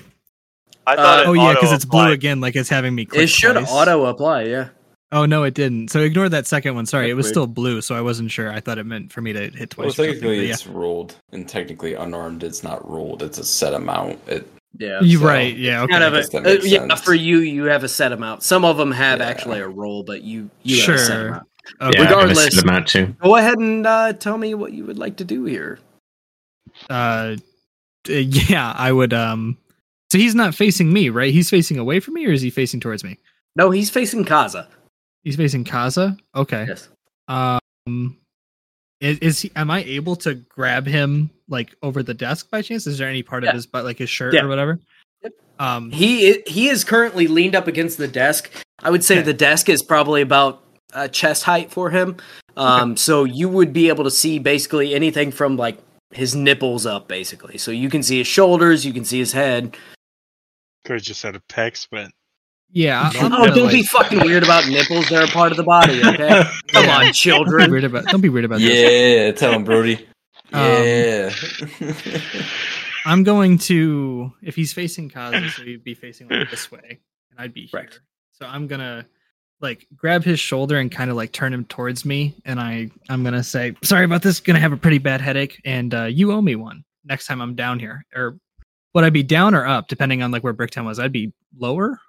[SPEAKER 7] I
[SPEAKER 1] thought it
[SPEAKER 6] oh yeah, because it's blue
[SPEAKER 1] auto-applied.
[SPEAKER 6] again. Like it's having me. Click
[SPEAKER 1] Uh, It should
[SPEAKER 6] twice.
[SPEAKER 1] auto apply, yeah.
[SPEAKER 6] Oh no, it didn't. So ignore that second one. Sorry,
[SPEAKER 9] That's
[SPEAKER 6] it was
[SPEAKER 9] weird.
[SPEAKER 6] still blue, so I wasn't sure. I thought it meant for me to hit twice.
[SPEAKER 9] Well,
[SPEAKER 6] or something, but
[SPEAKER 9] technically
[SPEAKER 6] yeah.
[SPEAKER 9] it's rolled, and technically unarmed it's not rolled. It's a set amount. It,
[SPEAKER 1] Yeah.
[SPEAKER 6] You're
[SPEAKER 9] so-
[SPEAKER 6] right. Yeah. Okay.
[SPEAKER 1] Kind of
[SPEAKER 9] I guess
[SPEAKER 1] a,
[SPEAKER 9] that makes
[SPEAKER 1] uh, yeah,
[SPEAKER 9] sense.
[SPEAKER 1] for you, you have a set amount. Some of them have actually a roll, but you, you have a set
[SPEAKER 6] Sure.
[SPEAKER 1] amount.
[SPEAKER 6] Okay.
[SPEAKER 2] yeah, regardless,
[SPEAKER 1] Regardless-
[SPEAKER 2] I them out too.
[SPEAKER 1] Go ahead and uh, tell me what you would like to do here.
[SPEAKER 6] Uh, d- yeah, I would. Um, so he's not facing me, right? He's facing away from me, or is he facing towards me?
[SPEAKER 1] No, he's facing Kaza.
[SPEAKER 6] He's facing Kaza. Okay.
[SPEAKER 1] Yes.
[SPEAKER 6] Um, is, is he? Am I able to grab him like over the desk by chance? Is there any part
[SPEAKER 1] Yeah.
[SPEAKER 6] of his butt, like his shirt
[SPEAKER 1] Yeah.
[SPEAKER 6] or whatever? Um,
[SPEAKER 1] He i- he is currently leaned up against the desk. I would say
[SPEAKER 6] Okay.
[SPEAKER 1] the desk is probably about uh, chest height for him. Um, So you would be able to see basically anything from like his nipples up, basically. So you can see his shoulders, you can see his head.
[SPEAKER 3] Could have just had a pecs, but
[SPEAKER 6] yeah. I- I'm
[SPEAKER 1] Oh,
[SPEAKER 6] gonna,
[SPEAKER 1] don't
[SPEAKER 6] like-
[SPEAKER 1] be fucking weird about nipples. They're a part of the body, okay? Come
[SPEAKER 6] Yeah.
[SPEAKER 1] on,
[SPEAKER 6] Don't be
[SPEAKER 1] children.
[SPEAKER 6] weird about. Don't be weird about this.
[SPEAKER 9] Yeah, tell him, Brody.
[SPEAKER 6] Um,
[SPEAKER 9] Yeah.
[SPEAKER 6] I'm going to if he's facing Kazu, so he'd be facing like this way, and I'd be here.
[SPEAKER 1] Correct.
[SPEAKER 6] So I'm gonna like grab his shoulder and kind of like turn him towards me, and I I'm gonna say, "Sorry about this. Gonna have a pretty bad headache, and uh, you owe me one next time I'm down here." Or would I be down or up, depending on like where Bricktown was? I'd be lower.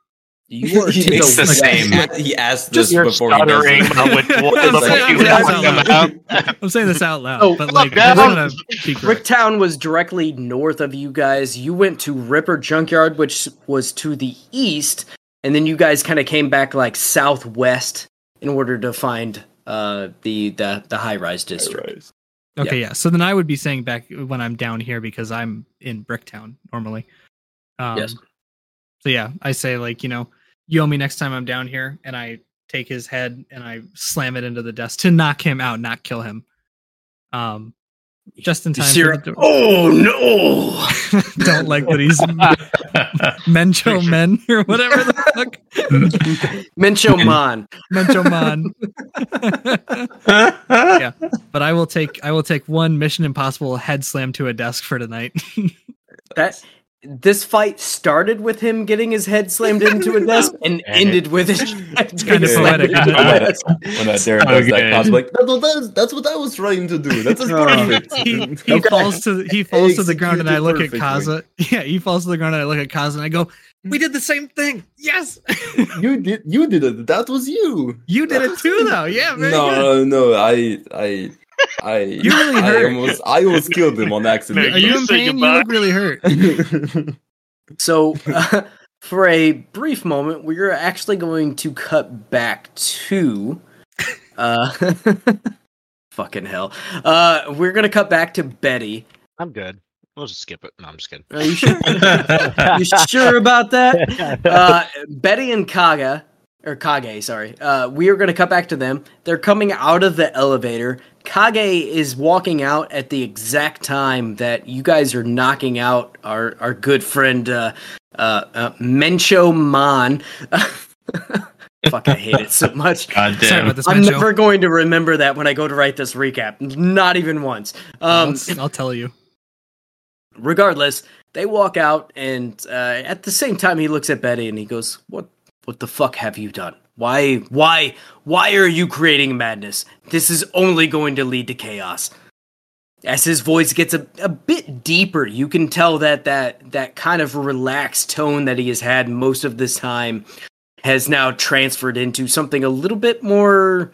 [SPEAKER 1] You are
[SPEAKER 9] He
[SPEAKER 1] to the
[SPEAKER 9] makes
[SPEAKER 1] west.
[SPEAKER 9] this- He asked this
[SPEAKER 7] You're
[SPEAKER 9] before he does
[SPEAKER 7] stuttering
[SPEAKER 9] it.
[SPEAKER 7] about which one
[SPEAKER 6] I'm
[SPEAKER 7] the
[SPEAKER 9] It's
[SPEAKER 6] saying-
[SPEAKER 7] fuck
[SPEAKER 6] I'm
[SPEAKER 7] you
[SPEAKER 6] saying this
[SPEAKER 7] want
[SPEAKER 6] out
[SPEAKER 7] them
[SPEAKER 6] loud.
[SPEAKER 7] out.
[SPEAKER 6] I'm saying this out loud,
[SPEAKER 1] Oh,
[SPEAKER 6] but like
[SPEAKER 7] fuck
[SPEAKER 6] that's
[SPEAKER 7] that.
[SPEAKER 6] gonna be great.
[SPEAKER 1] Bricktown was directly north of you guys. You went to Ripper Junkyard, which was to the east, and then you guys kind of came back like southwest in order to find uh, the the, the high rise district.
[SPEAKER 6] Okay, yeah. So then I would be saying back when I'm down here because I'm in Bricktown normally. Um,
[SPEAKER 1] Yes.
[SPEAKER 6] So yeah, I say like you know you owe me next time I'm down here, and I take his head and I slam it into the desk to knock him out, not kill him. Um, just in
[SPEAKER 1] You
[SPEAKER 6] time.
[SPEAKER 1] see
[SPEAKER 6] For
[SPEAKER 1] her-
[SPEAKER 6] the door.
[SPEAKER 1] oh no!
[SPEAKER 6] Don't like that he's Mencho Men or whatever the fuck
[SPEAKER 1] Mencho Mon.
[SPEAKER 6] Mencho Man. yeah, but I will take I will take one Mission Impossible head slam to a desk for tonight.
[SPEAKER 1] That this fight started with him getting his head slammed into a desk
[SPEAKER 5] And
[SPEAKER 1] and
[SPEAKER 5] it-
[SPEAKER 1] ended with his head
[SPEAKER 6] kinda
[SPEAKER 1] being slammed
[SPEAKER 6] poetic,
[SPEAKER 1] into
[SPEAKER 6] isn't
[SPEAKER 1] a
[SPEAKER 6] it?
[SPEAKER 1] desk.
[SPEAKER 9] When that Darren does
[SPEAKER 2] Okay.
[SPEAKER 9] that, Cos's like, that's what, that's, that's what I was trying to do. That's just perfect.
[SPEAKER 6] Oh, he, he falls to he falls to the ground and I look
[SPEAKER 9] Executed
[SPEAKER 6] at Kaza.
[SPEAKER 9] perfectly.
[SPEAKER 6] Yeah, he falls to the ground and I look at Kaza and I go, "We did the same thing. Yes,
[SPEAKER 9] you did, you did it. That was you.
[SPEAKER 6] you did it too, though. Yeah, very good.
[SPEAKER 9] No, no, no. I, I, I,
[SPEAKER 6] You really
[SPEAKER 9] I
[SPEAKER 6] hurt.
[SPEAKER 9] almost, I almost killed him on accident.
[SPEAKER 6] Are you in
[SPEAKER 7] Say
[SPEAKER 6] pain? You
[SPEAKER 7] goodbye.
[SPEAKER 6] look really hurt.
[SPEAKER 1] So, uh, for a brief moment, we're actually going to cut back to. Uh, fucking hell. Uh, we're going to cut back to Betty.
[SPEAKER 5] I'm good. We'll just skip it. No, I'm just kidding.
[SPEAKER 1] Are you sure, you sure about that? Uh, Betty and Kaga, or Kage, sorry. Uh, we are going to cut back to them. They're coming out of the elevator. Kage is walking out at the exact time that you guys are knocking out our, our good friend, uh, uh, uh, Mencho Mon. Fuck, I hate it so much.
[SPEAKER 2] God
[SPEAKER 6] Sorry
[SPEAKER 2] damn.
[SPEAKER 6] about this,
[SPEAKER 1] I'm
[SPEAKER 6] Mencho.
[SPEAKER 1] never going to remember that when I go to write this recap. Not even once. Um,
[SPEAKER 6] I'll- I'll tell you.
[SPEAKER 1] regardless, they walk out, and uh, at the same time, he looks at Betty and he goes, "What? What the fuck have you done? Why? Why? Why are you creating madness? This is only going to lead to chaos." As his voice gets a, a bit deeper, you can tell that, that that kind of relaxed tone that he has had most of this time has now transferred into something a little bit more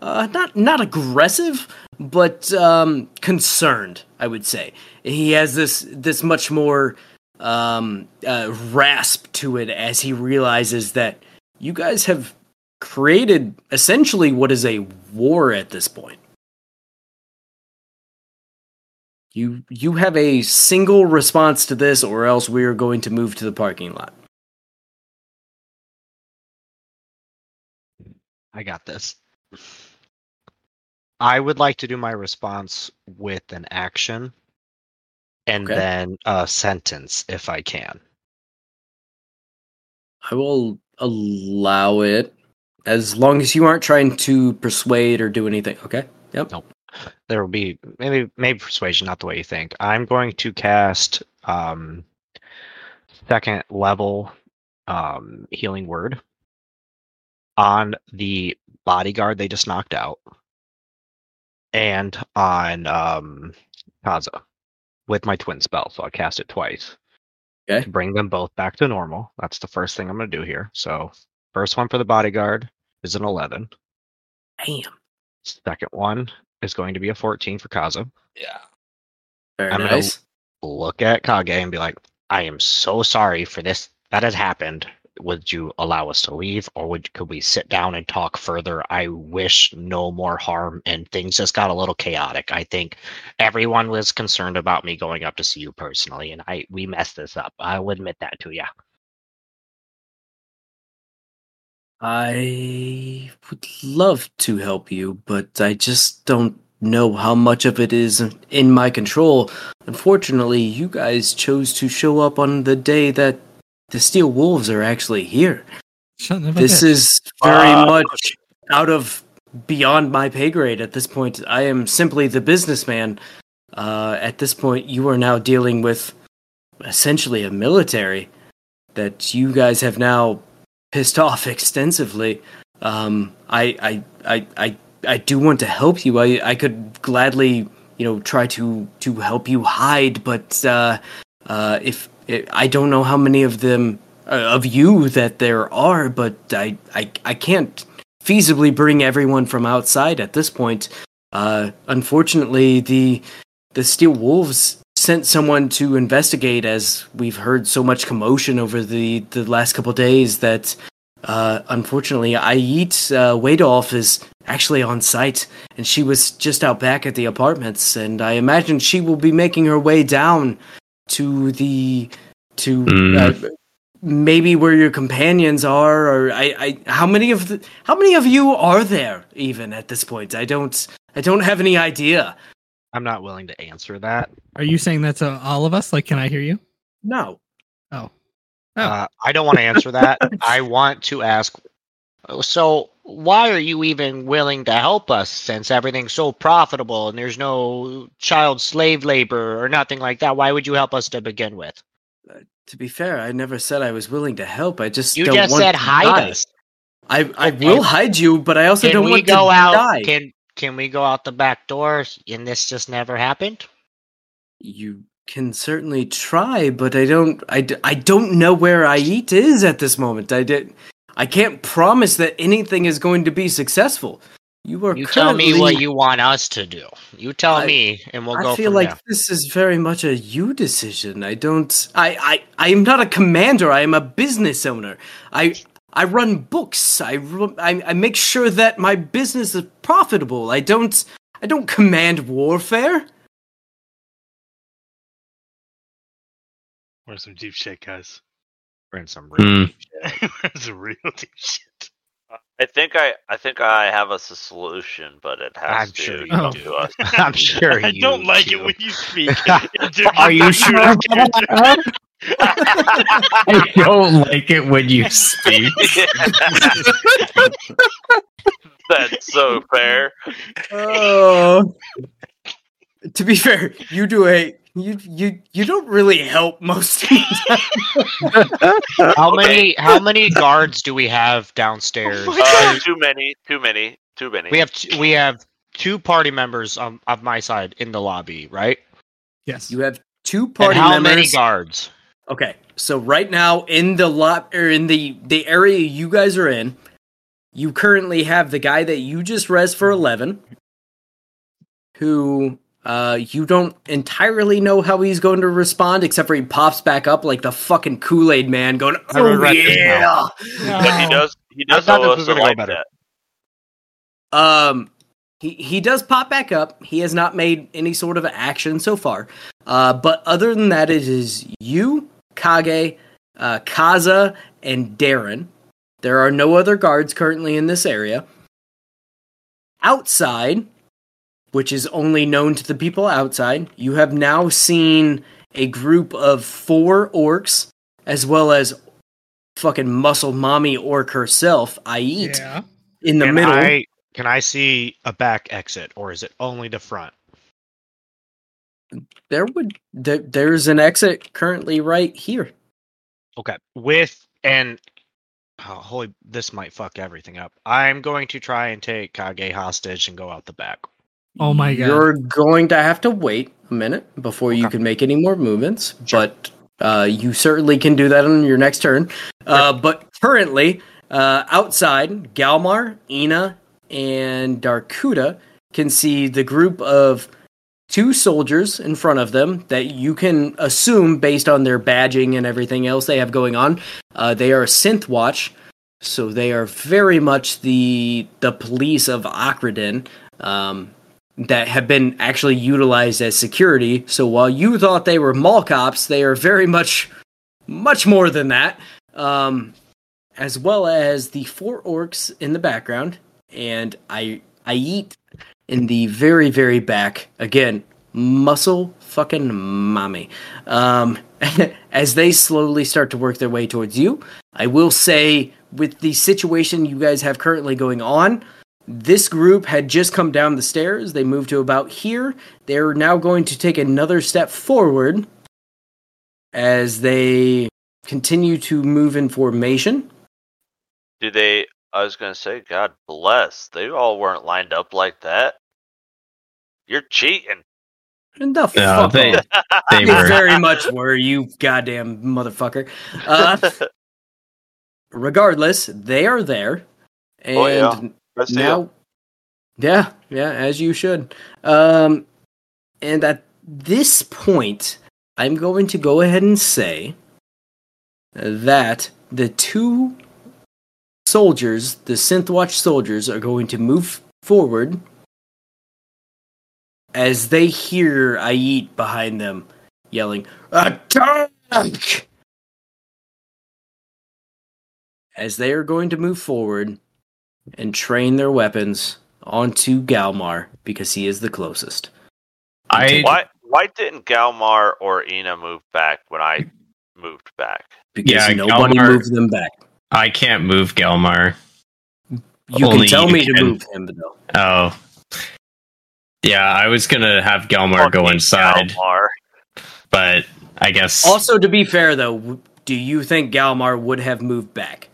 [SPEAKER 1] uh, not not aggressive, but um, concerned. I would say he has this this much more um, uh, rasp to it as he realizes that you guys have created essentially what is a war at this point. You you have a single response to this, or else we are going to move to the parking lot.
[SPEAKER 5] I got this. I would like to do my response with an action. and
[SPEAKER 1] Okay.
[SPEAKER 5] then a sentence if I can.
[SPEAKER 1] I will allow it as long as you aren't trying to persuade or do anything. Okay. Yep.
[SPEAKER 5] There will be maybe maybe persuasion, not the way you think. I'm going to cast um second level um healing word on the bodyguard they just knocked out and on um Kaza with my twin spell. So I cast it twice.
[SPEAKER 1] Okay.
[SPEAKER 5] Bring them both back to normal. That's the first thing I'm gonna do here. So first one for the bodyguard is an eleven.
[SPEAKER 1] Damn.
[SPEAKER 5] Second one is going to be a 14 for Kaza.
[SPEAKER 1] Yeah. Very
[SPEAKER 5] I'm gonna-
[SPEAKER 1] nice.
[SPEAKER 5] Look at Kage and be like, I am so sorry for this that has happened. Would you allow us to leave or would could we sit down and talk further? I wish no more harm and things just got a little chaotic. I think everyone was concerned about me going up to see you personally and I we messed this up. I will admit that to you.
[SPEAKER 1] I would love to help you, but I just don't know how much of it is in my control. Unfortunately, you guys chose to show up on the day that the Steel Wolves are actually here.
[SPEAKER 6] Son of a
[SPEAKER 1] This
[SPEAKER 6] bitch.
[SPEAKER 1] is very
[SPEAKER 6] Fuck.
[SPEAKER 1] much Uh, out of beyond my pay grade at this point. I am simply the businessman. Uh, at this point, you are now dealing with essentially a military that you guys have now pissed off extensively. Um, I, I, I, I, I do want to help you. I, I could gladly, you know, try to to help you hide, but uh, uh, if i I don't know how many of them uh, of you that there are, but I, I, I can't feasibly bring everyone from outside at this point. Uh, unfortunately, the the Steel Wolves sent someone to investigate as we've heard so much commotion over the, the last couple days that uh, unfortunately Ayit uh, Wadolf is actually on site and she was just out back at the apartments and I imagine she will be making her way down to the to
[SPEAKER 2] Mm.
[SPEAKER 11] Hmm.
[SPEAKER 1] uh, maybe where your companions are or I, I how many of the, how many of you are there even at this point I don't I don't have any idea
[SPEAKER 5] I'm not willing to answer that.
[SPEAKER 6] Are you saying that to all of us? Like, can I hear you?
[SPEAKER 1] No.
[SPEAKER 6] Oh.
[SPEAKER 5] Uh, I don't want to answer that. I want to ask. oh, So, why are you even willing to help us since everything's so profitable and there's no child slave labor or nothing like that? Why would you help us to begin with?
[SPEAKER 1] To be fair, I never said I was willing to help. I just
[SPEAKER 5] You
[SPEAKER 1] don't
[SPEAKER 5] just
[SPEAKER 1] want
[SPEAKER 5] said
[SPEAKER 1] to
[SPEAKER 5] hide
[SPEAKER 1] die.
[SPEAKER 5] us.
[SPEAKER 1] I I will hide you, but I also
[SPEAKER 5] can
[SPEAKER 1] don't
[SPEAKER 5] we
[SPEAKER 1] want
[SPEAKER 5] go
[SPEAKER 1] to
[SPEAKER 5] out?
[SPEAKER 1] die.
[SPEAKER 5] Can can we go out the back door and this just never happened?
[SPEAKER 1] You can certainly try, but I don't I, d- I don't know where I eat is at this moment. I did I can't promise that anything is going to be successful. You are
[SPEAKER 5] You tell me what
[SPEAKER 1] currently-
[SPEAKER 5] you want us to do. You tell me, and we'll
[SPEAKER 1] I
[SPEAKER 5] go
[SPEAKER 1] feel
[SPEAKER 5] from
[SPEAKER 1] like
[SPEAKER 5] there.
[SPEAKER 1] this is very much a you decision. I don't. I. I. I am not a commander. I am a business owner. I. I run books. I, ru- I. I make sure that my business is profitable. I don't. I don't command warfare.
[SPEAKER 3] We're in some deep shit, guys.
[SPEAKER 5] We're in some
[SPEAKER 2] Hmm.
[SPEAKER 3] We're in some real deep shit.
[SPEAKER 7] I think I, I think I have us a solution, but it has
[SPEAKER 5] I'm
[SPEAKER 7] to
[SPEAKER 5] sure you
[SPEAKER 7] come
[SPEAKER 5] do.
[SPEAKER 7] to us.
[SPEAKER 5] I'm sure
[SPEAKER 3] I
[SPEAKER 5] you
[SPEAKER 3] don't like
[SPEAKER 5] do.
[SPEAKER 3] it when you speak.
[SPEAKER 5] Are you sure about that?
[SPEAKER 2] I don't like it when you speak.
[SPEAKER 7] That's so fair.
[SPEAKER 1] Oh. to be fair, you do a. You. You. You don't really help most of the
[SPEAKER 5] How many how many guards do we have downstairs?
[SPEAKER 7] Uh, too many, too many, too many.
[SPEAKER 5] we have t- we have two party members on of my side in the lobby, right?
[SPEAKER 6] Yes.
[SPEAKER 1] You have two party
[SPEAKER 5] and how
[SPEAKER 1] members.
[SPEAKER 5] many guards?
[SPEAKER 1] Okay, so right now in the lot or in the the area you guys are in, you currently have the guy that you just res for eleven, who uh you don't entirely know how he's going to respond, except for he pops back up like the fucking Kool Aid Man, going,
[SPEAKER 5] I
[SPEAKER 1] "Oh
[SPEAKER 5] regret this
[SPEAKER 1] yeah."
[SPEAKER 5] now.
[SPEAKER 7] But he does, he does
[SPEAKER 5] thought this
[SPEAKER 7] owe us
[SPEAKER 5] was
[SPEAKER 7] a
[SPEAKER 5] gonna go
[SPEAKER 7] like
[SPEAKER 5] better.
[SPEAKER 7] that.
[SPEAKER 1] Um, he he does pop back up. He has not made any sort of action so far. Uh, but other than that, it is you, Kage, uh, Kaza, and Darren. There are no other guards currently in this area. Outside which is only known to the people outside, you have now seen a group of four orcs, as well as fucking muscle mommy orc herself, I eat, in the
[SPEAKER 5] Can
[SPEAKER 1] middle.
[SPEAKER 5] I- can I see a back exit, or is it only the front?
[SPEAKER 1] There would there, there's an exit currently right here.
[SPEAKER 5] Okay. With and oh, holy, this might fuck everything up. I'm going to try and take Kage hostage and go out the back.
[SPEAKER 6] Oh my god.
[SPEAKER 1] You're going to have to wait a minute before you can make any more movements, but uh, you certainly can do that on your next turn. Uh, but currently, uh, outside, Galmar, Ina, and Darkuda can see the group of two soldiers in front of them that you can assume, based on their badging and everything else they have going on, uh, they are Synth Watch. So they are very much the the police of Akradin. Um, that have been actually utilized as security. So while you thought they were mall cops, they are very much, much more than that. Um, as well as the four orcs in the background, and I, I eat in the very, very back again. Muscle fucking mommy. Um, as they slowly start to work their way towards you, I will say with the situation you guys have currently going on, this group had just come down the stairs. They moved to about here. They're now going to take another step forward as they continue to move in formation.
[SPEAKER 7] Do they? I was gonna say, God bless. They all weren't lined up like that. You're cheating.
[SPEAKER 1] And
[SPEAKER 11] Oh,
[SPEAKER 1] the
[SPEAKER 7] No,
[SPEAKER 1] fuck
[SPEAKER 7] Uh, they-
[SPEAKER 1] off.
[SPEAKER 7] they
[SPEAKER 1] You
[SPEAKER 7] were.
[SPEAKER 1] very much were, you goddamn motherfucker. Uh, regardless, they are there. And
[SPEAKER 7] Oh, yeah. I see
[SPEAKER 1] now, yeah, yeah, as you should. Um, and at this point, I'm going to go ahead and say that the two soldiers, the Synthwatch soldiers, are going to move forward as they hear Ayit behind them yelling, Attack! As they are going to move forward and train their weapons onto Galmar because he is the closest. I-
[SPEAKER 7] Why? Why didn't Galmar or Ina move back when I moved back?
[SPEAKER 1] Because
[SPEAKER 2] Yeah,
[SPEAKER 1] nobody
[SPEAKER 2] Galmar-
[SPEAKER 1] moved them back.
[SPEAKER 2] I can't move Gelmar.
[SPEAKER 1] You can
[SPEAKER 2] Only
[SPEAKER 1] tell
[SPEAKER 2] you
[SPEAKER 1] me to
[SPEAKER 2] can.
[SPEAKER 1] move him, though.
[SPEAKER 2] Oh. Yeah, I was gonna have Gelmar go inside. But I guess
[SPEAKER 1] Also, to be fair, though, w- do you think Galmar would have moved back?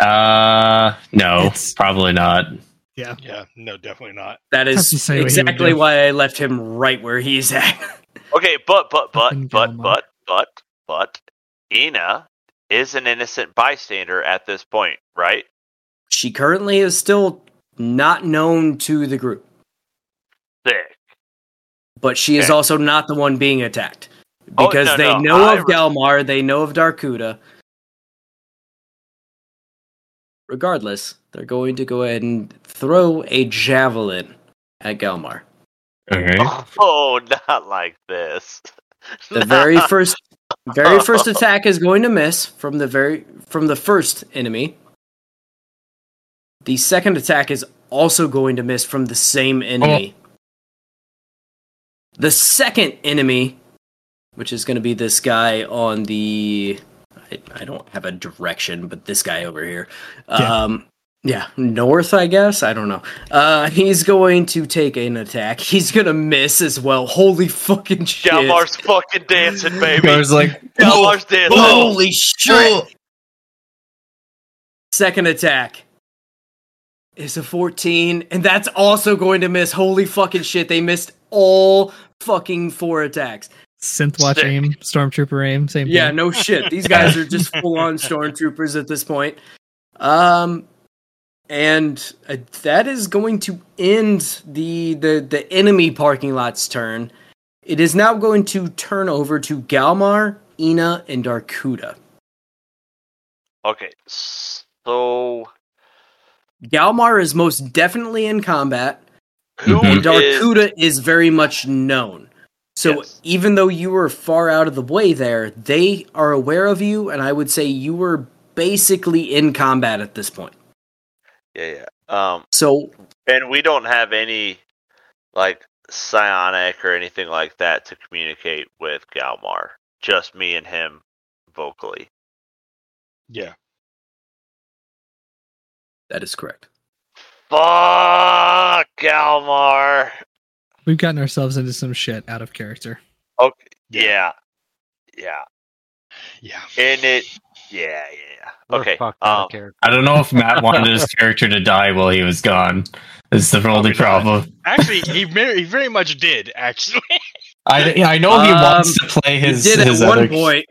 [SPEAKER 2] uh no, probably not.
[SPEAKER 6] Yeah.
[SPEAKER 3] Yeah. No, definitely not.
[SPEAKER 1] That
[SPEAKER 6] Tough to
[SPEAKER 1] is
[SPEAKER 6] say what he would
[SPEAKER 1] exactly
[SPEAKER 6] do.
[SPEAKER 1] why I left him right where he's at.
[SPEAKER 7] Okay, but but but but but but but Ina is an innocent bystander at this point, right?
[SPEAKER 1] She currently is still not known to the group,
[SPEAKER 7] Sick.
[SPEAKER 1] but she is
[SPEAKER 7] Okay.
[SPEAKER 1] also not the one being attacked.
[SPEAKER 7] Oh,
[SPEAKER 1] Because
[SPEAKER 7] no,
[SPEAKER 1] they
[SPEAKER 7] no,
[SPEAKER 1] know
[SPEAKER 7] I
[SPEAKER 1] of Galmar, they know of Darkuda. Regardless, they're going to go ahead and throw a javelin at Galmar.
[SPEAKER 7] Oh, not like this.
[SPEAKER 1] The very first very first attack is going to miss from the very from the first enemy. The second attack is also going to miss from the same enemy. The second enemy, which is going to be this guy on the I, I don't have a direction, but this guy over here.
[SPEAKER 6] Yeah.
[SPEAKER 1] Um yeah, north, I guess. I don't know. Uh, he's going to take an attack. He's gonna miss as well. Holy fucking shit!
[SPEAKER 7] Galmar's fucking dancing, baby.
[SPEAKER 2] I was like,
[SPEAKER 7] Galmar's dancing.
[SPEAKER 1] Holy shit! Second attack is a 14, and that's also going to miss. Holy fucking shit, they missed all fucking four attacks.
[SPEAKER 6] Synthwatch
[SPEAKER 1] Sick.
[SPEAKER 6] aim, stormtrooper aim, same
[SPEAKER 1] Yeah,
[SPEAKER 6] thing.
[SPEAKER 1] no shit. These guys are just full on stormtroopers at this point. Um, and uh, that is going to end the the the enemy parking lot's turn. It is now going to turn over to Galmar, Ina, and Darkuda.
[SPEAKER 7] Okay, so
[SPEAKER 1] Galmar is most definitely in combat.
[SPEAKER 7] who
[SPEAKER 2] Mm-hmm.
[SPEAKER 1] and
[SPEAKER 7] is-
[SPEAKER 1] Darkuda is very much known. So even though you were far out of the way there, they are aware of you, and I would say you were basically in combat at this point.
[SPEAKER 7] Yeah, yeah. Um,
[SPEAKER 1] So
[SPEAKER 7] and we don't have any like psionic or anything like that to communicate with Galmar. Just me and him vocally.
[SPEAKER 3] Yeah.
[SPEAKER 1] That is correct.
[SPEAKER 7] Fuck Galmar.
[SPEAKER 6] We've gotten ourselves into some shit out of character.
[SPEAKER 7] Okay. Yeah. Yeah.
[SPEAKER 3] Yeah.
[SPEAKER 7] And it. Yeah. Yeah. Okay. um,
[SPEAKER 2] I don't know if Matt wanted his character to die while he was gone. It's the only problem.
[SPEAKER 3] Actually, he very, he very much did. Actually,
[SPEAKER 2] I, yeah, I know he wants
[SPEAKER 1] Um,
[SPEAKER 2] to play his.
[SPEAKER 1] He did
[SPEAKER 2] his
[SPEAKER 1] at
[SPEAKER 2] other-
[SPEAKER 1] one point.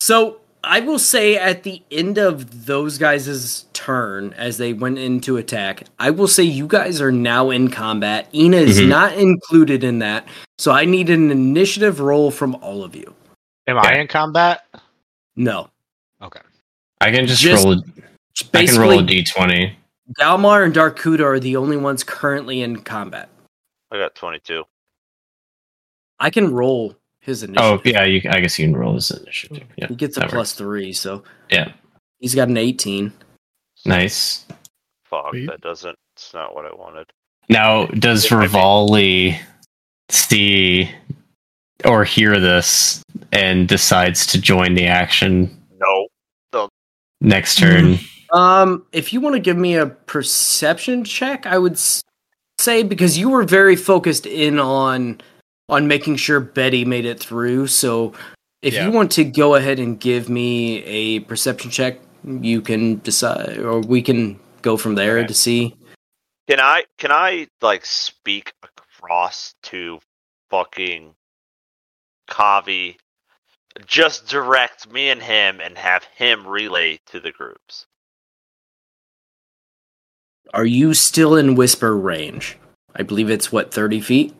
[SPEAKER 1] So I will say at the end of those guys' turn as they went into attack, I will say you guys are now in combat. Ina is
[SPEAKER 2] Mhm.
[SPEAKER 1] not included in that, so I need an initiative roll from all of you.
[SPEAKER 10] Am I in combat?
[SPEAKER 1] No,
[SPEAKER 10] Okay.
[SPEAKER 2] I can just,
[SPEAKER 1] Just-
[SPEAKER 2] roll. A, I can roll a
[SPEAKER 1] basically-
[SPEAKER 2] d twenty.
[SPEAKER 1] Galmar and Darkuda are the only ones currently in combat.
[SPEAKER 7] I got 22.
[SPEAKER 1] I can roll his initiative.
[SPEAKER 2] Oh yeah, you, I guess you can roll this initiative. Yeah,
[SPEAKER 1] he gets a
[SPEAKER 2] that
[SPEAKER 1] plus three, so
[SPEAKER 2] Yeah.
[SPEAKER 1] he's got an eighteen.
[SPEAKER 2] nice.
[SPEAKER 7] Fuck.
[SPEAKER 6] Wait.
[SPEAKER 7] That doesn't. It's not what I wanted.
[SPEAKER 2] Now, does Rivali see or hear this and decides to join the action
[SPEAKER 7] No.
[SPEAKER 2] next turn?
[SPEAKER 1] Um, if you want to give me a perception check, I would s- say because you were very focused in on on making sure Betty made it through. So, if
[SPEAKER 3] Yeah.
[SPEAKER 1] you want to go ahead and give me a perception check, you can decide, or we can go from there to see.
[SPEAKER 7] Can I? Can I like speak across to fucking Kavi? Just direct me and him, and have him relay to the groups.
[SPEAKER 1] Are you still in whisper range? I believe it's what thirty feet.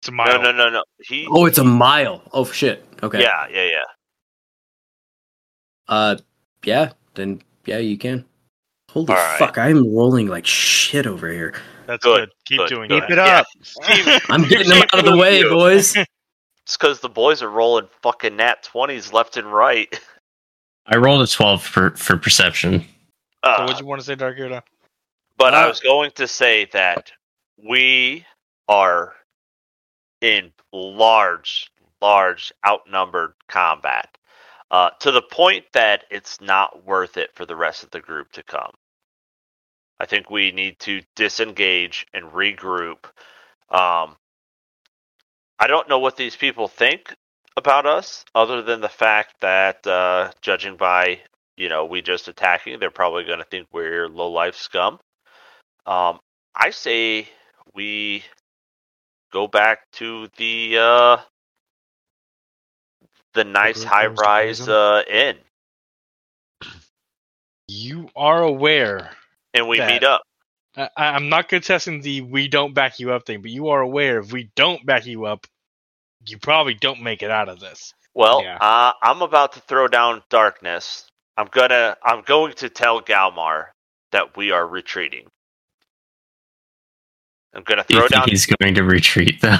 [SPEAKER 3] it's a mile.
[SPEAKER 7] No, no, no, no. He.
[SPEAKER 1] Oh, it's a mile. Oh shit. Okay.
[SPEAKER 7] Yeah, yeah, yeah.
[SPEAKER 1] Uh, yeah. Then yeah, you can. Holy
[SPEAKER 7] All right.
[SPEAKER 1] fuck! I'm rolling like shit over here.
[SPEAKER 3] That's
[SPEAKER 7] Good,
[SPEAKER 3] good. Keep
[SPEAKER 7] good,
[SPEAKER 3] doing
[SPEAKER 7] good.
[SPEAKER 3] that.
[SPEAKER 7] Keep it up. Keep-
[SPEAKER 1] I'm getting them out of the way, boys.
[SPEAKER 7] It's because the boys are rolling fucking nat twenties left and right.
[SPEAKER 2] I rolled a twelve for for perception.
[SPEAKER 3] So
[SPEAKER 7] Uh,
[SPEAKER 3] what you want to say, Darkuda?
[SPEAKER 7] But I
[SPEAKER 1] Uh,
[SPEAKER 7] was going to say that we are in large, large, outnumbered combat uh, to the point that it's not worth it for the rest of the group to come. I think we need to disengage and regroup. Um, I don't know what these people think about us, other than the fact that, uh, judging by you know we just attacking, they're probably going to think we're low life scum. Um, I say we go back to the uh, the nice
[SPEAKER 12] group
[SPEAKER 7] high
[SPEAKER 12] that was
[SPEAKER 7] rise uh, inn,
[SPEAKER 3] You are aware.
[SPEAKER 7] and we
[SPEAKER 3] That-
[SPEAKER 7] meet up.
[SPEAKER 3] I, I- I'm not contesting the "we don't back you up" thing, but you are aware if we don't back you up, you probably don't make it out of this.
[SPEAKER 7] Well,
[SPEAKER 3] Yeah.
[SPEAKER 7] uh, I'm about to throw down darkness. I'm gonna. I'm going to tell Galmar that we are retreating. I'm gonna
[SPEAKER 2] Do you
[SPEAKER 7] throw
[SPEAKER 2] think
[SPEAKER 7] down.
[SPEAKER 2] he's going to retreat though?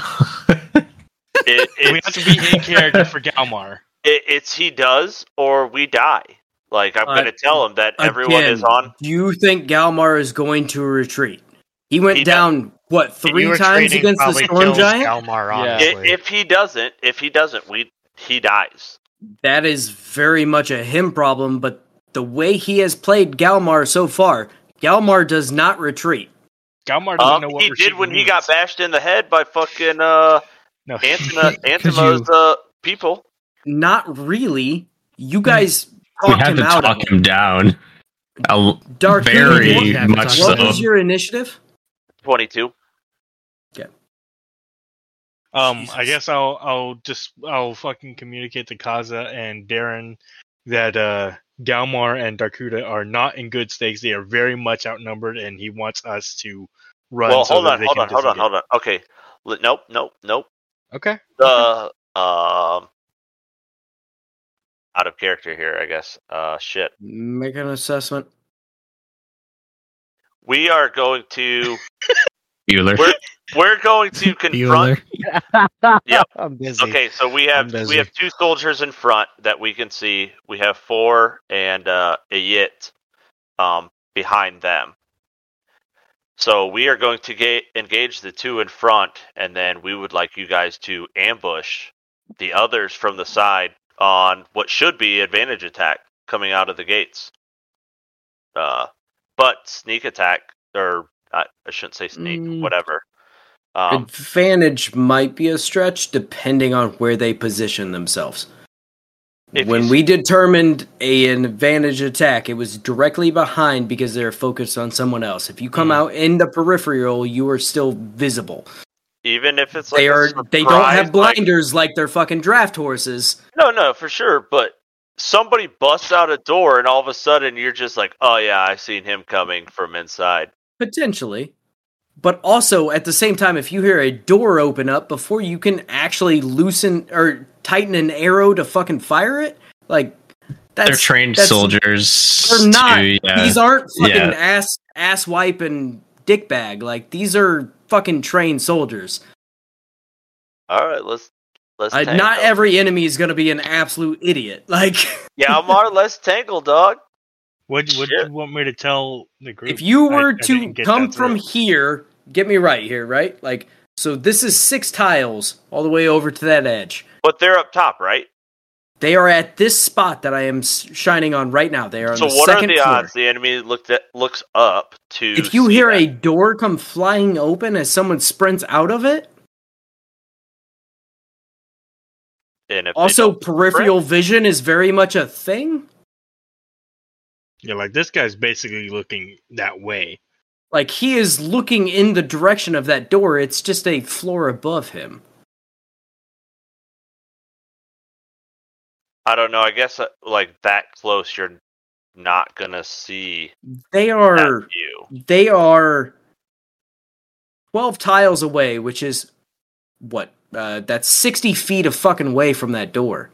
[SPEAKER 7] It,
[SPEAKER 3] We have to be in character for Galmar.
[SPEAKER 7] it, it's he does or we die. Like I'm
[SPEAKER 1] Uh,
[SPEAKER 7] going to tell him that everyone is
[SPEAKER 1] Again,
[SPEAKER 7] on.
[SPEAKER 1] Do you think Galmar is going to retreat? He went
[SPEAKER 7] He
[SPEAKER 1] down what three times against the storm giant.
[SPEAKER 12] Galmar,
[SPEAKER 3] Yeah.
[SPEAKER 7] I-
[SPEAKER 12] honestly.
[SPEAKER 7] If he doesn't, if he doesn't, we he dies.
[SPEAKER 1] That is very much a him problem, but the way he has played Galmar so far, Galmar does not retreat.
[SPEAKER 3] Galmar doesn't
[SPEAKER 7] Um,
[SPEAKER 3] know what
[SPEAKER 7] he did
[SPEAKER 3] retreat
[SPEAKER 7] when he
[SPEAKER 3] means.
[SPEAKER 7] got bashed in the head by fucking uh,
[SPEAKER 3] No,
[SPEAKER 7] Antima,
[SPEAKER 6] Because
[SPEAKER 7] Antima's uh, people.
[SPEAKER 1] Not really. You guys
[SPEAKER 2] we
[SPEAKER 1] talked
[SPEAKER 2] had
[SPEAKER 1] him
[SPEAKER 2] to
[SPEAKER 1] out.
[SPEAKER 2] talk him down. A-
[SPEAKER 1] Dark
[SPEAKER 2] very
[SPEAKER 1] Knight,
[SPEAKER 6] Yeah,
[SPEAKER 2] much
[SPEAKER 1] what, what
[SPEAKER 2] so.
[SPEAKER 1] was your initiative?
[SPEAKER 7] Twenty-two.
[SPEAKER 3] Um, I
[SPEAKER 1] Jesus.
[SPEAKER 3] guess I'll I'll just I'll fucking communicate to Kaza and Darren that uh Galmar and Darkuda are not in good stakes. They are very much outnumbered, and he wants us to run.
[SPEAKER 7] Well,
[SPEAKER 3] so
[SPEAKER 7] hold
[SPEAKER 3] that
[SPEAKER 7] on,
[SPEAKER 3] they
[SPEAKER 7] hold
[SPEAKER 3] can
[SPEAKER 7] on, hold on,
[SPEAKER 3] disengage.
[SPEAKER 7] hold on. Okay, L- nope, nope, nope.
[SPEAKER 3] Okay.
[SPEAKER 7] The um, out of character here, I guess. Uh, shit.
[SPEAKER 1] Make an assessment.
[SPEAKER 7] We are going to
[SPEAKER 2] Bueller.
[SPEAKER 7] We're- we're going to confront
[SPEAKER 6] Bueller.
[SPEAKER 7] Yep.
[SPEAKER 12] I'm busy.
[SPEAKER 7] Okay, so we have
[SPEAKER 12] I'm busy.
[SPEAKER 7] we have two soldiers in front that we can see. We have four and uh, a yit um, behind them. So we are going to ga- engage the two in front, and then we would like you guys to ambush the others from the side on what should be advantage attack coming out of the gates. Uh, but sneak attack, or I I shouldn't say sneak,
[SPEAKER 1] Mm.
[SPEAKER 7] whatever. Um,
[SPEAKER 1] Advantage might be a stretch depending on where they position themselves.
[SPEAKER 7] If
[SPEAKER 1] When we determined a, an advantage attack, it was directly behind because they're focused on someone else. If you come
[SPEAKER 7] Mm.
[SPEAKER 1] out in the peripheral, you are still visible.
[SPEAKER 7] even if it's like
[SPEAKER 1] They
[SPEAKER 7] a
[SPEAKER 1] are they don't
[SPEAKER 7] surprise,
[SPEAKER 1] have blinders like, they're fucking draft horses.
[SPEAKER 7] No, no, for sure. But somebody busts out a door, and all of a sudden you're just like, "Oh yeah, I seen him coming from inside."
[SPEAKER 1] Potentially. But also at the same time, if you hear a door open up before you can actually loosen or tighten an arrow to fucking fire it, like that's
[SPEAKER 2] They're trained
[SPEAKER 1] that's-
[SPEAKER 2] soldiers.
[SPEAKER 1] They're not.
[SPEAKER 2] too, yeah.
[SPEAKER 1] These aren't fucking
[SPEAKER 2] Yeah.
[SPEAKER 1] ass ass wipe and dick bag. Like these are fucking trained soldiers.
[SPEAKER 7] All right, let's let's
[SPEAKER 1] Uh,
[SPEAKER 7] tangle.
[SPEAKER 1] not every enemy is gonna be an absolute idiot. Like
[SPEAKER 7] yeah, Amar, let's tangle, dog.
[SPEAKER 3] What what do you want me to tell the group?
[SPEAKER 1] if you
[SPEAKER 3] I-
[SPEAKER 1] were
[SPEAKER 3] I
[SPEAKER 1] to
[SPEAKER 3] didn't get
[SPEAKER 1] come
[SPEAKER 3] that
[SPEAKER 1] from
[SPEAKER 3] through.
[SPEAKER 1] here, get me right here, right? Like so, this is six tiles all the way over to that edge.
[SPEAKER 7] But they're up top, right?
[SPEAKER 1] They are at this spot that I am s- shining on right now. They are on
[SPEAKER 7] So
[SPEAKER 1] the
[SPEAKER 7] what are
[SPEAKER 1] second
[SPEAKER 7] the
[SPEAKER 1] floor.
[SPEAKER 7] odds the enemy looked at looks up to?
[SPEAKER 1] If you hear a door come flying open as someone sprints out of it,
[SPEAKER 7] and if they
[SPEAKER 1] also
[SPEAKER 7] don't-
[SPEAKER 1] peripheral vision is very much a thing.
[SPEAKER 3] Yeah, like this guy's basically looking that way.
[SPEAKER 1] Like he is looking in the direction of that door. It's just a floor above him.
[SPEAKER 7] I don't know. I guess uh, like that close, you're not gonna see
[SPEAKER 1] They
[SPEAKER 7] that
[SPEAKER 1] are
[SPEAKER 7] view.
[SPEAKER 1] they are 12 tiles away, which is what? Uh, that's 60 feet of fucking way from that door.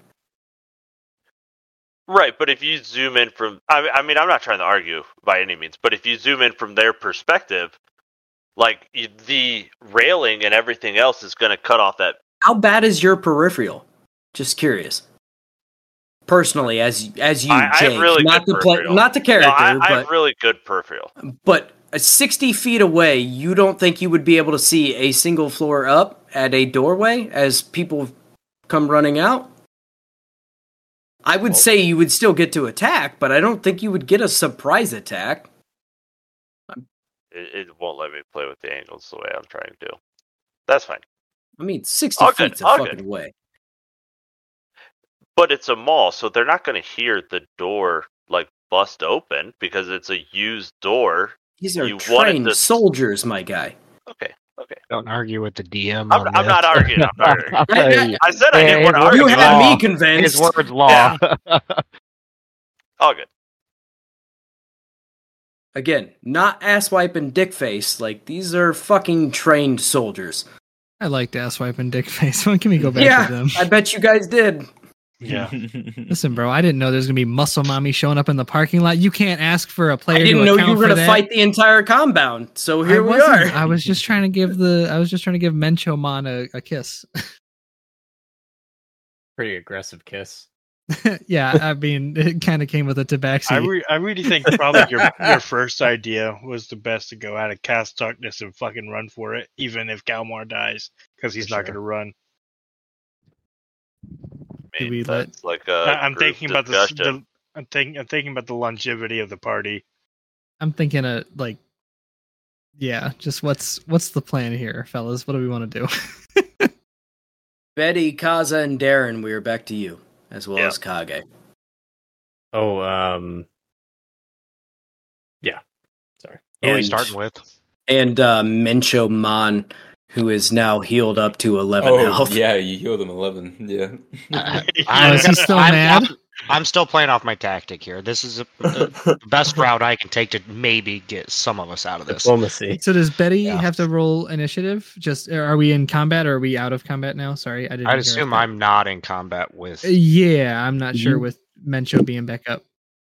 [SPEAKER 7] Right, but if you zoom in from, I, mean- I mean, I'm not trying to argue by any means, but if you zoom in from their perspective, like y- the railing and everything else is going to cut off that.
[SPEAKER 1] How bad is your peripheral? Just curious. Personally, as as you,
[SPEAKER 7] I, I
[SPEAKER 1] Jake,
[SPEAKER 7] have really
[SPEAKER 1] not
[SPEAKER 7] good
[SPEAKER 1] the play,
[SPEAKER 7] peripheral.
[SPEAKER 1] not the
[SPEAKER 7] No,
[SPEAKER 1] character,
[SPEAKER 7] I, I
[SPEAKER 1] but
[SPEAKER 7] have really good peripheral.
[SPEAKER 1] But uh, 60 feet away, you don't think you would be able to see a single floor up at a doorway as people come running out? I would say you would still get to attack, but I don't think you would get a surprise attack.
[SPEAKER 7] It, it won't let me play with the angles the way I'm trying to do. That's fine,
[SPEAKER 1] I mean, 60
[SPEAKER 7] All good,
[SPEAKER 1] feet's
[SPEAKER 7] all
[SPEAKER 1] a fucking
[SPEAKER 7] good.
[SPEAKER 1] way.
[SPEAKER 7] but it's a mall, so they're not going to hear the door like bust open because it's a used door.
[SPEAKER 1] These are
[SPEAKER 7] You wanted
[SPEAKER 1] trained
[SPEAKER 7] to-
[SPEAKER 1] soldiers, my guy.
[SPEAKER 7] Okay, okay.
[SPEAKER 5] Don't argue with the
[SPEAKER 7] I'm-
[SPEAKER 5] DM. on
[SPEAKER 7] I'm not
[SPEAKER 5] this.
[SPEAKER 7] arguing, I'm not arguing.
[SPEAKER 5] I'll tell you.
[SPEAKER 7] I said I didn't
[SPEAKER 5] Yeah,
[SPEAKER 7] want to
[SPEAKER 5] his
[SPEAKER 7] argue.
[SPEAKER 1] You
[SPEAKER 5] word's
[SPEAKER 1] had
[SPEAKER 5] law.
[SPEAKER 1] me convinced.
[SPEAKER 5] His word's law.
[SPEAKER 7] All good.
[SPEAKER 1] Again, not asswipe and dickface. Like, these are fucking trained soldiers.
[SPEAKER 6] I liked asswipe and dick face. When can we go back to
[SPEAKER 1] Yeah,
[SPEAKER 6] them?
[SPEAKER 1] I bet you guys did.
[SPEAKER 3] Yeah.
[SPEAKER 6] Listen, bro, I didn't know there's gonna be muscle mommy showing up in the parking lot. You can't ask for a player.
[SPEAKER 1] I didn't
[SPEAKER 6] to
[SPEAKER 1] know you
[SPEAKER 6] account
[SPEAKER 1] were
[SPEAKER 6] for
[SPEAKER 1] going to
[SPEAKER 6] that.
[SPEAKER 1] fight the entire compound, so
[SPEAKER 6] I
[SPEAKER 1] here we
[SPEAKER 6] wasn't.
[SPEAKER 1] are.
[SPEAKER 6] I was just trying to give the. I was just trying to give Mencho Mon a, a kiss.
[SPEAKER 19] Pretty aggressive kiss.
[SPEAKER 6] yeah, I mean, it kind of came with a tabaxi.
[SPEAKER 3] I, re- I really think probably your your first idea was the best to go out of cast darkness and fucking run for it, even if Galmar dies, because he's
[SPEAKER 19] For
[SPEAKER 3] not
[SPEAKER 19] sure.
[SPEAKER 3] going to run.
[SPEAKER 7] I mean,
[SPEAKER 6] we let-
[SPEAKER 7] that's like a
[SPEAKER 3] I- I'm
[SPEAKER 7] group
[SPEAKER 3] thinking about the, s-
[SPEAKER 7] discussion.
[SPEAKER 3] the I'm thinking I'm thinking about the longevity of the party.
[SPEAKER 6] I'm thinking a like, yeah, just what's what's the plan here, fellas? What do we want to do?
[SPEAKER 1] Betty, Kaza, and Darren, we are back to you, as well
[SPEAKER 7] Yeah.
[SPEAKER 1] as Kage.
[SPEAKER 19] Oh, um, yeah. Sorry.
[SPEAKER 11] Who are we
[SPEAKER 1] And-
[SPEAKER 11] starting with?
[SPEAKER 1] And uh, Mencho Mon, who is now healed up to 11
[SPEAKER 20] oh,
[SPEAKER 1] health.
[SPEAKER 20] yeah, you heal them 11. Yeah.
[SPEAKER 5] Uh,
[SPEAKER 6] Oh, is he still
[SPEAKER 5] I'm-
[SPEAKER 6] mad?
[SPEAKER 5] I'm- I'm still playing off my tactic here. This is a, the best route I can take to maybe get some of us out of this.
[SPEAKER 19] Diplomacy.
[SPEAKER 6] So does Betty
[SPEAKER 5] Yeah.
[SPEAKER 6] have to roll initiative? Just are we in combat or are we out of combat now? Sorry, I didn't.
[SPEAKER 5] I'd
[SPEAKER 6] hear
[SPEAKER 5] assume
[SPEAKER 6] that.
[SPEAKER 5] I'm not in combat with.
[SPEAKER 6] Yeah, I'm not
[SPEAKER 1] Mm-hmm.
[SPEAKER 6] sure with Mencho being back up.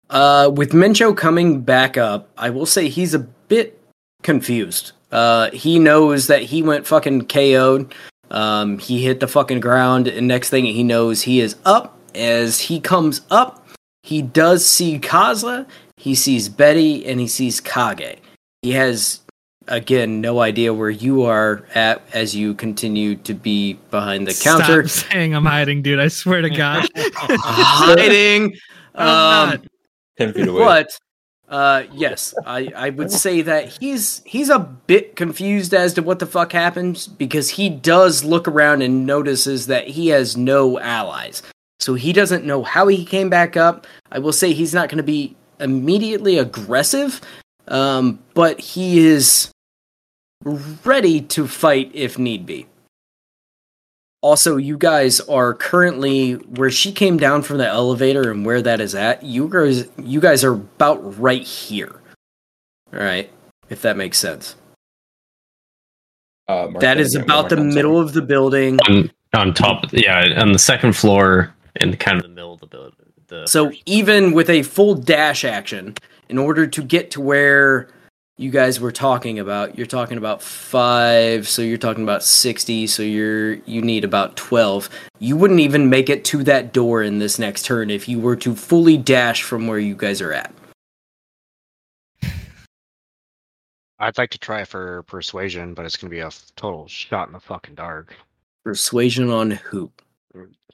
[SPEAKER 1] Uh, with Mencho coming back up, I will say he's a bit confused. Uh, he knows that he went fucking KO'd. Um, he hit the fucking ground, and next thing he knows, he is up. As he comes up, he does see Kaza, he sees Betty, and he sees Kage. He has again no idea where you are at as you continue to be behind the counter.
[SPEAKER 6] Stop saying I'm hiding, dude. I swear to God.
[SPEAKER 1] hiding.
[SPEAKER 6] I'm
[SPEAKER 1] Um, But uh, yes, I, I would say that he's he's a bit confused as to what the fuck happens because he does look around and notices that he has no allies. So he doesn't know how he came back up. I will say he's not going to be immediately aggressive, um, but he is ready to fight if need be. Also, you guys are currently where she came down from the elevator and where that is at. You guys, you guys are about right here. All right, if that makes sense.
[SPEAKER 21] Uh,
[SPEAKER 1] that is about the middle of the building.
[SPEAKER 2] on, on top of yeah on the second floor in kind of the middle of the building the
[SPEAKER 1] So even with a full dash action, in order to get to where you guys were talking about, you're talking about five, so you're talking about sixty, so you're you need about twelve. You wouldn't even make it to that door in this next turn if you were to fully dash from where you guys are at.
[SPEAKER 5] I'd like to try for persuasion, but it's gonna be a f- total shot in the fucking dark.
[SPEAKER 1] Persuasion on who?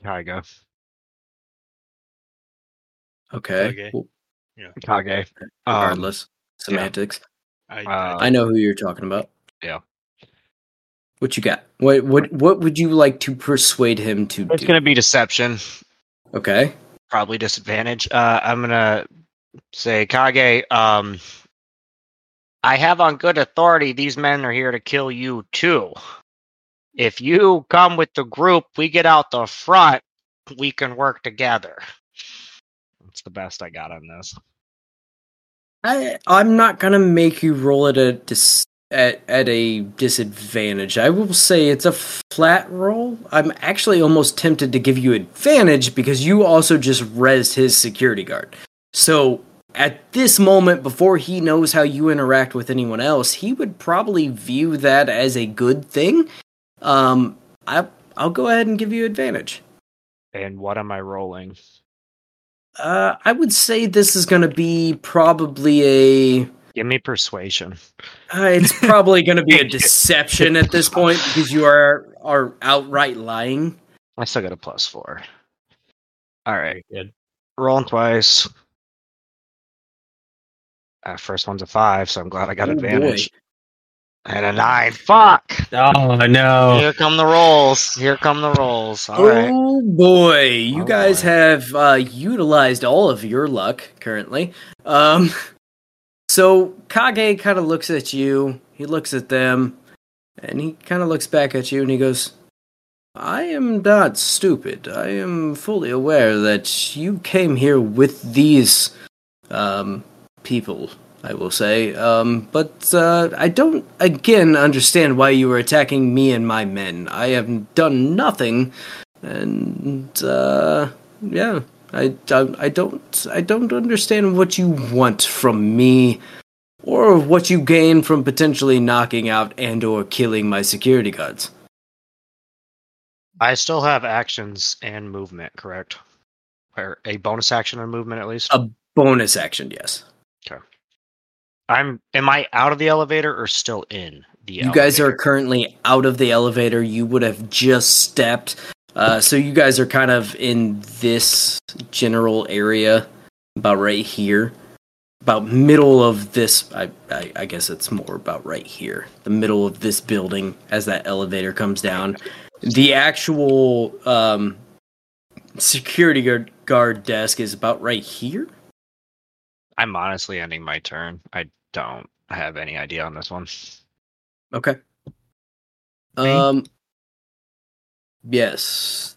[SPEAKER 5] Kaiga.
[SPEAKER 1] Okay.
[SPEAKER 5] Okay.
[SPEAKER 1] Well,
[SPEAKER 11] Yeah.
[SPEAKER 5] Kage. Um,
[SPEAKER 1] regardless.
[SPEAKER 5] yeah.
[SPEAKER 1] semantics.
[SPEAKER 11] I,
[SPEAKER 5] Uh,
[SPEAKER 1] I know who you're talking about.
[SPEAKER 5] Yeah.
[SPEAKER 1] What you got? What what what would you like to persuade him to
[SPEAKER 5] It's
[SPEAKER 1] do?
[SPEAKER 5] gonna be deception.
[SPEAKER 1] Okay.
[SPEAKER 5] probably disadvantage. Uh, I'm gonna say Kage. Um, I have on good authority these men are here to kill you too. If you come with the group, we get out the front. We can work together. That's the best I got on this.
[SPEAKER 1] I I'm not gonna make you roll at a dis- at at a disadvantage. I will say it's a flat roll. I'm actually almost tempted to give you advantage because you also just rezzed his security guard. So at this moment, before he knows how you interact with anyone else, he would probably view that as a good thing. Um, I I'll go ahead and give you advantage.
[SPEAKER 5] And what am I rolling?
[SPEAKER 1] Uh, I would say this is going to be probably a
[SPEAKER 5] Give me persuasion.
[SPEAKER 1] Uh, it's probably going to be a deception at this point because you are are outright lying.
[SPEAKER 5] I still got a plus four. All right. Good. Rolling twice. Uh, first one's a five, so I'm glad I got
[SPEAKER 1] Oh,
[SPEAKER 5] advantage. And a nine. Fuck.
[SPEAKER 2] oh no
[SPEAKER 5] Here come the rolls. Here come the rolls. All right. Oh,
[SPEAKER 1] Oh boy, you guys have uh, utilized all of your luck currently. Um, so Kage kind of looks at you. He looks at them, and he kind of looks back at you, and he goes, "I am not stupid. I am fully aware that you came here with these um, people." I will say, um, but uh, I don't again understand why you were attacking me and my men. I have done nothing and uh, yeah, I, I I don't I don't understand what you want from me, or what you gain from potentially knocking out and or killing my security guards.
[SPEAKER 5] I still have actions and movement, correct? Or a bonus action and movement at least.
[SPEAKER 1] A bonus action, yes.
[SPEAKER 5] I'm. Am I out of the elevator or still in the?
[SPEAKER 1] you guys are currently out of the elevator. You would have just stepped, uh, so you guys are kind of in this general area, about right here, about middle of this. I, I, I guess it's more about right here, the middle of this building as that elevator comes down. The actual um, security guard, guard desk is about right here.
[SPEAKER 5] I'm honestly ending my turn. I don't have any idea on this one.
[SPEAKER 1] Okay. Um. Yes.